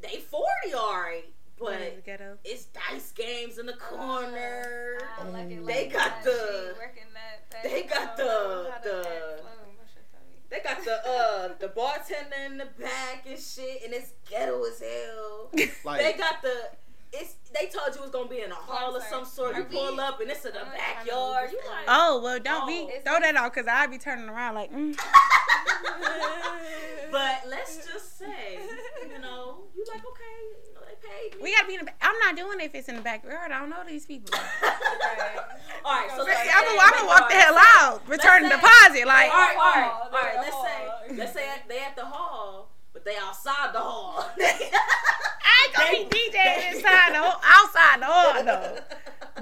[SPEAKER 1] they forty already, but
[SPEAKER 2] ghetto.
[SPEAKER 1] it's dice games in the
[SPEAKER 4] Oh,
[SPEAKER 1] corner.
[SPEAKER 4] Uh,
[SPEAKER 1] Oh,
[SPEAKER 4] I like it
[SPEAKER 3] They
[SPEAKER 4] like
[SPEAKER 1] got
[SPEAKER 4] that.
[SPEAKER 1] the-
[SPEAKER 4] She working that thing.
[SPEAKER 1] they got
[SPEAKER 4] I
[SPEAKER 1] the-
[SPEAKER 4] don't know how
[SPEAKER 1] the-
[SPEAKER 4] act slow. My shit tell me.
[SPEAKER 1] They got the uh the bartender in the back and shit, and it's ghetto as hell.
[SPEAKER 3] Like,
[SPEAKER 1] they got the it's they told you it's gonna be in a hall of
[SPEAKER 4] sorry.
[SPEAKER 1] some sort. You
[SPEAKER 4] Are
[SPEAKER 1] pull
[SPEAKER 4] we-
[SPEAKER 1] up and it's in the
[SPEAKER 4] I'm trying to
[SPEAKER 1] backyard.
[SPEAKER 4] move
[SPEAKER 1] You
[SPEAKER 4] this
[SPEAKER 1] like
[SPEAKER 2] [laughs] [laughs] Oh well, don't be
[SPEAKER 1] Oh.
[SPEAKER 2] throw that off because I'd be turning around like. Mm.
[SPEAKER 1] But let's just say, you know, you like okay, you know, they [laughs] paid me.
[SPEAKER 2] We gotta be in the. Ba- I'm not doing it if it's in the backyard. I don't know
[SPEAKER 1] [laughs]
[SPEAKER 2] these people.
[SPEAKER 1] all right, so
[SPEAKER 4] Let's
[SPEAKER 1] let's
[SPEAKER 4] see,
[SPEAKER 1] say,
[SPEAKER 2] I'm gonna walk the hell out. Return the
[SPEAKER 1] say-
[SPEAKER 2] deposit. Like
[SPEAKER 1] All right, all right,
[SPEAKER 4] Hall,
[SPEAKER 1] all right.
[SPEAKER 4] they're
[SPEAKER 1] Let's
[SPEAKER 4] hall.
[SPEAKER 1] say, let's say they at the hall, but they outside the hall. [laughs]
[SPEAKER 2] I ain't gonna be DJing inside the whole, outside the
[SPEAKER 1] [laughs]
[SPEAKER 2] hall though.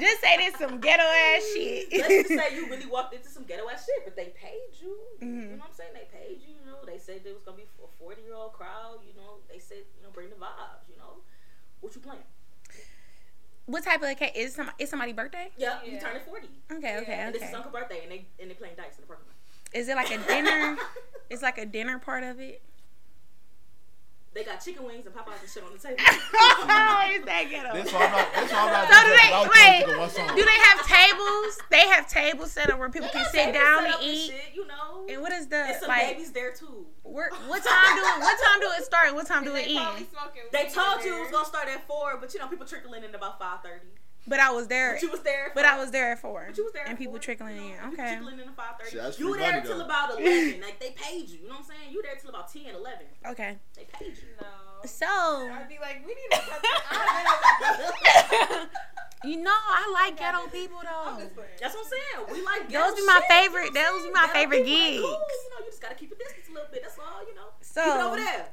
[SPEAKER 2] Just say this some ghetto ass shit.
[SPEAKER 1] Let's just
[SPEAKER 2] [laughs]
[SPEAKER 1] say you really walked into some ghetto ass shit, but they paid you. You
[SPEAKER 2] Mhm.
[SPEAKER 1] know what I'm saying? They paid you. You know, they said there was gonna be a 40 year old crowd. You know, they said you know bring the vibes. You know, what you playing?
[SPEAKER 2] what type of cake is some? Is somebody's birthday?
[SPEAKER 1] Yeah, you
[SPEAKER 4] Yeah.
[SPEAKER 1] turning 40,
[SPEAKER 2] Okay,
[SPEAKER 4] Yeah,
[SPEAKER 2] okay,
[SPEAKER 1] and this
[SPEAKER 2] okay.
[SPEAKER 1] is Uncle birthday, and they and they playing dice in the parking lot.
[SPEAKER 2] Is it like a
[SPEAKER 1] [laughs]
[SPEAKER 2] dinner? it's like a dinner part of it.
[SPEAKER 1] They got chicken wings and Popeyes and shit on the table.
[SPEAKER 2] oh, is that ghetto?
[SPEAKER 3] This all not. This all not.
[SPEAKER 2] So do
[SPEAKER 3] just
[SPEAKER 2] they-
[SPEAKER 3] about
[SPEAKER 2] wait,
[SPEAKER 3] to the one song.
[SPEAKER 2] Do they have tables? They have tables set up where people
[SPEAKER 1] They [laughs]
[SPEAKER 2] can
[SPEAKER 1] got
[SPEAKER 2] sit
[SPEAKER 1] tables
[SPEAKER 2] down
[SPEAKER 1] set
[SPEAKER 2] and
[SPEAKER 1] up
[SPEAKER 2] eat.
[SPEAKER 1] shit, you know.
[SPEAKER 2] And what is the
[SPEAKER 1] And some
[SPEAKER 2] like?
[SPEAKER 1] babies there too.
[SPEAKER 2] Where, what time do it? What time do it start? What
[SPEAKER 1] [laughs]
[SPEAKER 2] time do
[SPEAKER 4] They
[SPEAKER 2] it
[SPEAKER 4] probably
[SPEAKER 2] end?
[SPEAKER 4] smoking
[SPEAKER 1] They
[SPEAKER 4] weed
[SPEAKER 1] told you
[SPEAKER 4] there.
[SPEAKER 1] it was gonna start at four, but you know people trickling in about five thirty.
[SPEAKER 2] But I was there.
[SPEAKER 1] But you was there.
[SPEAKER 2] But I was there at four.
[SPEAKER 1] But you was there.
[SPEAKER 2] And
[SPEAKER 1] at
[SPEAKER 2] people
[SPEAKER 1] four,
[SPEAKER 2] trickling
[SPEAKER 1] you know,
[SPEAKER 2] in.
[SPEAKER 1] people
[SPEAKER 2] Okay.
[SPEAKER 1] Trickling in at five
[SPEAKER 3] Shit, that's
[SPEAKER 1] thirty. You were
[SPEAKER 3] free
[SPEAKER 1] there
[SPEAKER 3] money,
[SPEAKER 1] till
[SPEAKER 3] though. [laughs]
[SPEAKER 1] about eleven. like they paid you. You know what I'm saying? You there till about 10, 11.
[SPEAKER 2] Okay.
[SPEAKER 1] They paid you.
[SPEAKER 4] No.
[SPEAKER 1] [laughs]
[SPEAKER 2] So
[SPEAKER 4] I'd be like, we need to cut this out.
[SPEAKER 2] you know I like ghetto people
[SPEAKER 4] I'm
[SPEAKER 2] though.
[SPEAKER 4] just playing.
[SPEAKER 1] That's what I'm saying. We like
[SPEAKER 2] Those
[SPEAKER 1] ghetto
[SPEAKER 2] be my
[SPEAKER 1] shit,
[SPEAKER 2] favorite.
[SPEAKER 1] you know what I'm
[SPEAKER 2] Those be
[SPEAKER 1] saying?
[SPEAKER 2] my
[SPEAKER 1] Ghetto
[SPEAKER 2] favorite
[SPEAKER 1] people ain't cool,
[SPEAKER 2] gigs.
[SPEAKER 1] You know, you just gotta keep a distance a little bit. That's all. You know. keep it
[SPEAKER 2] So
[SPEAKER 1] over there.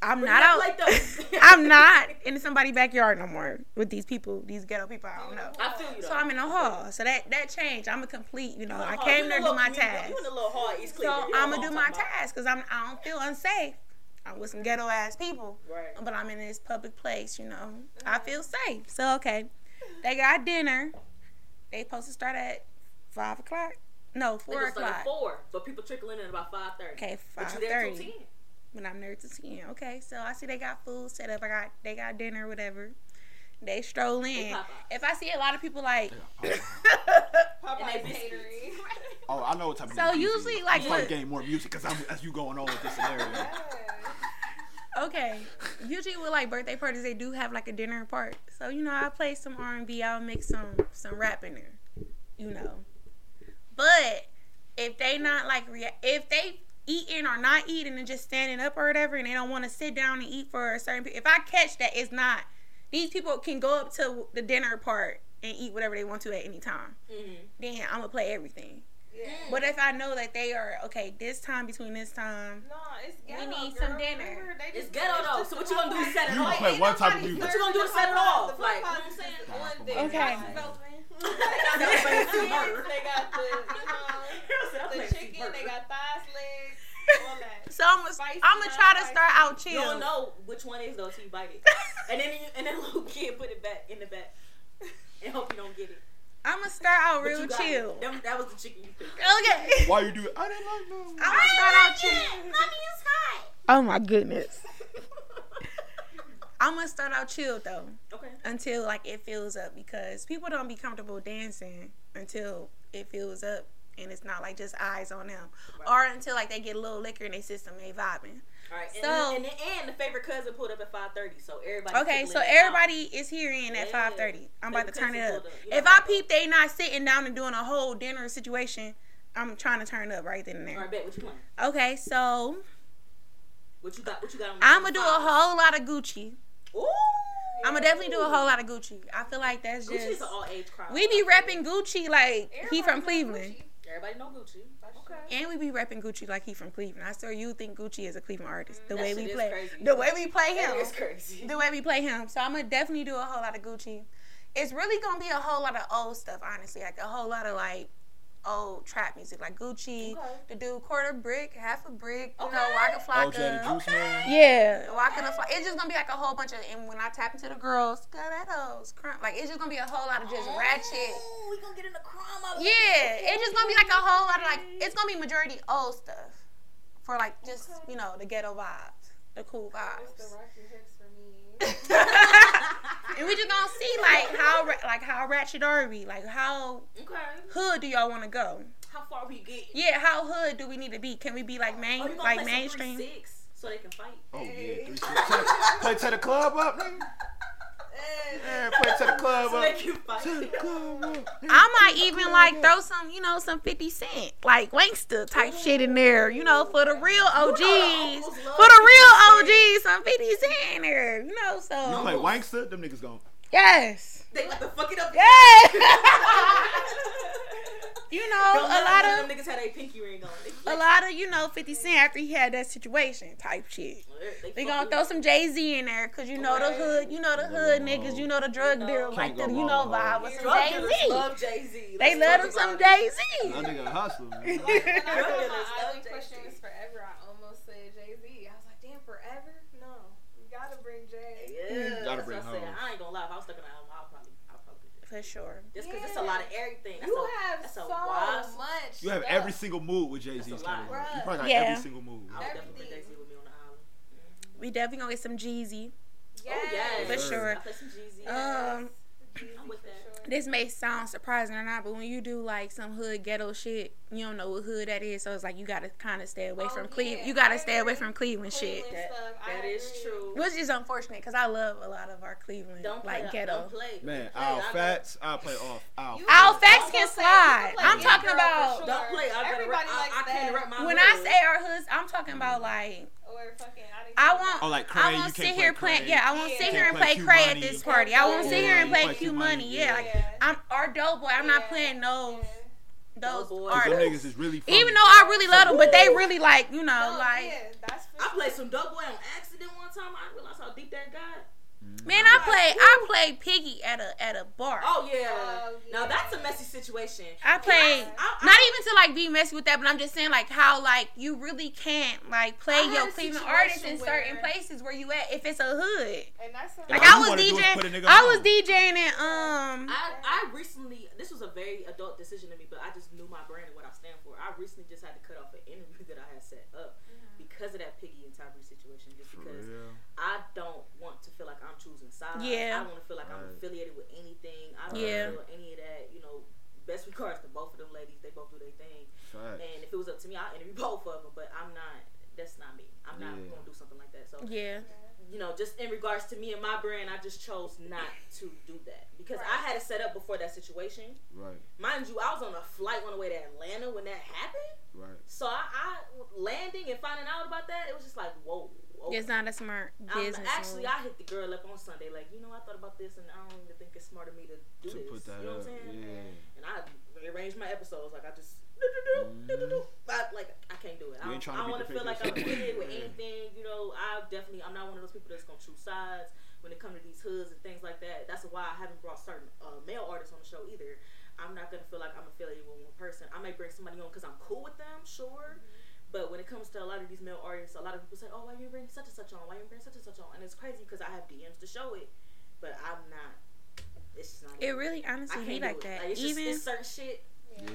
[SPEAKER 2] I'm
[SPEAKER 1] Bring
[SPEAKER 2] not
[SPEAKER 1] that
[SPEAKER 2] out.
[SPEAKER 1] plate though.
[SPEAKER 2] [laughs] I'm not in somebody's backyard no more with these people, these ghetto people I don't know.
[SPEAKER 1] I feel you. Though.
[SPEAKER 2] So I'm in a hall. So that that changed. I'm a complete. You know,
[SPEAKER 1] You in
[SPEAKER 2] I
[SPEAKER 1] the hall. Oh, You
[SPEAKER 2] came
[SPEAKER 1] in
[SPEAKER 2] there
[SPEAKER 1] the
[SPEAKER 2] to do
[SPEAKER 1] little
[SPEAKER 2] my
[SPEAKER 1] community.
[SPEAKER 2] task.
[SPEAKER 1] You in the little hall, East
[SPEAKER 2] So
[SPEAKER 1] Cleveland. You know
[SPEAKER 2] I'm
[SPEAKER 1] what
[SPEAKER 2] gonna do my
[SPEAKER 1] talking about.
[SPEAKER 2] task because I'm I don't feel unsafe. I'm with some ghetto ass people,
[SPEAKER 1] Right.
[SPEAKER 2] but I'm in this public place. You know, I feel safe. So okay, they got dinner. They supposed to start at five o'clock. No,
[SPEAKER 1] They
[SPEAKER 2] four
[SPEAKER 1] just started
[SPEAKER 2] o'clock.
[SPEAKER 1] at four, but people trickling in at about five thirty.
[SPEAKER 2] Okay,
[SPEAKER 1] But
[SPEAKER 2] five
[SPEAKER 1] you there till
[SPEAKER 2] thirty.
[SPEAKER 1] ten.
[SPEAKER 2] When I'm there to ten. Okay, so I see they got food set up. I got they got dinner, whatever. They stroll in.
[SPEAKER 1] Popeyes.
[SPEAKER 2] If I see a lot of people like,
[SPEAKER 1] And
[SPEAKER 4] Popeye's
[SPEAKER 1] they
[SPEAKER 4] catering.
[SPEAKER 1] [laughs]
[SPEAKER 3] Oh, I know what type of.
[SPEAKER 2] So
[SPEAKER 3] music you
[SPEAKER 2] usually,
[SPEAKER 3] need.
[SPEAKER 2] like,
[SPEAKER 3] you probably
[SPEAKER 2] look-
[SPEAKER 3] getting more music because I'm as you going on with this scenario.
[SPEAKER 2] Okay. Usually with like birthday parties, they do have like a dinner part. So you know, I play some R and B. I'll mix some some rap in there. You know, but if they not like rea- if they eating or not eating and just standing up or whatever, and they don't want to sit down and eat for a certain. Pe- if I catch that, it's not. These people can go up to the dinner part and eat whatever they want to at any time.
[SPEAKER 1] Mm-hmm.
[SPEAKER 2] Then I'm gonna play everything.
[SPEAKER 4] Yeah.
[SPEAKER 2] But if I know that they are okay, this time between this time,
[SPEAKER 4] No, it's ghetto.
[SPEAKER 2] need
[SPEAKER 4] girl.
[SPEAKER 2] some dinner.
[SPEAKER 4] Remember, they
[SPEAKER 1] It's
[SPEAKER 4] just-
[SPEAKER 1] ghetto,
[SPEAKER 4] it's
[SPEAKER 1] though.
[SPEAKER 4] just
[SPEAKER 1] So
[SPEAKER 4] the
[SPEAKER 1] what you gonna do is set it off.
[SPEAKER 4] Popeyes.
[SPEAKER 3] You gonna play one type of music.
[SPEAKER 1] What you gonna do is set it off? Like, you know what I'm saying?
[SPEAKER 4] The Popeyes
[SPEAKER 3] Nah, come
[SPEAKER 4] is
[SPEAKER 3] on.
[SPEAKER 4] the
[SPEAKER 2] Okay.
[SPEAKER 4] one thing.
[SPEAKER 1] [laughs] They got
[SPEAKER 4] [laughs] They got
[SPEAKER 1] fancy
[SPEAKER 4] the
[SPEAKER 1] burger.
[SPEAKER 4] burgers, they got the,
[SPEAKER 1] [laughs]
[SPEAKER 4] you know,
[SPEAKER 1] Girl said, I'm
[SPEAKER 4] the
[SPEAKER 1] playing
[SPEAKER 4] chicken,
[SPEAKER 1] cheeseburger.
[SPEAKER 4] they got thighs, legs, all that.
[SPEAKER 2] so I'm gonna
[SPEAKER 4] Spicy,
[SPEAKER 2] I'm gonna try to
[SPEAKER 4] non-spicy.
[SPEAKER 2] start out chill.
[SPEAKER 1] You don't
[SPEAKER 2] [laughs]
[SPEAKER 1] know which one is though till you bite it, and then you, and then [laughs] little kid put it back in the back [laughs] and hope you don't get it.
[SPEAKER 2] I'm gonna start out
[SPEAKER 1] But
[SPEAKER 2] real
[SPEAKER 1] you got it.
[SPEAKER 2] chill.
[SPEAKER 1] Them- that was the chicken you picked. [laughs]
[SPEAKER 2] Okay.
[SPEAKER 3] Why you do it? I didn't like no.
[SPEAKER 2] I'm gonna start out chill.
[SPEAKER 1] Mommy is hot.
[SPEAKER 2] Oh my goodness. I'm gonna start out chill though
[SPEAKER 1] Okay.
[SPEAKER 2] until like it fills up because people don't be comfortable dancing until it fills up and it's not like just eyes on them or until like they get a little liquor in their system they vibing.
[SPEAKER 1] All right. And,
[SPEAKER 2] So-
[SPEAKER 1] and, and the favorite cousin pulled up at five thirty, so everybody.
[SPEAKER 2] Okay,
[SPEAKER 1] took
[SPEAKER 2] so
[SPEAKER 1] Lynn out.
[SPEAKER 2] everybody is here in at
[SPEAKER 1] Yeah.
[SPEAKER 2] five thirty. I'm about to turn it up.
[SPEAKER 1] You
[SPEAKER 2] If
[SPEAKER 1] know,
[SPEAKER 2] I peep they not sitting down and doing a whole dinner situation, I'm trying to turn up right then and
[SPEAKER 1] All right,
[SPEAKER 2] there.
[SPEAKER 1] bet what you playing?
[SPEAKER 2] Okay, so
[SPEAKER 1] What you got? What you got? On
[SPEAKER 2] I'm gonna do a whole lot of Gucci.
[SPEAKER 1] whole. Ooh.
[SPEAKER 2] I'm gonna definitely do a whole lot of Gucci. I feel like that's
[SPEAKER 1] Gucci's
[SPEAKER 2] just
[SPEAKER 1] an all age crowd.
[SPEAKER 2] we be repping Gucci like he from Cleveland.
[SPEAKER 1] Everybody know Gucci.
[SPEAKER 4] Okay.
[SPEAKER 2] And we be repping Gucci like he from Cleveland. I still you think Gucci is a Cleveland artist. The
[SPEAKER 1] Mm, That
[SPEAKER 2] way
[SPEAKER 1] shit
[SPEAKER 2] we
[SPEAKER 1] is
[SPEAKER 2] play,
[SPEAKER 1] crazy.
[SPEAKER 2] the way we play
[SPEAKER 1] That
[SPEAKER 2] him,
[SPEAKER 1] is crazy.
[SPEAKER 2] the way we play him. So I'm gonna definitely do a whole lot of Gucci. It's really gonna be a whole lot of old stuff, honestly. Like a whole lot of like old trap music, like Gucci,
[SPEAKER 4] Okay.
[SPEAKER 2] the dude quarter brick, half a brick, you know,
[SPEAKER 1] Okay.
[SPEAKER 2] Waka
[SPEAKER 3] OJ the
[SPEAKER 2] Flocka.
[SPEAKER 3] Oh, Juice Man.
[SPEAKER 2] Yeah, Waka the Flocka. It's just gonna be like a whole bunch of. And when I tap into the girls, got that hoes, crump. Like it's just gonna be a whole lot of just ratchet.
[SPEAKER 1] Ooh, Oh, we gonna get in the crime of
[SPEAKER 2] Yeah, it's just gonna be like a whole lot of like it's gonna be majority old stuff for like just you know the ghetto vibes, the cool vibes,
[SPEAKER 1] [laughs]
[SPEAKER 2] and we just gonna see like how ra- like how ratchet are we? Like how
[SPEAKER 1] Okay.
[SPEAKER 2] hood do y'all want to go?
[SPEAKER 1] How far we get?
[SPEAKER 2] Yeah, how hood do we need to be? Can we be like main
[SPEAKER 1] Are you gonna
[SPEAKER 2] like
[SPEAKER 1] play
[SPEAKER 2] mainstream?
[SPEAKER 1] Six, so they can fight.
[SPEAKER 3] Oh yeah, three, six. play to the club up, nigga. Yeah, play to the club
[SPEAKER 1] So
[SPEAKER 3] up.
[SPEAKER 1] [laughs] they can
[SPEAKER 3] To the
[SPEAKER 1] fight.
[SPEAKER 3] club up. nigga.
[SPEAKER 2] I might even like throw some, you know, some 50 cent, like Wankster type shit in there, you know, for the real
[SPEAKER 1] uncles
[SPEAKER 2] OGs.
[SPEAKER 1] love
[SPEAKER 2] For the
[SPEAKER 1] 50
[SPEAKER 2] real OGs, some 50 cent in there, you know,
[SPEAKER 3] You
[SPEAKER 2] so.
[SPEAKER 3] play Wankster, them niggas gone.
[SPEAKER 2] Yes.
[SPEAKER 1] They like to fuck it up.
[SPEAKER 2] Yes. [laughs]
[SPEAKER 1] Don't
[SPEAKER 2] you know, a
[SPEAKER 1] let
[SPEAKER 2] lot of
[SPEAKER 1] them niggas had a pinky ring on. They
[SPEAKER 2] a lot of you know 50 Cent after he had that situation type shit.
[SPEAKER 1] They,
[SPEAKER 2] They
[SPEAKER 1] fuck
[SPEAKER 2] gonna
[SPEAKER 1] you
[SPEAKER 2] throw
[SPEAKER 1] up.
[SPEAKER 2] some Jay Z in there, cause you know the hood, you know the hood niggas, you know the drug dealer, like the you know vibe with some
[SPEAKER 1] Drug
[SPEAKER 2] Jay
[SPEAKER 1] dealers
[SPEAKER 2] Z.
[SPEAKER 1] Love Jay Z.
[SPEAKER 2] They love them some
[SPEAKER 3] Mm,
[SPEAKER 2] Jay Z.
[SPEAKER 3] That nigga a hustler, man.
[SPEAKER 2] [laughs]
[SPEAKER 1] [laughs] Yeah,
[SPEAKER 3] Gotta
[SPEAKER 1] that's
[SPEAKER 3] bring
[SPEAKER 1] what I said.
[SPEAKER 3] home.
[SPEAKER 1] I ain't gonna lie. If I was stuck in the album, I'll probably, I'll probably. do that.
[SPEAKER 2] For sure.
[SPEAKER 1] Just because it's a lot of everything. That's
[SPEAKER 4] You
[SPEAKER 1] a,
[SPEAKER 4] have
[SPEAKER 1] that's a
[SPEAKER 4] so
[SPEAKER 1] wide-
[SPEAKER 4] much.
[SPEAKER 3] You have
[SPEAKER 4] stuff.
[SPEAKER 3] every single mood with Jay
[SPEAKER 1] That's a
[SPEAKER 3] Z's
[SPEAKER 1] lot.
[SPEAKER 3] catalog. You probably got
[SPEAKER 2] Yeah.
[SPEAKER 3] every single mood.
[SPEAKER 1] I would definitely put
[SPEAKER 4] Everything.
[SPEAKER 1] Jay Z with me on the Oh, island.
[SPEAKER 2] We definitely gonna get some Jeezy.
[SPEAKER 1] Oh yeah,
[SPEAKER 2] For sure.
[SPEAKER 1] I play some Jeezy.
[SPEAKER 2] Um,
[SPEAKER 1] I'm with that.
[SPEAKER 2] this may sound surprising or not, but when you do like some hood ghetto shit, you don't know what hood that is. So it's like you gotta kind of stay away
[SPEAKER 4] Oh,
[SPEAKER 2] from
[SPEAKER 4] yeah.
[SPEAKER 2] Cleveland. You gotta
[SPEAKER 4] I
[SPEAKER 2] stay away
[SPEAKER 4] agree.
[SPEAKER 2] from Cleveland shit.
[SPEAKER 1] That- that is true.
[SPEAKER 2] Which is unfortunate because I love a lot of our Cleveland
[SPEAKER 1] Don't play
[SPEAKER 2] like
[SPEAKER 1] that-
[SPEAKER 2] ghetto.
[SPEAKER 1] Don't play.
[SPEAKER 3] Man,
[SPEAKER 1] Don't play.
[SPEAKER 3] I'll
[SPEAKER 1] I know.
[SPEAKER 3] facts. I'll play off. I'll.
[SPEAKER 4] You-
[SPEAKER 2] Our
[SPEAKER 4] I'm
[SPEAKER 2] facts
[SPEAKER 4] gonna
[SPEAKER 2] can
[SPEAKER 4] say,
[SPEAKER 2] slide.
[SPEAKER 4] people play
[SPEAKER 2] I'm
[SPEAKER 4] Mean
[SPEAKER 2] talking
[SPEAKER 4] Girl
[SPEAKER 2] about
[SPEAKER 4] for sure.
[SPEAKER 1] Don't play. I gotta
[SPEAKER 4] Everybody
[SPEAKER 1] rap. I,
[SPEAKER 4] likes
[SPEAKER 1] I can't
[SPEAKER 4] that.
[SPEAKER 1] rap my
[SPEAKER 2] when
[SPEAKER 1] hood.
[SPEAKER 2] I say our hoods, I'm talking about like
[SPEAKER 4] Or fucking, didn't
[SPEAKER 2] I
[SPEAKER 4] do
[SPEAKER 2] won't.
[SPEAKER 4] that.
[SPEAKER 3] Oh, like Cray,
[SPEAKER 2] I
[SPEAKER 3] you
[SPEAKER 2] won't
[SPEAKER 3] can't
[SPEAKER 2] sit
[SPEAKER 3] play
[SPEAKER 2] here playing.
[SPEAKER 3] Cray.
[SPEAKER 2] Yeah, I won't
[SPEAKER 4] You
[SPEAKER 2] sit
[SPEAKER 4] can't
[SPEAKER 2] here and
[SPEAKER 3] play
[SPEAKER 2] play
[SPEAKER 3] Q
[SPEAKER 2] Cray at
[SPEAKER 3] Money.
[SPEAKER 2] this party. I won't sit
[SPEAKER 4] Yeah,
[SPEAKER 2] here and
[SPEAKER 4] you
[SPEAKER 2] play
[SPEAKER 3] play
[SPEAKER 2] Q
[SPEAKER 3] Q Money,
[SPEAKER 2] Money. Yeah, like
[SPEAKER 4] yeah.
[SPEAKER 2] I'm our dope boy. I'm not
[SPEAKER 4] Yeah.
[SPEAKER 2] playing those
[SPEAKER 4] Yeah.
[SPEAKER 1] Dope
[SPEAKER 2] those
[SPEAKER 1] Boy.
[SPEAKER 3] 'Cause them niggas
[SPEAKER 2] artists.
[SPEAKER 3] is really. Funny.
[SPEAKER 2] Even though I really love them, but they really like you know
[SPEAKER 4] No,
[SPEAKER 2] like
[SPEAKER 4] yeah, that's for
[SPEAKER 1] I
[SPEAKER 4] sure.
[SPEAKER 1] played some Dope Boy on accident one time. I realized how deep that got.
[SPEAKER 2] man. I play I played Piggy at a at a bar.
[SPEAKER 1] Oh yeah.
[SPEAKER 4] Oh, yeah.
[SPEAKER 1] Now that's a messy situation.
[SPEAKER 2] I played.
[SPEAKER 1] I, I,
[SPEAKER 2] Not even to like be messy with that, but I'm just saying like how like you really can't like play
[SPEAKER 4] I had
[SPEAKER 2] your
[SPEAKER 4] a
[SPEAKER 2] Cleveland
[SPEAKER 4] situation
[SPEAKER 2] artists in certain
[SPEAKER 4] where-
[SPEAKER 2] places where you at if it's a hood.
[SPEAKER 4] And that's a-
[SPEAKER 2] Like
[SPEAKER 3] All
[SPEAKER 2] I
[SPEAKER 3] you
[SPEAKER 2] was
[SPEAKER 3] wanna do is put a
[SPEAKER 2] DJing,
[SPEAKER 3] nigga
[SPEAKER 2] I was
[SPEAKER 3] on.
[SPEAKER 2] DJing and um
[SPEAKER 1] I, I recently, this was a very adult decision to me, but I just knew my brand and what I stand for. I recently just had to cut off an interview [laughs] that I had set up because of that Piggy and Tyree situation. Just
[SPEAKER 3] For
[SPEAKER 1] because
[SPEAKER 3] real.
[SPEAKER 1] I don't want to feel like I'm choosing sides.
[SPEAKER 2] Yeah.
[SPEAKER 1] I don't want to feel like I'm
[SPEAKER 3] Right.
[SPEAKER 1] affiliated with anything. I don't
[SPEAKER 2] Yeah.
[SPEAKER 1] feel any of that. You know, best regards to both of them ladies. They both do their thing.
[SPEAKER 3] Facts.
[SPEAKER 1] And if it was up to me, I'd interview [laughs] both of them. But I'm not. That's not me. I'm not
[SPEAKER 3] Yeah.
[SPEAKER 1] gonna do something like that. So
[SPEAKER 2] yeah.
[SPEAKER 1] you know, just in regards to me and my brand, I just chose not to do that because I had it set up before that situation.
[SPEAKER 3] Right.
[SPEAKER 1] Mind you, I was on a flight on the way to Atlanta when that happened.
[SPEAKER 3] Right.
[SPEAKER 1] So I, I landing and finding out about that, it was just like, whoa. okay.
[SPEAKER 2] It's not a smart
[SPEAKER 1] I'm-
[SPEAKER 2] business.
[SPEAKER 1] actually,
[SPEAKER 2] move.
[SPEAKER 1] I hit the girl up on Sunday, like, you know, I thought about this, and I don't even think it's smart of me to do
[SPEAKER 3] To
[SPEAKER 1] this.
[SPEAKER 3] put that
[SPEAKER 1] you know
[SPEAKER 3] up.
[SPEAKER 1] what I'm saying?
[SPEAKER 3] Yeah.
[SPEAKER 1] And I rearranged my episodes, like I just, do-do-do, do-do-do. I, like I can't do it. I
[SPEAKER 3] Mm-hmm. You ain't
[SPEAKER 1] don't,
[SPEAKER 3] tryna beat
[SPEAKER 1] want to
[SPEAKER 3] the Mm-hmm.
[SPEAKER 1] feel like I'm
[SPEAKER 3] fake yourself.
[SPEAKER 1] affiliated with
[SPEAKER 3] Yeah.
[SPEAKER 1] anything. You know, I definitely, I'm not one of those people that's gonna choose sides when it comes to these hoods and things like that. That's why I haven't brought certain uh, male artists on the show either. I'm not gonna feel like I'm affiliated with one person. I may bring somebody on because I'm cool with them, sure.
[SPEAKER 3] Mm-hmm.
[SPEAKER 1] But when it comes to a lot of these male artists, a lot of people say, "Oh, why you bring such and such on? Why you bring such and such on?" And it's crazy because I have DMs to show it, but I'm not. It's just not.
[SPEAKER 2] it really
[SPEAKER 1] I
[SPEAKER 2] honestly
[SPEAKER 1] can't
[SPEAKER 2] be
[SPEAKER 1] do
[SPEAKER 2] like
[SPEAKER 1] it.
[SPEAKER 2] that.
[SPEAKER 1] Like, it's
[SPEAKER 2] Even
[SPEAKER 1] just, it's certain shit.
[SPEAKER 3] Yeah.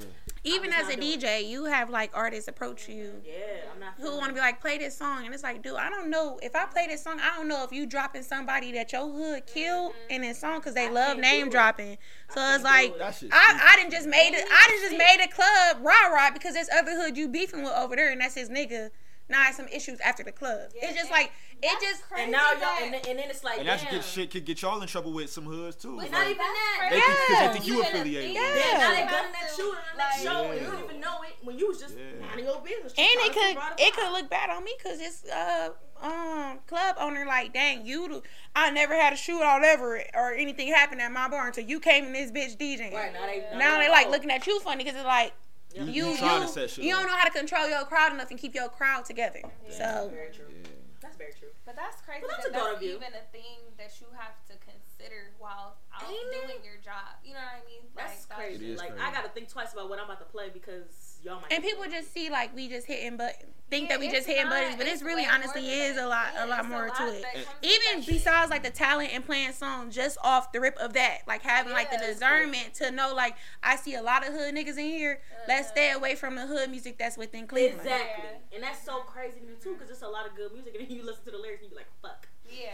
[SPEAKER 2] Even
[SPEAKER 1] I'm
[SPEAKER 2] as a
[SPEAKER 1] not doing
[SPEAKER 2] DJ, you have like artists approach you
[SPEAKER 1] Yeah, I'm not.
[SPEAKER 2] who want to be like, play this song, and it's like, dude, I don't know if I play this song, I don't know if you dropping somebody that your hood killed in this song because they
[SPEAKER 1] Mm-hmm. I
[SPEAKER 2] love
[SPEAKER 1] can't do
[SPEAKER 2] name
[SPEAKER 1] it.
[SPEAKER 2] dropping. So
[SPEAKER 1] can't
[SPEAKER 2] it's like,
[SPEAKER 1] do it.
[SPEAKER 3] That shit.
[SPEAKER 2] I, I
[SPEAKER 3] stupid.
[SPEAKER 2] done just made it. I done just made a club rah rah because there's other hood you beefing with over there, and that's his nigga. Now it's some issues after the club. it's just like it just.
[SPEAKER 4] crazy
[SPEAKER 1] And now y'all,
[SPEAKER 4] that-
[SPEAKER 1] and, then- and then it's like,
[SPEAKER 3] and
[SPEAKER 1] damn.
[SPEAKER 3] that shit get shit could get y'all in trouble with some hoods too.
[SPEAKER 4] But
[SPEAKER 1] Not
[SPEAKER 3] Like,
[SPEAKER 1] even that.
[SPEAKER 3] They
[SPEAKER 4] That's
[SPEAKER 3] think- 'cause they
[SPEAKER 4] crazy.
[SPEAKER 3] think you
[SPEAKER 4] Even a
[SPEAKER 3] affiliated
[SPEAKER 4] thief.
[SPEAKER 3] with
[SPEAKER 2] it.
[SPEAKER 1] Yeah,
[SPEAKER 2] Yeah.
[SPEAKER 1] now they gunning that shooting on that
[SPEAKER 4] Like-
[SPEAKER 1] show, and you
[SPEAKER 3] Yeah.
[SPEAKER 1] don't even know it when you was just
[SPEAKER 3] Yeah.
[SPEAKER 1] minding your business. just
[SPEAKER 2] And
[SPEAKER 1] trying
[SPEAKER 2] it
[SPEAKER 1] to
[SPEAKER 2] could
[SPEAKER 1] figure out a
[SPEAKER 2] it
[SPEAKER 1] vibe.
[SPEAKER 2] could look bad on me because it's uh um club owner like dang you the- I never had a shoot out ever or anything happened at my bar until you came in this bitch DJing.
[SPEAKER 1] Right now they
[SPEAKER 2] Now they like looking at you funny because it's like
[SPEAKER 1] Yeah.
[SPEAKER 2] you you,
[SPEAKER 3] trying to set shit
[SPEAKER 2] you
[SPEAKER 3] up.
[SPEAKER 2] don't know how to control your crowd enough and keep your crowd together.
[SPEAKER 1] That's
[SPEAKER 2] So
[SPEAKER 1] very true.
[SPEAKER 3] Yeah.
[SPEAKER 1] That's very true.
[SPEAKER 4] But that's crazy.
[SPEAKER 1] But that's
[SPEAKER 4] that
[SPEAKER 1] adult
[SPEAKER 4] that's
[SPEAKER 1] of you.
[SPEAKER 4] even a thing that you have to consider while out
[SPEAKER 1] Ain't it?
[SPEAKER 4] doing your job. You know what I mean?
[SPEAKER 1] That's
[SPEAKER 4] Like,
[SPEAKER 1] crazy.
[SPEAKER 3] It is
[SPEAKER 1] like
[SPEAKER 3] crazy.
[SPEAKER 1] I gotta think twice about what I'm about to play because y'all might.
[SPEAKER 2] and
[SPEAKER 1] get
[SPEAKER 2] people
[SPEAKER 1] it.
[SPEAKER 2] just see like we just hitting but think
[SPEAKER 4] Yeah,
[SPEAKER 2] that we
[SPEAKER 4] it's
[SPEAKER 2] just hitting
[SPEAKER 4] not-
[SPEAKER 2] buttons, but it's really
[SPEAKER 4] way more
[SPEAKER 2] honestly
[SPEAKER 4] than
[SPEAKER 2] is
[SPEAKER 4] that.
[SPEAKER 2] a lot
[SPEAKER 4] Yeah,
[SPEAKER 2] a lot
[SPEAKER 4] it's
[SPEAKER 2] more to
[SPEAKER 4] lot
[SPEAKER 2] it.
[SPEAKER 4] that comes with
[SPEAKER 2] Even
[SPEAKER 4] that shit.
[SPEAKER 2] besides like the talent and playing songs, just off the rip of that, like having like the
[SPEAKER 4] Yeah, it's
[SPEAKER 2] discernment to know like I see a lot of hood niggas in here. Let's
[SPEAKER 4] Uh,
[SPEAKER 2] stay away from the hood music that's within Cleveland.
[SPEAKER 1] Uh-huh. Exactly, and that's so crazy to me too, because it's a lot of good music, and then you listen to the lyrics and you be like, "Fuck!" [laughs]
[SPEAKER 4] Yeah.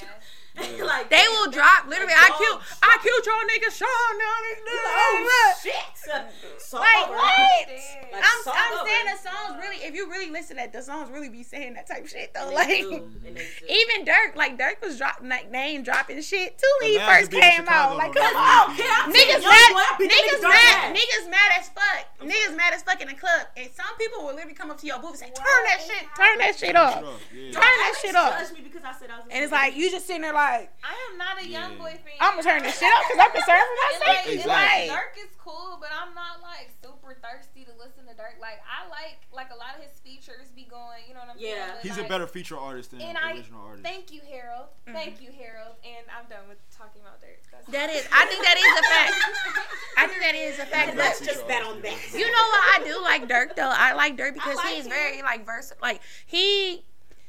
[SPEAKER 3] Yeah.
[SPEAKER 1] like
[SPEAKER 2] They will drop literally. I
[SPEAKER 1] Dog
[SPEAKER 2] killed I killed y'all niggas, Sean down
[SPEAKER 1] You
[SPEAKER 2] this
[SPEAKER 1] oh. like, oh
[SPEAKER 2] oh, look.
[SPEAKER 1] shit! [laughs] So
[SPEAKER 2] Like
[SPEAKER 1] over.
[SPEAKER 2] what?
[SPEAKER 4] Damn.
[SPEAKER 1] Like,
[SPEAKER 2] I'm,
[SPEAKER 1] song
[SPEAKER 2] I'm
[SPEAKER 1] over.
[SPEAKER 2] saying the songs really. If you really listen at the songs, really be saying that type of shit though.
[SPEAKER 1] And [laughs] they
[SPEAKER 2] Like
[SPEAKER 1] do, and
[SPEAKER 2] [laughs]
[SPEAKER 1] they do.
[SPEAKER 2] even Dirk, like Dirk was drop like name dropping shit too when he
[SPEAKER 3] Imagine
[SPEAKER 2] first
[SPEAKER 3] being in
[SPEAKER 2] came out.
[SPEAKER 3] Chicago
[SPEAKER 2] Like
[SPEAKER 3] though,
[SPEAKER 2] come
[SPEAKER 3] that
[SPEAKER 2] on,
[SPEAKER 3] would be-
[SPEAKER 1] Yeah, I'm saying,
[SPEAKER 2] niggas
[SPEAKER 1] young boy,
[SPEAKER 2] mad,
[SPEAKER 1] I beat that
[SPEAKER 2] niggas
[SPEAKER 1] nigga
[SPEAKER 2] mad,
[SPEAKER 1] down.
[SPEAKER 2] niggas mad as fuck, niggas mad as fuck in the club, and some people will literally come up to your booth and say, "Turn that shit, turn that
[SPEAKER 3] Shut
[SPEAKER 2] shit off,
[SPEAKER 3] up.
[SPEAKER 2] turn
[SPEAKER 3] Yeah.
[SPEAKER 2] that
[SPEAKER 1] Alex
[SPEAKER 2] shit off."
[SPEAKER 1] judged me because I said I was a
[SPEAKER 2] And it's
[SPEAKER 1] singer.
[SPEAKER 2] like you just sitting there like,
[SPEAKER 4] I am not a young
[SPEAKER 3] Yeah.
[SPEAKER 4] boy fan.
[SPEAKER 2] "I'm gonna turn this shit off because I'm concerned
[SPEAKER 4] And
[SPEAKER 2] for
[SPEAKER 4] like,
[SPEAKER 2] myself."
[SPEAKER 4] and
[SPEAKER 3] Exactly.
[SPEAKER 4] like, Dirk is cool, but I'm not like super thirsty to listen to Dirk. Like, I like like a lot of his features be going. You know what I'm saying?
[SPEAKER 1] Yeah.
[SPEAKER 4] But,
[SPEAKER 3] He's a
[SPEAKER 4] like,
[SPEAKER 3] better feature artist than
[SPEAKER 4] And I
[SPEAKER 3] original artist.
[SPEAKER 4] Thank you, Harold. Thank you, Harold. And I'm done with talking about Dirk. That's
[SPEAKER 2] Mm-hmm. That is, I think that is a fact. I think that is a fact.
[SPEAKER 1] And
[SPEAKER 2] But
[SPEAKER 1] let's just bet on that.
[SPEAKER 2] You know what I do like Dirk though. I like Dirk because
[SPEAKER 1] like
[SPEAKER 2] he's
[SPEAKER 1] him.
[SPEAKER 2] very like versatile. Like he
[SPEAKER 4] [laughs]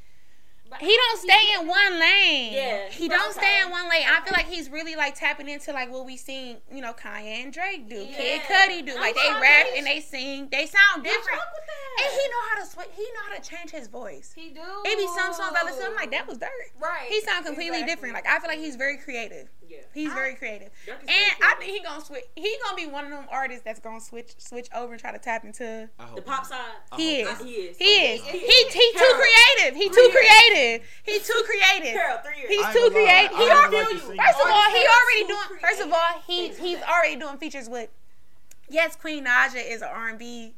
[SPEAKER 4] But
[SPEAKER 2] he don't stay in one lane.
[SPEAKER 1] Yeah.
[SPEAKER 2] He don't stay in one lane. I feel like he's really like tapping into like what we seen, you know, Kanye and Drake do, Kid
[SPEAKER 1] Yeah.
[SPEAKER 2] Cudi do.
[SPEAKER 1] I'm
[SPEAKER 2] Like they
[SPEAKER 1] trying to
[SPEAKER 2] rap
[SPEAKER 1] reach-
[SPEAKER 2] and they sing. They sound different.
[SPEAKER 1] What's wrong
[SPEAKER 2] And
[SPEAKER 1] with
[SPEAKER 2] he know how to switch. He know how to change his voice.
[SPEAKER 4] He do.
[SPEAKER 2] It be some songs I listen. to, I'm like that was Dirk.
[SPEAKER 4] Right.
[SPEAKER 2] He sound completely
[SPEAKER 4] Exactly.
[SPEAKER 2] different. Like I feel like he's very creative.
[SPEAKER 1] that? Yeah.
[SPEAKER 2] He's very creative.
[SPEAKER 1] Dirk is
[SPEAKER 2] And
[SPEAKER 1] very
[SPEAKER 2] I
[SPEAKER 1] cool.
[SPEAKER 2] think he gonna switch. He gonna be one of them artists that's gonna switch switch over and try to tap into.
[SPEAKER 3] I hope
[SPEAKER 1] the pop
[SPEAKER 3] not.
[SPEAKER 1] side.
[SPEAKER 2] He
[SPEAKER 1] I-
[SPEAKER 2] is.
[SPEAKER 1] He is.
[SPEAKER 2] He is. He he too
[SPEAKER 1] Harold.
[SPEAKER 2] creative. He too creative. He too creative.
[SPEAKER 1] Harold, three years.
[SPEAKER 2] He's
[SPEAKER 3] I ain't
[SPEAKER 2] too
[SPEAKER 3] gonna lie.
[SPEAKER 2] creative.
[SPEAKER 3] I
[SPEAKER 2] He
[SPEAKER 3] don't
[SPEAKER 2] already,
[SPEAKER 1] feel
[SPEAKER 3] like to
[SPEAKER 1] you.
[SPEAKER 3] see-
[SPEAKER 2] first of all, he
[SPEAKER 1] Artists
[SPEAKER 2] already
[SPEAKER 1] are too
[SPEAKER 2] doing. First of all, he he's already doing features with. Yes, Queen Naja is an R and B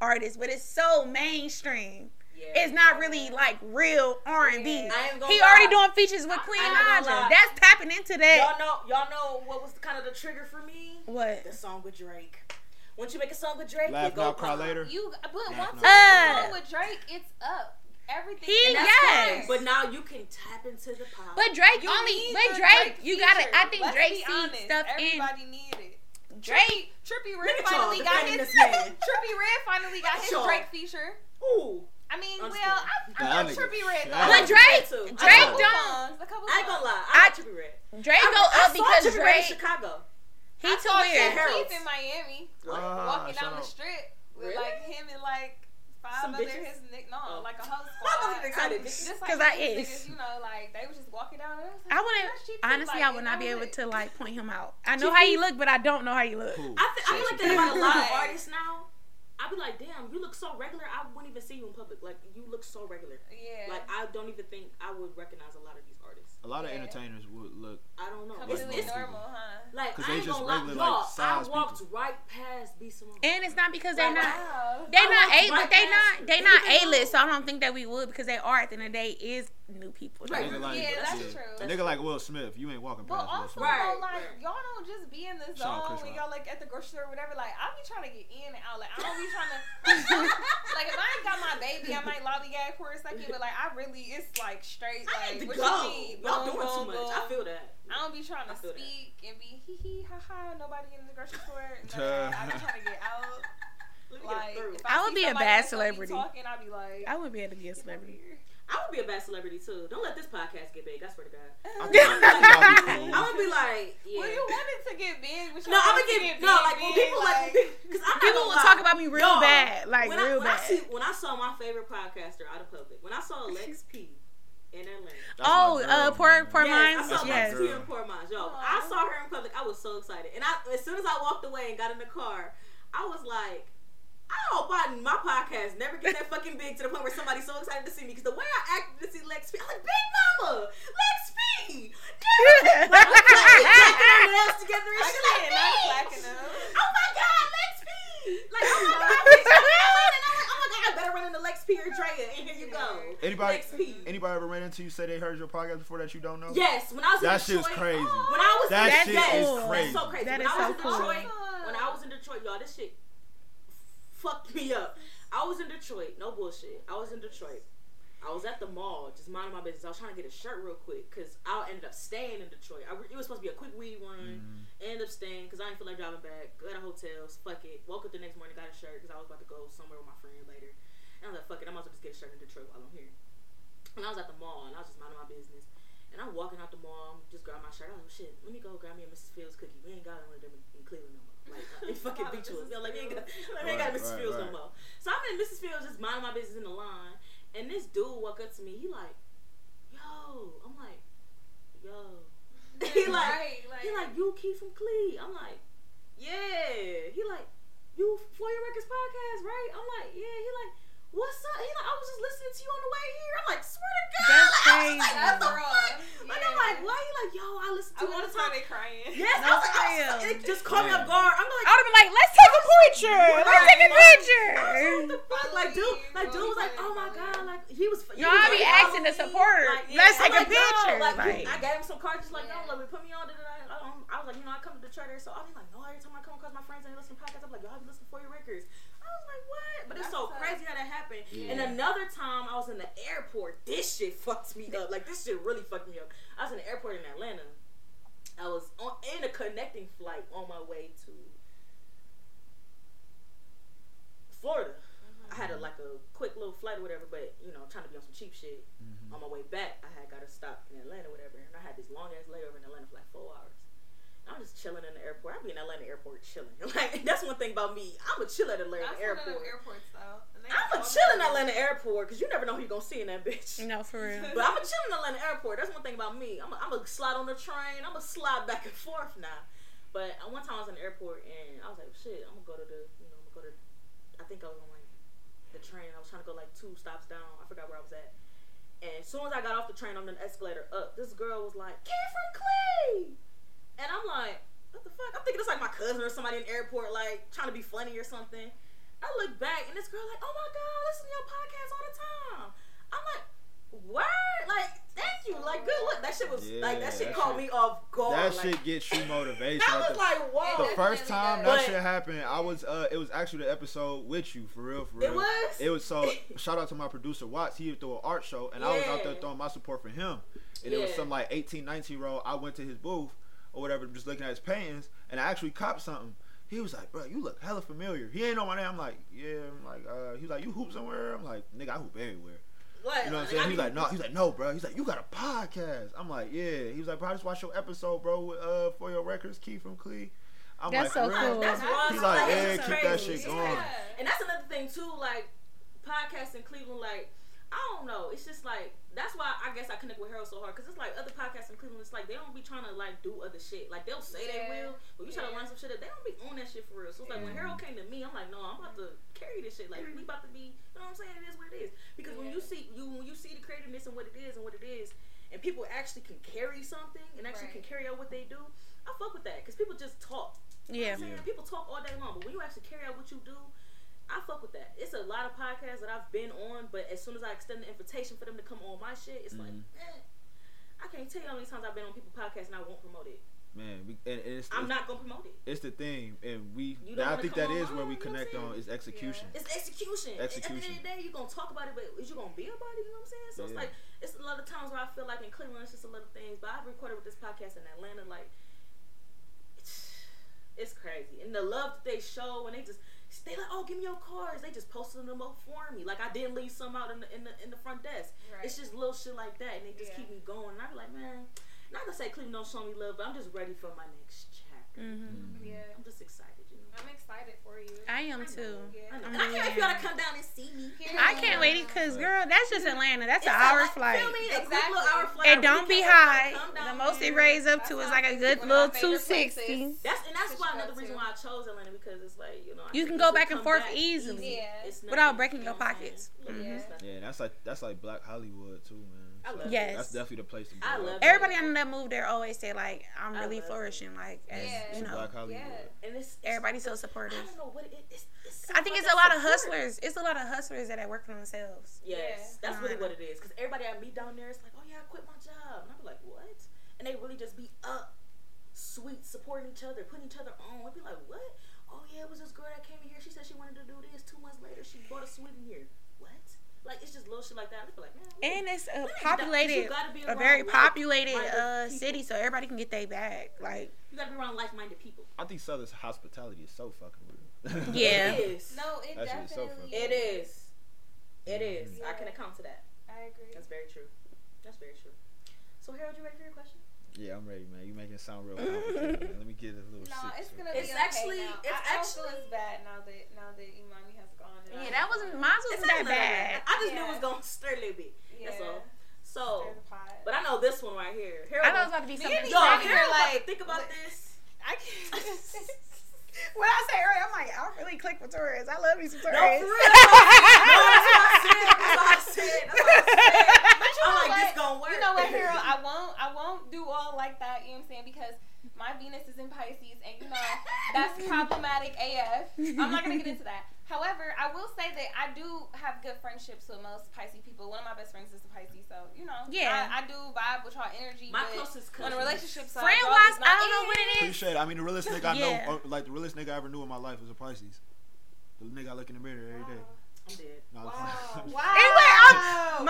[SPEAKER 2] artist, but it's so mainstream.
[SPEAKER 1] Yeah.
[SPEAKER 2] It's not really like real R and B.
[SPEAKER 1] I ain't gonna
[SPEAKER 2] He
[SPEAKER 1] lie.
[SPEAKER 2] already doing features with Queen
[SPEAKER 1] I ain't gonna
[SPEAKER 2] Naja.
[SPEAKER 1] lie.
[SPEAKER 2] That's tapping into that.
[SPEAKER 1] Y'all know. Y'all know what was kind of the trigger for me?
[SPEAKER 2] What?
[SPEAKER 1] The song with Drake. Once you make a song with Drake,
[SPEAKER 3] Laugh
[SPEAKER 1] it go
[SPEAKER 3] now, cry
[SPEAKER 1] pop.
[SPEAKER 3] later.
[SPEAKER 4] You but
[SPEAKER 3] Nah,
[SPEAKER 4] once
[SPEAKER 3] nah.
[SPEAKER 4] it's
[SPEAKER 2] Uh.
[SPEAKER 4] on with Drake, it's up. Everything.
[SPEAKER 2] He-
[SPEAKER 4] and that's
[SPEAKER 2] yes.
[SPEAKER 4] fine.
[SPEAKER 1] But now you can tap into the pop.
[SPEAKER 2] But Drake
[SPEAKER 4] You
[SPEAKER 2] only,
[SPEAKER 4] need
[SPEAKER 2] but
[SPEAKER 4] the
[SPEAKER 2] Drake,
[SPEAKER 4] Drake
[SPEAKER 2] you gotta. I
[SPEAKER 4] feature.
[SPEAKER 2] think
[SPEAKER 4] Let's
[SPEAKER 2] Drake
[SPEAKER 4] be
[SPEAKER 2] sees
[SPEAKER 4] honest,
[SPEAKER 2] stuff in
[SPEAKER 4] Everybody needed.
[SPEAKER 2] Drake.
[SPEAKER 4] Trippy
[SPEAKER 1] Look
[SPEAKER 4] Red
[SPEAKER 1] at y'all
[SPEAKER 4] finally got
[SPEAKER 1] defending
[SPEAKER 4] his.
[SPEAKER 1] this
[SPEAKER 4] [laughs]
[SPEAKER 1] man.
[SPEAKER 4] Trippy Red finally got
[SPEAKER 1] Look at
[SPEAKER 4] his
[SPEAKER 1] y'all.
[SPEAKER 4] Drake feature.
[SPEAKER 1] ooh,
[SPEAKER 4] I mean,
[SPEAKER 1] I'm
[SPEAKER 4] well,
[SPEAKER 1] sorry.
[SPEAKER 4] I, I
[SPEAKER 3] Nah,
[SPEAKER 4] love
[SPEAKER 3] nigga,
[SPEAKER 4] Trippy Red
[SPEAKER 3] shut
[SPEAKER 4] though.
[SPEAKER 3] up.
[SPEAKER 2] But Drake,
[SPEAKER 1] too.
[SPEAKER 2] Drake
[SPEAKER 1] I
[SPEAKER 4] A couple
[SPEAKER 1] know.
[SPEAKER 2] don't.
[SPEAKER 4] songs, a couple
[SPEAKER 1] I ain't gonna
[SPEAKER 4] songs.
[SPEAKER 1] lie. I,
[SPEAKER 2] I-
[SPEAKER 1] like Trippy Red.
[SPEAKER 2] Drake
[SPEAKER 1] I,
[SPEAKER 2] go
[SPEAKER 1] I
[SPEAKER 2] up
[SPEAKER 1] saw
[SPEAKER 2] because
[SPEAKER 1] Trippy Red in
[SPEAKER 2] Drake.
[SPEAKER 1] Chicago.
[SPEAKER 2] He
[SPEAKER 4] I
[SPEAKER 2] too
[SPEAKER 4] saw Chief
[SPEAKER 2] weird.
[SPEAKER 1] Harold.
[SPEAKER 4] in Miami
[SPEAKER 1] Uh,
[SPEAKER 3] Ah,
[SPEAKER 4] walking
[SPEAKER 3] shout
[SPEAKER 4] down the
[SPEAKER 3] out.
[SPEAKER 4] strip with
[SPEAKER 1] Really?
[SPEAKER 4] like him and like five
[SPEAKER 1] Some
[SPEAKER 4] other
[SPEAKER 1] bitches?
[SPEAKER 4] his nick no
[SPEAKER 1] Oh.
[SPEAKER 4] like a whole
[SPEAKER 1] I
[SPEAKER 4] squad.
[SPEAKER 1] wasn't excited, bitch.
[SPEAKER 4] Just
[SPEAKER 2] 'Cause
[SPEAKER 4] like
[SPEAKER 2] I
[SPEAKER 4] these
[SPEAKER 2] is.
[SPEAKER 4] niggas, you know, like they was just walking down. And I, was like,
[SPEAKER 2] I
[SPEAKER 4] "That's Chief
[SPEAKER 2] wouldn't.
[SPEAKER 4] Keef,"
[SPEAKER 2] Honestly,
[SPEAKER 4] like,
[SPEAKER 2] I would
[SPEAKER 4] and
[SPEAKER 2] not be
[SPEAKER 4] was
[SPEAKER 2] able
[SPEAKER 4] like-
[SPEAKER 2] to like point him out. I know how he look, but I don't know how he look.
[SPEAKER 1] I
[SPEAKER 3] Cool.
[SPEAKER 1] feel, I feel like that about a lot of
[SPEAKER 3] [laughs]
[SPEAKER 4] Right.
[SPEAKER 1] artists now. I be like, damn, you look so regular. I wouldn't even see you in public. Like you look so regular.
[SPEAKER 4] Yeah.
[SPEAKER 1] Like I don't even think I would recognize a lot of these artists.
[SPEAKER 3] A lot of
[SPEAKER 4] Yeah.
[SPEAKER 3] entertainers would look.
[SPEAKER 1] I don't know. It's,
[SPEAKER 4] Completely
[SPEAKER 1] it's,
[SPEAKER 3] normal.
[SPEAKER 4] normal, huh?
[SPEAKER 1] like
[SPEAKER 3] 'Cause
[SPEAKER 1] I
[SPEAKER 3] they
[SPEAKER 1] ain't
[SPEAKER 3] just
[SPEAKER 1] gonna lie,
[SPEAKER 3] regular, like,
[SPEAKER 1] y'all. I
[SPEAKER 3] size
[SPEAKER 1] walked
[SPEAKER 3] people.
[SPEAKER 1] right past B Simone.
[SPEAKER 2] And it's not because they're not.
[SPEAKER 4] Wow.
[SPEAKER 2] They
[SPEAKER 1] I
[SPEAKER 2] not
[SPEAKER 1] walked
[SPEAKER 2] a,
[SPEAKER 1] right
[SPEAKER 2] but they
[SPEAKER 1] past
[SPEAKER 2] not. They
[SPEAKER 1] you.
[SPEAKER 2] not
[SPEAKER 1] [laughs] Even
[SPEAKER 2] a list. So
[SPEAKER 1] though-
[SPEAKER 2] I don't think that we would because they are at the end of the day is new people.
[SPEAKER 1] Right.
[SPEAKER 3] A nigga like,
[SPEAKER 4] Yeah, that's true.
[SPEAKER 3] A nigga like Will Smith, you ain't walking
[SPEAKER 4] But
[SPEAKER 3] past Will
[SPEAKER 4] also,
[SPEAKER 3] Smith.
[SPEAKER 1] Right,
[SPEAKER 4] though, like
[SPEAKER 1] right.
[SPEAKER 4] y'all don't just be in the
[SPEAKER 3] Shout out
[SPEAKER 4] zone
[SPEAKER 3] Chris
[SPEAKER 4] when
[SPEAKER 3] Rock.
[SPEAKER 4] y'all like at the grocery store or whatever. Like I be trying to get in and out. Like I don't be trying to.
[SPEAKER 2] [laughs]
[SPEAKER 4] like if I ain't got my baby, I might lollygag for a second. But like I really, it's like straight. Like
[SPEAKER 1] I need to
[SPEAKER 4] what
[SPEAKER 1] go.
[SPEAKER 4] you need?
[SPEAKER 1] Y'all
[SPEAKER 4] Boom,
[SPEAKER 1] doing too
[SPEAKER 4] boom,
[SPEAKER 1] much.
[SPEAKER 4] boom.
[SPEAKER 1] I feel that.
[SPEAKER 4] I don't be trying
[SPEAKER 1] I
[SPEAKER 4] to
[SPEAKER 1] feel that.
[SPEAKER 4] speak and be hee hee ha ha. Nobody in the grocery
[SPEAKER 1] [laughs]
[SPEAKER 4] store. And like, I be trying to get out.
[SPEAKER 1] Let me
[SPEAKER 4] Like
[SPEAKER 1] get it
[SPEAKER 4] if
[SPEAKER 1] through.
[SPEAKER 4] I,
[SPEAKER 2] I would
[SPEAKER 4] see
[SPEAKER 2] be a
[SPEAKER 4] somebody
[SPEAKER 2] bad
[SPEAKER 4] that's gonna be
[SPEAKER 2] celebrity.
[SPEAKER 4] Talking, I'd be like.
[SPEAKER 2] I wouldn't be able to be a
[SPEAKER 4] "Get over
[SPEAKER 2] celebrity.
[SPEAKER 4] here."
[SPEAKER 1] I would be a bad celebrity too. Don't let this podcast get big. I swear to God.
[SPEAKER 3] I
[SPEAKER 4] [laughs]
[SPEAKER 3] think I'd be [laughs] cool.
[SPEAKER 1] I would be like, yeah.
[SPEAKER 4] Well, you wanted to get big, but
[SPEAKER 1] No,
[SPEAKER 4] y'all
[SPEAKER 1] I'm
[SPEAKER 4] wanted
[SPEAKER 1] gonna
[SPEAKER 4] to
[SPEAKER 1] get
[SPEAKER 4] get
[SPEAKER 1] no. Like
[SPEAKER 4] big,
[SPEAKER 1] when [laughs]
[SPEAKER 4] big, [laughs]
[SPEAKER 1] people like, because I not
[SPEAKER 2] People
[SPEAKER 1] gonna
[SPEAKER 2] will
[SPEAKER 1] lie.
[SPEAKER 2] talk about me real
[SPEAKER 1] Y'all,
[SPEAKER 2] bad, like
[SPEAKER 1] when I,
[SPEAKER 2] real
[SPEAKER 1] when
[SPEAKER 2] bad.
[SPEAKER 1] I
[SPEAKER 2] [laughs]
[SPEAKER 1] see, when I saw my favorite podcaster out of public, when I saw Lex P in Atlanta.
[SPEAKER 3] That's my
[SPEAKER 2] oh,
[SPEAKER 3] girl,
[SPEAKER 2] uh, poor,
[SPEAKER 3] man.
[SPEAKER 2] poor
[SPEAKER 1] yes,
[SPEAKER 2] minds.
[SPEAKER 1] I saw
[SPEAKER 2] Yes.
[SPEAKER 1] Lex P and Poor Minds. Y'all, I
[SPEAKER 4] Aw.
[SPEAKER 1] saw her in public. I was so excited, and I as soon as I walked away and got in the car, I was like. I hope I, my podcast never get
[SPEAKER 4] [laughs]
[SPEAKER 1] that fucking big to the point where somebody's so excited to see me because the way I acted to see Lex P, I'm like, Big Mama, Lex P,
[SPEAKER 4] [laughs]
[SPEAKER 2] Yeah.
[SPEAKER 1] like, like, like, else together and
[SPEAKER 4] I
[SPEAKER 1] she like,
[SPEAKER 4] can't, I'm
[SPEAKER 1] "Bitch."
[SPEAKER 4] slacking up.
[SPEAKER 1] Oh my god, Lex P! Like, oh
[SPEAKER 4] [laughs]
[SPEAKER 1] my god, bitch, I'm running. I'm like, oh my god, I better run into Lex P or Drea, and here you go.
[SPEAKER 3] Anybody,
[SPEAKER 1] Lex P.
[SPEAKER 3] anybody ever ran into you say they heard your podcast before that you don't know?
[SPEAKER 1] Yes, when I was in
[SPEAKER 3] That
[SPEAKER 1] Detroit,
[SPEAKER 3] shit's crazy.
[SPEAKER 1] [gasps] when I was
[SPEAKER 3] That
[SPEAKER 1] in
[SPEAKER 3] shit
[SPEAKER 1] yes,
[SPEAKER 3] is
[SPEAKER 2] cool.
[SPEAKER 3] crazy.
[SPEAKER 1] That's so crazy.
[SPEAKER 2] That
[SPEAKER 1] when
[SPEAKER 2] is
[SPEAKER 1] I was
[SPEAKER 2] so
[SPEAKER 1] in
[SPEAKER 2] cool.
[SPEAKER 1] Detroit, when I was in Detroit, y'all, this shit fucked me up. I was in Detroit, no bullshit. I was in Detroit. I was at the mall, just minding my business. I was trying to get a shirt real quick because I ended up staying in Detroit. I, it was supposed to be a quick weed run. Ended up staying because I didn't feel like driving back. Got a hotel, fuck it. Woke up the next morning, got a shirt because I was about to go somewhere with my friend later. And I was like, fuck it, I might as well just get a shirt in Detroit while I'm here. And I was at the mall and I was just minding my business. And I'm walking out the mall, just grab my shirt. I was like, shit, let me go grab me a Mrs. Fields cookie. We ain't got one of them in Cleveland no more. Like, uh, in [laughs] fucking
[SPEAKER 4] Wow,
[SPEAKER 1] Beachwood. [laughs]
[SPEAKER 4] Mrs.
[SPEAKER 1] Like, we ain't got, like, we ain't got
[SPEAKER 3] Right,
[SPEAKER 1] Mrs.
[SPEAKER 3] right,
[SPEAKER 1] Fields no
[SPEAKER 3] right.
[SPEAKER 1] more. So I'm in Mrs. Fields just minding my business in the line. And this dude walk up to me. He like, yo. I'm like, yo. [laughs] He like,
[SPEAKER 4] Right, like,
[SPEAKER 1] he like, you Keith from Clee. I'm like, yeah. He like, you for your records podcast, right? I'm like, yeah. He like, what's up? He like, I was just listening to you on the way here. I'm like, swear to God.
[SPEAKER 2] That's
[SPEAKER 1] like, [laughs] I was just like,
[SPEAKER 2] crazy.
[SPEAKER 1] what the fuck? Like, I'm like,
[SPEAKER 4] Yeah.
[SPEAKER 1] why? He like, yo, I listen to
[SPEAKER 4] I
[SPEAKER 1] you all
[SPEAKER 4] want
[SPEAKER 1] the
[SPEAKER 4] to
[SPEAKER 1] time.
[SPEAKER 4] start
[SPEAKER 1] [laughs]
[SPEAKER 4] crying.
[SPEAKER 2] [laughs]
[SPEAKER 1] Yes, I
[SPEAKER 2] No,
[SPEAKER 1] was like, I
[SPEAKER 2] for
[SPEAKER 1] was like,
[SPEAKER 2] real.
[SPEAKER 1] it just caught me
[SPEAKER 3] Yeah.
[SPEAKER 1] off guard. I'm
[SPEAKER 2] I
[SPEAKER 1] like,
[SPEAKER 2] would have been like, let's take a picture. Let's take
[SPEAKER 1] I
[SPEAKER 2] a
[SPEAKER 1] was like,
[SPEAKER 2] picture.
[SPEAKER 1] what the fuck? Like, dude, like, dude was like, oh my god, like, he was. he
[SPEAKER 2] Y'all
[SPEAKER 1] was
[SPEAKER 2] be
[SPEAKER 1] like, following
[SPEAKER 2] asking to
[SPEAKER 1] me.
[SPEAKER 2] support.
[SPEAKER 1] Like,
[SPEAKER 2] Let's
[SPEAKER 1] I'm
[SPEAKER 2] take a
[SPEAKER 1] like, "Yo,"
[SPEAKER 2] picture.
[SPEAKER 1] Like,
[SPEAKER 2] Like,
[SPEAKER 1] I gave him some cards, just like,
[SPEAKER 4] Yeah.
[SPEAKER 1] no, let me put me on. Da, da, da. I, don't- I was like, you know, I come to Detroit every so often. He's like, no, every time I come across my friends and they listen to podcasts, I'm like, y'all be listening for your records. I was like, what? But it's so
[SPEAKER 4] That's
[SPEAKER 1] crazy how that happened.
[SPEAKER 3] Yeah.
[SPEAKER 1] And another time, I was in the airport. This shit [laughs] fucked me up. Like, this shit really fucked me up. I was in the airport in Atlanta. I was on in a connecting flight on my way to Florida. I had a like a quick little flight or whatever, but you know, trying to be on some cheap shit. On my way back, I had got to stop in Atlanta, or whatever, and I had this long ass layover in Atlanta for like four hours. And I'm just chilling in the airport. I be in Atlanta airport chilling. [laughs] Like that's one thing about me. I'm a chill at Atlanta
[SPEAKER 4] That's one of
[SPEAKER 1] airport.
[SPEAKER 4] them airports, though. And they
[SPEAKER 1] I'm a
[SPEAKER 4] all
[SPEAKER 1] chill in
[SPEAKER 4] the-
[SPEAKER 1] Atlanta airport because you never know who you gonna see in that bitch.
[SPEAKER 2] no, for real.
[SPEAKER 1] But I'm a chill in Atlanta airport. That's one thing about me. I'm a, I'm a slide on the train. I'm a slide back and forth now. But uh, one time I was in the airport and I was like, shit, I'm gonna go to the, you know, I'm gonna go to. I think I was on like the train. I was trying to go like two stops down. I forgot where I was at. And as soon as I got off the train on the escalator up, this girl was like, "Kid from Clay," and I'm like, "What the fuck?" I'm thinking it's like my cousin or somebody in the airport, like trying to be funny or something. I look back and this girl like, "Oh my god, I listen to your podcast all the time." I'm like, "Word, like thank you, like good look." That shit was like
[SPEAKER 3] Yeah,
[SPEAKER 1] that shit
[SPEAKER 3] that
[SPEAKER 1] caught
[SPEAKER 3] shit-
[SPEAKER 1] me off guard.
[SPEAKER 3] That
[SPEAKER 1] Oh, like,
[SPEAKER 3] shit
[SPEAKER 1] [laughs]
[SPEAKER 3] gets you motivation.
[SPEAKER 1] I
[SPEAKER 3] Like,
[SPEAKER 1] was like,
[SPEAKER 4] Yeah,
[SPEAKER 3] the,
[SPEAKER 1] "Whoa."
[SPEAKER 3] the
[SPEAKER 4] that's
[SPEAKER 3] first
[SPEAKER 4] really
[SPEAKER 3] time
[SPEAKER 4] good.
[SPEAKER 3] that
[SPEAKER 1] But-
[SPEAKER 3] shit happened, I was uh, it was actually the episode with you for real, for real.
[SPEAKER 1] It was?
[SPEAKER 3] It
[SPEAKER 1] [laughs]
[SPEAKER 3] was so shout out to my producer Watts. He threw an art show, and I was out there
[SPEAKER 1] Yeah.
[SPEAKER 3] throwing my support for him. And it was
[SPEAKER 1] Yeah.
[SPEAKER 3] some like 18, 19 year old. I went to his booth or whatever, just looking at his paintings, and I actually copped something. He was like, bro, you look hella familiar. He ain't know my name. I'm like, yeah. I'm like, uh, he was like, you hoop somewhere? I'm like, nigga, I hoop everywhere.
[SPEAKER 1] Like,
[SPEAKER 3] You know what I'm
[SPEAKER 1] I
[SPEAKER 3] saying? He's
[SPEAKER 1] mean,
[SPEAKER 3] like, no. He's like, no, bro. He's like, you got a podcast. I'm like, yeah. He was like, bro, I just watched your episode, bro, with, uh, for your records, Keith from Clee. I'm
[SPEAKER 2] That's
[SPEAKER 3] like,
[SPEAKER 2] so
[SPEAKER 3] "For real?"
[SPEAKER 2] cool.
[SPEAKER 1] That's wild.
[SPEAKER 3] He's like,
[SPEAKER 1] Like,
[SPEAKER 3] yeah,
[SPEAKER 1] it's
[SPEAKER 3] keep that
[SPEAKER 1] crazy.
[SPEAKER 3] shit going.
[SPEAKER 1] And that's another thing too, like podcasts in Cleveland, like I don't know. It's just like that's why I guess I connect with Harold so hard because it's like other podcasts in Cleveland. It's like they don't be trying to like do other shit. Like they'll say
[SPEAKER 4] Yeah.
[SPEAKER 1] they will, but you try to
[SPEAKER 4] Yeah.
[SPEAKER 1] line some shit up. They don't be on that shit for real. So it's like when Harold came to me, I'm like, no, I'm about to carry this shit. Like we about to be, you know what I'm saying? It is what it is. Because when you
[SPEAKER 4] Yeah.
[SPEAKER 1] see you when you see the creativeness and what it is and what it is, and people actually can carry something and actually can
[SPEAKER 4] Right.
[SPEAKER 1] carry out what they do. I fuck with that because people just talk. You know
[SPEAKER 2] Yeah.
[SPEAKER 1] what I'm saying? People talk all day long, but when you actually carry out what you do, I fuck with that. It's a lot of podcasts that I've been on, but as soon as I extend the invitation for them to come on my shit, it's
[SPEAKER 3] Mhm.
[SPEAKER 1] like, eh. I can't tell you how many times I've been on people's podcasts and I won't promote it.
[SPEAKER 3] Man, we, and and it's,
[SPEAKER 1] I'm
[SPEAKER 3] it's,
[SPEAKER 1] not gonna promote it.
[SPEAKER 3] it's the thing, and we.
[SPEAKER 1] You don't
[SPEAKER 3] That, I
[SPEAKER 1] wanna
[SPEAKER 3] think
[SPEAKER 1] come
[SPEAKER 3] that is where
[SPEAKER 1] along,
[SPEAKER 3] we
[SPEAKER 1] you know what I'm
[SPEAKER 3] connect
[SPEAKER 1] saying?
[SPEAKER 3] on is execution.
[SPEAKER 1] It's execution. At- At the end
[SPEAKER 3] Execution.
[SPEAKER 1] of the day, you're gonna talk about it, but is you gonna be about it? You know what I'm saying? So it's
[SPEAKER 3] Yeah.
[SPEAKER 1] like it's a lot of times where I feel like in Cleveland, it's just a lot of things. But I've recorded with this podcast in Atlanta, like [sighs] it's, it's crazy, and the love that they show when they just they like, oh, give me your cards. They just posted them up for me. Like I didn't leave some out in the in the, in the front desk. It's just little shit like that, and they just
[SPEAKER 4] Yeah.
[SPEAKER 1] keep me going. And I'm like, man,
[SPEAKER 4] Mm.
[SPEAKER 1] not gonna say Cleveland don't show me love, but I'm just ready for my next chapter.
[SPEAKER 2] Mhm.
[SPEAKER 3] Mm-hmm.
[SPEAKER 4] Yeah.
[SPEAKER 1] I'm just excited, you know.
[SPEAKER 4] I'm excited for you.
[SPEAKER 2] I am too.
[SPEAKER 1] I,
[SPEAKER 4] Yeah.
[SPEAKER 1] know. And I can't wait for y'all to come down and see me.
[SPEAKER 2] I can't wait because girl, that's just Atlanta. That's an hour flight.
[SPEAKER 1] Feel me? A quick
[SPEAKER 4] Exactly.
[SPEAKER 1] little hour flight.
[SPEAKER 2] It don't
[SPEAKER 1] We
[SPEAKER 2] be
[SPEAKER 1] can't wait
[SPEAKER 2] high.
[SPEAKER 1] to come
[SPEAKER 2] The
[SPEAKER 1] down
[SPEAKER 2] most it
[SPEAKER 1] there.
[SPEAKER 2] raised up to is
[SPEAKER 4] That's
[SPEAKER 2] like a
[SPEAKER 4] honestly
[SPEAKER 2] good
[SPEAKER 4] one of my
[SPEAKER 2] little two
[SPEAKER 4] favorite places.
[SPEAKER 2] sixty.
[SPEAKER 1] That's and that's
[SPEAKER 4] That
[SPEAKER 1] why
[SPEAKER 4] you
[SPEAKER 1] another
[SPEAKER 4] go
[SPEAKER 1] reason
[SPEAKER 4] to.
[SPEAKER 1] why I chose Atlanta because it's like you know I
[SPEAKER 2] You
[SPEAKER 1] think
[SPEAKER 2] can
[SPEAKER 1] if
[SPEAKER 2] go back and
[SPEAKER 1] come
[SPEAKER 2] forth
[SPEAKER 1] back
[SPEAKER 2] easily
[SPEAKER 1] easy,
[SPEAKER 4] Yeah.
[SPEAKER 1] it's
[SPEAKER 2] without
[SPEAKER 1] nothing,
[SPEAKER 2] breaking
[SPEAKER 1] you
[SPEAKER 2] your
[SPEAKER 1] know what I'm
[SPEAKER 2] pockets. Mm-hmm.
[SPEAKER 1] saying?
[SPEAKER 4] Mhm.
[SPEAKER 1] It's nothing.
[SPEAKER 3] Yeah, that's like that's like Black Hollywood too, man.
[SPEAKER 1] I
[SPEAKER 3] So
[SPEAKER 1] love
[SPEAKER 2] Yes.
[SPEAKER 3] That's definitely the place to be.
[SPEAKER 1] I love it.
[SPEAKER 2] Everybody I know that moved there always say like I'm
[SPEAKER 1] I
[SPEAKER 2] really
[SPEAKER 1] love it.
[SPEAKER 2] flourishing, like as
[SPEAKER 4] Yeah.
[SPEAKER 2] you
[SPEAKER 3] It's
[SPEAKER 2] know,
[SPEAKER 3] Black Hollywood.
[SPEAKER 4] Yeah.
[SPEAKER 1] And it's, it's
[SPEAKER 2] everybody's so
[SPEAKER 1] I
[SPEAKER 2] supportive.
[SPEAKER 1] don't know what it is. It's,
[SPEAKER 2] I think it's a lot of hustlers. It's a lot of hustlers that are working on themselves.
[SPEAKER 1] Yes,
[SPEAKER 2] Yeah.
[SPEAKER 1] that's really what it is. Because everybody I meet down there is like, oh yeah, I quit my job, and I'm like, what? And they really just be up, sweet, supporting each other, putting each other on. I'd be like, what? Oh yeah, it was this girl that came in here. She said she wanted to do this. Two months later, she bought a suite in here. What? Like it's just little shit like that. I be like, man. I'm
[SPEAKER 2] And it's a
[SPEAKER 1] Right, 'cause you
[SPEAKER 2] populated,
[SPEAKER 1] gotta be
[SPEAKER 2] a
[SPEAKER 1] around
[SPEAKER 2] very
[SPEAKER 1] like-
[SPEAKER 2] populated
[SPEAKER 1] like-minded
[SPEAKER 2] uh
[SPEAKER 1] people.
[SPEAKER 2] city, so everybody can get their bag. Like
[SPEAKER 1] You gotta be around like-minded people.
[SPEAKER 3] I think Southern hospitality is so fucking real. [laughs]
[SPEAKER 2] Yeah.
[SPEAKER 1] It is.
[SPEAKER 4] No, it
[SPEAKER 3] That shit is so
[SPEAKER 4] definitely.
[SPEAKER 3] fucking-
[SPEAKER 1] It is. It is. I can
[SPEAKER 4] Yeah.
[SPEAKER 1] account to that.
[SPEAKER 4] I agree.
[SPEAKER 1] That's very true. That's very true. So Harold, you ready for your question?
[SPEAKER 3] yeah, I'm ready, man. You making it sound real complicated. man. Let me get a little.
[SPEAKER 4] No,
[SPEAKER 3] sip,
[SPEAKER 4] it's
[SPEAKER 3] sip.
[SPEAKER 4] gonna be
[SPEAKER 1] It's
[SPEAKER 4] okay
[SPEAKER 1] actually-
[SPEAKER 4] Now.
[SPEAKER 1] it's
[SPEAKER 4] I, I don't feel
[SPEAKER 1] actually-
[SPEAKER 4] as bad now that now that Imani has gone. and
[SPEAKER 2] yeah,
[SPEAKER 4] I'm
[SPEAKER 2] that wasn't mine
[SPEAKER 1] It's
[SPEAKER 2] wasn't
[SPEAKER 1] not
[SPEAKER 2] that bad.
[SPEAKER 1] I just knew
[SPEAKER 4] Yeah.
[SPEAKER 1] it was gonna stir a little bit.
[SPEAKER 4] Yeah.
[SPEAKER 1] That's all. So,
[SPEAKER 4] There's a pod.
[SPEAKER 1] but I know this one right here. Harold,
[SPEAKER 2] I thought it was about to be
[SPEAKER 4] Me
[SPEAKER 2] something.
[SPEAKER 4] and
[SPEAKER 1] Yo,
[SPEAKER 4] Yo,
[SPEAKER 1] Harold,
[SPEAKER 4] Exactly. you're
[SPEAKER 1] about to
[SPEAKER 4] like-
[SPEAKER 1] think about this.
[SPEAKER 4] I [laughs] can't.
[SPEAKER 1] [laughs]
[SPEAKER 2] When I say earlier, I'm like, I don't really click with Torres. I love me some
[SPEAKER 1] No,
[SPEAKER 2] Torres.
[SPEAKER 1] for real. [laughs]
[SPEAKER 2] [laughs] I
[SPEAKER 1] That's what I said. That's what I said.
[SPEAKER 4] But [laughs]
[SPEAKER 1] I'm
[SPEAKER 4] you know
[SPEAKER 1] like,
[SPEAKER 4] what?
[SPEAKER 1] this gonna work.
[SPEAKER 4] You know
[SPEAKER 1] [laughs]
[SPEAKER 4] what, Harold? I won't. I won't do all like that. You know what I'm saying? Because my Venus is in Pisces, and you know
[SPEAKER 1] [laughs]
[SPEAKER 4] that's problematic AF. I'm not gonna get into that. However, I will say that I do have good friendships with most Pisces people. One of my best friends is a Pisces, so you know,
[SPEAKER 2] Yeah.
[SPEAKER 4] I, I do vibe with y'all energy.
[SPEAKER 1] My
[SPEAKER 4] but
[SPEAKER 1] closest
[SPEAKER 4] on
[SPEAKER 1] cousin.
[SPEAKER 4] the relationship side,
[SPEAKER 2] Friend
[SPEAKER 4] y'all is
[SPEAKER 2] wise,
[SPEAKER 4] not
[SPEAKER 2] I don't know
[SPEAKER 4] it.
[SPEAKER 2] what it is.
[SPEAKER 3] Appreciate it. I mean, the realest nigga I
[SPEAKER 2] Yeah.
[SPEAKER 3] know, uh, like the realest nigga I ever knew in my life was a Pisces. The nigga I look in the mirror every day.
[SPEAKER 1] I'm dead.
[SPEAKER 3] No,
[SPEAKER 4] Wow.
[SPEAKER 3] I'm-
[SPEAKER 4] Wow.
[SPEAKER 2] Anyway, I'm,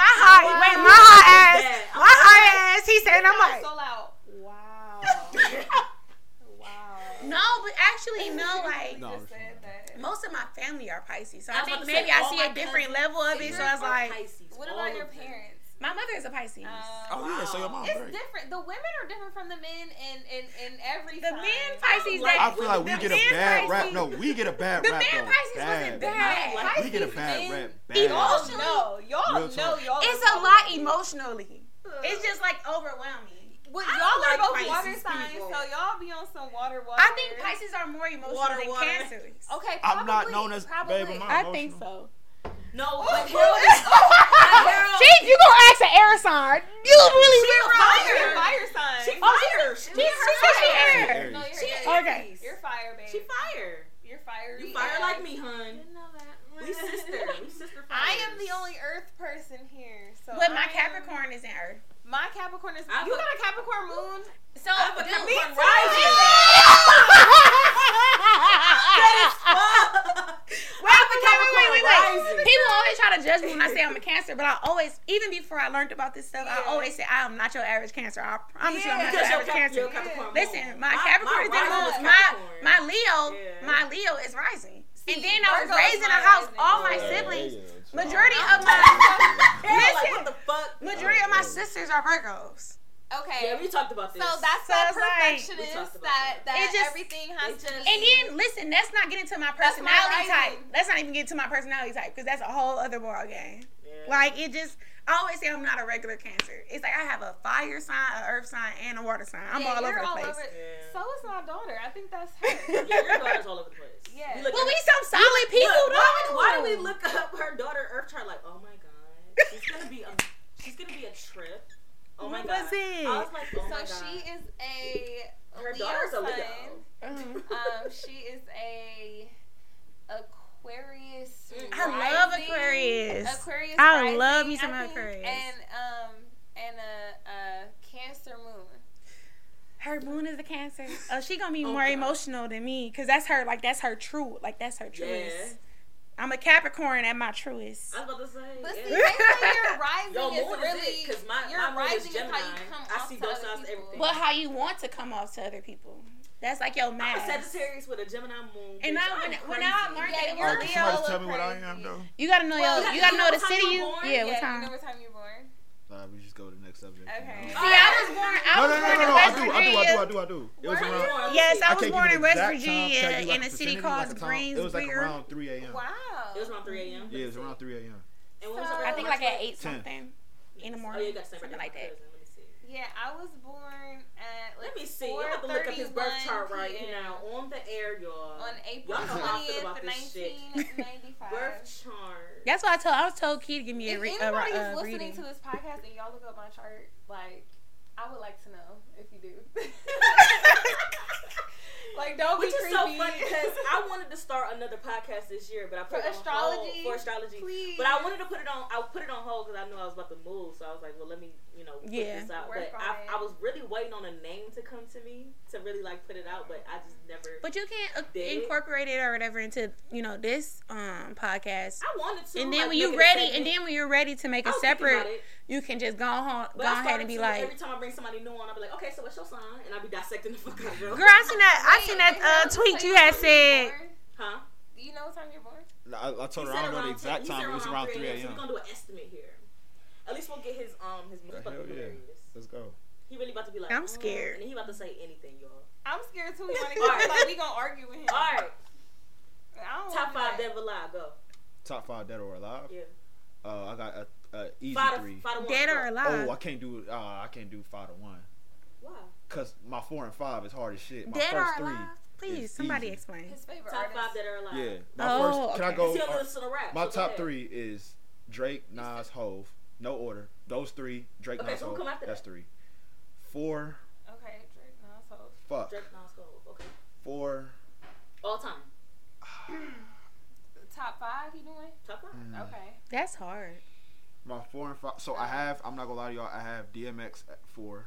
[SPEAKER 2] my high, wait, my high ass,
[SPEAKER 1] Dead.
[SPEAKER 2] my high ass. He said, and I'm
[SPEAKER 4] I'm
[SPEAKER 2] like,
[SPEAKER 4] so loud. Wow. [laughs] wow.
[SPEAKER 2] [laughs] no, but actually, no, like.
[SPEAKER 3] No,
[SPEAKER 4] You just
[SPEAKER 3] it's
[SPEAKER 4] said that.
[SPEAKER 2] Most of my family are Pisces, so
[SPEAKER 1] I was
[SPEAKER 2] I, think
[SPEAKER 1] about to
[SPEAKER 2] maybe
[SPEAKER 1] say,
[SPEAKER 2] I
[SPEAKER 1] all
[SPEAKER 2] see
[SPEAKER 1] my
[SPEAKER 2] a different
[SPEAKER 1] cousins
[SPEAKER 2] level of it. So I was
[SPEAKER 1] All
[SPEAKER 2] like,
[SPEAKER 1] Pisces,
[SPEAKER 4] What
[SPEAKER 1] all
[SPEAKER 4] about your
[SPEAKER 1] of them.
[SPEAKER 4] parents?
[SPEAKER 2] my mother is a Pisces.
[SPEAKER 4] Um,
[SPEAKER 3] [laughs] Oh yeah, so your mom.
[SPEAKER 4] It's
[SPEAKER 3] right.
[SPEAKER 4] different. The women are different from the men in in, in every.
[SPEAKER 2] the
[SPEAKER 4] sign.
[SPEAKER 2] men Pisces,
[SPEAKER 1] like
[SPEAKER 3] I
[SPEAKER 2] that
[SPEAKER 3] feel like we
[SPEAKER 2] The
[SPEAKER 3] get a
[SPEAKER 2] man
[SPEAKER 3] bad rap.
[SPEAKER 2] Pisces-
[SPEAKER 3] No, we get a bad
[SPEAKER 2] the
[SPEAKER 3] rap.
[SPEAKER 2] man
[SPEAKER 3] though.
[SPEAKER 2] Pisces wasn't bad.
[SPEAKER 1] Like,
[SPEAKER 3] We get a bad
[SPEAKER 4] Pisces
[SPEAKER 3] rap. Bad.
[SPEAKER 2] Emotional.
[SPEAKER 4] Y'all know,
[SPEAKER 2] Emotionally-
[SPEAKER 3] Real
[SPEAKER 4] y'all
[SPEAKER 3] talk.
[SPEAKER 4] know, y'all.
[SPEAKER 2] it's
[SPEAKER 4] are
[SPEAKER 2] a lot
[SPEAKER 4] probably-
[SPEAKER 2] emotionally. It's just like overwhelming.
[SPEAKER 4] Well,
[SPEAKER 1] I
[SPEAKER 4] y'all
[SPEAKER 1] don't
[SPEAKER 4] are
[SPEAKER 1] like
[SPEAKER 4] both water
[SPEAKER 1] Pisces
[SPEAKER 4] signs,
[SPEAKER 1] people.
[SPEAKER 4] so y'all be on some water water.
[SPEAKER 2] I think Pisces are more emotional
[SPEAKER 1] Water,
[SPEAKER 2] than
[SPEAKER 1] water.
[SPEAKER 2] Cancer.
[SPEAKER 4] Okay,
[SPEAKER 3] I'm not
[SPEAKER 4] probably-
[SPEAKER 3] known as
[SPEAKER 4] probably.
[SPEAKER 3] baby mama.
[SPEAKER 2] I
[SPEAKER 3] Emotional.
[SPEAKER 2] think so.
[SPEAKER 1] No,
[SPEAKER 4] Oh,
[SPEAKER 1] but [laughs] Harold
[SPEAKER 4] who is-
[SPEAKER 1] is- Harold-
[SPEAKER 2] She, you gonna ask an air sign? You really
[SPEAKER 4] You're
[SPEAKER 2] will.
[SPEAKER 4] fire, fire sign.
[SPEAKER 1] She fire. Oh, She,
[SPEAKER 2] She, she, she
[SPEAKER 1] fire.
[SPEAKER 2] air.
[SPEAKER 4] No, you're,
[SPEAKER 1] She
[SPEAKER 4] you're,
[SPEAKER 2] Okay.
[SPEAKER 1] Aries.
[SPEAKER 4] you're fire, babe.
[SPEAKER 1] She fire.
[SPEAKER 4] You're fire.
[SPEAKER 1] You fire like
[SPEAKER 4] [laughs]
[SPEAKER 1] me, hun.
[SPEAKER 4] Didn't know that.
[SPEAKER 1] We sister. We sister fire.
[SPEAKER 4] I am the
[SPEAKER 1] [laughs]
[SPEAKER 4] only Earth person here, so. I
[SPEAKER 2] But my
[SPEAKER 4] am-
[SPEAKER 2] Capricorn is in Earth.
[SPEAKER 4] My Capricorn is.
[SPEAKER 1] I
[SPEAKER 4] you
[SPEAKER 1] put-
[SPEAKER 4] got a Capricorn moon.
[SPEAKER 2] So
[SPEAKER 1] I have a
[SPEAKER 2] do-
[SPEAKER 1] Capricorn
[SPEAKER 2] me
[SPEAKER 1] rising.
[SPEAKER 2] Wait, wait, wait, wait, wait, wait.
[SPEAKER 1] Rising.
[SPEAKER 2] People always try to judge me when I say I'm a cancer, but I always, even before I learned about this stuff,
[SPEAKER 4] Yeah.
[SPEAKER 2] I always say I am not your average cancer. I promise you, I'm not your
[SPEAKER 1] Because your
[SPEAKER 2] average
[SPEAKER 1] Cap-
[SPEAKER 2] cancer.
[SPEAKER 1] your Capricorn
[SPEAKER 2] Listen,
[SPEAKER 1] moon.
[SPEAKER 2] my, Capricorn is in
[SPEAKER 1] rising
[SPEAKER 2] moon.
[SPEAKER 1] was
[SPEAKER 2] My
[SPEAKER 1] Capricorn.
[SPEAKER 2] my Leo,
[SPEAKER 1] Yeah.
[SPEAKER 2] my Leo is rising.
[SPEAKER 4] See,
[SPEAKER 2] and then I was
[SPEAKER 4] Virgo is
[SPEAKER 2] raised in a
[SPEAKER 4] my
[SPEAKER 2] house.
[SPEAKER 4] rising.
[SPEAKER 2] All my
[SPEAKER 4] Yeah,
[SPEAKER 2] siblings, majority
[SPEAKER 3] Majority
[SPEAKER 2] of [laughs] my
[SPEAKER 1] Harold, like,
[SPEAKER 2] Listen.
[SPEAKER 1] what the fuck?
[SPEAKER 2] majority of my sisters are Virgos.
[SPEAKER 4] Okay.
[SPEAKER 1] Yeah, we talked about
[SPEAKER 4] So
[SPEAKER 1] this.
[SPEAKER 4] that's
[SPEAKER 2] So
[SPEAKER 4] that
[SPEAKER 1] We
[SPEAKER 2] it's like-
[SPEAKER 1] talked
[SPEAKER 4] perfectionist
[SPEAKER 1] about
[SPEAKER 4] that
[SPEAKER 1] that.
[SPEAKER 4] that
[SPEAKER 2] It just-
[SPEAKER 4] everything has
[SPEAKER 1] it
[SPEAKER 4] to
[SPEAKER 1] just-
[SPEAKER 4] be.
[SPEAKER 2] And then listen, let's not get into my
[SPEAKER 4] That's my
[SPEAKER 2] personality type.
[SPEAKER 4] rising.
[SPEAKER 2] Let's not even get into my personality type because that's a whole other ball game.
[SPEAKER 1] Yeah.
[SPEAKER 2] Like it just, I always say I'm not a regular Cancer. It's like I have a fire sign, a earth sign, and a water sign. I'm
[SPEAKER 4] Yeah,
[SPEAKER 2] all over
[SPEAKER 4] you're
[SPEAKER 2] the
[SPEAKER 4] all
[SPEAKER 2] place.
[SPEAKER 4] over
[SPEAKER 2] [laughs]
[SPEAKER 4] it.
[SPEAKER 1] Yeah.
[SPEAKER 4] So is my daughter. I
[SPEAKER 1] [laughs]
[SPEAKER 4] think that's her.
[SPEAKER 1] [laughs] yeah, your daughter's all over the place.
[SPEAKER 4] Yeah.
[SPEAKER 1] look
[SPEAKER 2] Well,
[SPEAKER 1] at-
[SPEAKER 2] we some solid people
[SPEAKER 1] Look,
[SPEAKER 2] though.
[SPEAKER 1] why, would- why do we look up her daughter Earth chart like, oh my god, she's gonna be a, she's gonna be a trip. Oh my
[SPEAKER 2] What
[SPEAKER 1] god.
[SPEAKER 2] was
[SPEAKER 1] I
[SPEAKER 2] it?
[SPEAKER 1] was like, oh my
[SPEAKER 4] so
[SPEAKER 1] god.
[SPEAKER 4] she is a
[SPEAKER 1] her
[SPEAKER 4] Leo
[SPEAKER 1] daughter's a
[SPEAKER 4] sign.
[SPEAKER 1] Leo.
[SPEAKER 2] Um,
[SPEAKER 1] [laughs]
[SPEAKER 4] Um, she is a Aquarius.
[SPEAKER 2] I love
[SPEAKER 4] rising.
[SPEAKER 2] Aquarius.
[SPEAKER 4] Aquarius.
[SPEAKER 2] I
[SPEAKER 4] rising,
[SPEAKER 2] love you some
[SPEAKER 4] I think,
[SPEAKER 2] Aquarius.
[SPEAKER 4] And um and a, a Cancer moon.
[SPEAKER 2] [laughs] Her moon is a [laughs] Cancer. Oh, she gonna be
[SPEAKER 1] Oh,
[SPEAKER 2] more
[SPEAKER 1] God.
[SPEAKER 2] emotional than me because that's her. Like that's her true. Like that's her truest.
[SPEAKER 1] Yeah.
[SPEAKER 2] I'm a Capricorn at my truest.
[SPEAKER 1] I was about to say.
[SPEAKER 4] But see,
[SPEAKER 1] yeah.
[SPEAKER 4] they say
[SPEAKER 5] [laughs]
[SPEAKER 4] your rising
[SPEAKER 1] Yo,
[SPEAKER 4] is
[SPEAKER 1] moon is
[SPEAKER 4] really
[SPEAKER 1] it, 'cause my-
[SPEAKER 4] your
[SPEAKER 1] my moon is
[SPEAKER 4] rising is how you
[SPEAKER 1] Gemini.
[SPEAKER 4] come
[SPEAKER 1] I
[SPEAKER 4] off
[SPEAKER 1] see
[SPEAKER 4] to
[SPEAKER 1] both
[SPEAKER 4] other
[SPEAKER 1] sides of
[SPEAKER 4] people.
[SPEAKER 1] everything.
[SPEAKER 2] But how you want to come off to other people? That's like your
[SPEAKER 1] I'm a
[SPEAKER 2] mask.
[SPEAKER 1] Sagittarius with a Gemini moon.
[SPEAKER 2] And
[SPEAKER 1] bitch.
[SPEAKER 2] I-
[SPEAKER 1] I'm
[SPEAKER 2] when-
[SPEAKER 1] crazy.
[SPEAKER 2] when I learned
[SPEAKER 4] Yeah,
[SPEAKER 2] that
[SPEAKER 4] you're
[SPEAKER 2] it
[SPEAKER 4] a
[SPEAKER 2] was
[SPEAKER 4] Leo
[SPEAKER 2] Leo,
[SPEAKER 4] look
[SPEAKER 5] tell me what I
[SPEAKER 4] crazy.
[SPEAKER 5] am though.
[SPEAKER 2] you gotta know
[SPEAKER 1] Well,
[SPEAKER 2] your.
[SPEAKER 1] you
[SPEAKER 2] You
[SPEAKER 1] gotta
[SPEAKER 2] gotta know
[SPEAKER 1] know what
[SPEAKER 2] the
[SPEAKER 1] time
[SPEAKER 2] city
[SPEAKER 1] you
[SPEAKER 2] you.
[SPEAKER 1] born?
[SPEAKER 2] Yeah, what
[SPEAKER 4] yeah, you
[SPEAKER 2] time?
[SPEAKER 4] know what time you were born.
[SPEAKER 3] Nah, we just go to the next subject.
[SPEAKER 4] Okay.
[SPEAKER 2] See, I was born. I
[SPEAKER 3] No,
[SPEAKER 2] was
[SPEAKER 3] no, no,
[SPEAKER 2] born
[SPEAKER 3] no,
[SPEAKER 2] in
[SPEAKER 3] no. I
[SPEAKER 2] West
[SPEAKER 3] do, I do,
[SPEAKER 2] Virginia.
[SPEAKER 3] do, I do, I
[SPEAKER 2] Virginia.
[SPEAKER 3] do, I do. It was
[SPEAKER 4] Where
[SPEAKER 3] around.
[SPEAKER 4] you?
[SPEAKER 2] Yes, I
[SPEAKER 3] I can't
[SPEAKER 2] was
[SPEAKER 3] give you
[SPEAKER 2] born in
[SPEAKER 3] an
[SPEAKER 2] West
[SPEAKER 3] exact time,
[SPEAKER 2] Virginia
[SPEAKER 3] tell you, like,
[SPEAKER 2] in a city
[SPEAKER 3] percentage,
[SPEAKER 2] called
[SPEAKER 3] like, a time. It was like
[SPEAKER 2] Greensboro.
[SPEAKER 3] around 3 a.m.
[SPEAKER 4] Wow.
[SPEAKER 1] It was around 3 a.m.
[SPEAKER 3] Yeah, it was around 3 a.m.
[SPEAKER 1] And when was
[SPEAKER 4] So-
[SPEAKER 1] her
[SPEAKER 4] I
[SPEAKER 2] I
[SPEAKER 4] think
[SPEAKER 2] think
[SPEAKER 1] birthday?
[SPEAKER 2] like at eight
[SPEAKER 3] Ten.
[SPEAKER 2] something in
[SPEAKER 1] Oh,
[SPEAKER 2] the
[SPEAKER 1] you
[SPEAKER 2] morning,
[SPEAKER 1] got something
[SPEAKER 2] something like that.
[SPEAKER 1] Let me see.
[SPEAKER 4] Yeah, I was born at
[SPEAKER 1] Let
[SPEAKER 4] like
[SPEAKER 1] me see. I'm about to look up his birth chart right now on the air, y'all.
[SPEAKER 4] on April
[SPEAKER 1] Y'all know how I feel
[SPEAKER 4] twentieth,
[SPEAKER 1] about this shit. [laughs]
[SPEAKER 4] nineteen ninety five.
[SPEAKER 1] birth chart.
[SPEAKER 2] That's why I told I was told Key to give me a,
[SPEAKER 4] If
[SPEAKER 2] re-
[SPEAKER 4] anybody
[SPEAKER 2] a, ri-
[SPEAKER 4] is
[SPEAKER 2] a
[SPEAKER 4] listening
[SPEAKER 2] reading. [laughs]
[SPEAKER 4] to this podcast and y'all look up my chart, like I would like to know if you do. [laughs] like don't
[SPEAKER 1] Which
[SPEAKER 4] be
[SPEAKER 1] is
[SPEAKER 4] Oh, creepy.
[SPEAKER 1] so funny because I wanted to start another podcast this year, but I
[SPEAKER 4] for
[SPEAKER 1] put it on
[SPEAKER 4] astrology,
[SPEAKER 1] hold for
[SPEAKER 4] [laughs]
[SPEAKER 1] astrology.
[SPEAKER 4] please.
[SPEAKER 1] But I wanted to put it on. I put it on hold because I knew I was about to move. So I was like, well, let me, you know, put
[SPEAKER 2] Yeah.
[SPEAKER 1] this out.
[SPEAKER 4] Work
[SPEAKER 1] but
[SPEAKER 4] on it.
[SPEAKER 1] I, I was really waiting on a name to come to me to really like put it out. But I just never.
[SPEAKER 2] But you can't uh,
[SPEAKER 1] Did it?
[SPEAKER 2] incorporate it or whatever into you know this um podcast.
[SPEAKER 1] I wanted to.
[SPEAKER 2] And then
[SPEAKER 1] like,
[SPEAKER 2] when you
[SPEAKER 1] make it a
[SPEAKER 2] ready, and
[SPEAKER 1] segment.
[SPEAKER 2] then when you're ready to make
[SPEAKER 1] I
[SPEAKER 2] a
[SPEAKER 1] was thinking about
[SPEAKER 2] separate,
[SPEAKER 1] it,
[SPEAKER 2] you can just go home,
[SPEAKER 1] but
[SPEAKER 2] go
[SPEAKER 1] I
[SPEAKER 2] ahead
[SPEAKER 1] started
[SPEAKER 2] and be
[SPEAKER 1] to,
[SPEAKER 2] like,
[SPEAKER 1] every time I bring somebody new on, I'll be like, okay, so what's your sign? And I'll be dissecting the fuck out of them.
[SPEAKER 2] "Girl, I seen that, I
[SPEAKER 4] Wait,
[SPEAKER 2] seen that
[SPEAKER 4] wait,
[SPEAKER 2] uh,
[SPEAKER 4] so
[SPEAKER 2] tweet
[SPEAKER 4] you
[SPEAKER 2] you had
[SPEAKER 4] know when you're
[SPEAKER 2] said."
[SPEAKER 4] born?
[SPEAKER 1] [laughs] Huh?
[SPEAKER 4] Do you know what time you're born?
[SPEAKER 3] I, I told
[SPEAKER 1] He said
[SPEAKER 3] her I don't know the
[SPEAKER 1] around
[SPEAKER 3] exact
[SPEAKER 1] 10 he
[SPEAKER 3] time.
[SPEAKER 1] said
[SPEAKER 3] It was around 3
[SPEAKER 1] So we're
[SPEAKER 3] a.m.
[SPEAKER 1] gonna do an estimate here. At least we'll get his um his
[SPEAKER 3] The
[SPEAKER 1] motherfucking
[SPEAKER 3] hell yeah.
[SPEAKER 1] hilarious.
[SPEAKER 3] Let's go.
[SPEAKER 1] He really about to be like,
[SPEAKER 2] I'm
[SPEAKER 1] "Mm,"
[SPEAKER 2] scared.
[SPEAKER 1] and he about to say anything, y'all.
[SPEAKER 4] I'm scared
[SPEAKER 1] [laughs]
[SPEAKER 4] too. Monica.
[SPEAKER 1] All right.
[SPEAKER 4] like we gonna argue with him.
[SPEAKER 1] All right,
[SPEAKER 4] I don't
[SPEAKER 1] top
[SPEAKER 4] wanna
[SPEAKER 1] five
[SPEAKER 4] do that.
[SPEAKER 1] dead or alive, go.
[SPEAKER 3] Top five dead or alive.
[SPEAKER 1] Yeah,
[SPEAKER 3] Uh, I got a, a easy
[SPEAKER 1] five to,
[SPEAKER 3] three.
[SPEAKER 1] five to one.
[SPEAKER 2] Dead
[SPEAKER 1] go.
[SPEAKER 2] or alive?
[SPEAKER 3] Oh, I can't do. Uh, I can't do five to one.
[SPEAKER 1] Why?
[SPEAKER 3] Cause my four and five is hard as shit. My
[SPEAKER 2] Dead or
[SPEAKER 3] first
[SPEAKER 2] alive? Please,
[SPEAKER 3] is
[SPEAKER 2] somebody
[SPEAKER 3] easy.
[SPEAKER 2] explain.
[SPEAKER 4] His favorite
[SPEAKER 1] Top
[SPEAKER 4] artist.
[SPEAKER 1] five dead or alive.
[SPEAKER 3] three. Yeah. My
[SPEAKER 2] Oh,
[SPEAKER 3] first. Can I
[SPEAKER 2] okay.
[SPEAKER 3] go?
[SPEAKER 1] Still
[SPEAKER 3] uh,
[SPEAKER 1] listen to the rap.
[SPEAKER 3] my
[SPEAKER 1] so go
[SPEAKER 3] top
[SPEAKER 1] ahead.
[SPEAKER 3] three is Drake, Nas, Hove. No order. Those three. Drake,
[SPEAKER 1] Okay,
[SPEAKER 3] Nas,
[SPEAKER 1] so who
[SPEAKER 3] Hove.
[SPEAKER 1] come after
[SPEAKER 3] That's
[SPEAKER 1] that?
[SPEAKER 3] three. Four.
[SPEAKER 4] Okay, Drake. No, so
[SPEAKER 3] Fuck.
[SPEAKER 1] Drake, Nas, Cole. Okay,
[SPEAKER 3] Four.
[SPEAKER 1] all time.
[SPEAKER 4] top five. You doing?
[SPEAKER 1] Top five.
[SPEAKER 3] mm,
[SPEAKER 4] Okay.
[SPEAKER 2] That's hard.
[SPEAKER 3] My four and five. So I have. I'm not gonna lie to y'all. I have DMX at four.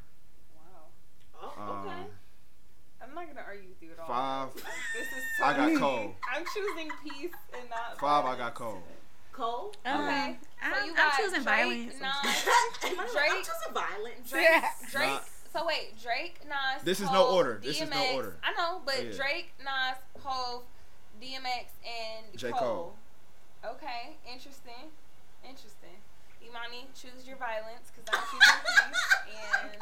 [SPEAKER 4] Wow.
[SPEAKER 1] Oh,
[SPEAKER 3] Um,
[SPEAKER 1] okay.
[SPEAKER 4] I'm not gonna argue with you at all.
[SPEAKER 3] Five.
[SPEAKER 4] Like, this is so
[SPEAKER 3] I got
[SPEAKER 4] easy.
[SPEAKER 3] Cole.
[SPEAKER 4] I'm choosing peace and not.
[SPEAKER 3] Five. I
[SPEAKER 4] violence.
[SPEAKER 3] got Cole.
[SPEAKER 1] Cole.
[SPEAKER 3] [laughs]
[SPEAKER 2] Um,
[SPEAKER 4] Okay, So
[SPEAKER 2] I'm,
[SPEAKER 4] you
[SPEAKER 2] I'm
[SPEAKER 4] got
[SPEAKER 2] choosing
[SPEAKER 4] Drake,
[SPEAKER 2] violence.
[SPEAKER 4] Nas,
[SPEAKER 1] Am I-
[SPEAKER 4] Drake.
[SPEAKER 1] I'm choosing violence.
[SPEAKER 4] Drake.
[SPEAKER 2] Yeah.
[SPEAKER 4] Drake.
[SPEAKER 3] Nah.
[SPEAKER 4] So wait, Drake, Nas.
[SPEAKER 3] This is no
[SPEAKER 4] Hov,
[SPEAKER 3] order. This is no
[SPEAKER 4] DMX.
[SPEAKER 3] order.
[SPEAKER 4] I know, but
[SPEAKER 3] Oh, yeah.
[SPEAKER 4] Drake, Nas, Hove, DMX, and
[SPEAKER 3] J.
[SPEAKER 4] Cole. Okay, interesting. Interesting. Imani, choose your violence because I'm choosing peace. And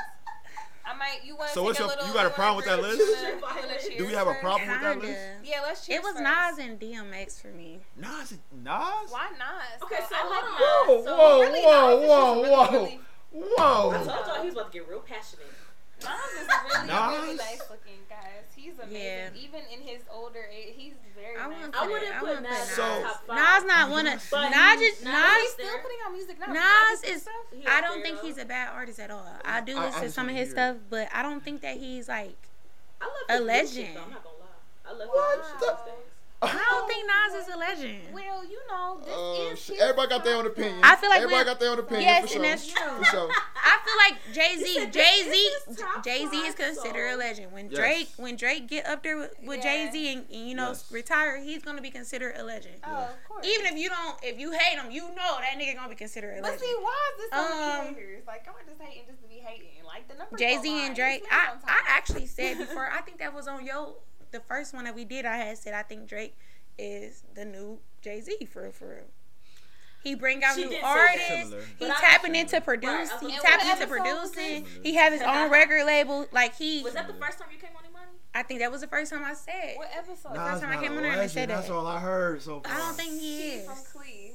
[SPEAKER 4] I might. You want to
[SPEAKER 3] So what's
[SPEAKER 4] a
[SPEAKER 3] your-
[SPEAKER 4] little,
[SPEAKER 3] you got a problem with that
[SPEAKER 4] wanna-
[SPEAKER 1] list?
[SPEAKER 4] you wanna- you wanna
[SPEAKER 1] Do
[SPEAKER 3] Do
[SPEAKER 4] cheers
[SPEAKER 3] we have a
[SPEAKER 4] first?
[SPEAKER 3] problem with that list?
[SPEAKER 2] Kinda.
[SPEAKER 4] Yeah, let's cheers.
[SPEAKER 2] It was
[SPEAKER 4] first.
[SPEAKER 2] Nas and DMX for me.
[SPEAKER 3] Nas. Nas.
[SPEAKER 4] Why Nas?
[SPEAKER 1] Okay, so
[SPEAKER 4] I
[SPEAKER 1] hold
[SPEAKER 4] like
[SPEAKER 1] on.
[SPEAKER 4] Nas.
[SPEAKER 3] Whoa,
[SPEAKER 1] So,
[SPEAKER 3] whoa,
[SPEAKER 4] Really,
[SPEAKER 3] whoa,
[SPEAKER 4] Nas is
[SPEAKER 3] whoa,
[SPEAKER 4] just
[SPEAKER 3] whoa,
[SPEAKER 4] really, really
[SPEAKER 1] I told
[SPEAKER 3] whoa.
[SPEAKER 1] y'all he was about to get real passionate.
[SPEAKER 4] Nas is really, really
[SPEAKER 3] Nas?
[SPEAKER 4] nice looking, guys. He's amazing.
[SPEAKER 2] Yeah.
[SPEAKER 4] Even in his older age, he's very nice.
[SPEAKER 2] I wouldn't
[SPEAKER 1] I
[SPEAKER 2] put
[SPEAKER 1] wouldn't
[SPEAKER 2] it. I
[SPEAKER 1] put
[SPEAKER 2] wouldn't put
[SPEAKER 1] Nas
[SPEAKER 2] Nas.
[SPEAKER 3] So-
[SPEAKER 2] Nas not one of Nas.
[SPEAKER 1] But
[SPEAKER 2] just-
[SPEAKER 1] Nas
[SPEAKER 4] He's
[SPEAKER 2] Nas.
[SPEAKER 4] still
[SPEAKER 1] there.
[SPEAKER 4] putting out music now.
[SPEAKER 2] Nas
[SPEAKER 4] He does
[SPEAKER 2] is.
[SPEAKER 4] stuff.
[SPEAKER 1] He
[SPEAKER 2] I
[SPEAKER 1] up
[SPEAKER 2] don't
[SPEAKER 1] there,
[SPEAKER 2] think
[SPEAKER 1] though.
[SPEAKER 2] he's a bad artist at all. I do
[SPEAKER 3] I- I
[SPEAKER 2] listen to
[SPEAKER 3] just
[SPEAKER 2] some of
[SPEAKER 3] wanna
[SPEAKER 2] his
[SPEAKER 3] hear it.
[SPEAKER 2] stuff, but I don't think that he's
[SPEAKER 6] [laughs]
[SPEAKER 2] like.
[SPEAKER 1] I love
[SPEAKER 2] A
[SPEAKER 1] his new
[SPEAKER 2] legend.
[SPEAKER 1] shit, though, I'm not gonna lie. I love
[SPEAKER 4] What
[SPEAKER 1] his new
[SPEAKER 4] the-
[SPEAKER 1] shit things.
[SPEAKER 2] I don't think Nas is a legend.
[SPEAKER 4] Well, you know, this
[SPEAKER 3] Oh,
[SPEAKER 6] Uh,
[SPEAKER 4] is
[SPEAKER 6] shit,
[SPEAKER 4] his
[SPEAKER 6] everybody got their own
[SPEAKER 4] podcast.
[SPEAKER 6] opinion.
[SPEAKER 2] I feel like
[SPEAKER 6] everybody
[SPEAKER 2] when-
[SPEAKER 6] got their own opinion.
[SPEAKER 2] Yes,
[SPEAKER 6] for
[SPEAKER 2] and
[SPEAKER 6] sure.
[SPEAKER 2] that's true.
[SPEAKER 6] For sure.
[SPEAKER 2] I feel like Jay
[SPEAKER 1] You
[SPEAKER 2] Z,
[SPEAKER 1] said
[SPEAKER 2] Jay
[SPEAKER 1] this
[SPEAKER 2] Z,
[SPEAKER 1] is his top
[SPEAKER 2] Jay Z is
[SPEAKER 1] five
[SPEAKER 2] considered a
[SPEAKER 1] song.
[SPEAKER 2] legend. When
[SPEAKER 3] Yes.
[SPEAKER 2] Drake, when Drake get up there with, with
[SPEAKER 4] Yeah.
[SPEAKER 2] Jay Z and, and, you know
[SPEAKER 3] Yes.
[SPEAKER 2] retire, he's gonna be considered a legend.
[SPEAKER 4] Oh, of course.
[SPEAKER 2] Even if you don't, if you hate him, you know that nigga gonna be considered a
[SPEAKER 4] But
[SPEAKER 2] legend.
[SPEAKER 4] see, why is this so many
[SPEAKER 2] Um,
[SPEAKER 4] haters? Like, y'all just hating just to be hating. Like, the number
[SPEAKER 2] Jay Z and Drake. I, I actually said before. I think that was on yo the first one that we did. I had said I think Drake is the new Jay Z for real, for real. He bring out
[SPEAKER 1] She
[SPEAKER 2] new
[SPEAKER 1] did say that.
[SPEAKER 2] artists.
[SPEAKER 3] Similar.
[SPEAKER 2] He
[SPEAKER 1] But I-
[SPEAKER 2] tapping into
[SPEAKER 1] Right,
[SPEAKER 2] produce.
[SPEAKER 1] I was
[SPEAKER 2] He
[SPEAKER 1] gonna
[SPEAKER 2] tapping
[SPEAKER 4] say-
[SPEAKER 2] into
[SPEAKER 4] What episode was
[SPEAKER 2] producing.
[SPEAKER 3] this?
[SPEAKER 2] He have his own record label. Like he,
[SPEAKER 1] Was that the first time you came on Imani?
[SPEAKER 2] I think that was the first time I said.
[SPEAKER 4] What episode?
[SPEAKER 2] Nah, First time I
[SPEAKER 3] not
[SPEAKER 2] came
[SPEAKER 3] a
[SPEAKER 2] on there and they said
[SPEAKER 3] legend. That's
[SPEAKER 2] that.
[SPEAKER 3] all I heard so far.
[SPEAKER 2] I don't think he
[SPEAKER 4] She's
[SPEAKER 2] is.
[SPEAKER 4] from Clee.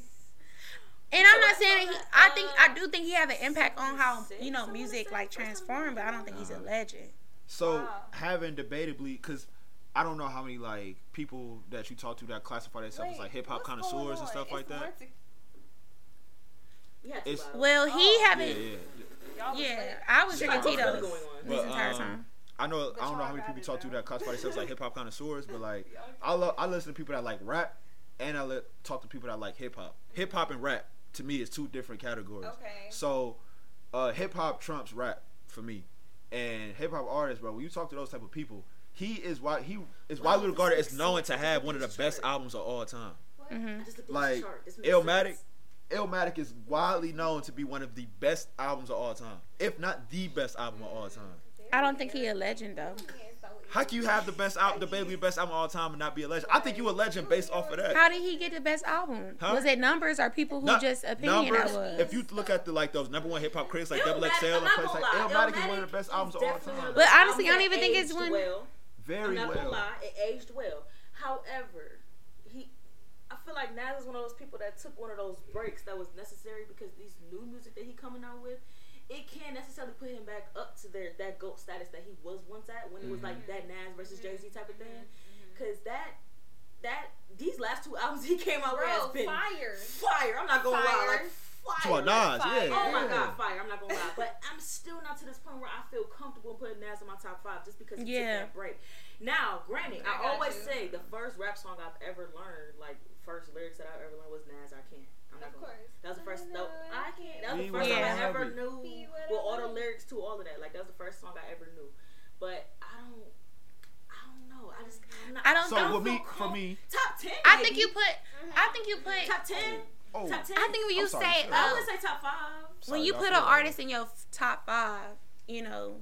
[SPEAKER 2] And I'm not
[SPEAKER 1] So
[SPEAKER 2] saying that
[SPEAKER 1] it's
[SPEAKER 2] he.
[SPEAKER 1] on
[SPEAKER 2] I
[SPEAKER 1] the,
[SPEAKER 2] think
[SPEAKER 1] uh,
[SPEAKER 2] I do think he have an impact on how
[SPEAKER 1] 76,
[SPEAKER 2] you
[SPEAKER 1] I
[SPEAKER 2] know
[SPEAKER 1] wanna
[SPEAKER 2] music
[SPEAKER 1] say,
[SPEAKER 2] like
[SPEAKER 1] first time he
[SPEAKER 2] transformed, but I
[SPEAKER 1] came
[SPEAKER 2] don't think he's a
[SPEAKER 3] on.
[SPEAKER 2] legend.
[SPEAKER 3] So
[SPEAKER 4] Wow.
[SPEAKER 3] having debatably, because I don't know how many like people that you talk to that classify themselves as
[SPEAKER 4] Wait,
[SPEAKER 3] like hip hop
[SPEAKER 4] what's going
[SPEAKER 3] connoisseurs
[SPEAKER 4] on?
[SPEAKER 3] and stuff like
[SPEAKER 4] It's
[SPEAKER 3] that.
[SPEAKER 4] more to-
[SPEAKER 1] Yeah,
[SPEAKER 3] It's-
[SPEAKER 2] Well, he
[SPEAKER 4] Oh.
[SPEAKER 3] Yeah,
[SPEAKER 2] haven't.
[SPEAKER 3] yeah.
[SPEAKER 4] y'all was
[SPEAKER 2] Yeah,
[SPEAKER 4] lit.
[SPEAKER 2] I was
[SPEAKER 1] She
[SPEAKER 2] drinking
[SPEAKER 1] got what's
[SPEAKER 2] Tito's
[SPEAKER 1] going on.
[SPEAKER 2] this
[SPEAKER 3] But,
[SPEAKER 2] entire
[SPEAKER 3] um,
[SPEAKER 2] time.
[SPEAKER 3] I know. I
[SPEAKER 4] y'all
[SPEAKER 3] don't know how many
[SPEAKER 4] got
[SPEAKER 3] people you
[SPEAKER 4] it,
[SPEAKER 3] talk to
[SPEAKER 4] though.
[SPEAKER 3] that classify themselves like hip hop connoisseurs, but like I love. I listen to people that like rap, and I li- talk to people that like hip hop. Hip hop and rap to me is two different categories.
[SPEAKER 4] Okay.
[SPEAKER 3] So, uh, hip hop trumps rap for me, and hip hop artists, bro. When you talk to those type of people, he is why he is why Lil Garter is known to have one of the best albums of all time.
[SPEAKER 2] hmm
[SPEAKER 1] I just looked at
[SPEAKER 3] Like,
[SPEAKER 1] this chart. This makes
[SPEAKER 3] Illmatic,
[SPEAKER 1] sense.
[SPEAKER 3] Illmatic is widely known to be one of the best albums of all time, if not the best album of all time.
[SPEAKER 2] I don't think he a legend though.
[SPEAKER 3] How can you have the best out the baby best album of all time and not be a legend? I think you a legend based off of that.
[SPEAKER 2] How did he get the best album?
[SPEAKER 3] Huh?
[SPEAKER 2] Was it numbers or people who
[SPEAKER 3] Nu-
[SPEAKER 2] just opinion
[SPEAKER 3] numbers,
[SPEAKER 2] I was?
[SPEAKER 3] If you look at the like those number one hip hop critics like Double
[SPEAKER 1] Illmatic-
[SPEAKER 3] XL and
[SPEAKER 1] I'm not
[SPEAKER 3] places like
[SPEAKER 1] gonna lie,
[SPEAKER 3] Illmatic is one of the best
[SPEAKER 1] Illmatic
[SPEAKER 3] albums of
[SPEAKER 1] is
[SPEAKER 3] all
[SPEAKER 1] definitely one
[SPEAKER 3] time.
[SPEAKER 1] of the
[SPEAKER 2] But
[SPEAKER 1] best
[SPEAKER 2] honestly, I don't
[SPEAKER 1] albums
[SPEAKER 2] even
[SPEAKER 1] that
[SPEAKER 2] think it's
[SPEAKER 1] aged
[SPEAKER 2] one-
[SPEAKER 1] Well. I'm
[SPEAKER 3] Very
[SPEAKER 1] not gonna
[SPEAKER 3] well.
[SPEAKER 1] lie, it aged well. However, he, I feel like Nas is one of those people that took one of those breaks that was necessary because these new music that he coming out with, it can't necessarily put him back up to their that goat status that he was once at when it was like
[SPEAKER 4] Mm-hmm.
[SPEAKER 1] that Nas versus Jay Z type of thing. Because that that these last two albums he came out with has
[SPEAKER 4] Bro,
[SPEAKER 1] been
[SPEAKER 4] fire.
[SPEAKER 1] fire. I'm not gonna lie,
[SPEAKER 4] Fire.
[SPEAKER 1] like fire.
[SPEAKER 3] Come on, Nas,
[SPEAKER 4] Fire.
[SPEAKER 3] yeah.
[SPEAKER 1] Oh my
[SPEAKER 3] yeah.
[SPEAKER 1] god, fire! I'm not gonna lie, but I'm still not to this point where I feel comfortable putting Nas in my top five just because he
[SPEAKER 2] Yeah.
[SPEAKER 1] took that break. Now, granted, I,
[SPEAKER 4] I got
[SPEAKER 1] always
[SPEAKER 4] you.
[SPEAKER 1] say the first rap song I've ever learned, like first lyrics that I've ever learned, was Nas. I can't. I'm not
[SPEAKER 4] Of
[SPEAKER 1] gonna. lie.
[SPEAKER 4] course.
[SPEAKER 1] That was the first. No, I can't. That was
[SPEAKER 3] Be
[SPEAKER 1] the first
[SPEAKER 2] what
[SPEAKER 1] song
[SPEAKER 2] I
[SPEAKER 1] I
[SPEAKER 3] have
[SPEAKER 1] ever
[SPEAKER 3] it.
[SPEAKER 1] knew
[SPEAKER 4] Be what
[SPEAKER 1] with
[SPEAKER 4] I
[SPEAKER 1] all the
[SPEAKER 4] want.
[SPEAKER 1] lyrics to all of that. Like that was the first song I ever knew. But I don't. I don't know. I just. I'm not,
[SPEAKER 2] I don't-
[SPEAKER 3] So
[SPEAKER 2] I
[SPEAKER 3] with
[SPEAKER 1] feel
[SPEAKER 3] me, for
[SPEAKER 1] com-
[SPEAKER 3] me,
[SPEAKER 1] top ten.
[SPEAKER 2] I think
[SPEAKER 1] maybe.
[SPEAKER 2] you put. I think you put.
[SPEAKER 1] top ten.
[SPEAKER 3] oh,
[SPEAKER 1] Top ten.
[SPEAKER 2] I think when
[SPEAKER 3] I'm
[SPEAKER 2] you
[SPEAKER 3] sorry,
[SPEAKER 2] say
[SPEAKER 3] sure.
[SPEAKER 2] uh,
[SPEAKER 1] I would say top five.
[SPEAKER 3] sorry,
[SPEAKER 2] when you
[SPEAKER 3] y'all
[SPEAKER 2] put an
[SPEAKER 3] feel me.
[SPEAKER 2] artist in your f- top five, you know,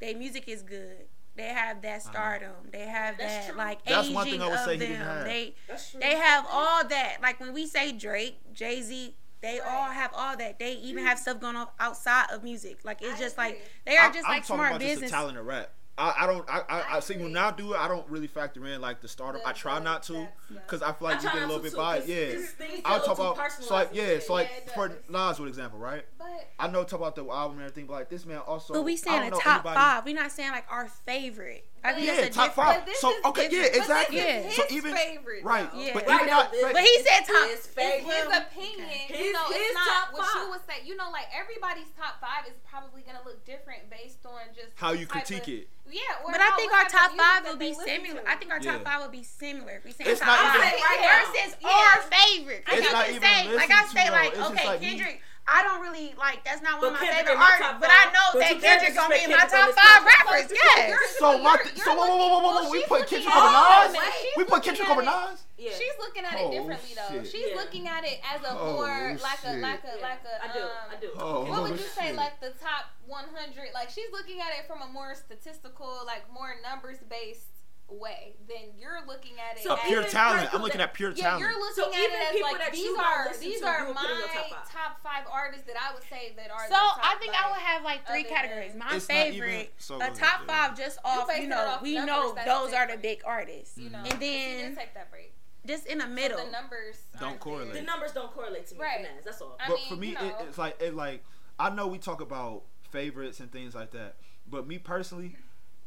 [SPEAKER 2] their music is good. They have that stardom. They have
[SPEAKER 1] That's
[SPEAKER 2] that
[SPEAKER 1] true.
[SPEAKER 2] like
[SPEAKER 3] Uh-huh. That's
[SPEAKER 2] aging
[SPEAKER 3] one thing I would
[SPEAKER 2] of
[SPEAKER 3] say he
[SPEAKER 2] them.
[SPEAKER 3] didn't have.
[SPEAKER 2] They
[SPEAKER 1] That's true.
[SPEAKER 2] they have all that. Like when we say Drake, Jay Z, they
[SPEAKER 4] Right. Mm-hmm.
[SPEAKER 2] all have all that. They even have stuff going on outside of music. Like it's
[SPEAKER 4] I
[SPEAKER 2] just like
[SPEAKER 4] agree.
[SPEAKER 2] they are
[SPEAKER 3] I'm-
[SPEAKER 2] just
[SPEAKER 3] I'm
[SPEAKER 2] like
[SPEAKER 3] talking
[SPEAKER 2] smart
[SPEAKER 3] about just the
[SPEAKER 2] business.
[SPEAKER 3] talent of rap. I, I don't. I, I, I
[SPEAKER 4] I
[SPEAKER 3] see
[SPEAKER 4] agree.
[SPEAKER 3] when I do it, I don't really factor in like the startup. I try not to because I feel
[SPEAKER 1] I
[SPEAKER 3] like you
[SPEAKER 1] try
[SPEAKER 3] get
[SPEAKER 1] not
[SPEAKER 3] a little
[SPEAKER 1] to
[SPEAKER 3] bit
[SPEAKER 1] too,
[SPEAKER 3] biased.
[SPEAKER 1] 'cause-
[SPEAKER 3] Yeah,
[SPEAKER 1] 'cause things
[SPEAKER 3] I'll
[SPEAKER 1] feel
[SPEAKER 3] talk
[SPEAKER 1] too
[SPEAKER 3] about.
[SPEAKER 1] personalized
[SPEAKER 3] So like,
[SPEAKER 1] and
[SPEAKER 3] yeah,
[SPEAKER 1] shit.
[SPEAKER 3] so like
[SPEAKER 4] Yeah, it
[SPEAKER 3] for
[SPEAKER 4] does.
[SPEAKER 3] Nas, for example, right?
[SPEAKER 4] But
[SPEAKER 3] I know talk about the album and everything, but like this man also.
[SPEAKER 2] But we
[SPEAKER 3] I
[SPEAKER 2] saying
[SPEAKER 3] don't
[SPEAKER 2] a
[SPEAKER 3] know
[SPEAKER 2] top
[SPEAKER 3] anybody-
[SPEAKER 2] five. We're not saying like our favorite. I think
[SPEAKER 3] Yeah,
[SPEAKER 2] that's a
[SPEAKER 3] top
[SPEAKER 2] different-
[SPEAKER 3] five.
[SPEAKER 4] But this
[SPEAKER 3] So
[SPEAKER 4] is
[SPEAKER 3] okay, yeah,
[SPEAKER 4] different.
[SPEAKER 3] exactly.
[SPEAKER 2] But this
[SPEAKER 4] his
[SPEAKER 2] is
[SPEAKER 3] So even
[SPEAKER 4] favorite,
[SPEAKER 3] right,
[SPEAKER 4] though.
[SPEAKER 2] Yeah.
[SPEAKER 3] but
[SPEAKER 1] Right
[SPEAKER 3] even
[SPEAKER 1] now,
[SPEAKER 3] not.
[SPEAKER 1] this-
[SPEAKER 2] But he said top.
[SPEAKER 1] His
[SPEAKER 4] It's his
[SPEAKER 1] favorite.
[SPEAKER 4] opinion.
[SPEAKER 1] His-
[SPEAKER 4] you know,
[SPEAKER 1] his
[SPEAKER 4] it's not
[SPEAKER 1] top
[SPEAKER 4] what
[SPEAKER 1] five.
[SPEAKER 4] you would say. You know, like everybody's top five is probably gonna look different based on just
[SPEAKER 3] How
[SPEAKER 4] the
[SPEAKER 3] you
[SPEAKER 4] type
[SPEAKER 3] critique
[SPEAKER 4] of-
[SPEAKER 3] it.
[SPEAKER 4] Yeah, or
[SPEAKER 2] But I
[SPEAKER 4] how-
[SPEAKER 2] think
[SPEAKER 4] what
[SPEAKER 2] our
[SPEAKER 4] type
[SPEAKER 2] top
[SPEAKER 4] of music
[SPEAKER 2] five
[SPEAKER 4] that
[SPEAKER 2] would
[SPEAKER 4] they
[SPEAKER 2] be
[SPEAKER 4] listen
[SPEAKER 2] similar.
[SPEAKER 4] to.
[SPEAKER 2] I think our top
[SPEAKER 3] Yeah.
[SPEAKER 2] five would be similar. If we say
[SPEAKER 3] It's
[SPEAKER 2] top
[SPEAKER 3] not
[SPEAKER 2] five
[SPEAKER 3] even-
[SPEAKER 1] Right
[SPEAKER 2] versus
[SPEAKER 4] now.
[SPEAKER 2] our
[SPEAKER 4] Yeah.
[SPEAKER 2] favorite.
[SPEAKER 4] It's
[SPEAKER 2] Like
[SPEAKER 4] not
[SPEAKER 2] I can
[SPEAKER 3] even
[SPEAKER 2] say, like I
[SPEAKER 3] listened
[SPEAKER 2] say,
[SPEAKER 3] to,
[SPEAKER 2] like
[SPEAKER 3] though. It's
[SPEAKER 2] okay,
[SPEAKER 3] just like me.
[SPEAKER 2] Kendrick. I don't really like. That's not one
[SPEAKER 1] But
[SPEAKER 2] of my
[SPEAKER 1] Kendrick
[SPEAKER 2] favorite
[SPEAKER 1] in my
[SPEAKER 2] artists,
[SPEAKER 1] top
[SPEAKER 2] but I
[SPEAKER 1] five.
[SPEAKER 2] know
[SPEAKER 1] But
[SPEAKER 2] that
[SPEAKER 1] you can't
[SPEAKER 2] Kendrick's gonna be
[SPEAKER 1] expect
[SPEAKER 2] in my
[SPEAKER 1] Kendrick on
[SPEAKER 2] top
[SPEAKER 1] this
[SPEAKER 2] five
[SPEAKER 1] podcast.
[SPEAKER 2] rappers.
[SPEAKER 4] So
[SPEAKER 2] Yes.
[SPEAKER 4] you're-
[SPEAKER 3] So my
[SPEAKER 4] you're-
[SPEAKER 3] th-
[SPEAKER 4] you're
[SPEAKER 3] so whoa, whoa, whoa, whoa, whoa,
[SPEAKER 4] looking-
[SPEAKER 3] whoa, we
[SPEAKER 4] she's
[SPEAKER 3] put
[SPEAKER 4] looking
[SPEAKER 3] Kendrick
[SPEAKER 4] at
[SPEAKER 3] over
[SPEAKER 4] it-
[SPEAKER 3] Nas?
[SPEAKER 4] she's
[SPEAKER 3] We put
[SPEAKER 4] looking
[SPEAKER 3] Kendrick
[SPEAKER 4] at
[SPEAKER 3] over
[SPEAKER 4] it-
[SPEAKER 3] Nas.
[SPEAKER 1] Yeah.
[SPEAKER 4] She's looking at
[SPEAKER 3] Oh,
[SPEAKER 4] it differently though.
[SPEAKER 3] shit.
[SPEAKER 4] She's
[SPEAKER 1] Yeah.
[SPEAKER 4] looking at it as a
[SPEAKER 3] Oh,
[SPEAKER 4] more like a
[SPEAKER 3] shit.
[SPEAKER 4] like a
[SPEAKER 1] Yeah.
[SPEAKER 4] like a
[SPEAKER 1] I do.
[SPEAKER 4] Um,
[SPEAKER 1] I do.
[SPEAKER 3] Oh,
[SPEAKER 4] What would you say,
[SPEAKER 3] shit.
[SPEAKER 4] like the top 100? Like she's looking at it from a more statistical, like more numbers based way than you're looking at it.
[SPEAKER 1] So
[SPEAKER 3] A
[SPEAKER 4] as,
[SPEAKER 3] pure
[SPEAKER 1] even
[SPEAKER 3] talent.
[SPEAKER 1] people
[SPEAKER 3] I'm looking
[SPEAKER 1] that-
[SPEAKER 3] at pure
[SPEAKER 4] yeah, you're
[SPEAKER 3] talent.
[SPEAKER 4] looking
[SPEAKER 1] So
[SPEAKER 4] at
[SPEAKER 1] even
[SPEAKER 4] it as
[SPEAKER 1] people
[SPEAKER 4] like
[SPEAKER 1] that
[SPEAKER 4] these
[SPEAKER 1] you don't
[SPEAKER 4] are
[SPEAKER 1] listen
[SPEAKER 4] these
[SPEAKER 1] to,
[SPEAKER 4] are
[SPEAKER 1] you would
[SPEAKER 4] my
[SPEAKER 1] put in your top
[SPEAKER 4] top
[SPEAKER 1] five.
[SPEAKER 4] five. artists that I would say that are.
[SPEAKER 2] So I think I would have like three
[SPEAKER 4] other than-
[SPEAKER 2] categories. My
[SPEAKER 3] It's not even-
[SPEAKER 2] favorite,
[SPEAKER 3] so
[SPEAKER 2] a
[SPEAKER 3] go
[SPEAKER 2] top
[SPEAKER 3] ahead, yeah.
[SPEAKER 2] five, just
[SPEAKER 4] You
[SPEAKER 2] off.
[SPEAKER 4] based
[SPEAKER 2] You
[SPEAKER 4] it
[SPEAKER 2] know,
[SPEAKER 4] off
[SPEAKER 2] we
[SPEAKER 4] numbers,
[SPEAKER 2] know
[SPEAKER 4] that's
[SPEAKER 2] those are the
[SPEAKER 4] different.
[SPEAKER 2] big artists.
[SPEAKER 4] you know,
[SPEAKER 2] and then-
[SPEAKER 4] you did take that break.
[SPEAKER 2] Just in the
[SPEAKER 4] So
[SPEAKER 2] middle.
[SPEAKER 4] the numbers
[SPEAKER 3] Don't
[SPEAKER 4] aren't there.
[SPEAKER 3] correlate.
[SPEAKER 1] The numbers don't correlate to me.
[SPEAKER 4] Right.
[SPEAKER 1] Right. Finesse, that's all.
[SPEAKER 4] I
[SPEAKER 3] but
[SPEAKER 4] mean,
[SPEAKER 3] for me,
[SPEAKER 4] you
[SPEAKER 3] it,
[SPEAKER 4] know.
[SPEAKER 3] it's like it like I know we talk about favorites and things like that, but me personally,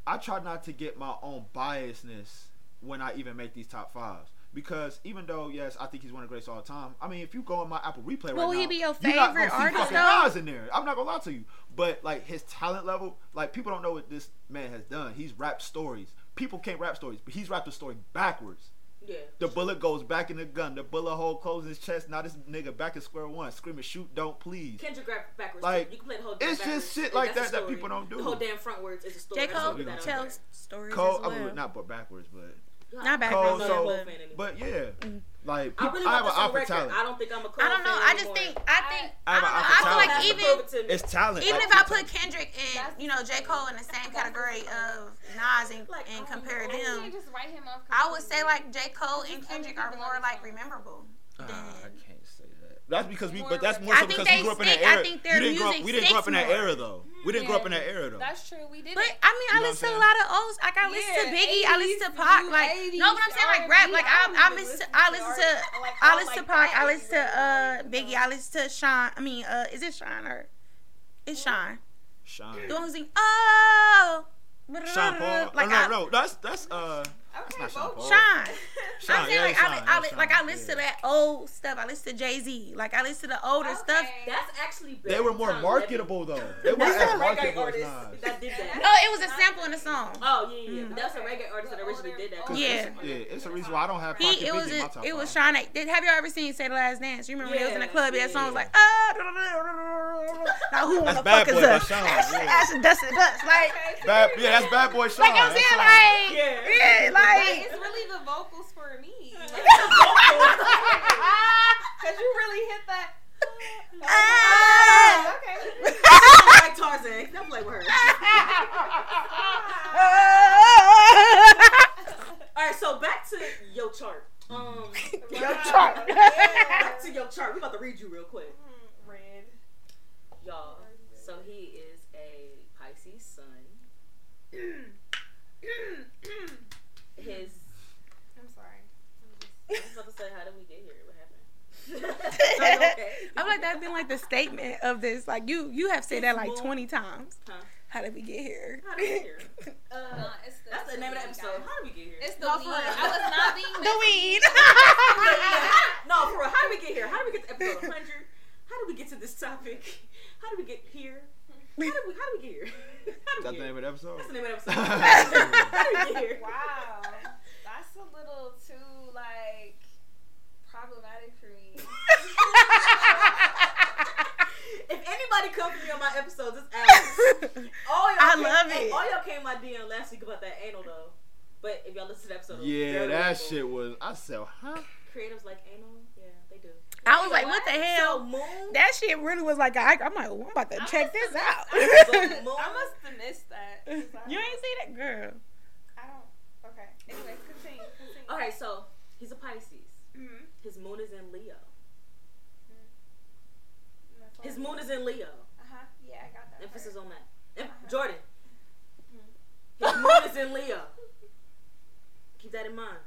[SPEAKER 3] I try not to get my own biasness when I even make these top fives. Because even though yes, I think he's one of the greatest all time. I mean, if you go on my Apple Replay right
[SPEAKER 2] will
[SPEAKER 3] now,
[SPEAKER 2] he be your
[SPEAKER 3] you're not gonna
[SPEAKER 2] favorite
[SPEAKER 3] see
[SPEAKER 2] artist,
[SPEAKER 3] fucking
[SPEAKER 2] though?
[SPEAKER 3] Nas in there. I'm not gonna lie to you, but like his talent level, like people don't know what this man has done. He's rapped stories. People can't rap stories, but he's rapped a story backwards.
[SPEAKER 1] Yeah.
[SPEAKER 3] The bullet goes back in the gun. The bullet hole closes his chest. Now this nigga back at square one, screaming, "Shoot! Don't please!"
[SPEAKER 1] Kendrick rap backwards.
[SPEAKER 3] Like,
[SPEAKER 1] too. you can play the whole. damn
[SPEAKER 3] it's just
[SPEAKER 1] backwards.
[SPEAKER 3] shit
[SPEAKER 1] That's
[SPEAKER 3] like
[SPEAKER 1] a
[SPEAKER 3] that that
[SPEAKER 1] story.
[SPEAKER 3] people don't do.
[SPEAKER 1] The whole damn front words is a story.
[SPEAKER 2] J.
[SPEAKER 1] I just
[SPEAKER 2] Cole
[SPEAKER 1] wanna put that out
[SPEAKER 2] tells stories
[SPEAKER 3] Cole,
[SPEAKER 2] as
[SPEAKER 3] I
[SPEAKER 2] well.
[SPEAKER 3] mean, not but backwards, but
[SPEAKER 1] there.
[SPEAKER 2] Not
[SPEAKER 1] I
[SPEAKER 2] backwards.
[SPEAKER 1] don't
[SPEAKER 3] Cole.
[SPEAKER 1] know
[SPEAKER 2] Backwards,
[SPEAKER 1] that Cole
[SPEAKER 3] So,
[SPEAKER 1] fan anymore.
[SPEAKER 3] but yeah, like
[SPEAKER 1] I
[SPEAKER 3] people,
[SPEAKER 1] really
[SPEAKER 3] I have
[SPEAKER 1] want this on
[SPEAKER 3] an eye for
[SPEAKER 1] record. I
[SPEAKER 3] talent.
[SPEAKER 1] don't think I'm a Cole
[SPEAKER 2] I don't know.
[SPEAKER 1] fan
[SPEAKER 2] I just
[SPEAKER 1] anymore.
[SPEAKER 2] think I think
[SPEAKER 3] I have
[SPEAKER 2] I
[SPEAKER 3] an
[SPEAKER 2] don't know.
[SPEAKER 3] eye for
[SPEAKER 2] I feel
[SPEAKER 1] Cole has
[SPEAKER 2] like
[SPEAKER 1] to
[SPEAKER 2] even
[SPEAKER 1] prove it to me.
[SPEAKER 3] It's talent.
[SPEAKER 2] even
[SPEAKER 3] Like,
[SPEAKER 2] if I put Kendrick and you know J Cole in the same category of Nas and,
[SPEAKER 1] Like,
[SPEAKER 2] and
[SPEAKER 1] I don't
[SPEAKER 4] oh,
[SPEAKER 1] know.
[SPEAKER 2] compare
[SPEAKER 4] I
[SPEAKER 2] them,
[SPEAKER 4] can't just write him off
[SPEAKER 2] I would say
[SPEAKER 4] completely.
[SPEAKER 2] like J Cole and
[SPEAKER 4] Just
[SPEAKER 2] Kendrick
[SPEAKER 4] other
[SPEAKER 2] are
[SPEAKER 4] people
[SPEAKER 2] more
[SPEAKER 4] on
[SPEAKER 2] like
[SPEAKER 4] the song.
[SPEAKER 2] rememberable.
[SPEAKER 3] Ah, I
[SPEAKER 2] than
[SPEAKER 3] can't say that. That's because we, but that's more
[SPEAKER 4] I
[SPEAKER 3] so
[SPEAKER 4] think
[SPEAKER 3] because
[SPEAKER 2] they
[SPEAKER 3] we grew up in
[SPEAKER 2] stick-
[SPEAKER 3] that
[SPEAKER 2] I
[SPEAKER 3] era.
[SPEAKER 2] think their
[SPEAKER 3] you didn't grow up,
[SPEAKER 2] music
[SPEAKER 3] we didn't grow up in that
[SPEAKER 2] sticks
[SPEAKER 3] era though. We didn't grow up in that era though.
[SPEAKER 4] That's true. We did.
[SPEAKER 2] But
[SPEAKER 4] it.
[SPEAKER 2] I mean,
[SPEAKER 3] You
[SPEAKER 2] I
[SPEAKER 3] know
[SPEAKER 2] listen
[SPEAKER 3] what
[SPEAKER 2] to
[SPEAKER 3] I'm
[SPEAKER 2] a lot of old. Like I listen to
[SPEAKER 4] Yeah,
[SPEAKER 2] Biggie, I listen to
[SPEAKER 4] 80s,
[SPEAKER 2] Pac.
[SPEAKER 4] you
[SPEAKER 2] Like
[SPEAKER 4] 80s,
[SPEAKER 2] no, but I'm saying like rap.
[SPEAKER 4] R&B,
[SPEAKER 2] Like
[SPEAKER 4] I
[SPEAKER 2] I,
[SPEAKER 4] don't
[SPEAKER 2] I
[SPEAKER 4] even
[SPEAKER 2] listen.
[SPEAKER 4] listen
[SPEAKER 2] I
[SPEAKER 4] to
[SPEAKER 2] listen
[SPEAKER 4] R&B.
[SPEAKER 2] to.
[SPEAKER 4] I like- I
[SPEAKER 2] I
[SPEAKER 4] don't
[SPEAKER 2] listen to
[SPEAKER 4] like
[SPEAKER 2] Pac. I
[SPEAKER 4] that
[SPEAKER 2] listen to uh
[SPEAKER 4] either.
[SPEAKER 2] Biggie. I listen to Sean. I mean, uh, is it Sean or is Sean? [laughs]
[SPEAKER 3] Sean.
[SPEAKER 2] The one who's singing, oh.
[SPEAKER 3] Sean Paul.
[SPEAKER 2] Like
[SPEAKER 3] no,
[SPEAKER 2] I,
[SPEAKER 3] no, no. That's that's uh.
[SPEAKER 4] Okay,
[SPEAKER 3] That's not Sean
[SPEAKER 4] well,
[SPEAKER 3] Paul.
[SPEAKER 2] Sean.
[SPEAKER 3] Sean,
[SPEAKER 2] I'm saying
[SPEAKER 3] yeah,
[SPEAKER 2] like
[SPEAKER 3] Sean,
[SPEAKER 2] I, li-
[SPEAKER 3] yeah,
[SPEAKER 2] I li-
[SPEAKER 3] Sean,
[SPEAKER 2] like I
[SPEAKER 3] yeah.
[SPEAKER 2] listen to that old stuff. I listen to Jay Z. Like I listen to older stuff.
[SPEAKER 4] okay.
[SPEAKER 1] [laughs] that's actually.
[SPEAKER 3] They
[SPEAKER 1] better
[SPEAKER 3] were
[SPEAKER 1] than
[SPEAKER 3] more
[SPEAKER 1] Tom
[SPEAKER 3] marketable
[SPEAKER 2] [laughs]
[SPEAKER 3] though. They were
[SPEAKER 1] Levy. That's
[SPEAKER 3] as
[SPEAKER 1] a reggae
[SPEAKER 3] marketable as
[SPEAKER 1] artist
[SPEAKER 3] Nas.
[SPEAKER 1] that did that.
[SPEAKER 2] No, it was a sample in a song.
[SPEAKER 1] Oh yeah, yeah. yeah.
[SPEAKER 2] Mm.
[SPEAKER 1] That's a reggae artist that originally did that.
[SPEAKER 3] Cause
[SPEAKER 2] Yeah.
[SPEAKER 3] it's-
[SPEAKER 2] [laughs]
[SPEAKER 3] yeah, it's a reason why I don't have
[SPEAKER 2] He
[SPEAKER 3] pocket
[SPEAKER 2] it was
[SPEAKER 3] Biggie in my
[SPEAKER 2] a,
[SPEAKER 3] top
[SPEAKER 2] it was
[SPEAKER 3] five.
[SPEAKER 2] Sean. A- Did, have you all ever seen Say the Last Dance? You remember when it was in the
[SPEAKER 1] Yeah,
[SPEAKER 2] club?
[SPEAKER 1] yeah,
[SPEAKER 2] That song
[SPEAKER 1] yeah.
[SPEAKER 2] was like ah. da, da, da, da, da, da. Now who
[SPEAKER 3] That's
[SPEAKER 2] wanna
[SPEAKER 3] Bad
[SPEAKER 2] fuck is
[SPEAKER 3] Boy by
[SPEAKER 2] us?
[SPEAKER 3] Sean,
[SPEAKER 2] That's,
[SPEAKER 3] yeah.
[SPEAKER 2] that's dust and dust. Like
[SPEAKER 4] okay.
[SPEAKER 3] Bad, yeah, that's Bad Boy Sean.
[SPEAKER 2] like
[SPEAKER 3] that's
[SPEAKER 2] I'm saying
[SPEAKER 3] Sean.
[SPEAKER 2] like
[SPEAKER 1] Yeah.
[SPEAKER 2] yeah,
[SPEAKER 4] But
[SPEAKER 2] like
[SPEAKER 4] it's really the vocals for me.
[SPEAKER 2] [laughs]
[SPEAKER 4] [laughs] Cause you really hit that.
[SPEAKER 2] Ah.
[SPEAKER 4] okay.
[SPEAKER 1] [laughs] Like Tarzan. Don't play with her.
[SPEAKER 2] Ah, ah,
[SPEAKER 1] your chart. Um,
[SPEAKER 2] Your
[SPEAKER 1] [laughs]
[SPEAKER 2] chart.
[SPEAKER 1] back to your chart. We about to read you real quick,
[SPEAKER 4] Red.
[SPEAKER 1] y'all. So he is a Pisces sun. His
[SPEAKER 4] I'm sorry.
[SPEAKER 1] I was about to say, how did we get here? What [laughs] happened? No, okay.
[SPEAKER 2] [laughs] I feel like that's been like the statement of this. Like you, you have said that like twenty times.
[SPEAKER 1] Huh?
[SPEAKER 2] How did we get here?
[SPEAKER 1] How did we get here?
[SPEAKER 4] No,
[SPEAKER 1] Uh,
[SPEAKER 4] it's the,
[SPEAKER 1] that's the name of the episode. How did we get here?
[SPEAKER 4] It's the
[SPEAKER 1] No, for
[SPEAKER 4] weed.
[SPEAKER 1] real.
[SPEAKER 4] I was not being
[SPEAKER 2] The weed.
[SPEAKER 1] [laughs] no, for real. How did we get here? How did we get to [laughs] episode 100? How did we get to this topic? How did we get here? How did we, how did we get here? [laughs]
[SPEAKER 3] Is
[SPEAKER 1] How did we
[SPEAKER 3] that the
[SPEAKER 1] get
[SPEAKER 3] name
[SPEAKER 1] here?
[SPEAKER 3] of the episode?
[SPEAKER 1] That's the name of the episode. how did we get [laughs]
[SPEAKER 4] [laughs]
[SPEAKER 1] here?
[SPEAKER 4] Wow, that's a little too like problematic for me.
[SPEAKER 1] If anybody come for me on my episodes, it's Alex. All y'all
[SPEAKER 2] I
[SPEAKER 1] came,
[SPEAKER 2] love
[SPEAKER 1] hey,
[SPEAKER 2] it.
[SPEAKER 1] All y'all came my DM last week about that anal though. But if y'all listen to the episode, it was
[SPEAKER 3] Yeah,
[SPEAKER 1] very
[SPEAKER 3] that
[SPEAKER 1] relatable.
[SPEAKER 3] shit was. I said, huh?
[SPEAKER 1] Creatives like anal, yeah, they do.
[SPEAKER 2] [laughs] I was like, what the
[SPEAKER 1] So
[SPEAKER 2] hell?
[SPEAKER 1] moon,
[SPEAKER 2] That shit really was like, I, I'm like, oh, I'm about to check this [laughs] out.
[SPEAKER 1] missed-
[SPEAKER 2] you
[SPEAKER 4] I must have missed that. 'cause I-
[SPEAKER 2] ain't see that girl.
[SPEAKER 4] I don't. Okay. Anyways, continue. continue.
[SPEAKER 1] All right, so he's a Pisces.
[SPEAKER 4] Mm-hmm.
[SPEAKER 1] His moon is in Leo.
[SPEAKER 4] That's all.
[SPEAKER 1] His moon is in Leo.
[SPEAKER 4] Uh-huh. Yeah, I got that.
[SPEAKER 1] Emphasis
[SPEAKER 4] part.
[SPEAKER 1] on that. Em- Jordan. His moon is in Leo. Keep that in mind.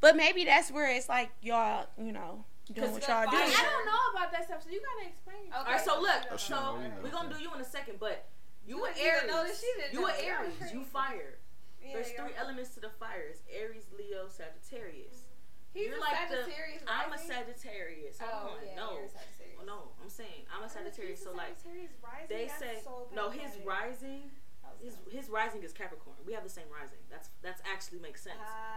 [SPEAKER 2] But maybe that's where it's like y'all, you know, doing
[SPEAKER 1] 'Cause
[SPEAKER 2] what
[SPEAKER 1] the
[SPEAKER 2] y'all
[SPEAKER 4] I,
[SPEAKER 2] do.
[SPEAKER 1] fire-
[SPEAKER 4] I don't know about that stuff, so you gotta explain.
[SPEAKER 1] All right, so
[SPEAKER 3] Oh,
[SPEAKER 1] look,
[SPEAKER 3] she don't
[SPEAKER 1] so
[SPEAKER 3] know either.
[SPEAKER 1] we're gonna do you in a second, but you
[SPEAKER 4] You
[SPEAKER 1] were
[SPEAKER 4] didn't even know
[SPEAKER 1] Aries.
[SPEAKER 4] that she didn't
[SPEAKER 1] You
[SPEAKER 4] know.
[SPEAKER 1] were
[SPEAKER 4] Y'all
[SPEAKER 1] Aries.
[SPEAKER 4] crazy.
[SPEAKER 1] You fire.
[SPEAKER 4] Yeah,
[SPEAKER 1] There's
[SPEAKER 4] y'all-
[SPEAKER 1] three elements to the fire: it's Aries, Leo, Sagittarius.
[SPEAKER 4] He's
[SPEAKER 1] You're
[SPEAKER 4] a
[SPEAKER 1] like the-
[SPEAKER 4] Sagittarius.
[SPEAKER 1] I'm a
[SPEAKER 4] rising.
[SPEAKER 1] Sagittarius. Hold
[SPEAKER 4] Mm-hmm. Oh,
[SPEAKER 1] on,
[SPEAKER 4] yeah,
[SPEAKER 1] no,
[SPEAKER 4] you're a Sagittarius.
[SPEAKER 1] Well, no, I'm saying I'm a
[SPEAKER 4] He's a
[SPEAKER 1] Sagittarius. So like
[SPEAKER 4] Sagittarius rising?
[SPEAKER 1] they
[SPEAKER 4] That's
[SPEAKER 1] say,
[SPEAKER 4] so
[SPEAKER 1] no, his
[SPEAKER 4] problematic.
[SPEAKER 1] rising,
[SPEAKER 4] That was
[SPEAKER 1] his
[SPEAKER 4] dumb.
[SPEAKER 1] his rising is Capricorn. We have the same rising. That's that's actually makes sense.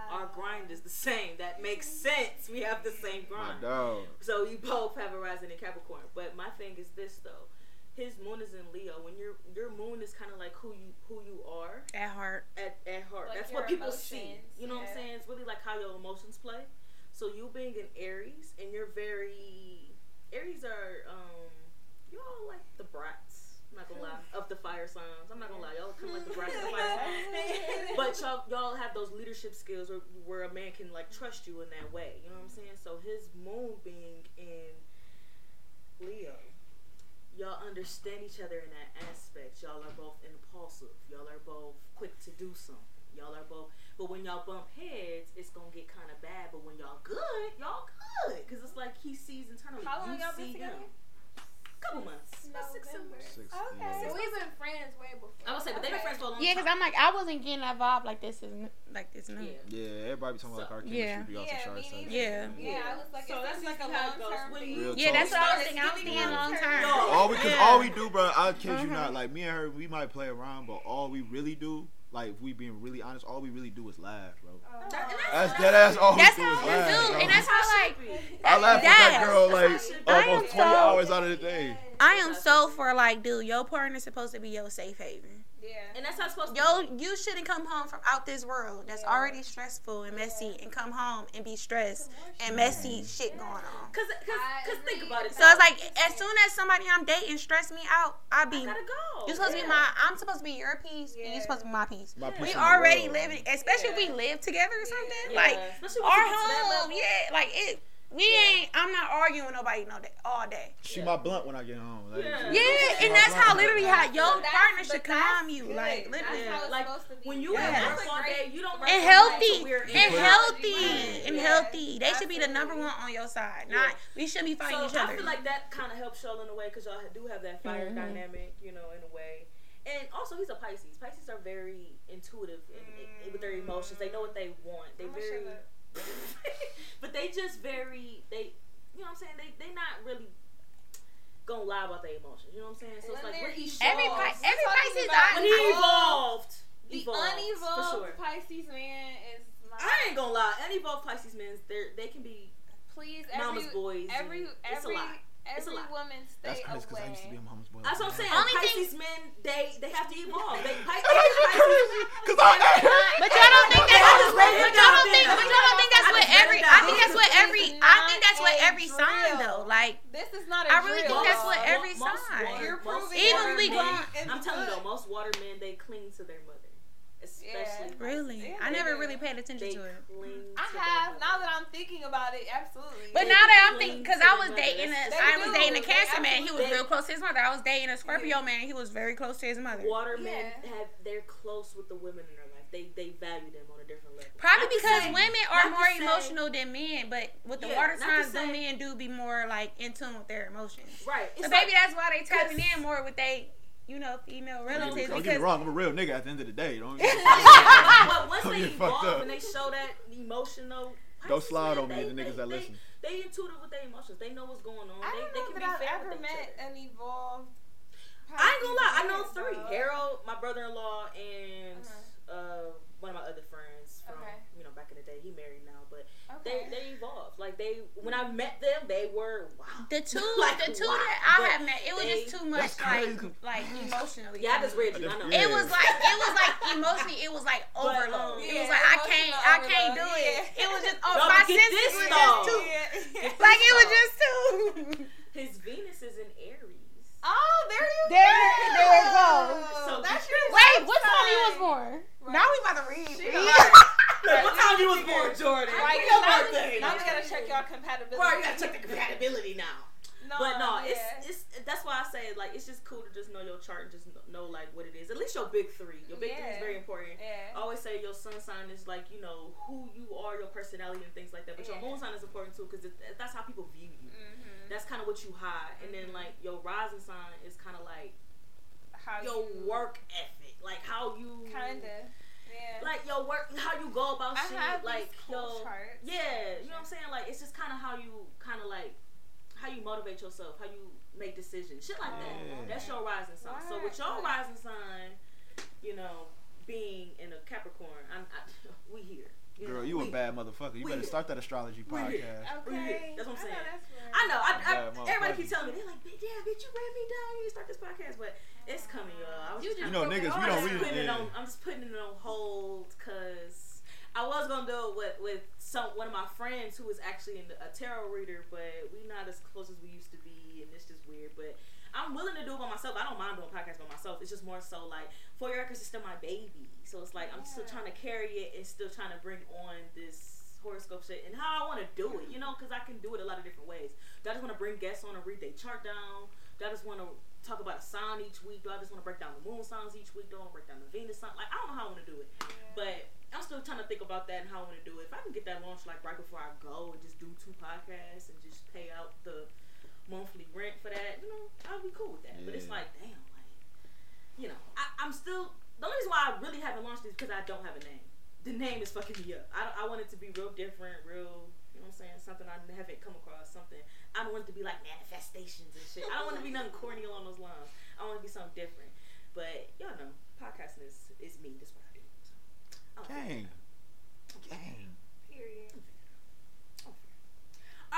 [SPEAKER 1] Our
[SPEAKER 4] Ah.
[SPEAKER 1] grind
[SPEAKER 4] [laughs]
[SPEAKER 1] is the same. That makes sense. We have the same
[SPEAKER 3] My
[SPEAKER 1] grind.
[SPEAKER 3] dog.
[SPEAKER 1] So you both have a rising in Capricorn. But my thing is this though. His moon is in Leo. When your your moon is kind of like who you who you are
[SPEAKER 2] At heart.
[SPEAKER 1] at, at heart.
[SPEAKER 4] Like
[SPEAKER 1] That's
[SPEAKER 4] your
[SPEAKER 1] what people see.
[SPEAKER 4] emotions,
[SPEAKER 1] You know what I'm
[SPEAKER 4] yeah.
[SPEAKER 1] saying? It's really like how your emotions play. So you being an Aries and you're very Aries are um y'all like the brats. I'm not gonna
[SPEAKER 4] [laughs]
[SPEAKER 1] lie of the fire signs. I'm not gonna lie, y'all kind of like the brats of the fire signs.
[SPEAKER 4] [laughs]
[SPEAKER 1] But y'all y'all have those leadership skills where, where a man can like trust you in that way. You know what I'm saying? So his moon being in Leo y'all understand each other in that aspect. Y'all are both impulsive. Y'all are both quick to do something. Y'all are both, but when y'all bump heads, it's gonna get kind of bad. But when y'all good, y'all good, cause it's like he sees internally.
[SPEAKER 4] How
[SPEAKER 1] you
[SPEAKER 4] long y'all been
[SPEAKER 1] see
[SPEAKER 4] together?
[SPEAKER 1] him. Couple months. About six, seven
[SPEAKER 4] November.
[SPEAKER 1] months.
[SPEAKER 3] Six,
[SPEAKER 4] Okay. So
[SPEAKER 3] yeah.
[SPEAKER 4] we've been friends way before.
[SPEAKER 1] I would say, but they've been
[SPEAKER 4] Okay.
[SPEAKER 1] friends for a long
[SPEAKER 2] Yeah,
[SPEAKER 1] time.
[SPEAKER 2] because I'm like, I wasn't getting that vibe like this is n- like it's new.
[SPEAKER 1] yeah.
[SPEAKER 3] Yeah, everybody be talking about like our chemistry
[SPEAKER 2] Yeah.
[SPEAKER 3] be
[SPEAKER 4] Yeah,
[SPEAKER 3] off the
[SPEAKER 4] me
[SPEAKER 3] charts. type
[SPEAKER 4] neither.
[SPEAKER 2] Yeah.
[SPEAKER 3] shit.
[SPEAKER 4] Yeah, I was like,
[SPEAKER 1] So
[SPEAKER 4] so
[SPEAKER 1] that's
[SPEAKER 4] that's like a
[SPEAKER 1] usually how it
[SPEAKER 4] long
[SPEAKER 1] goes.
[SPEAKER 4] term
[SPEAKER 1] When
[SPEAKER 4] thing. Oh.
[SPEAKER 1] you-
[SPEAKER 3] Real
[SPEAKER 2] Yeah, that's what I was
[SPEAKER 1] It's
[SPEAKER 2] thinking. I was
[SPEAKER 1] giving
[SPEAKER 2] thinking
[SPEAKER 1] you
[SPEAKER 4] long
[SPEAKER 2] long
[SPEAKER 4] term.
[SPEAKER 2] term.
[SPEAKER 1] No.
[SPEAKER 3] All we, cause
[SPEAKER 2] Yeah.
[SPEAKER 3] all we do, bro. I kid you
[SPEAKER 2] Mhm.
[SPEAKER 3] not. Like me and her, we might play around, but all we really do, like if we being really honest, all we really do is laugh, bro.
[SPEAKER 4] Oh.
[SPEAKER 1] That- and
[SPEAKER 3] That's dead ass. All
[SPEAKER 2] That's
[SPEAKER 3] we do is
[SPEAKER 2] how we
[SPEAKER 3] laugh.
[SPEAKER 2] do,
[SPEAKER 3] bro.
[SPEAKER 2] and that's how like
[SPEAKER 3] I laugh with that
[SPEAKER 2] Yes.
[SPEAKER 1] That's
[SPEAKER 3] girl
[SPEAKER 1] how
[SPEAKER 3] like
[SPEAKER 2] she-
[SPEAKER 3] almost
[SPEAKER 2] I am
[SPEAKER 3] twenty
[SPEAKER 2] so-
[SPEAKER 3] hours out of the day.
[SPEAKER 2] I am so for like, dude, your partner's supposed to be your safe haven.
[SPEAKER 4] Yeah.
[SPEAKER 1] And that's how it's supposed to.
[SPEAKER 2] Yo, you shouldn't come home from out this world that's
[SPEAKER 4] Yeah.
[SPEAKER 2] already stressful and messy, and come home and be stressed and messy shit going on.
[SPEAKER 1] Cause, cause,
[SPEAKER 4] I
[SPEAKER 1] cause think
[SPEAKER 4] agree.
[SPEAKER 1] about it.
[SPEAKER 2] So it's like, as soon as somebody I'm dating stress me out, I be.
[SPEAKER 1] I gotta go.
[SPEAKER 2] You're supposed to be
[SPEAKER 1] Yeah.
[SPEAKER 2] my. I'm supposed to be your piece, and
[SPEAKER 4] Yeah.
[SPEAKER 2] you're supposed to be my piece.
[SPEAKER 3] My piece
[SPEAKER 2] We
[SPEAKER 3] in the
[SPEAKER 2] already
[SPEAKER 3] world.
[SPEAKER 2] living, especially if
[SPEAKER 4] Yeah.
[SPEAKER 2] we live together or something.
[SPEAKER 1] Yeah.
[SPEAKER 2] Like
[SPEAKER 1] Especially when
[SPEAKER 2] our
[SPEAKER 1] you get to that
[SPEAKER 2] home,
[SPEAKER 1] level.
[SPEAKER 2] yeah. Like it. We
[SPEAKER 1] Yeah.
[SPEAKER 2] ain't. I'm not arguing with nobody no day all day.
[SPEAKER 3] She
[SPEAKER 1] Yeah.
[SPEAKER 3] my blunt when I get home. Like,
[SPEAKER 1] Yeah.
[SPEAKER 2] Yeah,
[SPEAKER 3] she
[SPEAKER 2] and
[SPEAKER 3] my
[SPEAKER 2] that's
[SPEAKER 3] blunt
[SPEAKER 2] how
[SPEAKER 3] when I
[SPEAKER 2] literally
[SPEAKER 3] get home.
[SPEAKER 2] how your
[SPEAKER 4] But that's-
[SPEAKER 2] partner
[SPEAKER 4] but
[SPEAKER 2] should
[SPEAKER 4] that's
[SPEAKER 2] calm you.
[SPEAKER 4] good.
[SPEAKER 2] Like
[SPEAKER 4] That's
[SPEAKER 2] literally.
[SPEAKER 4] how it's
[SPEAKER 1] Like,
[SPEAKER 4] supposed to be.
[SPEAKER 1] When you
[SPEAKER 2] Yeah.
[SPEAKER 1] at
[SPEAKER 4] That's
[SPEAKER 1] work
[SPEAKER 4] a
[SPEAKER 1] all
[SPEAKER 4] great-
[SPEAKER 1] day, you don't.
[SPEAKER 2] and
[SPEAKER 1] recognize
[SPEAKER 2] healthy
[SPEAKER 1] that we're in
[SPEAKER 2] and
[SPEAKER 1] work.
[SPEAKER 2] healthy and
[SPEAKER 4] Yeah,
[SPEAKER 2] healthy. They should be the
[SPEAKER 4] absolutely.
[SPEAKER 2] number one on your side.
[SPEAKER 1] Yeah.
[SPEAKER 2] Not we shouldn't be fighting
[SPEAKER 1] so
[SPEAKER 2] each other.
[SPEAKER 1] I feel like that kind of helps y'all in a way because y'all do have that fire
[SPEAKER 2] Mhm.
[SPEAKER 1] dynamic, you know, in a way. And also, he's a Pisces. Pisces are very intuitive in, in, with their emotions. They know what they want. They
[SPEAKER 4] I'm gonna
[SPEAKER 1] very,
[SPEAKER 4] Mm. shut up.
[SPEAKER 1] [laughs] but they just very they. You know what I'm saying? They they not really gonna lie about their emotions. You know what I'm saying? So it's
[SPEAKER 4] When
[SPEAKER 1] like when
[SPEAKER 4] they're
[SPEAKER 1] he
[SPEAKER 4] evolved.
[SPEAKER 2] every
[SPEAKER 4] We're
[SPEAKER 2] Pi-
[SPEAKER 4] talking
[SPEAKER 2] every Pisces
[SPEAKER 4] about
[SPEAKER 2] I-
[SPEAKER 1] when he
[SPEAKER 4] evolved.
[SPEAKER 1] evolved,
[SPEAKER 4] The
[SPEAKER 1] evolved,
[SPEAKER 4] unevolved
[SPEAKER 1] for sure.
[SPEAKER 4] Pisces man is my.
[SPEAKER 1] I ain't gonna lie. Unevolved Pisces men, they they can be
[SPEAKER 4] Please, every
[SPEAKER 1] mama's boys. and
[SPEAKER 4] every
[SPEAKER 1] it's a
[SPEAKER 4] every
[SPEAKER 1] lot. It's a
[SPEAKER 4] every
[SPEAKER 1] lot.
[SPEAKER 4] woman stay
[SPEAKER 3] That's crazy because
[SPEAKER 4] away.
[SPEAKER 3] I used to be a mama's boy.
[SPEAKER 1] That's what
[SPEAKER 3] [laughs]
[SPEAKER 1] I'm saying.
[SPEAKER 2] Only thing-
[SPEAKER 1] Pisces men, they they have to evolve.
[SPEAKER 4] [laughs]
[SPEAKER 1] They, Pi-
[SPEAKER 3] Because I.
[SPEAKER 2] But y'all don't think that's
[SPEAKER 1] I just
[SPEAKER 2] but
[SPEAKER 1] let it
[SPEAKER 2] y'all
[SPEAKER 1] out
[SPEAKER 2] don't think
[SPEAKER 1] there.
[SPEAKER 2] but y'all don't think that's
[SPEAKER 1] I just
[SPEAKER 2] what
[SPEAKER 1] let
[SPEAKER 2] every
[SPEAKER 1] it
[SPEAKER 2] I
[SPEAKER 1] out.
[SPEAKER 2] think that's what every I think that's what every
[SPEAKER 4] It's not a
[SPEAKER 2] sign
[SPEAKER 4] drill.
[SPEAKER 2] though. Like
[SPEAKER 4] This is not a
[SPEAKER 2] I really
[SPEAKER 4] drill.
[SPEAKER 2] think that's what
[SPEAKER 1] Most-
[SPEAKER 2] every
[SPEAKER 1] most
[SPEAKER 2] sign.
[SPEAKER 1] water-
[SPEAKER 4] You're
[SPEAKER 1] most
[SPEAKER 4] proving
[SPEAKER 1] water
[SPEAKER 2] Even we
[SPEAKER 1] men-
[SPEAKER 2] gone-
[SPEAKER 1] I'm telling you though, most water men they cling to their mother. especially
[SPEAKER 4] Yeah.
[SPEAKER 2] Really?
[SPEAKER 4] Yeah,
[SPEAKER 2] I
[SPEAKER 4] they
[SPEAKER 2] never
[SPEAKER 4] do.
[SPEAKER 2] really paid attention
[SPEAKER 1] they
[SPEAKER 2] to it.
[SPEAKER 1] cling
[SPEAKER 4] I
[SPEAKER 1] to
[SPEAKER 4] have.
[SPEAKER 1] their
[SPEAKER 4] Now that I'm thinking about it, absolutely.
[SPEAKER 2] But
[SPEAKER 1] They
[SPEAKER 2] now that I'm
[SPEAKER 1] cling
[SPEAKER 2] thinking, because
[SPEAKER 1] to
[SPEAKER 2] I
[SPEAKER 1] the
[SPEAKER 2] was
[SPEAKER 1] mother.
[SPEAKER 2] dating a,
[SPEAKER 1] They
[SPEAKER 2] I was
[SPEAKER 4] do.
[SPEAKER 2] dating
[SPEAKER 4] They
[SPEAKER 2] a Cancer man. He was
[SPEAKER 1] absolutely-
[SPEAKER 2] real close to his mother. I was dating a Scorpio
[SPEAKER 4] Yeah.
[SPEAKER 2] man. He was very close to his mother.
[SPEAKER 1] Water men
[SPEAKER 4] Yeah.
[SPEAKER 1] have they're close with the women in their life. They they value them on a different level.
[SPEAKER 2] Probably
[SPEAKER 1] Not to
[SPEAKER 2] because
[SPEAKER 1] say-
[SPEAKER 2] women
[SPEAKER 1] not
[SPEAKER 2] are
[SPEAKER 1] to
[SPEAKER 2] more
[SPEAKER 1] say-
[SPEAKER 2] emotional than men, but with the
[SPEAKER 1] Yeah,
[SPEAKER 2] water
[SPEAKER 1] not to
[SPEAKER 2] signs, the
[SPEAKER 1] say-
[SPEAKER 2] men do be more like in tune with their emotions.
[SPEAKER 1] right. It's
[SPEAKER 2] So
[SPEAKER 1] like-
[SPEAKER 2] maybe that's why they tapping
[SPEAKER 1] Cause-
[SPEAKER 2] in more with they, you know, female
[SPEAKER 3] Don't
[SPEAKER 2] relatives
[SPEAKER 3] get me
[SPEAKER 2] because
[SPEAKER 3] wrong. I'm a real nigga at the end of the day. Don't get me
[SPEAKER 1] [laughs]
[SPEAKER 2] [laughs]
[SPEAKER 1] but once
[SPEAKER 3] Don't
[SPEAKER 1] they
[SPEAKER 3] get Oh, fucked
[SPEAKER 1] evolve
[SPEAKER 3] up.
[SPEAKER 1] and they show that emotional,
[SPEAKER 3] Don't slide on me,
[SPEAKER 1] They-
[SPEAKER 3] the niggas
[SPEAKER 1] they-
[SPEAKER 3] that
[SPEAKER 1] they-
[SPEAKER 3] listen.
[SPEAKER 1] They intuitive with their emotions. They know what's going on.
[SPEAKER 4] I
[SPEAKER 1] they,
[SPEAKER 4] don't
[SPEAKER 1] they
[SPEAKER 4] know
[SPEAKER 1] can be
[SPEAKER 4] that
[SPEAKER 1] fair
[SPEAKER 4] I've
[SPEAKER 1] with
[SPEAKER 4] ever
[SPEAKER 1] each
[SPEAKER 4] met
[SPEAKER 1] other.
[SPEAKER 4] an evolved.
[SPEAKER 1] I ain't gonna lie. I know
[SPEAKER 4] man,
[SPEAKER 1] three:
[SPEAKER 4] though.
[SPEAKER 1] Harold, my brother-in-law, and uh
[SPEAKER 2] Uh-huh.
[SPEAKER 1] one of my other friends from
[SPEAKER 4] Okay.
[SPEAKER 1] you know back in the day. He married now, but
[SPEAKER 4] Okay.
[SPEAKER 1] they
[SPEAKER 4] [laughs]
[SPEAKER 1] they evolved. Like they, when I met them, they were wow.
[SPEAKER 2] the two,
[SPEAKER 1] [laughs] Like,
[SPEAKER 2] the two
[SPEAKER 1] why?
[SPEAKER 2] that I
[SPEAKER 1] But
[SPEAKER 2] have met, it was just
[SPEAKER 1] they- Mm-hmm.
[SPEAKER 2] too much
[SPEAKER 3] That's
[SPEAKER 2] like,
[SPEAKER 3] crazy.
[SPEAKER 2] like emotionally.
[SPEAKER 1] Yeah, I
[SPEAKER 2] for
[SPEAKER 1] just
[SPEAKER 2] me.
[SPEAKER 1] read you. I know.
[SPEAKER 3] Yeah.
[SPEAKER 2] It was like it was
[SPEAKER 3] [laughs]
[SPEAKER 2] like emotionally, it was like
[SPEAKER 1] um,
[SPEAKER 2] overload. it was
[SPEAKER 4] yeah,
[SPEAKER 2] like I can't, I
[SPEAKER 4] emotional
[SPEAKER 2] can't do
[SPEAKER 4] overload,
[SPEAKER 2] it.
[SPEAKER 4] yeah.
[SPEAKER 2] It was just oh,
[SPEAKER 1] Don't
[SPEAKER 2] my
[SPEAKER 1] get
[SPEAKER 2] senses
[SPEAKER 1] this
[SPEAKER 2] were
[SPEAKER 1] dog.
[SPEAKER 2] just too.
[SPEAKER 4] [laughs] Yeah.
[SPEAKER 2] [laughs] Like it
[SPEAKER 1] [laughs]
[SPEAKER 2] was just too.
[SPEAKER 1] His Venus is in Aries.
[SPEAKER 4] Oh, there you
[SPEAKER 2] There-
[SPEAKER 4] go.
[SPEAKER 2] there it goes.
[SPEAKER 1] So
[SPEAKER 4] that's your
[SPEAKER 2] Wait, what
[SPEAKER 4] what
[SPEAKER 2] time
[SPEAKER 4] time
[SPEAKER 2] you
[SPEAKER 4] you
[SPEAKER 2] was
[SPEAKER 4] was
[SPEAKER 2] born?
[SPEAKER 4] Right.
[SPEAKER 2] Now we about to read.
[SPEAKER 4] She
[SPEAKER 2] read.
[SPEAKER 1] what time you was born, Jordan?
[SPEAKER 4] Right,
[SPEAKER 1] Your
[SPEAKER 4] now,
[SPEAKER 1] birthday.
[SPEAKER 4] we, now we gotta check y'all compatibility.
[SPEAKER 1] Bro, you gotta check the compatibility now.
[SPEAKER 4] [laughs] No,
[SPEAKER 1] But no,
[SPEAKER 4] Oh, yeah.
[SPEAKER 1] it's it's that's why I say like it's just cool to just know your chart and just kn- know like what it is. At least your big three. Your big three is
[SPEAKER 4] Yeah.
[SPEAKER 1] very important. I
[SPEAKER 4] yeah.
[SPEAKER 1] always say your sun sign is like you know who you are, your personality and things like that. But your
[SPEAKER 4] Yeah.
[SPEAKER 1] moon sign is important too because that's how people view you.
[SPEAKER 4] Mhm.
[SPEAKER 1] That's kind of what you hide. And then
[SPEAKER 4] Mhm.
[SPEAKER 1] like your rising sign is kind of like
[SPEAKER 4] How
[SPEAKER 1] your
[SPEAKER 4] you-
[SPEAKER 1] work ethic, like how you
[SPEAKER 4] Kinda. Yeah.
[SPEAKER 1] like your work, how you go about
[SPEAKER 4] I
[SPEAKER 1] shit,
[SPEAKER 4] have these
[SPEAKER 1] like
[SPEAKER 4] cool
[SPEAKER 1] your
[SPEAKER 4] charts.
[SPEAKER 1] yeah, you know what I'm saying? Like it's just kind of how you kind of like how you motivate yourself, how you make decisions, shit like that.
[SPEAKER 3] Yeah.
[SPEAKER 1] That's your rising sign. So with your rising sign, you know, being in a Capricorn, I'm I, [laughs] we here.
[SPEAKER 3] wrong.
[SPEAKER 1] know,
[SPEAKER 3] Girl, you a
[SPEAKER 1] we-
[SPEAKER 3] bad motherfucker. You
[SPEAKER 1] we
[SPEAKER 3] better
[SPEAKER 1] here.
[SPEAKER 3] start that astrology
[SPEAKER 1] We here.
[SPEAKER 3] podcast.
[SPEAKER 4] Okay.
[SPEAKER 1] That's what I'm
[SPEAKER 4] I know
[SPEAKER 1] saying.
[SPEAKER 4] that's right.
[SPEAKER 1] I know. I, I,
[SPEAKER 3] Bad motherfucker.
[SPEAKER 1] everybody keeps telling me they're like, "Bitch, yeah, bitch, you read me down when you start this podcast," but it's coming, y'all. I was
[SPEAKER 4] You
[SPEAKER 1] just
[SPEAKER 4] just
[SPEAKER 1] kinda
[SPEAKER 3] You know,
[SPEAKER 4] broke it
[SPEAKER 3] niggas, we
[SPEAKER 4] off.
[SPEAKER 1] I'm
[SPEAKER 3] don't
[SPEAKER 1] just
[SPEAKER 3] read
[SPEAKER 1] putting it
[SPEAKER 3] yeah.
[SPEAKER 1] on. I'm just putting it on hold because I was gonna do it with with some one of my friends who is actually in the, a tarot reader, but we not as close as we used to be, and it's just weird. But I'm willing to do it by myself. I don't mind doing podcasts by myself. It's just more so like for your records, it's still my baby. So it's like I'm still
[SPEAKER 4] Yeah.
[SPEAKER 1] trying to carry it and still trying to bring on this horoscope shit and how I want to do it. You know, because I can do it a lot of different ways. Do I just want to bring guests on and read their chart down? Do I just want to talk about a sign each week? Do I just want to break down the moon signs each week? Do I want to break down the Venus sign? Like, I don't know how I want to do it. But I'm still trying to think about that and how I want to do it. If I can get that launched, like, right before I go and just do two podcasts and just pay out the monthly rent for that, you know, I'll be cool with that. But it's
[SPEAKER 3] Yeah.
[SPEAKER 1] like, damn, like, you know, I, I'm still. The only reason why I really haven't launched is because I don't have a name. The name is fucking me up. I, I want it to be real different, real, you know what I'm saying? Something I haven't come across, something I don't want it to be like manifestations and shit. I don't want to be nothing corny along those lines. I want to be something different. But y'all know, podcasting is, is me. That's what I do. So, I'm fair.
[SPEAKER 3] Gang. Gang.
[SPEAKER 4] Period.
[SPEAKER 1] All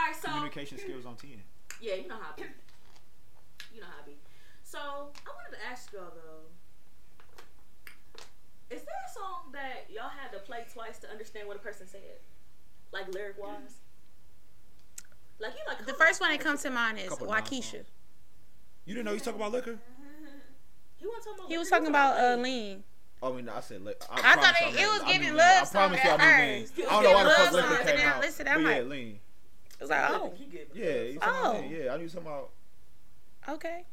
[SPEAKER 1] right, so
[SPEAKER 3] Communication skills on 10.
[SPEAKER 1] yeah, you know how I be. You know how I be. So I wanted to ask y'all though, is there a song that y'all had to play twice to understand what a person said, like lyric wise? Like you like
[SPEAKER 2] The
[SPEAKER 1] hold
[SPEAKER 2] first
[SPEAKER 1] on.
[SPEAKER 2] one that comes to mind is
[SPEAKER 3] Couple of nice
[SPEAKER 2] Waukesha.
[SPEAKER 3] songs. You didn't know you was talking about liquor?
[SPEAKER 1] He wasn't talking about.
[SPEAKER 2] He was
[SPEAKER 1] liquor,
[SPEAKER 2] talking about uh,
[SPEAKER 1] liquor.
[SPEAKER 2] lean.
[SPEAKER 3] I mean, I said liquor.
[SPEAKER 2] I thought it, it was giving love
[SPEAKER 3] I
[SPEAKER 2] song
[SPEAKER 3] promise y'all
[SPEAKER 2] at
[SPEAKER 3] I mean
[SPEAKER 2] first.
[SPEAKER 1] It
[SPEAKER 3] lean.
[SPEAKER 1] was
[SPEAKER 3] I don't know why the
[SPEAKER 1] giving
[SPEAKER 3] fuck
[SPEAKER 1] love
[SPEAKER 3] liquor
[SPEAKER 1] songs,
[SPEAKER 3] came
[SPEAKER 1] and
[SPEAKER 2] then
[SPEAKER 3] out.
[SPEAKER 2] listen,
[SPEAKER 3] but
[SPEAKER 2] I'm
[SPEAKER 3] yeah,
[SPEAKER 2] like-
[SPEAKER 3] lean.
[SPEAKER 2] It was like, oh,
[SPEAKER 1] He good.
[SPEAKER 3] Yeah, you talking about-
[SPEAKER 2] Oh.
[SPEAKER 3] yeah, I knew you talking about
[SPEAKER 2] okay.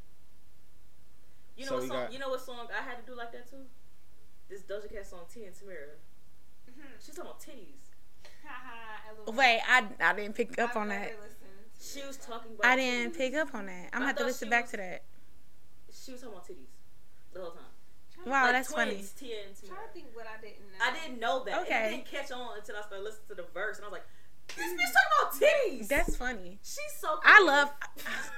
[SPEAKER 1] You know
[SPEAKER 3] So
[SPEAKER 1] what
[SPEAKER 3] we
[SPEAKER 1] song?
[SPEAKER 3] got-
[SPEAKER 1] You know what song I had to do like that too? This Doja Cat song "Ten Tamira." She's talking about titties.
[SPEAKER 4] Mm-hmm.
[SPEAKER 2] Wait, I I didn't pick up
[SPEAKER 4] I've
[SPEAKER 2] on
[SPEAKER 4] never
[SPEAKER 2] that.
[SPEAKER 4] listened to
[SPEAKER 1] She
[SPEAKER 4] it.
[SPEAKER 1] was talking about.
[SPEAKER 2] I didn't
[SPEAKER 1] titties.
[SPEAKER 2] pick up on that. I'm
[SPEAKER 1] I
[SPEAKER 2] gonna have to
[SPEAKER 1] thought
[SPEAKER 2] listen
[SPEAKER 1] she
[SPEAKER 2] back
[SPEAKER 1] was-
[SPEAKER 2] to that.
[SPEAKER 1] She was talking about titties the whole time.
[SPEAKER 2] Wow,
[SPEAKER 1] Like
[SPEAKER 2] Oh, that's funny.
[SPEAKER 1] twins, Tia and
[SPEAKER 4] I'm trying to
[SPEAKER 1] Tamira.
[SPEAKER 4] think what I didn't know.
[SPEAKER 1] I didn't know that.
[SPEAKER 2] Okay.
[SPEAKER 1] And it didn't catch on until I started listening to the verse, and I was like, "This bitch talking about titties."
[SPEAKER 2] That's funny.
[SPEAKER 1] she's so.
[SPEAKER 2] I
[SPEAKER 1] Creative. [laughs]
[SPEAKER 2] love.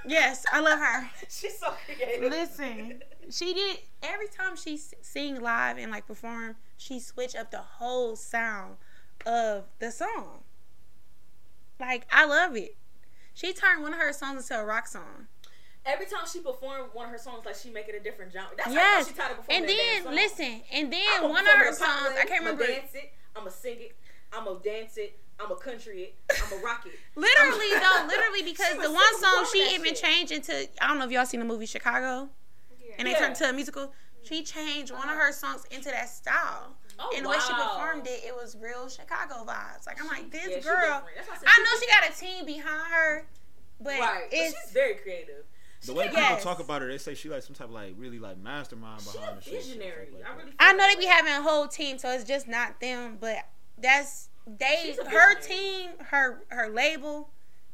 [SPEAKER 2] Yes, I love her.
[SPEAKER 1] she's so creative.
[SPEAKER 2] Listen, she did every time she s- sing live and like perform, she switched up the whole sound of the song. Like I love it. She turned one of her songs into a rock song.
[SPEAKER 1] Every time she performed one of her songs, like she make it a different genre. That's how
[SPEAKER 2] Yes,
[SPEAKER 1] she tied it before
[SPEAKER 2] and
[SPEAKER 1] that damn
[SPEAKER 2] then
[SPEAKER 1] song.
[SPEAKER 2] listen, and
[SPEAKER 1] I'ma
[SPEAKER 2] then one of
[SPEAKER 1] perform it
[SPEAKER 2] her
[SPEAKER 1] a pop
[SPEAKER 2] songs I
[SPEAKER 1] lady,
[SPEAKER 2] can't
[SPEAKER 1] I'ma
[SPEAKER 2] remember.
[SPEAKER 1] dance it. I'ma sing it. I'ma dance it. I'ma country it. I'ma rock it.
[SPEAKER 2] Literally
[SPEAKER 1] [laughs]
[SPEAKER 2] though, literally because
[SPEAKER 1] She was
[SPEAKER 2] the one
[SPEAKER 1] super
[SPEAKER 2] song
[SPEAKER 1] proud of
[SPEAKER 2] she
[SPEAKER 1] that
[SPEAKER 2] even
[SPEAKER 1] shit.
[SPEAKER 2] changed into I don't know if y'all seen the movie Chicago
[SPEAKER 4] Yeah.
[SPEAKER 2] and they
[SPEAKER 1] Yeah.
[SPEAKER 2] turned to a musical. She changed one of her songs into that style.
[SPEAKER 1] Oh,
[SPEAKER 2] [laughs] and the way she performed it, it was real Chicago vibes. Like I'm like, this
[SPEAKER 1] Yeah, she
[SPEAKER 2] girl.
[SPEAKER 1] different. That's why said
[SPEAKER 2] I
[SPEAKER 1] she
[SPEAKER 2] know she got a team behind her, but
[SPEAKER 1] right. But
[SPEAKER 2] it's
[SPEAKER 1] she's very creative.
[SPEAKER 3] The way people
[SPEAKER 2] Yes.
[SPEAKER 3] talk about her, they say she like some type of like really like mastermind
[SPEAKER 1] She's
[SPEAKER 3] behind the show.
[SPEAKER 1] visionary. I really. Feel
[SPEAKER 2] I know they
[SPEAKER 1] that
[SPEAKER 2] be
[SPEAKER 1] way.
[SPEAKER 2] having a whole team, so it's just not them. But that's they,
[SPEAKER 1] She's a
[SPEAKER 2] her team,
[SPEAKER 1] visionary.
[SPEAKER 2] her her label,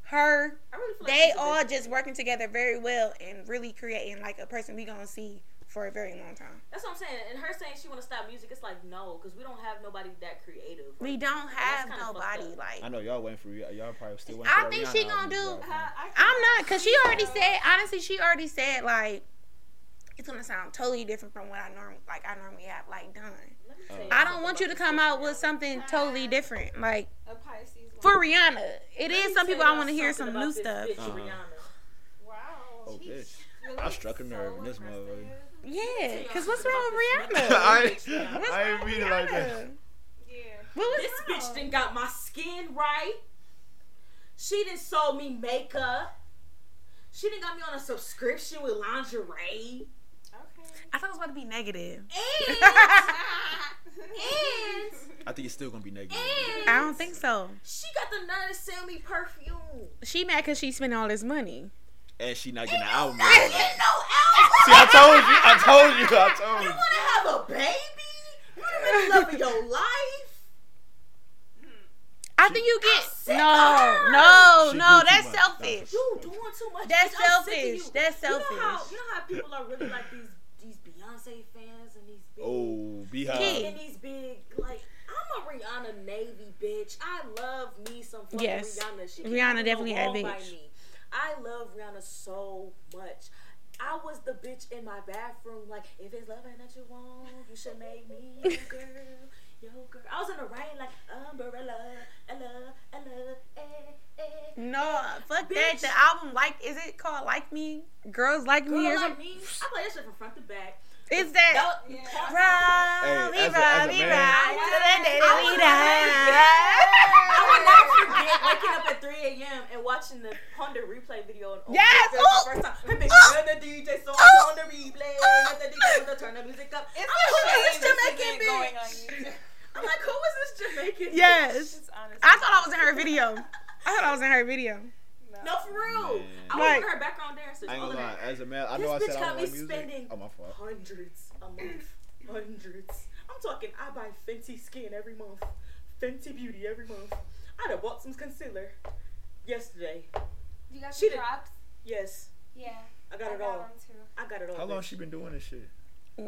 [SPEAKER 2] her.
[SPEAKER 1] I really feel like
[SPEAKER 2] They
[SPEAKER 1] she's a
[SPEAKER 2] all
[SPEAKER 1] visionary.
[SPEAKER 2] just working together very well and really creating like a person we gonna see for a very long time.
[SPEAKER 1] That's what I'm saying. And her saying she want to stop music, it's like no, because we don't have nobody that creative.
[SPEAKER 2] We don't have
[SPEAKER 1] kinda fucked
[SPEAKER 2] nobody
[SPEAKER 1] up.
[SPEAKER 2] like.
[SPEAKER 3] I know y'all waiting for Rihanna. Y'all probably still waiting. for
[SPEAKER 2] I
[SPEAKER 3] that
[SPEAKER 2] think
[SPEAKER 3] Rihanna
[SPEAKER 2] she gonna
[SPEAKER 3] album to
[SPEAKER 2] do-
[SPEAKER 3] drop.
[SPEAKER 2] I'm not, cause she already said. Honestly, she already said like it's gonna sound totally different from what I norm like I normally have like done.
[SPEAKER 1] Let me tell
[SPEAKER 3] I
[SPEAKER 1] you
[SPEAKER 2] I
[SPEAKER 1] something
[SPEAKER 2] don't want you to
[SPEAKER 1] about
[SPEAKER 2] come
[SPEAKER 1] this
[SPEAKER 2] out
[SPEAKER 1] bitch,
[SPEAKER 2] with
[SPEAKER 1] y'all.
[SPEAKER 2] something totally different. Like
[SPEAKER 4] A Pisces.
[SPEAKER 2] for Rihanna, it
[SPEAKER 1] Let
[SPEAKER 2] is
[SPEAKER 1] me
[SPEAKER 2] some
[SPEAKER 1] tell
[SPEAKER 2] people I
[SPEAKER 1] y'all
[SPEAKER 2] want to hear
[SPEAKER 1] something
[SPEAKER 2] some
[SPEAKER 1] about
[SPEAKER 2] new
[SPEAKER 1] this
[SPEAKER 2] stuff.
[SPEAKER 1] bitch,
[SPEAKER 3] Uh-huh.
[SPEAKER 1] Rihanna.
[SPEAKER 4] Wow.
[SPEAKER 3] Oh, bitch.
[SPEAKER 4] Really?
[SPEAKER 3] I struck a nerve in this
[SPEAKER 4] So
[SPEAKER 3] motherfucker.
[SPEAKER 4] impressive.
[SPEAKER 2] Yeah,
[SPEAKER 1] Tell y'all
[SPEAKER 2] cause what's
[SPEAKER 1] something
[SPEAKER 2] wrong
[SPEAKER 1] about
[SPEAKER 2] [laughs] with
[SPEAKER 1] this
[SPEAKER 2] Rihanna?
[SPEAKER 1] motherfucker. Bitch,
[SPEAKER 3] [laughs] I
[SPEAKER 1] Rihanna.
[SPEAKER 3] ain't-
[SPEAKER 2] What's
[SPEAKER 3] I
[SPEAKER 2] wrong
[SPEAKER 3] ain't
[SPEAKER 2] with
[SPEAKER 3] mean it like that.
[SPEAKER 2] Rihanna?
[SPEAKER 4] Yeah.
[SPEAKER 2] What was
[SPEAKER 1] This bitch
[SPEAKER 2] wrong?
[SPEAKER 1] done got my skin right. She done sold me makeup. She done got me on a subscription with lingerie.
[SPEAKER 2] I thought it was about to be negative. [laughs]
[SPEAKER 1] And,
[SPEAKER 4] Okay.
[SPEAKER 1] and,
[SPEAKER 3] I think it's still gonna be negative.
[SPEAKER 1] and
[SPEAKER 2] I don't think so.
[SPEAKER 1] she got the nerve to sell me perfume.
[SPEAKER 2] She mad cause she spent all this money.
[SPEAKER 3] And she not getting an album.
[SPEAKER 1] I
[SPEAKER 3] out.
[SPEAKER 1] ain't
[SPEAKER 3] See,
[SPEAKER 1] get no
[SPEAKER 3] I
[SPEAKER 1] album.
[SPEAKER 3] told you. I told you. I told
[SPEAKER 1] You
[SPEAKER 2] [laughs]
[SPEAKER 3] you.
[SPEAKER 1] wanna have a baby? You done been in love of your life?
[SPEAKER 2] I think you
[SPEAKER 1] sick
[SPEAKER 2] get
[SPEAKER 1] of
[SPEAKER 2] no,
[SPEAKER 1] her.
[SPEAKER 2] no,
[SPEAKER 3] She
[SPEAKER 2] no.
[SPEAKER 3] do too
[SPEAKER 2] That's
[SPEAKER 3] much.
[SPEAKER 2] selfish.
[SPEAKER 1] You doing too much.
[SPEAKER 2] That's
[SPEAKER 1] bitch. I'm sick of
[SPEAKER 2] selfish.
[SPEAKER 1] You.
[SPEAKER 2] That's
[SPEAKER 1] You know, how,
[SPEAKER 2] selfish.
[SPEAKER 1] you know how people are really like these these Beyonce fans and these big
[SPEAKER 3] Oh,
[SPEAKER 2] Key.
[SPEAKER 3] behind.
[SPEAKER 1] and these big like I'm a Rihanna Navy bitch. I love me some fucking
[SPEAKER 2] Yes.
[SPEAKER 1] Rihanna. She
[SPEAKER 2] Rihanna
[SPEAKER 1] can't go
[SPEAKER 2] definitely that
[SPEAKER 1] wrong by
[SPEAKER 2] bitch.
[SPEAKER 1] me. I love Rihanna so much. I was the bitch in my bathroom, like if it's loving that you want, you should make me
[SPEAKER 2] [laughs]
[SPEAKER 1] your girl, your girl. I was in the rain like umbrella, ella, ella, eh, eh.
[SPEAKER 2] No, fuck that.
[SPEAKER 1] Bitch.
[SPEAKER 2] The album like is it called Like Me? Girls Like Me or
[SPEAKER 1] Girl like
[SPEAKER 2] something?
[SPEAKER 1] me, I play that shit from front to back.
[SPEAKER 2] Is that
[SPEAKER 1] Yo,
[SPEAKER 4] Yeah.
[SPEAKER 1] cross-
[SPEAKER 2] Rally,
[SPEAKER 3] Hey, as a- as a
[SPEAKER 2] Rally,
[SPEAKER 3] man-
[SPEAKER 2] Rally to the day that
[SPEAKER 1] [laughs]
[SPEAKER 2] we
[SPEAKER 1] I will not
[SPEAKER 2] die?
[SPEAKER 1] forget waking up at 3 a.m. and watching the Honda replay video on on
[SPEAKER 2] Yes! Oh!
[SPEAKER 1] the first time. That bitch run the DJ song
[SPEAKER 2] Ooh!
[SPEAKER 1] on the replay. Let the DJ wanna turn the music up.
[SPEAKER 4] [laughs] It's
[SPEAKER 1] I'm like, who is
[SPEAKER 4] a shame
[SPEAKER 1] this
[SPEAKER 4] this
[SPEAKER 1] Jamaican
[SPEAKER 4] isn't going on
[SPEAKER 1] bitch?
[SPEAKER 4] YouTube.
[SPEAKER 1] I'm like, who is this Jamaican bitch?
[SPEAKER 4] [laughs]
[SPEAKER 2] Yes.
[SPEAKER 4] It's honestly.
[SPEAKER 2] I thought I was in her video. I thought I was in her video.
[SPEAKER 1] No, for real.
[SPEAKER 3] Man.
[SPEAKER 1] I
[SPEAKER 2] Like-
[SPEAKER 1] was in her background dancers.
[SPEAKER 3] I ain't
[SPEAKER 1] all
[SPEAKER 3] gonna
[SPEAKER 1] of
[SPEAKER 3] lie.
[SPEAKER 1] that.
[SPEAKER 3] As a man, I
[SPEAKER 1] This
[SPEAKER 3] know I
[SPEAKER 1] bitch
[SPEAKER 3] said I
[SPEAKER 1] got
[SPEAKER 3] don't
[SPEAKER 1] me
[SPEAKER 3] like music.
[SPEAKER 1] spending-
[SPEAKER 3] Oh my fault.
[SPEAKER 1] Hundreds a
[SPEAKER 2] [clears throat]
[SPEAKER 1] month. Hundreds. I'm talking, I buy Fenty skin every month. Fenty beauty every month. I'd have bought some concealer yesterday.
[SPEAKER 4] You got
[SPEAKER 1] She
[SPEAKER 4] she
[SPEAKER 1] did-
[SPEAKER 4] drops?
[SPEAKER 1] Yes,
[SPEAKER 4] Yeah.
[SPEAKER 1] I got
[SPEAKER 4] I
[SPEAKER 1] it all.
[SPEAKER 4] them too.
[SPEAKER 1] I got it all.
[SPEAKER 3] How long
[SPEAKER 1] bitch.
[SPEAKER 3] she been doing this shit?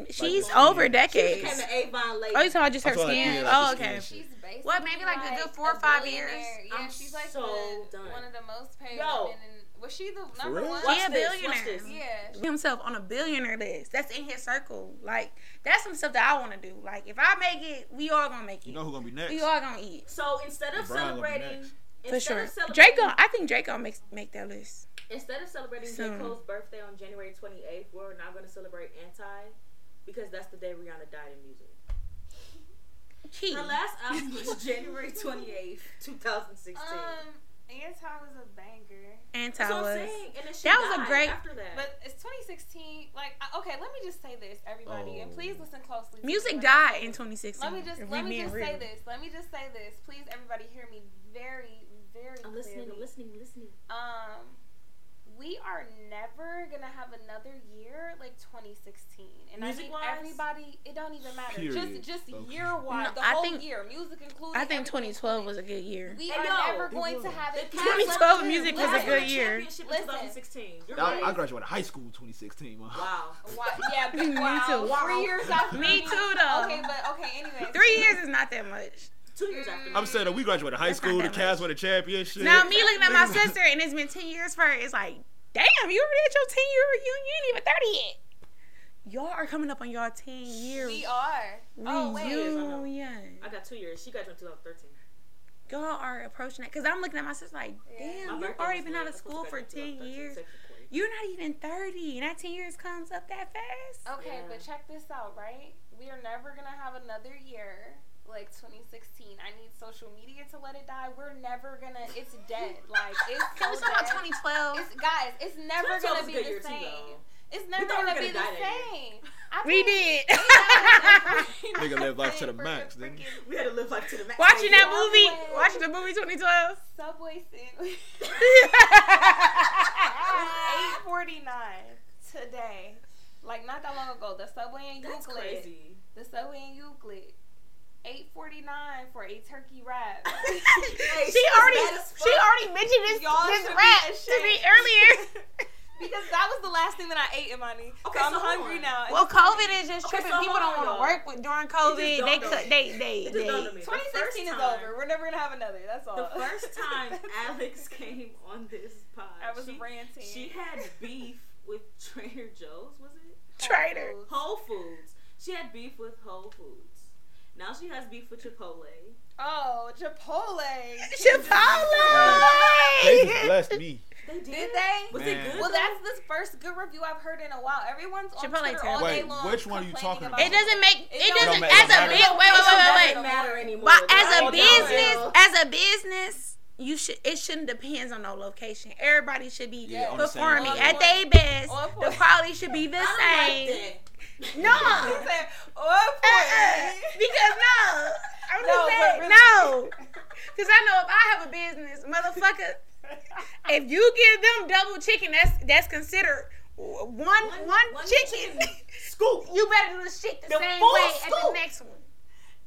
[SPEAKER 2] She's
[SPEAKER 3] Like,
[SPEAKER 2] over
[SPEAKER 3] she
[SPEAKER 1] She
[SPEAKER 2] decades.
[SPEAKER 1] became an Avon lady.
[SPEAKER 2] Oh, you talking about just
[SPEAKER 3] I
[SPEAKER 2] her
[SPEAKER 3] thought, yeah,
[SPEAKER 2] skin?
[SPEAKER 3] like
[SPEAKER 2] Oh,
[SPEAKER 3] the
[SPEAKER 2] okay.
[SPEAKER 3] skin.
[SPEAKER 4] She's basically
[SPEAKER 2] What, maybe like a good four or
[SPEAKER 4] a
[SPEAKER 2] five years?
[SPEAKER 4] billionaire. Yeah,
[SPEAKER 1] I'm
[SPEAKER 4] she's like
[SPEAKER 1] so
[SPEAKER 4] the,
[SPEAKER 1] done.
[SPEAKER 4] one of the most paid
[SPEAKER 1] Yo.
[SPEAKER 4] women. In, was she the number
[SPEAKER 3] real?
[SPEAKER 4] one?
[SPEAKER 1] Watch
[SPEAKER 2] Yeah,
[SPEAKER 1] this,
[SPEAKER 2] billionaire.
[SPEAKER 1] watch this.
[SPEAKER 4] Yeah. she-
[SPEAKER 2] himself on a billionaire list. That's in his circle. Like that's some stuff that I want to do. Like if I make it, we all gonna make it.
[SPEAKER 3] You know who gonna be next?
[SPEAKER 2] we all gonna eat
[SPEAKER 1] So instead of
[SPEAKER 3] LeBron gonna be
[SPEAKER 1] celebrating,
[SPEAKER 3] next.
[SPEAKER 2] for
[SPEAKER 1] instead
[SPEAKER 2] sure.
[SPEAKER 1] of celebrating,
[SPEAKER 2] Draco, I think Draco makes make that list.
[SPEAKER 1] instead of celebrating J
[SPEAKER 2] Soon.
[SPEAKER 1] Cole's birthday on January 28th, we're not going to celebrate Anti because that's the day Rihanna died in music.
[SPEAKER 2] Key.
[SPEAKER 1] Her last album was [laughs] January 28th, 2016.
[SPEAKER 2] Uh,
[SPEAKER 4] Um, Anti was a banger.
[SPEAKER 2] Anti
[SPEAKER 1] that's what I'm
[SPEAKER 2] was.
[SPEAKER 1] saying. And then she
[SPEAKER 2] That was a
[SPEAKER 1] died
[SPEAKER 2] great-
[SPEAKER 1] after that.
[SPEAKER 4] But it's 2016. Like, I- okay, let me just say this, everybody, and
[SPEAKER 3] Oh.
[SPEAKER 4] please listen closely. to me
[SPEAKER 2] Music
[SPEAKER 4] when I say
[SPEAKER 2] died in
[SPEAKER 4] this.
[SPEAKER 2] 2016.
[SPEAKER 4] Let me just
[SPEAKER 2] if we
[SPEAKER 4] let me
[SPEAKER 2] being
[SPEAKER 4] just
[SPEAKER 2] real.
[SPEAKER 4] say this. Let me just say this. Please, everybody, hear me very, very
[SPEAKER 1] I'm listening, I'm
[SPEAKER 4] clearly.
[SPEAKER 1] listening, I'm listening.
[SPEAKER 4] Um, we are never gonna have another year like 2016, and I think
[SPEAKER 1] Music-wise?
[SPEAKER 4] everybody. It don't even matter.
[SPEAKER 3] Period.
[SPEAKER 4] Just just
[SPEAKER 3] Okay.
[SPEAKER 4] year wise,
[SPEAKER 2] No,
[SPEAKER 4] the
[SPEAKER 2] I
[SPEAKER 4] whole
[SPEAKER 2] think-
[SPEAKER 4] year, music included.
[SPEAKER 2] I think
[SPEAKER 4] everything
[SPEAKER 2] 2012 was
[SPEAKER 4] included.
[SPEAKER 2] a good year.
[SPEAKER 4] We
[SPEAKER 1] Hey,
[SPEAKER 4] are
[SPEAKER 1] yo,
[SPEAKER 4] never
[SPEAKER 1] it
[SPEAKER 4] going to
[SPEAKER 3] was.
[SPEAKER 4] have it.
[SPEAKER 1] The
[SPEAKER 2] 2012 music was a
[SPEAKER 1] Last
[SPEAKER 4] Right.
[SPEAKER 2] good
[SPEAKER 1] year,
[SPEAKER 2] year.
[SPEAKER 1] championship was
[SPEAKER 4] Listen.
[SPEAKER 1] 2016. You're
[SPEAKER 3] I,
[SPEAKER 1] right.
[SPEAKER 3] I graduated high school 2016. man.
[SPEAKER 1] Wow.
[SPEAKER 4] Why-
[SPEAKER 2] [laughs]
[SPEAKER 4] yeah,
[SPEAKER 2] Me
[SPEAKER 4] wow.
[SPEAKER 2] too.
[SPEAKER 4] Three years after
[SPEAKER 2] Me too, though.
[SPEAKER 4] Okay, but okay. Anyway,
[SPEAKER 2] Three years is not that much.
[SPEAKER 1] Two years after
[SPEAKER 3] I'm saying that we graduated high
[SPEAKER 2] That's not
[SPEAKER 3] school. The
[SPEAKER 2] that
[SPEAKER 3] Cavs
[SPEAKER 2] much.
[SPEAKER 3] won a championship.
[SPEAKER 2] Now me looking
[SPEAKER 3] [laughs]
[SPEAKER 2] at my
[SPEAKER 3] Niggas-
[SPEAKER 2] sister and it's been 10 years for her. It's like, damn, you already at your 10 year reunion. You ain't even 30 yet. Y'all are coming up on y'all 10 year
[SPEAKER 4] We are. Oh wait.
[SPEAKER 1] Yes, I know.
[SPEAKER 2] reunion.
[SPEAKER 1] I got two years. She graduated in 2013.
[SPEAKER 2] Y'all are approaching that because I'm looking at my sister like,
[SPEAKER 1] My
[SPEAKER 4] Yeah.
[SPEAKER 2] damn, you've
[SPEAKER 1] birthday
[SPEAKER 2] already
[SPEAKER 1] was
[SPEAKER 2] been
[SPEAKER 1] late.
[SPEAKER 2] out
[SPEAKER 1] I
[SPEAKER 2] of
[SPEAKER 1] was
[SPEAKER 2] school for
[SPEAKER 1] supposed to
[SPEAKER 2] 10
[SPEAKER 1] graduate in
[SPEAKER 2] years.
[SPEAKER 1] 2013, technically.
[SPEAKER 2] You're not even 30, and that 10 years comes up that fast.
[SPEAKER 4] Okay,
[SPEAKER 1] Yeah.
[SPEAKER 4] but check this out, right? We are never gonna have another year like 2016. I need social media to let it die. We're never gonna. It's dead. Like it's.
[SPEAKER 2] [laughs] Can we
[SPEAKER 4] so
[SPEAKER 2] talk about
[SPEAKER 4] dead.
[SPEAKER 2] 2012?
[SPEAKER 4] It's guys. It's never
[SPEAKER 1] 2012
[SPEAKER 4] gonna
[SPEAKER 1] was a
[SPEAKER 4] be
[SPEAKER 1] good
[SPEAKER 4] the
[SPEAKER 1] year too,
[SPEAKER 4] same.
[SPEAKER 1] though.
[SPEAKER 4] It's
[SPEAKER 1] thought
[SPEAKER 4] never
[SPEAKER 1] we were
[SPEAKER 4] gonna
[SPEAKER 1] gonna
[SPEAKER 4] be the
[SPEAKER 1] die that year.
[SPEAKER 4] same. I
[SPEAKER 2] We
[SPEAKER 4] think-
[SPEAKER 2] did.
[SPEAKER 3] Nigga live life to the
[SPEAKER 4] For
[SPEAKER 3] max, didn't he?
[SPEAKER 4] freaking
[SPEAKER 1] We had to live like to the max.
[SPEAKER 2] [laughs] Watching that
[SPEAKER 1] Yeah.
[SPEAKER 2] movie, watching the
[SPEAKER 1] [laughs]
[SPEAKER 2] movie 2012.
[SPEAKER 4] Subway sandwich. [laughs]
[SPEAKER 1] [laughs]
[SPEAKER 4] Eight forty nine today. Like not that long ago, the subway in
[SPEAKER 1] That's
[SPEAKER 4] Euclid.
[SPEAKER 1] crazy.
[SPEAKER 4] The subway in Euclid. Eight forty nine for a turkey wrap.
[SPEAKER 1] Hey,
[SPEAKER 2] she
[SPEAKER 1] was
[SPEAKER 2] already
[SPEAKER 1] mad as
[SPEAKER 2] she
[SPEAKER 1] fuck.
[SPEAKER 2] already mentioned this
[SPEAKER 4] Y'all
[SPEAKER 2] this
[SPEAKER 4] should be
[SPEAKER 2] rap to me
[SPEAKER 4] ashamed.
[SPEAKER 2] earlier.
[SPEAKER 1] [laughs]
[SPEAKER 4] because that was the last thing that I ate, Imani.
[SPEAKER 1] Okay,
[SPEAKER 4] so I'm
[SPEAKER 1] so hold
[SPEAKER 4] hungry
[SPEAKER 1] on.
[SPEAKER 4] now.
[SPEAKER 2] Well, COVID is just
[SPEAKER 1] Okay,
[SPEAKER 2] tripping.
[SPEAKER 1] so
[SPEAKER 2] People don't
[SPEAKER 1] hold on.
[SPEAKER 2] want to work with during COVID. They
[SPEAKER 1] dawned on
[SPEAKER 2] cut.
[SPEAKER 1] me.
[SPEAKER 2] They they
[SPEAKER 1] It just dawned on me.
[SPEAKER 2] they.
[SPEAKER 1] The
[SPEAKER 4] Twenty sixteen is
[SPEAKER 1] first time-
[SPEAKER 4] over. We're never gonna have another. That's all.
[SPEAKER 1] The first
[SPEAKER 4] [laughs]
[SPEAKER 1] time Alex came on this pod,
[SPEAKER 4] I was
[SPEAKER 1] she,
[SPEAKER 4] ranting.
[SPEAKER 1] she had
[SPEAKER 4] [laughs]
[SPEAKER 1] beef with Trader Joe's, was it?
[SPEAKER 2] Traitor.
[SPEAKER 1] Whole Foods. She had beef with Whole Foods. Now she has beef with Chipotle.
[SPEAKER 4] Oh, Chipotle.
[SPEAKER 3] They just
[SPEAKER 2] Chipotle.
[SPEAKER 3] blessed me.
[SPEAKER 1] They did.
[SPEAKER 4] Did they?
[SPEAKER 1] Was
[SPEAKER 3] Man.
[SPEAKER 1] it good?
[SPEAKER 4] Well,
[SPEAKER 1] though?
[SPEAKER 4] that's the first good review I've heard in a while. Everyone's on
[SPEAKER 2] Chipotle
[SPEAKER 4] Twitter all
[SPEAKER 2] terrible.
[SPEAKER 4] day
[SPEAKER 3] Wait,
[SPEAKER 4] long.
[SPEAKER 3] which one are you
[SPEAKER 4] complaining
[SPEAKER 3] talking
[SPEAKER 4] about
[SPEAKER 3] about?
[SPEAKER 2] It doesn't make.
[SPEAKER 4] It
[SPEAKER 2] It
[SPEAKER 4] don't
[SPEAKER 2] doesn't.
[SPEAKER 3] make-
[SPEAKER 2] As a
[SPEAKER 3] it don't
[SPEAKER 2] big. Wait, wait,
[SPEAKER 1] It
[SPEAKER 2] wait, wait,
[SPEAKER 1] doesn't
[SPEAKER 2] wait.
[SPEAKER 1] matter anymore.
[SPEAKER 2] But
[SPEAKER 1] They're
[SPEAKER 2] as a
[SPEAKER 1] all
[SPEAKER 2] business,
[SPEAKER 1] downhill.
[SPEAKER 2] as a business, you should. It shouldn't depend on no location. Everybody should be
[SPEAKER 3] Yeah, on the same
[SPEAKER 2] performing
[SPEAKER 3] level.
[SPEAKER 2] at their best.
[SPEAKER 4] On
[SPEAKER 2] The
[SPEAKER 4] point.
[SPEAKER 2] quality should be the
[SPEAKER 1] I
[SPEAKER 2] same.
[SPEAKER 1] don't like that.
[SPEAKER 4] [laughs]
[SPEAKER 2] No.
[SPEAKER 4] She said, "Oh,
[SPEAKER 2] Uh-uh.
[SPEAKER 4] boy."
[SPEAKER 2] Because no, I'm
[SPEAKER 4] No,
[SPEAKER 2] just
[SPEAKER 4] but
[SPEAKER 2] saying
[SPEAKER 4] really-
[SPEAKER 2] no. Because I know if I have a business, motherfucker, if you give them double chicken, that's that's considered w- one one,
[SPEAKER 1] one
[SPEAKER 2] chicken. [laughs]
[SPEAKER 1] chicken. Scoop.
[SPEAKER 2] you better do the shit the,
[SPEAKER 1] The
[SPEAKER 2] same
[SPEAKER 1] full
[SPEAKER 2] way at the
[SPEAKER 1] scoop.
[SPEAKER 2] next one.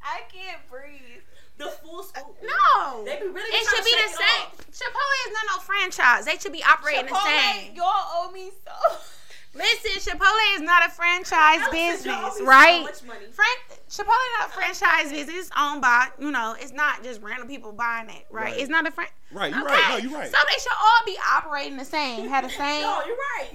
[SPEAKER 4] I can't breathe.
[SPEAKER 1] The full scoop.
[SPEAKER 2] No,
[SPEAKER 1] They be really
[SPEAKER 2] it
[SPEAKER 1] trying to
[SPEAKER 2] should be the
[SPEAKER 1] shake it
[SPEAKER 2] same.
[SPEAKER 1] off.
[SPEAKER 2] Chipotle is not no franchise. They should be operating the
[SPEAKER 4] Chipotle,
[SPEAKER 2] same.
[SPEAKER 4] y'all owe me so.
[SPEAKER 2] Listen, Chipotle is not a franchise
[SPEAKER 1] Alex said y'all owe me
[SPEAKER 2] business,
[SPEAKER 1] so
[SPEAKER 2] right?
[SPEAKER 1] much money.
[SPEAKER 2] Fran- Chipotle not a franchise business. It's owned by, you know, it's not just random people buying it, right?
[SPEAKER 3] Right.
[SPEAKER 2] It's not a franchise.
[SPEAKER 3] Right, you right. No, you right.
[SPEAKER 2] So they should all be operating the same,
[SPEAKER 1] [laughs]
[SPEAKER 2] have the same. [laughs]
[SPEAKER 1] No, you're right.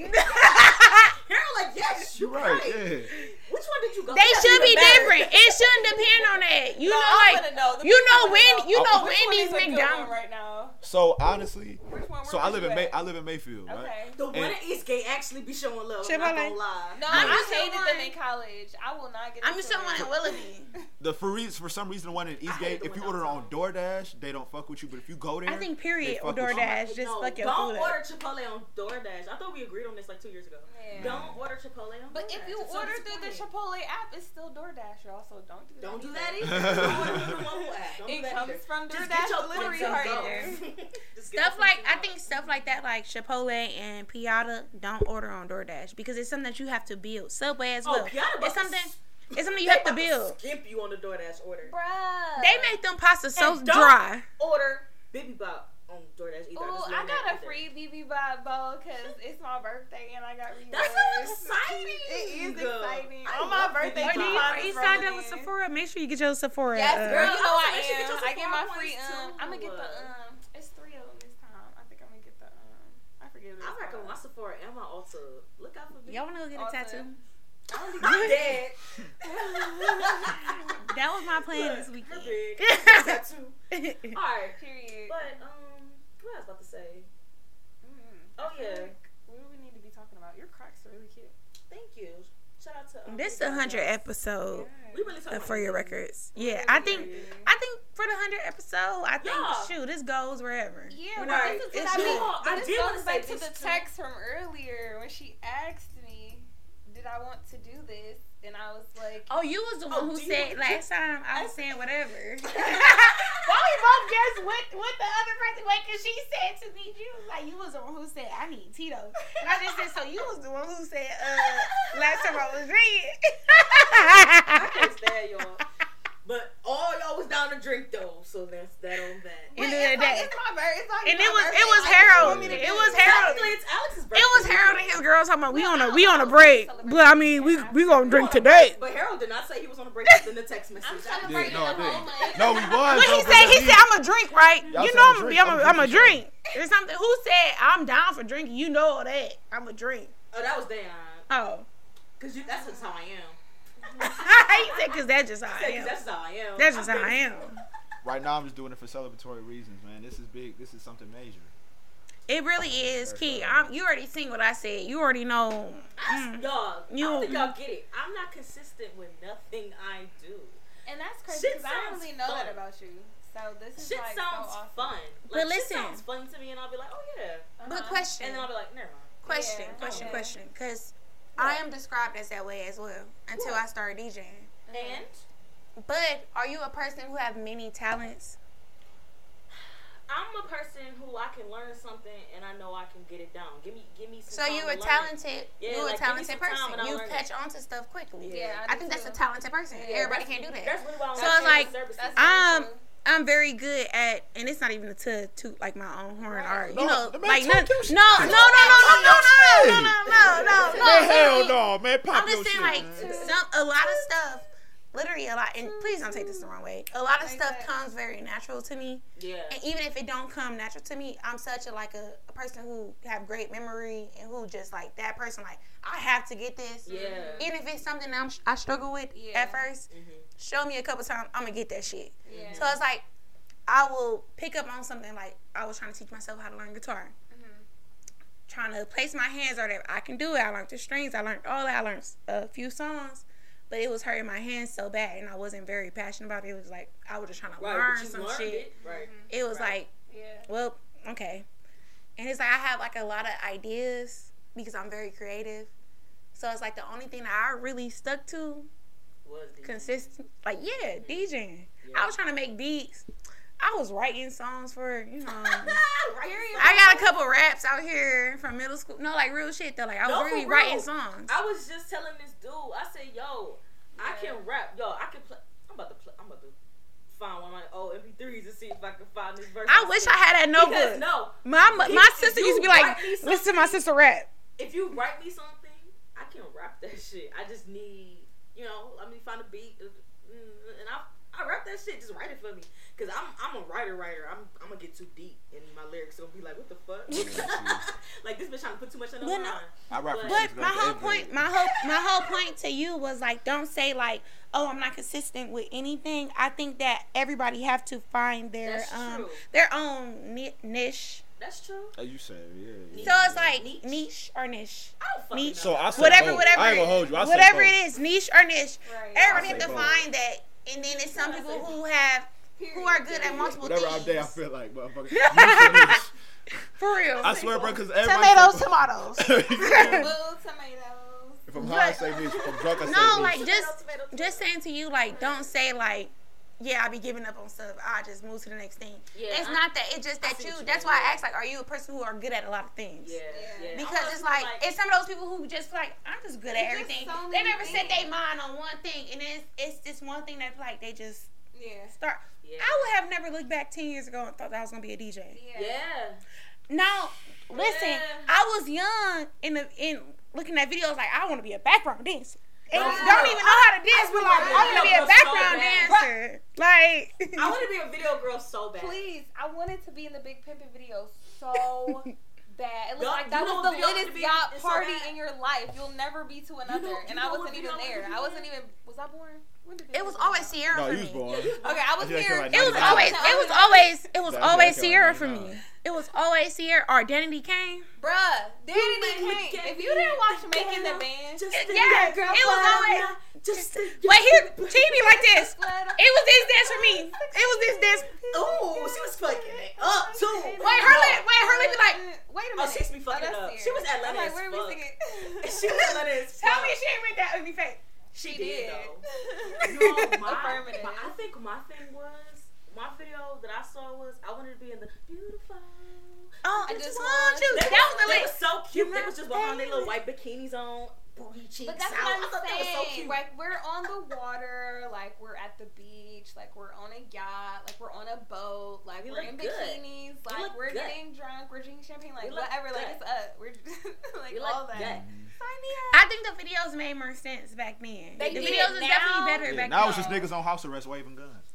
[SPEAKER 1] Harold, like yes,
[SPEAKER 3] You
[SPEAKER 1] you're
[SPEAKER 3] right.
[SPEAKER 1] right.
[SPEAKER 3] Yeah.
[SPEAKER 1] Which one did you go?
[SPEAKER 2] they
[SPEAKER 1] That
[SPEAKER 2] should be
[SPEAKER 1] even better.
[SPEAKER 2] different. It shouldn't depend on that. You
[SPEAKER 4] No,
[SPEAKER 2] know,
[SPEAKER 4] I
[SPEAKER 2] like
[SPEAKER 4] wanna know. The
[SPEAKER 2] you
[SPEAKER 4] people
[SPEAKER 2] know
[SPEAKER 4] wanna
[SPEAKER 2] when you
[SPEAKER 3] know.
[SPEAKER 2] know
[SPEAKER 4] Which one
[SPEAKER 2] Wendy's
[SPEAKER 4] is a good one
[SPEAKER 2] McDonald's.
[SPEAKER 4] right now?
[SPEAKER 3] So honestly,
[SPEAKER 4] Which one?
[SPEAKER 3] so
[SPEAKER 4] Where
[SPEAKER 3] I
[SPEAKER 4] was
[SPEAKER 3] live
[SPEAKER 4] you
[SPEAKER 3] in May,
[SPEAKER 4] at?
[SPEAKER 3] I live in Mayfield, right?
[SPEAKER 4] Okay.
[SPEAKER 1] The one
[SPEAKER 3] And-
[SPEAKER 1] in Eastgate actually be showing love. I'm not
[SPEAKER 2] Chipotle.
[SPEAKER 1] gonna lie.
[SPEAKER 4] No,
[SPEAKER 3] I'm
[SPEAKER 4] I
[SPEAKER 3] just
[SPEAKER 4] hated
[SPEAKER 2] the
[SPEAKER 4] them
[SPEAKER 2] one-
[SPEAKER 4] in college. I will not get.
[SPEAKER 2] I'm
[SPEAKER 4] into
[SPEAKER 2] just the
[SPEAKER 4] it.
[SPEAKER 2] one in Willoughby.
[SPEAKER 3] The for reas- for some reason the one in Eastgate,
[SPEAKER 1] the
[SPEAKER 3] if you
[SPEAKER 1] one
[SPEAKER 3] order on
[SPEAKER 1] outside.
[SPEAKER 3] DoorDash, they don't fuck with you. But if you go there,
[SPEAKER 2] I think
[SPEAKER 3] They
[SPEAKER 2] period or
[SPEAKER 3] fuck with you.
[SPEAKER 2] DoorDash just
[SPEAKER 1] Oh no,
[SPEAKER 2] fuck your
[SPEAKER 1] don't
[SPEAKER 2] food
[SPEAKER 1] order
[SPEAKER 2] up.
[SPEAKER 1] Chipotle on DoorDash. I thought we agreed on this like two years ago.
[SPEAKER 4] Yeah.
[SPEAKER 1] Don't order Chipotle on.
[SPEAKER 4] But
[SPEAKER 1] DoorDash.
[SPEAKER 4] if you
[SPEAKER 1] It's so
[SPEAKER 4] order through the
[SPEAKER 1] disappointing.
[SPEAKER 4] Chipotle app, it's still DoorDash, y'all. So don't do that.
[SPEAKER 1] don't do that
[SPEAKER 4] either.
[SPEAKER 1] either. [laughs] Don't order through the mobile app. Don't do
[SPEAKER 4] [laughs] It
[SPEAKER 1] that
[SPEAKER 4] comes
[SPEAKER 1] either.
[SPEAKER 4] from
[SPEAKER 1] Just get your
[SPEAKER 4] DoorDash
[SPEAKER 1] [laughs]
[SPEAKER 4] delivery partner.
[SPEAKER 1] partner.
[SPEAKER 2] Stuff like I think stuff like that, like Chipotle and Piata, don't order on DoorDash because it's something that you have to build. Subway as well.
[SPEAKER 1] Oh, Piata about
[SPEAKER 2] it's
[SPEAKER 1] to
[SPEAKER 2] something.
[SPEAKER 1] s- [laughs]
[SPEAKER 2] It's something
[SPEAKER 1] they
[SPEAKER 2] you have to
[SPEAKER 1] about
[SPEAKER 2] build.
[SPEAKER 1] Skimp you on the DoorDash order.
[SPEAKER 4] Bruh.
[SPEAKER 2] They make them pasta so
[SPEAKER 1] And don't
[SPEAKER 2] dry.
[SPEAKER 1] Order Bibimbap on DoorDash either.
[SPEAKER 4] Ooh,
[SPEAKER 1] just
[SPEAKER 4] I
[SPEAKER 1] learned that
[SPEAKER 4] got a
[SPEAKER 1] either.
[SPEAKER 4] free BB Bob bowl because it's my birthday and I got rewards. [laughs]
[SPEAKER 1] That's so exciting.
[SPEAKER 4] It is
[SPEAKER 1] Girl,
[SPEAKER 4] exciting.
[SPEAKER 1] I
[SPEAKER 4] On my
[SPEAKER 1] love
[SPEAKER 4] birthday,
[SPEAKER 1] BB
[SPEAKER 2] Or do you,
[SPEAKER 1] Bob.
[SPEAKER 4] coupon
[SPEAKER 2] or
[SPEAKER 4] is
[SPEAKER 2] you signed up
[SPEAKER 4] rolling
[SPEAKER 2] with
[SPEAKER 4] in.
[SPEAKER 2] Sephora? Make sure you get your Sephora. uh,
[SPEAKER 4] Yes, girl, you
[SPEAKER 1] Girl,
[SPEAKER 4] know I
[SPEAKER 1] I should get
[SPEAKER 4] am.
[SPEAKER 1] your
[SPEAKER 4] I get my
[SPEAKER 1] Sephora
[SPEAKER 4] free
[SPEAKER 1] ones,
[SPEAKER 4] um.
[SPEAKER 1] too.
[SPEAKER 4] I'm gonna get the um. It's three of them this time. I think I'm gonna get the um. I forget. What
[SPEAKER 1] I
[SPEAKER 4] it's
[SPEAKER 1] reckon
[SPEAKER 4] called.
[SPEAKER 1] my Sephora and my Ulta. Look out for me.
[SPEAKER 2] Y'all wanna go get a
[SPEAKER 4] Awesome.
[SPEAKER 2] tattoo?
[SPEAKER 1] I'm dead.
[SPEAKER 2] [laughs] That was my plan this
[SPEAKER 1] Look, her
[SPEAKER 2] weekend.
[SPEAKER 1] big. Tattoo.
[SPEAKER 2] [laughs]
[SPEAKER 1] All right.
[SPEAKER 4] Period.
[SPEAKER 1] But um, what I was about to say.
[SPEAKER 4] Mm,
[SPEAKER 1] Oh
[SPEAKER 4] I feel
[SPEAKER 1] yeah,
[SPEAKER 4] like- What do we need to be talking about? Your Crocs are really cute.
[SPEAKER 1] thank you. Shout out to um,
[SPEAKER 2] this is
[SPEAKER 1] Big
[SPEAKER 2] a
[SPEAKER 1] Boss
[SPEAKER 2] hundred
[SPEAKER 1] Jones.
[SPEAKER 2] episode
[SPEAKER 1] Oh. We really talking
[SPEAKER 2] of
[SPEAKER 1] about
[SPEAKER 2] for your
[SPEAKER 1] this.
[SPEAKER 2] records. Yeah, I think I think for the hundred episode, I think
[SPEAKER 1] Yeah.
[SPEAKER 2] shoot, this goes wherever.
[SPEAKER 4] Yeah,
[SPEAKER 2] We're
[SPEAKER 4] well,
[SPEAKER 2] not-
[SPEAKER 1] right.
[SPEAKER 4] this is
[SPEAKER 2] it's
[SPEAKER 4] what I
[SPEAKER 2] you.
[SPEAKER 4] mean.
[SPEAKER 1] Oh, I
[SPEAKER 4] this
[SPEAKER 1] did wanna
[SPEAKER 4] goes
[SPEAKER 1] say
[SPEAKER 4] back to
[SPEAKER 1] this
[SPEAKER 4] the
[SPEAKER 1] too.
[SPEAKER 4] text from earlier when she asked me, "Did I want to do this?" And I was like,
[SPEAKER 2] Oh, you was the one
[SPEAKER 1] Oh,
[SPEAKER 2] who
[SPEAKER 1] do you-
[SPEAKER 2] said last time I was saying whatever.
[SPEAKER 1] [laughs] Why
[SPEAKER 2] both guess what what the other person like cause she said to me, you was like you was the one who said I need Tito. And I just said, so you was the one who said uh last time I was
[SPEAKER 1] I [laughs] can't
[SPEAKER 2] reading.
[SPEAKER 1] stand y'all. But all y'all was down to drink though, so that's that on that.
[SPEAKER 2] [laughs] End
[SPEAKER 4] it's
[SPEAKER 2] of the
[SPEAKER 4] like-
[SPEAKER 2] day.
[SPEAKER 4] it's my birthday. It's like
[SPEAKER 2] And
[SPEAKER 4] my
[SPEAKER 2] it was
[SPEAKER 4] birthday.
[SPEAKER 2] it was
[SPEAKER 4] Like,
[SPEAKER 2] Harold.
[SPEAKER 3] want me to
[SPEAKER 2] It
[SPEAKER 3] do?
[SPEAKER 2] was Harold.
[SPEAKER 1] Technically, it's Alex's birthday.
[SPEAKER 2] It was Harold and his girl talking about we on a we on a break. But I mean we we gonna drink today.
[SPEAKER 1] But Harold did not say he was on a
[SPEAKER 2] [laughs]
[SPEAKER 1] break in the text message.
[SPEAKER 4] I'm
[SPEAKER 1] I-
[SPEAKER 4] celebrating
[SPEAKER 3] no, I
[SPEAKER 4] the whole month.
[SPEAKER 3] no, we was.
[SPEAKER 2] But he
[SPEAKER 3] though,
[SPEAKER 2] said
[SPEAKER 3] but
[SPEAKER 2] he
[SPEAKER 3] we-
[SPEAKER 2] said I'm a drink, right?
[SPEAKER 3] Y'all
[SPEAKER 2] you
[SPEAKER 3] said
[SPEAKER 2] know
[SPEAKER 3] I'm a
[SPEAKER 2] I'm
[SPEAKER 3] drink.
[SPEAKER 2] yeah, I'm a,
[SPEAKER 3] I'm
[SPEAKER 2] I'm
[SPEAKER 3] a
[SPEAKER 2] a
[SPEAKER 3] drink.
[SPEAKER 2] drink. There's something who said I'm down for drinking. You know that I'm a drink.
[SPEAKER 1] oh, that was Dayon.
[SPEAKER 2] Oh,
[SPEAKER 1] Cause you, that's just how I am.
[SPEAKER 2] [laughs] he said because that's just how I
[SPEAKER 1] Cause
[SPEAKER 2] am.
[SPEAKER 1] that's how I am.
[SPEAKER 2] That's just how I
[SPEAKER 1] been-
[SPEAKER 2] am.
[SPEAKER 3] Right now, I'm just doing it for celebratory reasons, man. This is big. This is something major.
[SPEAKER 2] It really is, Key. I'm, you already seen what I said. You already know.
[SPEAKER 1] I, y'all, I
[SPEAKER 2] Mm. You-
[SPEAKER 1] don't think y'all get it. I'm not consistent with nothing I do.
[SPEAKER 4] And that's crazy
[SPEAKER 1] Shit
[SPEAKER 4] because I don't
[SPEAKER 1] sounds
[SPEAKER 4] really know
[SPEAKER 1] fun.
[SPEAKER 4] that about you. So this is
[SPEAKER 1] Shit
[SPEAKER 4] like
[SPEAKER 1] sounds
[SPEAKER 4] so awesome.
[SPEAKER 1] fun. Like,
[SPEAKER 2] But
[SPEAKER 1] shit
[SPEAKER 2] listen.
[SPEAKER 1] sounds fun to me, and I'll be like, oh yeah.
[SPEAKER 4] Uh-huh.
[SPEAKER 2] But question,
[SPEAKER 1] And then I'll be like, never mind.
[SPEAKER 2] question,
[SPEAKER 4] Yeah,
[SPEAKER 2] question,
[SPEAKER 4] okay.
[SPEAKER 2] question. Because I am described as that way as well until I started DJing.
[SPEAKER 4] Uh-huh.
[SPEAKER 1] And
[SPEAKER 2] But are you a person who have many talents?
[SPEAKER 1] I'm a person who I can learn something and I know I can get it down. Give me, give me
[SPEAKER 2] So
[SPEAKER 1] some. time
[SPEAKER 2] you a
[SPEAKER 1] to learn it.
[SPEAKER 2] talented,
[SPEAKER 1] Yeah,
[SPEAKER 2] you a
[SPEAKER 1] like, give me
[SPEAKER 2] talented
[SPEAKER 1] some time
[SPEAKER 2] person.
[SPEAKER 1] and I'll
[SPEAKER 2] You
[SPEAKER 1] learn
[SPEAKER 2] catch on to stuff quickly.
[SPEAKER 4] Yeah,
[SPEAKER 2] I think that's a talented person.
[SPEAKER 4] Yeah,
[SPEAKER 2] Everybody
[SPEAKER 4] that's-
[SPEAKER 2] can't do that.
[SPEAKER 1] That's really why.
[SPEAKER 2] So it's like, I'm
[SPEAKER 4] me too.
[SPEAKER 2] I'm very good at, and it's not even to toot like my own horn or you
[SPEAKER 3] No,
[SPEAKER 2] know
[SPEAKER 3] man,
[SPEAKER 2] like
[SPEAKER 3] talk
[SPEAKER 2] none,
[SPEAKER 3] your shit.
[SPEAKER 2] no no no no no no no no no no no
[SPEAKER 3] Man, hell
[SPEAKER 2] literally,
[SPEAKER 3] no, man. Pop
[SPEAKER 2] I'm
[SPEAKER 3] your
[SPEAKER 2] just saying
[SPEAKER 3] shit.
[SPEAKER 2] like
[SPEAKER 3] man.
[SPEAKER 2] some a lot of stuff, literally a lot. And please don't take this the wrong way. A lot of stuff
[SPEAKER 4] Exactly.
[SPEAKER 2] comes very natural to me.
[SPEAKER 1] yeah.
[SPEAKER 2] and even if it don't come natural to me i'm such a like a, a person who have great memory and who just like that person like i have to get this
[SPEAKER 1] Yeah.
[SPEAKER 2] even if it's something I'm, i struggle with
[SPEAKER 4] Yeah.
[SPEAKER 2] at 1st show me a couple times i'm gonna get that shit
[SPEAKER 4] Yeah.
[SPEAKER 2] so it's like i will pick up on something like i was trying to teach myself how to learn guitar
[SPEAKER 4] Mm-hmm.
[SPEAKER 2] trying to place my hands or whatever i can do it i learned the strings i learned all that i learned a few songs but it was hurting my hands so bad and i wasn't very passionate about it it was like i was just trying to
[SPEAKER 1] Right.
[SPEAKER 2] learn
[SPEAKER 1] but you
[SPEAKER 2] some
[SPEAKER 1] learned
[SPEAKER 2] shit
[SPEAKER 1] it. Right.
[SPEAKER 2] it was
[SPEAKER 1] Right.
[SPEAKER 2] like
[SPEAKER 4] Yeah.
[SPEAKER 2] well, okay. And it's like I have like a lot of ideas because I'm very creative. So it's like the only thing that I really stuck to
[SPEAKER 1] Was the-
[SPEAKER 2] consistent like yeah, DJing.
[SPEAKER 1] Yeah.
[SPEAKER 2] I was trying to make beats. I was writing songs for, you know.
[SPEAKER 1] Period.
[SPEAKER 2] I got a couple raps out here from middle school. No, like real shit though. Like I was
[SPEAKER 1] No, for
[SPEAKER 2] really
[SPEAKER 1] real.
[SPEAKER 2] writing songs.
[SPEAKER 1] I was just telling this dude. I said, "Yo, I
[SPEAKER 4] Yeah.
[SPEAKER 1] can rap. Yo, I can play. I'm about to play. I'm about to find one of my old MP3s and see if I can find this verse.
[SPEAKER 2] I wish I had that
[SPEAKER 1] Because
[SPEAKER 2] notebook.
[SPEAKER 1] no,
[SPEAKER 2] my my- my
[SPEAKER 1] If
[SPEAKER 2] sister
[SPEAKER 1] you
[SPEAKER 2] used to be like,
[SPEAKER 1] write me something-
[SPEAKER 2] listen to my sister rap.
[SPEAKER 1] if you write me something, I can rap that shit. I just need, you know, let me find a beat, uh, mm, and I I rap that shit. Just write it for me, cause I'm I'm a writer writer. I'm I'm gonna get too deep, and my lyrics gonna be like, what the fuck? [laughs] like this bitch trying to put too much on the
[SPEAKER 2] But
[SPEAKER 1] line.
[SPEAKER 2] no-
[SPEAKER 3] I rap for
[SPEAKER 1] But
[SPEAKER 2] But
[SPEAKER 3] shit's
[SPEAKER 2] my
[SPEAKER 3] gonna
[SPEAKER 2] whole
[SPEAKER 3] be
[SPEAKER 2] point,
[SPEAKER 3] everywhere.
[SPEAKER 2] my whole my whole point to you was like, don't say like, oh, I'm not consistent with anything. I think that everybody have to find their
[SPEAKER 1] That's
[SPEAKER 2] um
[SPEAKER 1] true.
[SPEAKER 2] their own ni- niche.
[SPEAKER 1] That's true.
[SPEAKER 3] Oh, you said, yeah.
[SPEAKER 2] So it's like
[SPEAKER 1] Niche.
[SPEAKER 2] niche, or niche,
[SPEAKER 1] I don't fucking
[SPEAKER 2] Niche.
[SPEAKER 1] know.
[SPEAKER 3] So I said
[SPEAKER 2] whatever,
[SPEAKER 3] both.
[SPEAKER 2] whatever,
[SPEAKER 3] I ain't gonna hold you. I said
[SPEAKER 2] whatever
[SPEAKER 3] both.
[SPEAKER 2] it is, niche or niche.
[SPEAKER 4] Right.
[SPEAKER 2] Everybody
[SPEAKER 3] I
[SPEAKER 2] have
[SPEAKER 3] say
[SPEAKER 2] to
[SPEAKER 3] both.
[SPEAKER 2] find that, and then it's some
[SPEAKER 1] I
[SPEAKER 2] people
[SPEAKER 1] say
[SPEAKER 2] who have who are good at
[SPEAKER 4] Period.
[SPEAKER 2] multiple
[SPEAKER 3] Whatever
[SPEAKER 2] things.
[SPEAKER 3] I'm there, I feel like,
[SPEAKER 2] [laughs]
[SPEAKER 3] motherfucker. You finished.
[SPEAKER 2] For real,
[SPEAKER 3] I swear, bro, because everybody.
[SPEAKER 2] tomatoes, tomatoes.
[SPEAKER 3] [laughs] if
[SPEAKER 4] Blue tomatoes.
[SPEAKER 3] I'm high, I say bitch. If I'm drunk, I say
[SPEAKER 2] [laughs] No,
[SPEAKER 3] bitch.
[SPEAKER 2] like just
[SPEAKER 4] Tomato, tomato,
[SPEAKER 2] just saying to you, like, don't say like, yeah, I be giving up on stuff. I just move to the next thing.
[SPEAKER 1] Yeah,
[SPEAKER 2] it's
[SPEAKER 1] I-
[SPEAKER 2] not that. It's just that
[SPEAKER 1] see
[SPEAKER 2] you.
[SPEAKER 1] what you
[SPEAKER 2] That's
[SPEAKER 1] mean,
[SPEAKER 2] why
[SPEAKER 1] yeah.
[SPEAKER 2] I asked, like, are you a person who are good at a lot of things?
[SPEAKER 1] yeah, yeah.
[SPEAKER 2] Because
[SPEAKER 1] I'm
[SPEAKER 2] it's
[SPEAKER 1] not
[SPEAKER 2] like, it's some of those people who just like I'm just good at
[SPEAKER 4] It's just
[SPEAKER 2] everything.
[SPEAKER 4] so
[SPEAKER 2] they
[SPEAKER 4] many
[SPEAKER 2] never set their
[SPEAKER 4] things.
[SPEAKER 2] mind on one thing, and it's it's this one thing that like they just
[SPEAKER 4] Yeah.
[SPEAKER 2] start.
[SPEAKER 1] yeah.
[SPEAKER 2] I would have never looked back ten years ago and thought that I was gonna be a DJ.
[SPEAKER 1] yeah.
[SPEAKER 2] Now, listen,
[SPEAKER 1] Yeah.
[SPEAKER 2] I was young in the in looking at videos like I want to be a background dancer. And
[SPEAKER 1] Right.
[SPEAKER 2] don't even know how to dance, but like
[SPEAKER 1] wanna be
[SPEAKER 2] I'm
[SPEAKER 1] a
[SPEAKER 2] gonna be a
[SPEAKER 1] girl so
[SPEAKER 2] background
[SPEAKER 1] bad.
[SPEAKER 2] dancer. Like [laughs]
[SPEAKER 1] I want to be a video girl so bad.
[SPEAKER 4] Please, I wanted to be in the Big Pimpin' video
[SPEAKER 1] [laughs]
[SPEAKER 4] so bad. It looked
[SPEAKER 1] Y'all-
[SPEAKER 4] like that
[SPEAKER 1] you
[SPEAKER 4] was
[SPEAKER 1] know
[SPEAKER 4] the
[SPEAKER 1] the video to
[SPEAKER 4] latest
[SPEAKER 1] be-
[SPEAKER 4] yacht
[SPEAKER 1] it's so
[SPEAKER 4] party
[SPEAKER 1] bad.
[SPEAKER 4] in your life. You'll never be to another.
[SPEAKER 1] know- you
[SPEAKER 4] and
[SPEAKER 1] know
[SPEAKER 4] I
[SPEAKER 1] what
[SPEAKER 4] wasn't
[SPEAKER 1] video
[SPEAKER 4] even
[SPEAKER 1] was
[SPEAKER 4] there.
[SPEAKER 1] to
[SPEAKER 4] I wasn't
[SPEAKER 1] be
[SPEAKER 4] even. Was I born? When did
[SPEAKER 2] it was
[SPEAKER 4] video
[SPEAKER 2] always
[SPEAKER 4] come out?
[SPEAKER 2] Sierra
[SPEAKER 3] No,
[SPEAKER 2] for
[SPEAKER 3] you was
[SPEAKER 2] me.
[SPEAKER 3] born.
[SPEAKER 4] Okay, I was
[SPEAKER 3] Yeah, I
[SPEAKER 4] here.
[SPEAKER 3] feel like
[SPEAKER 2] It was
[SPEAKER 3] Exactly.
[SPEAKER 2] always it was always it was
[SPEAKER 3] Exactly.
[SPEAKER 2] always
[SPEAKER 3] Okay,
[SPEAKER 2] Sierra
[SPEAKER 3] I
[SPEAKER 2] for
[SPEAKER 3] know.
[SPEAKER 2] me. It was always Sierra or Danny Kane.
[SPEAKER 4] Bruh, Danny
[SPEAKER 1] made me
[SPEAKER 4] Kane.
[SPEAKER 1] get
[SPEAKER 4] If you didn't watch
[SPEAKER 1] the
[SPEAKER 4] Making the
[SPEAKER 1] girl
[SPEAKER 4] Band,
[SPEAKER 1] Just
[SPEAKER 2] It-
[SPEAKER 1] a
[SPEAKER 2] yeah,
[SPEAKER 1] young girl,
[SPEAKER 2] it
[SPEAKER 1] but
[SPEAKER 2] was
[SPEAKER 1] I'm
[SPEAKER 2] always-
[SPEAKER 1] not just a young
[SPEAKER 2] Wait
[SPEAKER 1] [laughs]
[SPEAKER 2] here, she be like this.
[SPEAKER 4] Blood
[SPEAKER 2] It was this dance for me. It was this [laughs] dance.
[SPEAKER 1] Oh, she was fucking it up too.
[SPEAKER 2] Wait, her lip, wait, her lip be like,
[SPEAKER 4] Wait a
[SPEAKER 1] Oh,
[SPEAKER 4] minute.
[SPEAKER 1] she's be fucking
[SPEAKER 4] that's
[SPEAKER 1] up.
[SPEAKER 4] Sierra.
[SPEAKER 1] She was Atlanta
[SPEAKER 4] I'm like,
[SPEAKER 1] as
[SPEAKER 4] where
[SPEAKER 1] fuck.
[SPEAKER 4] we singing?
[SPEAKER 1] [laughs]
[SPEAKER 4] [laughs]
[SPEAKER 1] She was like this.
[SPEAKER 2] tell me she ain't make that ugly face.
[SPEAKER 1] she,
[SPEAKER 4] She
[SPEAKER 1] did
[SPEAKER 4] did. [laughs]
[SPEAKER 1] though.
[SPEAKER 4] No,
[SPEAKER 1] No, my,
[SPEAKER 4] Affirmative.
[SPEAKER 1] my- I think my thing was my video that I saw was I wanted to be in the beautiful.
[SPEAKER 2] Oh,
[SPEAKER 4] I
[SPEAKER 2] I just
[SPEAKER 4] just
[SPEAKER 2] want [laughs]
[SPEAKER 4] want-
[SPEAKER 2] you.
[SPEAKER 1] They
[SPEAKER 2] That was the
[SPEAKER 1] they
[SPEAKER 2] lick.
[SPEAKER 1] was so cute. They was just
[SPEAKER 2] my
[SPEAKER 1] behind their little
[SPEAKER 2] baby.
[SPEAKER 1] white bikinis on, booty cheeks
[SPEAKER 4] But
[SPEAKER 1] out.
[SPEAKER 4] that's what
[SPEAKER 1] I thought
[SPEAKER 4] I'm
[SPEAKER 1] that was so
[SPEAKER 4] saying.
[SPEAKER 1] cute.
[SPEAKER 4] Like we're on the water, like we're at the beach, like we're on a yacht, like we're on a boat, like
[SPEAKER 1] We
[SPEAKER 4] we're
[SPEAKER 1] look
[SPEAKER 4] in
[SPEAKER 1] good.
[SPEAKER 4] bikinis,
[SPEAKER 1] look
[SPEAKER 4] like we're
[SPEAKER 1] good.
[SPEAKER 4] getting drunk, we're drinking champagne,
[SPEAKER 1] We
[SPEAKER 4] like
[SPEAKER 1] look
[SPEAKER 4] whatever, like
[SPEAKER 1] good.
[SPEAKER 4] it's up. We're [laughs] like
[SPEAKER 1] You like
[SPEAKER 4] all
[SPEAKER 1] that.
[SPEAKER 4] that. Sign me up.
[SPEAKER 2] I think the videos made more sense back then.
[SPEAKER 4] They
[SPEAKER 2] the
[SPEAKER 4] did.
[SPEAKER 2] videos is
[SPEAKER 4] Now-
[SPEAKER 2] definitely better
[SPEAKER 3] Yeah,
[SPEAKER 2] back
[SPEAKER 3] now it's just
[SPEAKER 2] then.
[SPEAKER 3] niggas on house arrest waving guns.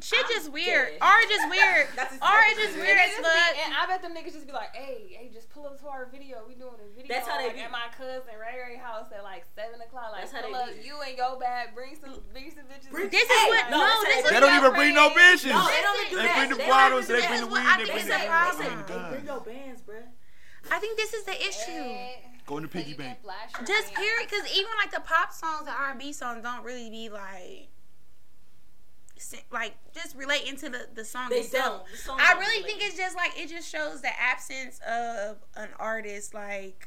[SPEAKER 2] Shit just
[SPEAKER 1] I'm
[SPEAKER 2] weird.
[SPEAKER 1] dead.
[SPEAKER 2] Orange is weird.
[SPEAKER 1] [laughs] That's exactly
[SPEAKER 2] Orange
[SPEAKER 1] what
[SPEAKER 2] is
[SPEAKER 1] it
[SPEAKER 2] weird
[SPEAKER 4] And they
[SPEAKER 2] as
[SPEAKER 4] just
[SPEAKER 2] fuck.
[SPEAKER 4] Be, and I bet them niggas just be like, hey, hey, just pull up to our video. We doing a video.
[SPEAKER 1] That's how they
[SPEAKER 4] like,
[SPEAKER 1] be.
[SPEAKER 4] At my cousin Ray Ray house at like seven o'clock. Like,
[SPEAKER 1] That's how
[SPEAKER 4] pull
[SPEAKER 1] they
[SPEAKER 4] up,
[SPEAKER 1] be.
[SPEAKER 4] you and your bad. Bring some, bring some bitches.
[SPEAKER 1] Bring-
[SPEAKER 2] This is
[SPEAKER 1] Hey,
[SPEAKER 2] what
[SPEAKER 1] no,
[SPEAKER 2] no,
[SPEAKER 1] that's
[SPEAKER 2] this
[SPEAKER 1] how
[SPEAKER 2] is
[SPEAKER 1] they
[SPEAKER 3] They don't
[SPEAKER 2] what
[SPEAKER 3] even bring no
[SPEAKER 2] brings-
[SPEAKER 3] bitches.
[SPEAKER 1] No, they don't do
[SPEAKER 3] They
[SPEAKER 1] that.
[SPEAKER 3] bring the
[SPEAKER 1] They
[SPEAKER 3] bottles,
[SPEAKER 1] don't
[SPEAKER 3] they
[SPEAKER 1] do
[SPEAKER 3] bring
[SPEAKER 1] that.
[SPEAKER 3] the
[SPEAKER 2] That's
[SPEAKER 3] weed,
[SPEAKER 2] what
[SPEAKER 3] they
[SPEAKER 2] I think
[SPEAKER 1] They
[SPEAKER 3] bring
[SPEAKER 1] say,
[SPEAKER 2] is
[SPEAKER 3] the
[SPEAKER 2] a
[SPEAKER 1] they
[SPEAKER 2] problem.
[SPEAKER 1] say, "Hey, bring your bands, bruh.
[SPEAKER 2] I think this is the issue.
[SPEAKER 4] Eh,
[SPEAKER 3] Go in the
[SPEAKER 4] so you
[SPEAKER 3] piggy
[SPEAKER 4] can
[SPEAKER 3] bank.
[SPEAKER 4] flash your
[SPEAKER 2] Just
[SPEAKER 4] hand.
[SPEAKER 2] period, because even like the pop songs and R and B songs don't really be like, sen- like just relating to the the song
[SPEAKER 1] They
[SPEAKER 2] itself.
[SPEAKER 1] don't. The song
[SPEAKER 2] I
[SPEAKER 1] don't
[SPEAKER 2] really
[SPEAKER 1] relate.
[SPEAKER 2] think it's just like it just shows the absence of an artist like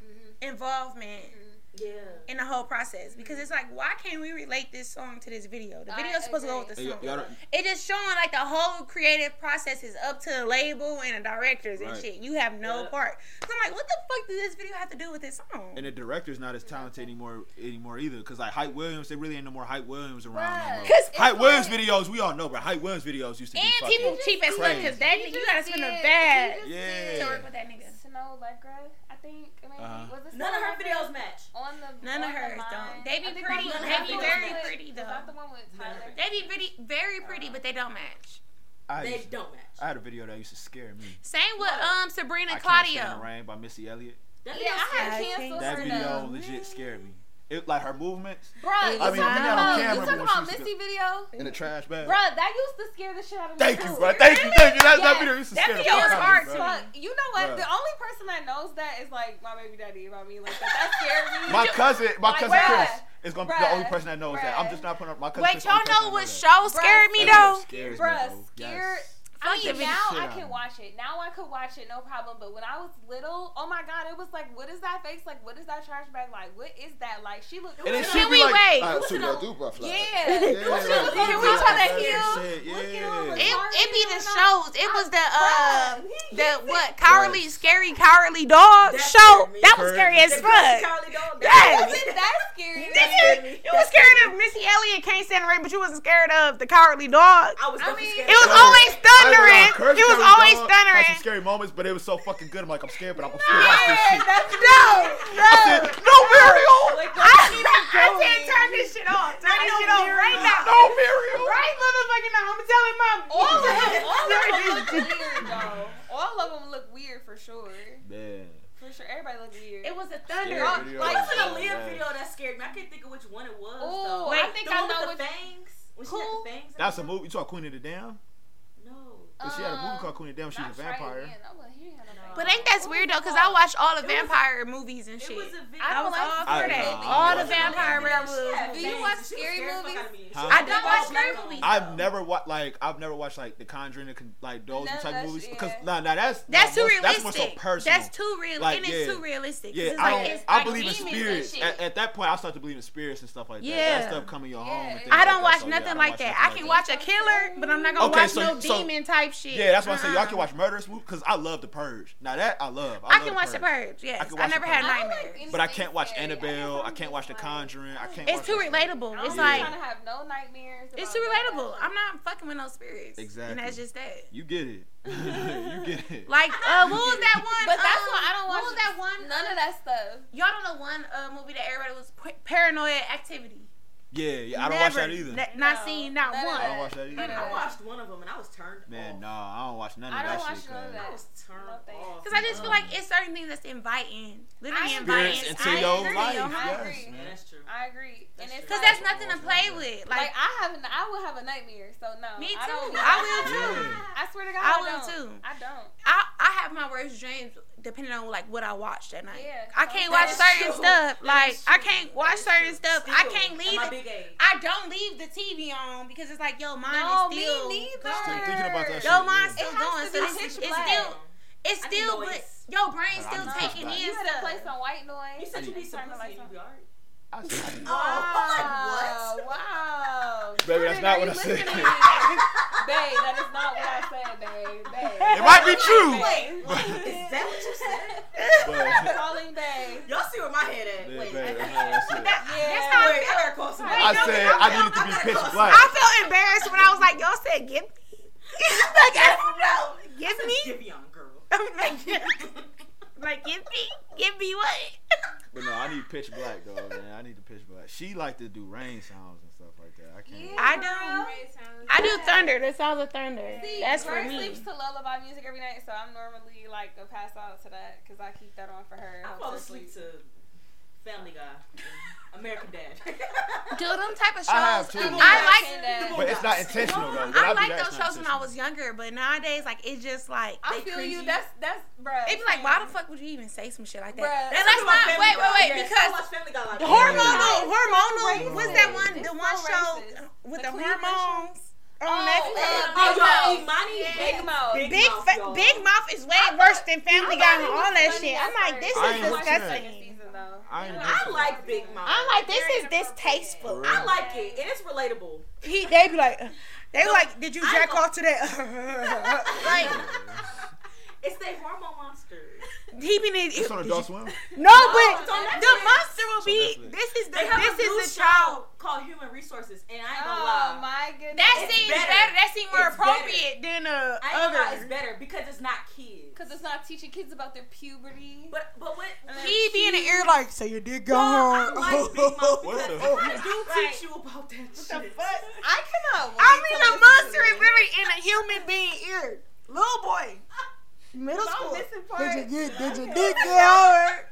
[SPEAKER 4] Mhm.
[SPEAKER 1] Mm-hmm.
[SPEAKER 2] involvement
[SPEAKER 4] Mhm.
[SPEAKER 1] Yeah.
[SPEAKER 2] in the whole process because it's like why can't we relate this song to this video? The
[SPEAKER 4] I
[SPEAKER 2] video's supposed to go
[SPEAKER 4] agree.
[SPEAKER 2] with the
[SPEAKER 3] Hey,
[SPEAKER 2] song.
[SPEAKER 3] y'all, y'all don't-
[SPEAKER 2] It just showing like the whole creative process is up to the label and the directors and
[SPEAKER 3] Right.
[SPEAKER 2] shit. You have no
[SPEAKER 1] Yeah.
[SPEAKER 2] part. So I'm like, what the fuck does this video have to do with this song?
[SPEAKER 3] and the director's not as talented anymore anymore either. Cause like Hype Williams, there really ain't no more Hype Williams around. no
[SPEAKER 4] Bruh.
[SPEAKER 3] more.
[SPEAKER 2] Because
[SPEAKER 4] It's
[SPEAKER 3] Hype Williams
[SPEAKER 4] like-
[SPEAKER 3] videos, we all know, but Hype Williams videos used to be
[SPEAKER 2] and
[SPEAKER 3] fucking.
[SPEAKER 2] people
[SPEAKER 4] just
[SPEAKER 2] cheap as fuck
[SPEAKER 3] crazy.
[SPEAKER 2] because that
[SPEAKER 4] He
[SPEAKER 2] nigga, you
[SPEAKER 4] just
[SPEAKER 2] gotta spend a
[SPEAKER 4] did-
[SPEAKER 2] bag
[SPEAKER 4] he just
[SPEAKER 3] Yeah.
[SPEAKER 4] did
[SPEAKER 2] to work with that nigga.
[SPEAKER 4] Snow Legra, I think. Maybe.
[SPEAKER 3] Uh-huh.
[SPEAKER 4] Was it
[SPEAKER 1] None
[SPEAKER 4] Snow
[SPEAKER 1] of her
[SPEAKER 4] Legra?
[SPEAKER 1] videos match.
[SPEAKER 4] On the
[SPEAKER 2] None of
[SPEAKER 4] on the
[SPEAKER 2] hers
[SPEAKER 4] line.
[SPEAKER 2] don't. They be
[SPEAKER 4] I think
[SPEAKER 2] pretty-
[SPEAKER 4] that was
[SPEAKER 1] they
[SPEAKER 4] the
[SPEAKER 1] be
[SPEAKER 4] one
[SPEAKER 1] very
[SPEAKER 4] with-
[SPEAKER 2] pretty,
[SPEAKER 4] was
[SPEAKER 2] though.
[SPEAKER 4] that the one with
[SPEAKER 1] None of
[SPEAKER 4] Tyler?
[SPEAKER 1] her.
[SPEAKER 2] They be pretty, very pretty, but they don't match.
[SPEAKER 3] I,
[SPEAKER 1] They
[SPEAKER 3] used,
[SPEAKER 1] don't match.
[SPEAKER 3] I had a video that used to scare me.
[SPEAKER 2] Same with
[SPEAKER 4] What?
[SPEAKER 2] um Sabrina
[SPEAKER 3] I Can't Stand in
[SPEAKER 2] Claudio.
[SPEAKER 3] the Rain by Missy Elliott.
[SPEAKER 1] That
[SPEAKER 4] Yeah, I
[SPEAKER 1] video-
[SPEAKER 4] had
[SPEAKER 2] I
[SPEAKER 4] canceled
[SPEAKER 2] think
[SPEAKER 3] That
[SPEAKER 4] her
[SPEAKER 2] Sorta.
[SPEAKER 3] video
[SPEAKER 4] though.
[SPEAKER 3] legit scared me. It like her movements
[SPEAKER 4] Bro, you
[SPEAKER 2] I
[SPEAKER 4] talking
[SPEAKER 2] mean, we got on
[SPEAKER 4] about you
[SPEAKER 2] camera,
[SPEAKER 3] but
[SPEAKER 4] talking
[SPEAKER 3] when
[SPEAKER 4] about
[SPEAKER 3] she was
[SPEAKER 4] Missy video?
[SPEAKER 3] in the trash bag.
[SPEAKER 4] Bro, that used to scare the shit out of me.
[SPEAKER 3] Thank you,
[SPEAKER 4] too.
[SPEAKER 3] bro. Thank you, thank you. That, that
[SPEAKER 4] Yeah.
[SPEAKER 3] video used to
[SPEAKER 2] That
[SPEAKER 3] scare the
[SPEAKER 2] video
[SPEAKER 3] fuck
[SPEAKER 2] was
[SPEAKER 3] out
[SPEAKER 2] hard
[SPEAKER 3] of me, bro.
[SPEAKER 4] Fuck, you know what?
[SPEAKER 3] Bruh.
[SPEAKER 4] The only person that knows that is like my baby daddy about me. Like that, that scared me.
[SPEAKER 3] My cousin, my
[SPEAKER 4] Like,
[SPEAKER 3] cousin
[SPEAKER 4] bruh.
[SPEAKER 3] Chris is gonna be the
[SPEAKER 4] Bruh.
[SPEAKER 3] only person that knows that. I'm
[SPEAKER 4] Bruh.
[SPEAKER 3] just not putting up my cousin.
[SPEAKER 2] Wait,
[SPEAKER 3] Chris,
[SPEAKER 2] y'all
[SPEAKER 3] only person
[SPEAKER 2] know
[SPEAKER 3] that
[SPEAKER 2] what
[SPEAKER 3] knows
[SPEAKER 2] show
[SPEAKER 3] that.
[SPEAKER 2] scared
[SPEAKER 4] Bruh,
[SPEAKER 2] me though?
[SPEAKER 3] That video scares me,
[SPEAKER 4] Bruh,
[SPEAKER 3] bro.
[SPEAKER 4] scared.
[SPEAKER 3] Yes.
[SPEAKER 4] I
[SPEAKER 2] Fuck
[SPEAKER 4] mean,
[SPEAKER 2] the
[SPEAKER 4] now I
[SPEAKER 3] shit out of
[SPEAKER 4] can
[SPEAKER 3] me.
[SPEAKER 4] watch it. Now I could watch it, no problem. But when I was little, oh my god, it was like, what is that face? Like, what is that trash bag? Like, what is that? Like, she looked.
[SPEAKER 3] And then
[SPEAKER 4] Who
[SPEAKER 3] she
[SPEAKER 2] Can
[SPEAKER 4] the-
[SPEAKER 3] be
[SPEAKER 2] we
[SPEAKER 3] like,
[SPEAKER 2] wait?
[SPEAKER 6] Alright,
[SPEAKER 1] Who's
[SPEAKER 6] so
[SPEAKER 1] in
[SPEAKER 6] y'all
[SPEAKER 1] the-
[SPEAKER 6] do butterfly.
[SPEAKER 4] yeah.
[SPEAKER 3] Yeah,
[SPEAKER 4] Who she was
[SPEAKER 3] like,
[SPEAKER 4] on
[SPEAKER 2] Can we
[SPEAKER 4] top of
[SPEAKER 2] try to
[SPEAKER 4] the
[SPEAKER 2] hear?
[SPEAKER 4] hill,
[SPEAKER 3] Shit, yeah.
[SPEAKER 4] looking on with
[SPEAKER 2] It, it
[SPEAKER 4] Barbie
[SPEAKER 2] be the
[SPEAKER 4] and all.
[SPEAKER 2] shows. It was the uh
[SPEAKER 4] Bruh, Um, he-
[SPEAKER 2] the
[SPEAKER 4] he
[SPEAKER 2] what
[SPEAKER 4] said-
[SPEAKER 2] Cowardly Scary Cowardly Dog
[SPEAKER 1] That
[SPEAKER 2] show.
[SPEAKER 1] scared me.
[SPEAKER 2] That was scary as
[SPEAKER 1] The
[SPEAKER 2] [laughs] fuck.
[SPEAKER 1] Carly Dog.
[SPEAKER 2] Yes.
[SPEAKER 4] Wasn't that
[SPEAKER 2] [laughs]
[SPEAKER 4] scary?
[SPEAKER 2] Nigga, you was scared of Missy Elliott can't stand the rain, but you wasn't scared of the Cowardly Dog.
[SPEAKER 1] I was
[SPEAKER 4] I
[SPEAKER 1] definitely
[SPEAKER 4] mean-
[SPEAKER 1] scared.
[SPEAKER 2] It was
[SPEAKER 1] of that.
[SPEAKER 2] always thundering.
[SPEAKER 3] Curse
[SPEAKER 2] It was
[SPEAKER 3] Curry Dog Had
[SPEAKER 2] always
[SPEAKER 3] some
[SPEAKER 2] thundering.
[SPEAKER 3] scary moments, but it was so fucking good. I'm like, I'm scared, but I'm gonna still watch this shit.
[SPEAKER 4] that's
[SPEAKER 2] No,
[SPEAKER 3] I
[SPEAKER 2] no.
[SPEAKER 3] said, no Muriel,
[SPEAKER 4] Like,
[SPEAKER 2] I, [laughs] I can't turn this shit off. Turn
[SPEAKER 4] I
[SPEAKER 2] this
[SPEAKER 4] know
[SPEAKER 2] shit off
[SPEAKER 4] Muriel.
[SPEAKER 2] right now.
[SPEAKER 3] no Muriel.
[SPEAKER 2] Right motherfucking now. I'm telling mom.
[SPEAKER 4] All
[SPEAKER 2] [laughs]
[SPEAKER 4] of them, all of them look weird though. All of them look weird for sure.
[SPEAKER 3] Man,
[SPEAKER 4] For sure, everybody look weird.
[SPEAKER 2] It was a
[SPEAKER 3] Scary
[SPEAKER 2] thunder.
[SPEAKER 4] Y'all-
[SPEAKER 3] video.
[SPEAKER 4] like,
[SPEAKER 1] It wasn't a
[SPEAKER 3] Yeah.
[SPEAKER 1] Leah video that scared me. I can't think of which one it was.
[SPEAKER 4] Oh,
[SPEAKER 1] though.
[SPEAKER 4] I
[SPEAKER 2] Wait,
[SPEAKER 4] think
[SPEAKER 1] the
[SPEAKER 4] I
[SPEAKER 1] one
[SPEAKER 4] know
[SPEAKER 1] with
[SPEAKER 4] what.
[SPEAKER 1] the fangs. When she
[SPEAKER 4] Who?
[SPEAKER 1] had the fangs. in
[SPEAKER 3] that's a
[SPEAKER 1] her-
[SPEAKER 3] movie. You talk Queen of the Dam?
[SPEAKER 1] No.
[SPEAKER 3] Cause she had a movie
[SPEAKER 4] Uh,
[SPEAKER 3] called Queen of the Dam. She was a
[SPEAKER 4] Not Trey
[SPEAKER 3] vampire.
[SPEAKER 4] again. I wasn't hearing about
[SPEAKER 2] But
[SPEAKER 4] that.
[SPEAKER 2] ain't that's
[SPEAKER 4] What
[SPEAKER 2] weird
[SPEAKER 4] was
[SPEAKER 2] though,
[SPEAKER 4] it
[SPEAKER 2] cause I
[SPEAKER 4] called?
[SPEAKER 2] watched all the
[SPEAKER 1] It was-
[SPEAKER 2] vampire movies and
[SPEAKER 1] It
[SPEAKER 2] shit.
[SPEAKER 1] was a video.
[SPEAKER 2] I was all
[SPEAKER 3] I-
[SPEAKER 2] for that.
[SPEAKER 3] nah,
[SPEAKER 2] All
[SPEAKER 3] I
[SPEAKER 2] the
[SPEAKER 3] was not
[SPEAKER 2] vampire
[SPEAKER 3] watching that
[SPEAKER 2] werewolves.
[SPEAKER 4] Do
[SPEAKER 2] movies.
[SPEAKER 4] you watch scary movies?
[SPEAKER 3] Huh?
[SPEAKER 2] I don't watch scary movies.
[SPEAKER 3] I've never watched like I've never watched like The Conjuring, the con- like those
[SPEAKER 4] None of
[SPEAKER 3] type
[SPEAKER 4] that
[SPEAKER 3] movies
[SPEAKER 4] shit,
[SPEAKER 3] because
[SPEAKER 4] yeah.
[SPEAKER 3] nah, nah, that's
[SPEAKER 2] That's
[SPEAKER 3] nah,
[SPEAKER 2] too
[SPEAKER 3] more- That's more so
[SPEAKER 2] realistic.
[SPEAKER 3] personal.
[SPEAKER 2] That's too real,
[SPEAKER 3] Like,
[SPEAKER 2] and it's
[SPEAKER 3] yeah.
[SPEAKER 2] too realistic. 'cause
[SPEAKER 3] Yeah,
[SPEAKER 2] it's
[SPEAKER 3] I
[SPEAKER 2] like,
[SPEAKER 3] don't.
[SPEAKER 2] it's
[SPEAKER 3] I
[SPEAKER 2] like
[SPEAKER 3] believe in
[SPEAKER 4] demons and
[SPEAKER 3] spirits.
[SPEAKER 4] shit.
[SPEAKER 3] At, at that point, I start to believe in spirits and stuff like that.
[SPEAKER 2] Yeah.
[SPEAKER 3] That stuff coming your
[SPEAKER 4] Yeah,
[SPEAKER 3] home. And
[SPEAKER 4] it-
[SPEAKER 3] things
[SPEAKER 2] I
[SPEAKER 3] like
[SPEAKER 2] don't
[SPEAKER 3] that.
[SPEAKER 2] watch
[SPEAKER 3] So, yeah, I
[SPEAKER 2] nothing
[SPEAKER 3] don't
[SPEAKER 2] like
[SPEAKER 3] watch
[SPEAKER 2] that.
[SPEAKER 3] nothing
[SPEAKER 2] I can
[SPEAKER 3] like
[SPEAKER 2] watch a killer, but I'm not gonna
[SPEAKER 3] Okay,
[SPEAKER 2] watch
[SPEAKER 3] so-
[SPEAKER 2] no
[SPEAKER 3] so-
[SPEAKER 2] demon type shit.
[SPEAKER 3] that. Yeah, that's why I say y'all
[SPEAKER 2] Uh-uh.
[SPEAKER 3] can watch murderous movies because I love The Purge. Now that I love. I,
[SPEAKER 2] I
[SPEAKER 3] love
[SPEAKER 2] can watch The Purge.
[SPEAKER 3] I
[SPEAKER 2] Yes,
[SPEAKER 3] can
[SPEAKER 2] I
[SPEAKER 3] watch The
[SPEAKER 2] never had
[SPEAKER 3] Purge.
[SPEAKER 4] I don't like
[SPEAKER 2] nightmares.
[SPEAKER 4] anything
[SPEAKER 3] But I can't watch
[SPEAKER 4] scary.
[SPEAKER 3] Annabelle.
[SPEAKER 4] guess
[SPEAKER 3] I
[SPEAKER 4] I'm
[SPEAKER 3] can't
[SPEAKER 4] just
[SPEAKER 3] watch The
[SPEAKER 4] like-
[SPEAKER 3] Conjuring. I can't.
[SPEAKER 2] It's
[SPEAKER 3] watch
[SPEAKER 2] too
[SPEAKER 3] that shit.
[SPEAKER 2] relatable.
[SPEAKER 4] I
[SPEAKER 2] It's
[SPEAKER 4] don't
[SPEAKER 3] Yeah.
[SPEAKER 2] like
[SPEAKER 4] trying to have no nightmares.
[SPEAKER 2] it's
[SPEAKER 4] about
[SPEAKER 2] too
[SPEAKER 4] that.
[SPEAKER 2] relatable. I'm not fucking with no spirits. and
[SPEAKER 3] Exactly.
[SPEAKER 2] that's just that.
[SPEAKER 3] You get it. [laughs] you get it.
[SPEAKER 2] Like, uh, what was
[SPEAKER 3] [laughs]
[SPEAKER 2] that one?
[SPEAKER 4] But that's
[SPEAKER 2] um,
[SPEAKER 4] why I don't
[SPEAKER 2] What
[SPEAKER 4] watch
[SPEAKER 2] was that one? uh,
[SPEAKER 4] None of that stuff.
[SPEAKER 2] Y'all don't know one uh, movie that everybody was p- paranoia activity.
[SPEAKER 3] yeah, yeah. I don't watch that
[SPEAKER 2] Never.
[SPEAKER 3] either.
[SPEAKER 2] Ne- not
[SPEAKER 4] No,
[SPEAKER 2] seen, not
[SPEAKER 4] none of
[SPEAKER 2] one.
[SPEAKER 3] I don't watch that
[SPEAKER 4] None of
[SPEAKER 3] either.
[SPEAKER 1] I watched one of them and I was turned
[SPEAKER 3] Man,
[SPEAKER 1] off.
[SPEAKER 3] no, I don't watch none of
[SPEAKER 4] I
[SPEAKER 3] that
[SPEAKER 4] don't
[SPEAKER 3] shit.
[SPEAKER 4] watch none of
[SPEAKER 3] cuz.
[SPEAKER 1] I was turned
[SPEAKER 4] No, thanks.
[SPEAKER 1] off.
[SPEAKER 2] Because I just feel like
[SPEAKER 1] Um,
[SPEAKER 2] it's certain things that's inviting.
[SPEAKER 4] I
[SPEAKER 2] Literally inviting.
[SPEAKER 4] agree.
[SPEAKER 3] Experience into your life.
[SPEAKER 4] I
[SPEAKER 3] Yes,
[SPEAKER 4] agree.
[SPEAKER 1] yeah,
[SPEAKER 3] man.
[SPEAKER 1] that's true.
[SPEAKER 4] I agree. And
[SPEAKER 1] That's
[SPEAKER 4] it's
[SPEAKER 1] true.
[SPEAKER 2] Because
[SPEAKER 4] like,
[SPEAKER 2] that's nothing to play with.
[SPEAKER 4] like,
[SPEAKER 2] Like,
[SPEAKER 4] I have, I will have a nightmare. So no,
[SPEAKER 2] me too.
[SPEAKER 4] I, don't,
[SPEAKER 2] I will
[SPEAKER 3] Yeah.
[SPEAKER 2] too.
[SPEAKER 4] I swear to God,
[SPEAKER 2] I
[SPEAKER 4] I,
[SPEAKER 2] will
[SPEAKER 4] don't.
[SPEAKER 2] too.
[SPEAKER 4] I don't.
[SPEAKER 2] I, I have my worst dreams depending on like what I watch that night.
[SPEAKER 4] Yeah,
[SPEAKER 2] I can't watch
[SPEAKER 1] that's
[SPEAKER 2] certain
[SPEAKER 1] true.
[SPEAKER 2] stuff. Like
[SPEAKER 1] That's
[SPEAKER 2] I
[SPEAKER 1] true.
[SPEAKER 2] can't watch
[SPEAKER 1] That's true.
[SPEAKER 2] certain stuff.
[SPEAKER 1] Still,
[SPEAKER 2] I can't leave
[SPEAKER 1] At my
[SPEAKER 2] it.
[SPEAKER 1] big age.
[SPEAKER 2] I don't leave the TV on because it's like yo, mine
[SPEAKER 4] No,
[SPEAKER 2] is
[SPEAKER 4] me
[SPEAKER 2] still.
[SPEAKER 4] neither.
[SPEAKER 2] going.
[SPEAKER 3] Still thinking about that
[SPEAKER 2] Yo,
[SPEAKER 3] shit. yeah.
[SPEAKER 2] mine's still
[SPEAKER 4] It has
[SPEAKER 2] going,
[SPEAKER 4] to
[SPEAKER 2] so
[SPEAKER 4] be
[SPEAKER 2] this is,
[SPEAKER 4] pitch
[SPEAKER 2] it's
[SPEAKER 4] black.
[SPEAKER 2] still, it's
[SPEAKER 1] I need
[SPEAKER 2] still, but
[SPEAKER 1] noise.
[SPEAKER 2] your brain's
[SPEAKER 3] I'm
[SPEAKER 2] still
[SPEAKER 3] not
[SPEAKER 2] taking
[SPEAKER 3] black.
[SPEAKER 2] in
[SPEAKER 4] You had to
[SPEAKER 2] stuff.
[SPEAKER 4] play some white noise.
[SPEAKER 1] You said you need some
[SPEAKER 4] Turn the
[SPEAKER 1] pussy
[SPEAKER 4] lights
[SPEAKER 1] and
[SPEAKER 4] on.
[SPEAKER 1] you be alright.
[SPEAKER 3] I see.
[SPEAKER 1] Oh,
[SPEAKER 4] Wow, wow.
[SPEAKER 3] Baby, that's
[SPEAKER 4] Jordan,
[SPEAKER 3] not
[SPEAKER 4] are
[SPEAKER 3] what
[SPEAKER 4] you
[SPEAKER 3] I said.
[SPEAKER 4] listening? babe,
[SPEAKER 3] [laughs]
[SPEAKER 4] that is not what I said, babe. babe.
[SPEAKER 3] It might be true.
[SPEAKER 1] Wait,
[SPEAKER 3] But-
[SPEAKER 1] is that what you said?
[SPEAKER 4] [laughs]
[SPEAKER 3] but-
[SPEAKER 4] Calling babe.
[SPEAKER 1] Y'all see where my head at? [laughs]
[SPEAKER 3] Yeah,
[SPEAKER 1] Wait,
[SPEAKER 3] babe,
[SPEAKER 1] I,
[SPEAKER 3] that's not what I said.
[SPEAKER 4] Yeah.
[SPEAKER 2] how
[SPEAKER 1] wait, I gotta call somebody. [laughs]
[SPEAKER 3] I said I needed to be pitch black.
[SPEAKER 2] I felt embarrassed when I was like, y'all said give me. [laughs] like
[SPEAKER 4] [laughs]
[SPEAKER 2] I don't know, give
[SPEAKER 1] Give me.
[SPEAKER 2] me.
[SPEAKER 1] Give on,
[SPEAKER 2] [laughs]
[SPEAKER 1] girl.
[SPEAKER 2] I'm like, yeah. like give me, give me what?
[SPEAKER 3] But no, I need pitch black though, man. I need to pitch black. She like to do rain sounds and stuff like that. I can't.
[SPEAKER 2] I do. I do
[SPEAKER 4] Yeah.
[SPEAKER 2] thunder. The sounds of thunder.
[SPEAKER 4] See,
[SPEAKER 2] That's for
[SPEAKER 4] Grace
[SPEAKER 2] me.
[SPEAKER 4] sleeps to lullaby music every night, so I'm normally like a pass out to that because I keep that on for her.
[SPEAKER 1] I fall asleep to Family Guy, American
[SPEAKER 2] [laughs]
[SPEAKER 1] Dad.
[SPEAKER 2] Do them type of shows.
[SPEAKER 3] I have too.
[SPEAKER 2] I like.
[SPEAKER 3] But it's not intentional though. When I,
[SPEAKER 2] I
[SPEAKER 3] do
[SPEAKER 2] like
[SPEAKER 3] that, it's
[SPEAKER 2] those
[SPEAKER 3] not
[SPEAKER 2] shows when I was younger, but nowadays, like, it's just like
[SPEAKER 4] I
[SPEAKER 2] they
[SPEAKER 4] feel
[SPEAKER 2] cringy.
[SPEAKER 4] you. That's that's bruh.
[SPEAKER 2] They be like, why the fuck would you even say some shit like that?
[SPEAKER 4] Bruh.
[SPEAKER 2] And that's why. Wait, wait, wait. Because the hormonal, hormonal. What's that one?
[SPEAKER 4] It's
[SPEAKER 2] The
[SPEAKER 4] so
[SPEAKER 2] one show
[SPEAKER 4] racist.
[SPEAKER 2] with
[SPEAKER 4] The
[SPEAKER 2] the,
[SPEAKER 4] Cleveland
[SPEAKER 2] hormones on
[SPEAKER 4] Oh,
[SPEAKER 2] Netflix.
[SPEAKER 4] uh,
[SPEAKER 1] Oh, y'all,
[SPEAKER 4] Big Mouth.
[SPEAKER 1] Imani,
[SPEAKER 4] Big Mouth.
[SPEAKER 2] Big big,
[SPEAKER 1] Mouth,
[SPEAKER 2] fa-
[SPEAKER 1] y'all.
[SPEAKER 2] big mouth is way
[SPEAKER 4] I
[SPEAKER 2] worse
[SPEAKER 4] thought-
[SPEAKER 2] than Family
[SPEAKER 4] I
[SPEAKER 2] Guy
[SPEAKER 4] thought
[SPEAKER 2] and
[SPEAKER 4] it
[SPEAKER 2] all
[SPEAKER 4] was
[SPEAKER 2] that
[SPEAKER 4] funny
[SPEAKER 2] shit.
[SPEAKER 4] at
[SPEAKER 2] I'm like, this
[SPEAKER 4] first.
[SPEAKER 3] I ain't
[SPEAKER 2] is
[SPEAKER 3] watched
[SPEAKER 4] watched the second
[SPEAKER 2] disgusting.
[SPEAKER 4] season, though.
[SPEAKER 3] I ain't
[SPEAKER 1] I like Big Mama.
[SPEAKER 2] I'm like, this
[SPEAKER 4] Very
[SPEAKER 2] is distasteful.
[SPEAKER 1] I like it, and it's relatable.
[SPEAKER 2] He, they be like, they be
[SPEAKER 1] No,
[SPEAKER 2] like, did you
[SPEAKER 1] I
[SPEAKER 2] jack
[SPEAKER 1] don't-
[SPEAKER 2] off today? [laughs] like,
[SPEAKER 1] It's the hormone monster.
[SPEAKER 2] he be need.
[SPEAKER 3] It's on Adult Swim.
[SPEAKER 2] No, but
[SPEAKER 1] it's on
[SPEAKER 2] the
[SPEAKER 1] Netflix.
[SPEAKER 2] monster will be.
[SPEAKER 3] Netflix.
[SPEAKER 2] This is the.
[SPEAKER 1] They have
[SPEAKER 2] This
[SPEAKER 1] a new
[SPEAKER 2] is the
[SPEAKER 1] show
[SPEAKER 2] child.
[SPEAKER 1] called Human Resources, and I ain't gonna
[SPEAKER 4] Oh
[SPEAKER 1] lie.
[SPEAKER 4] my goodness.
[SPEAKER 2] That
[SPEAKER 1] It's
[SPEAKER 2] seems
[SPEAKER 1] better.
[SPEAKER 2] better. That seems more
[SPEAKER 1] It's
[SPEAKER 2] appropriate than
[SPEAKER 1] I
[SPEAKER 2] uh,
[SPEAKER 1] ain't gonna lie, it's
[SPEAKER 2] other.
[SPEAKER 1] better because it's not kids.
[SPEAKER 4] because it's not teaching kids about their puberty.
[SPEAKER 1] But but what?
[SPEAKER 4] Uh,
[SPEAKER 2] He
[SPEAKER 4] [laughs]
[SPEAKER 2] be in the ear like, so your dick
[SPEAKER 1] Well,
[SPEAKER 2] gone.
[SPEAKER 1] I
[SPEAKER 2] [laughs]
[SPEAKER 1] like Big Mama
[SPEAKER 3] What
[SPEAKER 1] because
[SPEAKER 3] the-
[SPEAKER 1] I do
[SPEAKER 4] Right.
[SPEAKER 1] teach you about that shit.
[SPEAKER 4] I cannot. to
[SPEAKER 2] I mean, a
[SPEAKER 4] listen
[SPEAKER 2] monster
[SPEAKER 4] to
[SPEAKER 2] is
[SPEAKER 4] it.
[SPEAKER 2] literally in a human being ear. Little boy, middle
[SPEAKER 4] I'm
[SPEAKER 2] school.
[SPEAKER 4] missing parts.
[SPEAKER 2] Did you get? Did your dick get hard?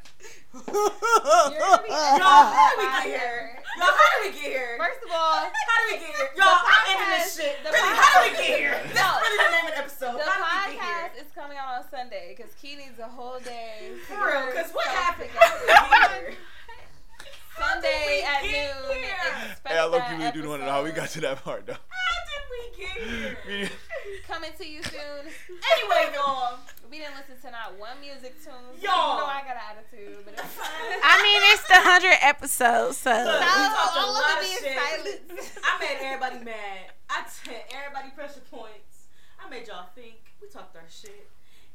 [SPEAKER 4] You're
[SPEAKER 2] [laughs]
[SPEAKER 4] gonna be
[SPEAKER 1] Y'all, how did Oh, we get here?
[SPEAKER 4] fired.
[SPEAKER 1] Y'all, how did we get here?
[SPEAKER 4] First of all,
[SPEAKER 1] How did we get here? Y'all, I'm ending this
[SPEAKER 4] podcast-
[SPEAKER 1] shit.
[SPEAKER 4] the
[SPEAKER 1] Really, how did we
[SPEAKER 4] podcast-
[SPEAKER 1] get here?
[SPEAKER 4] No.
[SPEAKER 1] That's really the name of the episode.
[SPEAKER 4] the
[SPEAKER 1] How did we get here?
[SPEAKER 4] podcast is coming out on Sunday because Key needs a whole day. to
[SPEAKER 1] For
[SPEAKER 4] get
[SPEAKER 1] real, because what
[SPEAKER 4] herself
[SPEAKER 1] happened? [laughs] How did
[SPEAKER 4] together.
[SPEAKER 1] we get here? How did
[SPEAKER 4] Sunday
[SPEAKER 1] we
[SPEAKER 4] at
[SPEAKER 1] get
[SPEAKER 4] noon.
[SPEAKER 1] here?
[SPEAKER 4] is a
[SPEAKER 3] Hey, I look,
[SPEAKER 4] special
[SPEAKER 3] you really do want to know how we got to that part, though.
[SPEAKER 1] How did we get here?
[SPEAKER 3] [laughs]
[SPEAKER 4] episode coming to you soon.
[SPEAKER 1] Anyway, y'all.
[SPEAKER 4] We didn't listen to not one music tune. so
[SPEAKER 1] Y'all.
[SPEAKER 4] you know I got an attitude, but [laughs] it's fine.
[SPEAKER 2] I mean, it's the hundred episode, so
[SPEAKER 1] Look, we talked a
[SPEAKER 4] all of
[SPEAKER 1] lot
[SPEAKER 4] it is
[SPEAKER 1] shit.
[SPEAKER 4] silence.
[SPEAKER 1] [laughs] I made everybody mad. I sent everybody pressure points. I made y'all think. We talked our shit.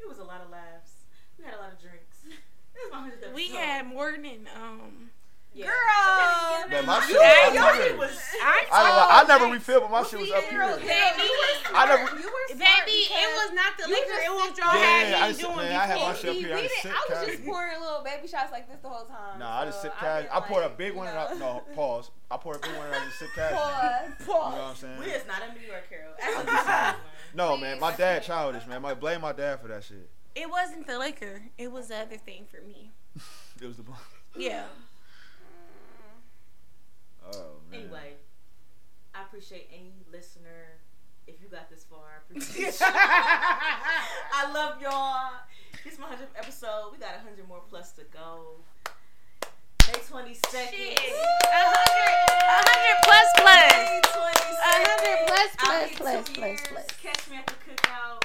[SPEAKER 1] It was a lot of laughs. We had a lot of drinks. It was my hundredth episode.
[SPEAKER 2] we had Morgan and um.
[SPEAKER 1] yeah.
[SPEAKER 2] Girl,
[SPEAKER 4] [laughs]
[SPEAKER 3] Man, my shit
[SPEAKER 1] You-
[SPEAKER 2] Hey,
[SPEAKER 3] was
[SPEAKER 1] your
[SPEAKER 3] up
[SPEAKER 1] shit
[SPEAKER 3] here.
[SPEAKER 1] was.
[SPEAKER 2] I,
[SPEAKER 3] I, I
[SPEAKER 2] told
[SPEAKER 3] never
[SPEAKER 2] Max-
[SPEAKER 3] refilled, but my shit was
[SPEAKER 4] See,
[SPEAKER 3] up
[SPEAKER 4] you
[SPEAKER 3] here.
[SPEAKER 4] were-
[SPEAKER 2] Baby.
[SPEAKER 3] I never.
[SPEAKER 4] You were smart
[SPEAKER 2] Baby, it
[SPEAKER 4] because
[SPEAKER 2] was not the
[SPEAKER 4] you
[SPEAKER 2] liquor.
[SPEAKER 4] just
[SPEAKER 2] It was
[SPEAKER 4] sit
[SPEAKER 2] y'all
[SPEAKER 4] there.
[SPEAKER 2] had
[SPEAKER 3] Yeah, I
[SPEAKER 2] you
[SPEAKER 3] just-
[SPEAKER 2] doing
[SPEAKER 3] man, I had
[SPEAKER 2] before.
[SPEAKER 3] my shit up
[SPEAKER 4] We
[SPEAKER 3] here. I
[SPEAKER 4] didn't-
[SPEAKER 3] just sit
[SPEAKER 4] I was just
[SPEAKER 3] casually.
[SPEAKER 4] pouring little baby shots like this the whole time.
[SPEAKER 3] Nah, I just
[SPEAKER 4] so
[SPEAKER 3] sip
[SPEAKER 4] I've
[SPEAKER 3] cash.
[SPEAKER 4] been
[SPEAKER 3] I poured a
[SPEAKER 4] like,
[SPEAKER 3] big one
[SPEAKER 4] you
[SPEAKER 3] and I
[SPEAKER 4] know, [laughs]
[SPEAKER 3] no pause. I poured a big one and I just sip cash.
[SPEAKER 4] Pause.
[SPEAKER 3] You know what
[SPEAKER 2] Pause.
[SPEAKER 3] I'm
[SPEAKER 1] We
[SPEAKER 3] saying?
[SPEAKER 1] is not in New York,
[SPEAKER 2] [laughs]
[SPEAKER 1] Carol.
[SPEAKER 3] I'm just saying. No,
[SPEAKER 4] See,
[SPEAKER 3] man, my
[SPEAKER 4] that's
[SPEAKER 3] dad
[SPEAKER 4] it.
[SPEAKER 3] childish, man. My blame my dad for that shit.
[SPEAKER 2] It wasn't the liquor. It was the other thing for me.
[SPEAKER 3] It was the blame.
[SPEAKER 2] Yeah.
[SPEAKER 3] Oh man.
[SPEAKER 1] Anyway, I appreciate any listener. If you got this far, I
[SPEAKER 3] Oh,
[SPEAKER 1] appreciate
[SPEAKER 2] [laughs]
[SPEAKER 1] you. [laughs]
[SPEAKER 3] [laughs]
[SPEAKER 2] Thank
[SPEAKER 1] I love y'all. This is my 100th episode. We got 100 more plus to go. May 22nd.
[SPEAKER 2] Shit. 100 plus plus.
[SPEAKER 1] May 22nd.
[SPEAKER 2] 100 plus
[SPEAKER 1] I'll
[SPEAKER 2] plus
[SPEAKER 1] be
[SPEAKER 2] plus
[SPEAKER 1] two
[SPEAKER 2] plus
[SPEAKER 1] years.
[SPEAKER 2] plus.
[SPEAKER 1] Catch me at the cookout. [laughs] [laughs]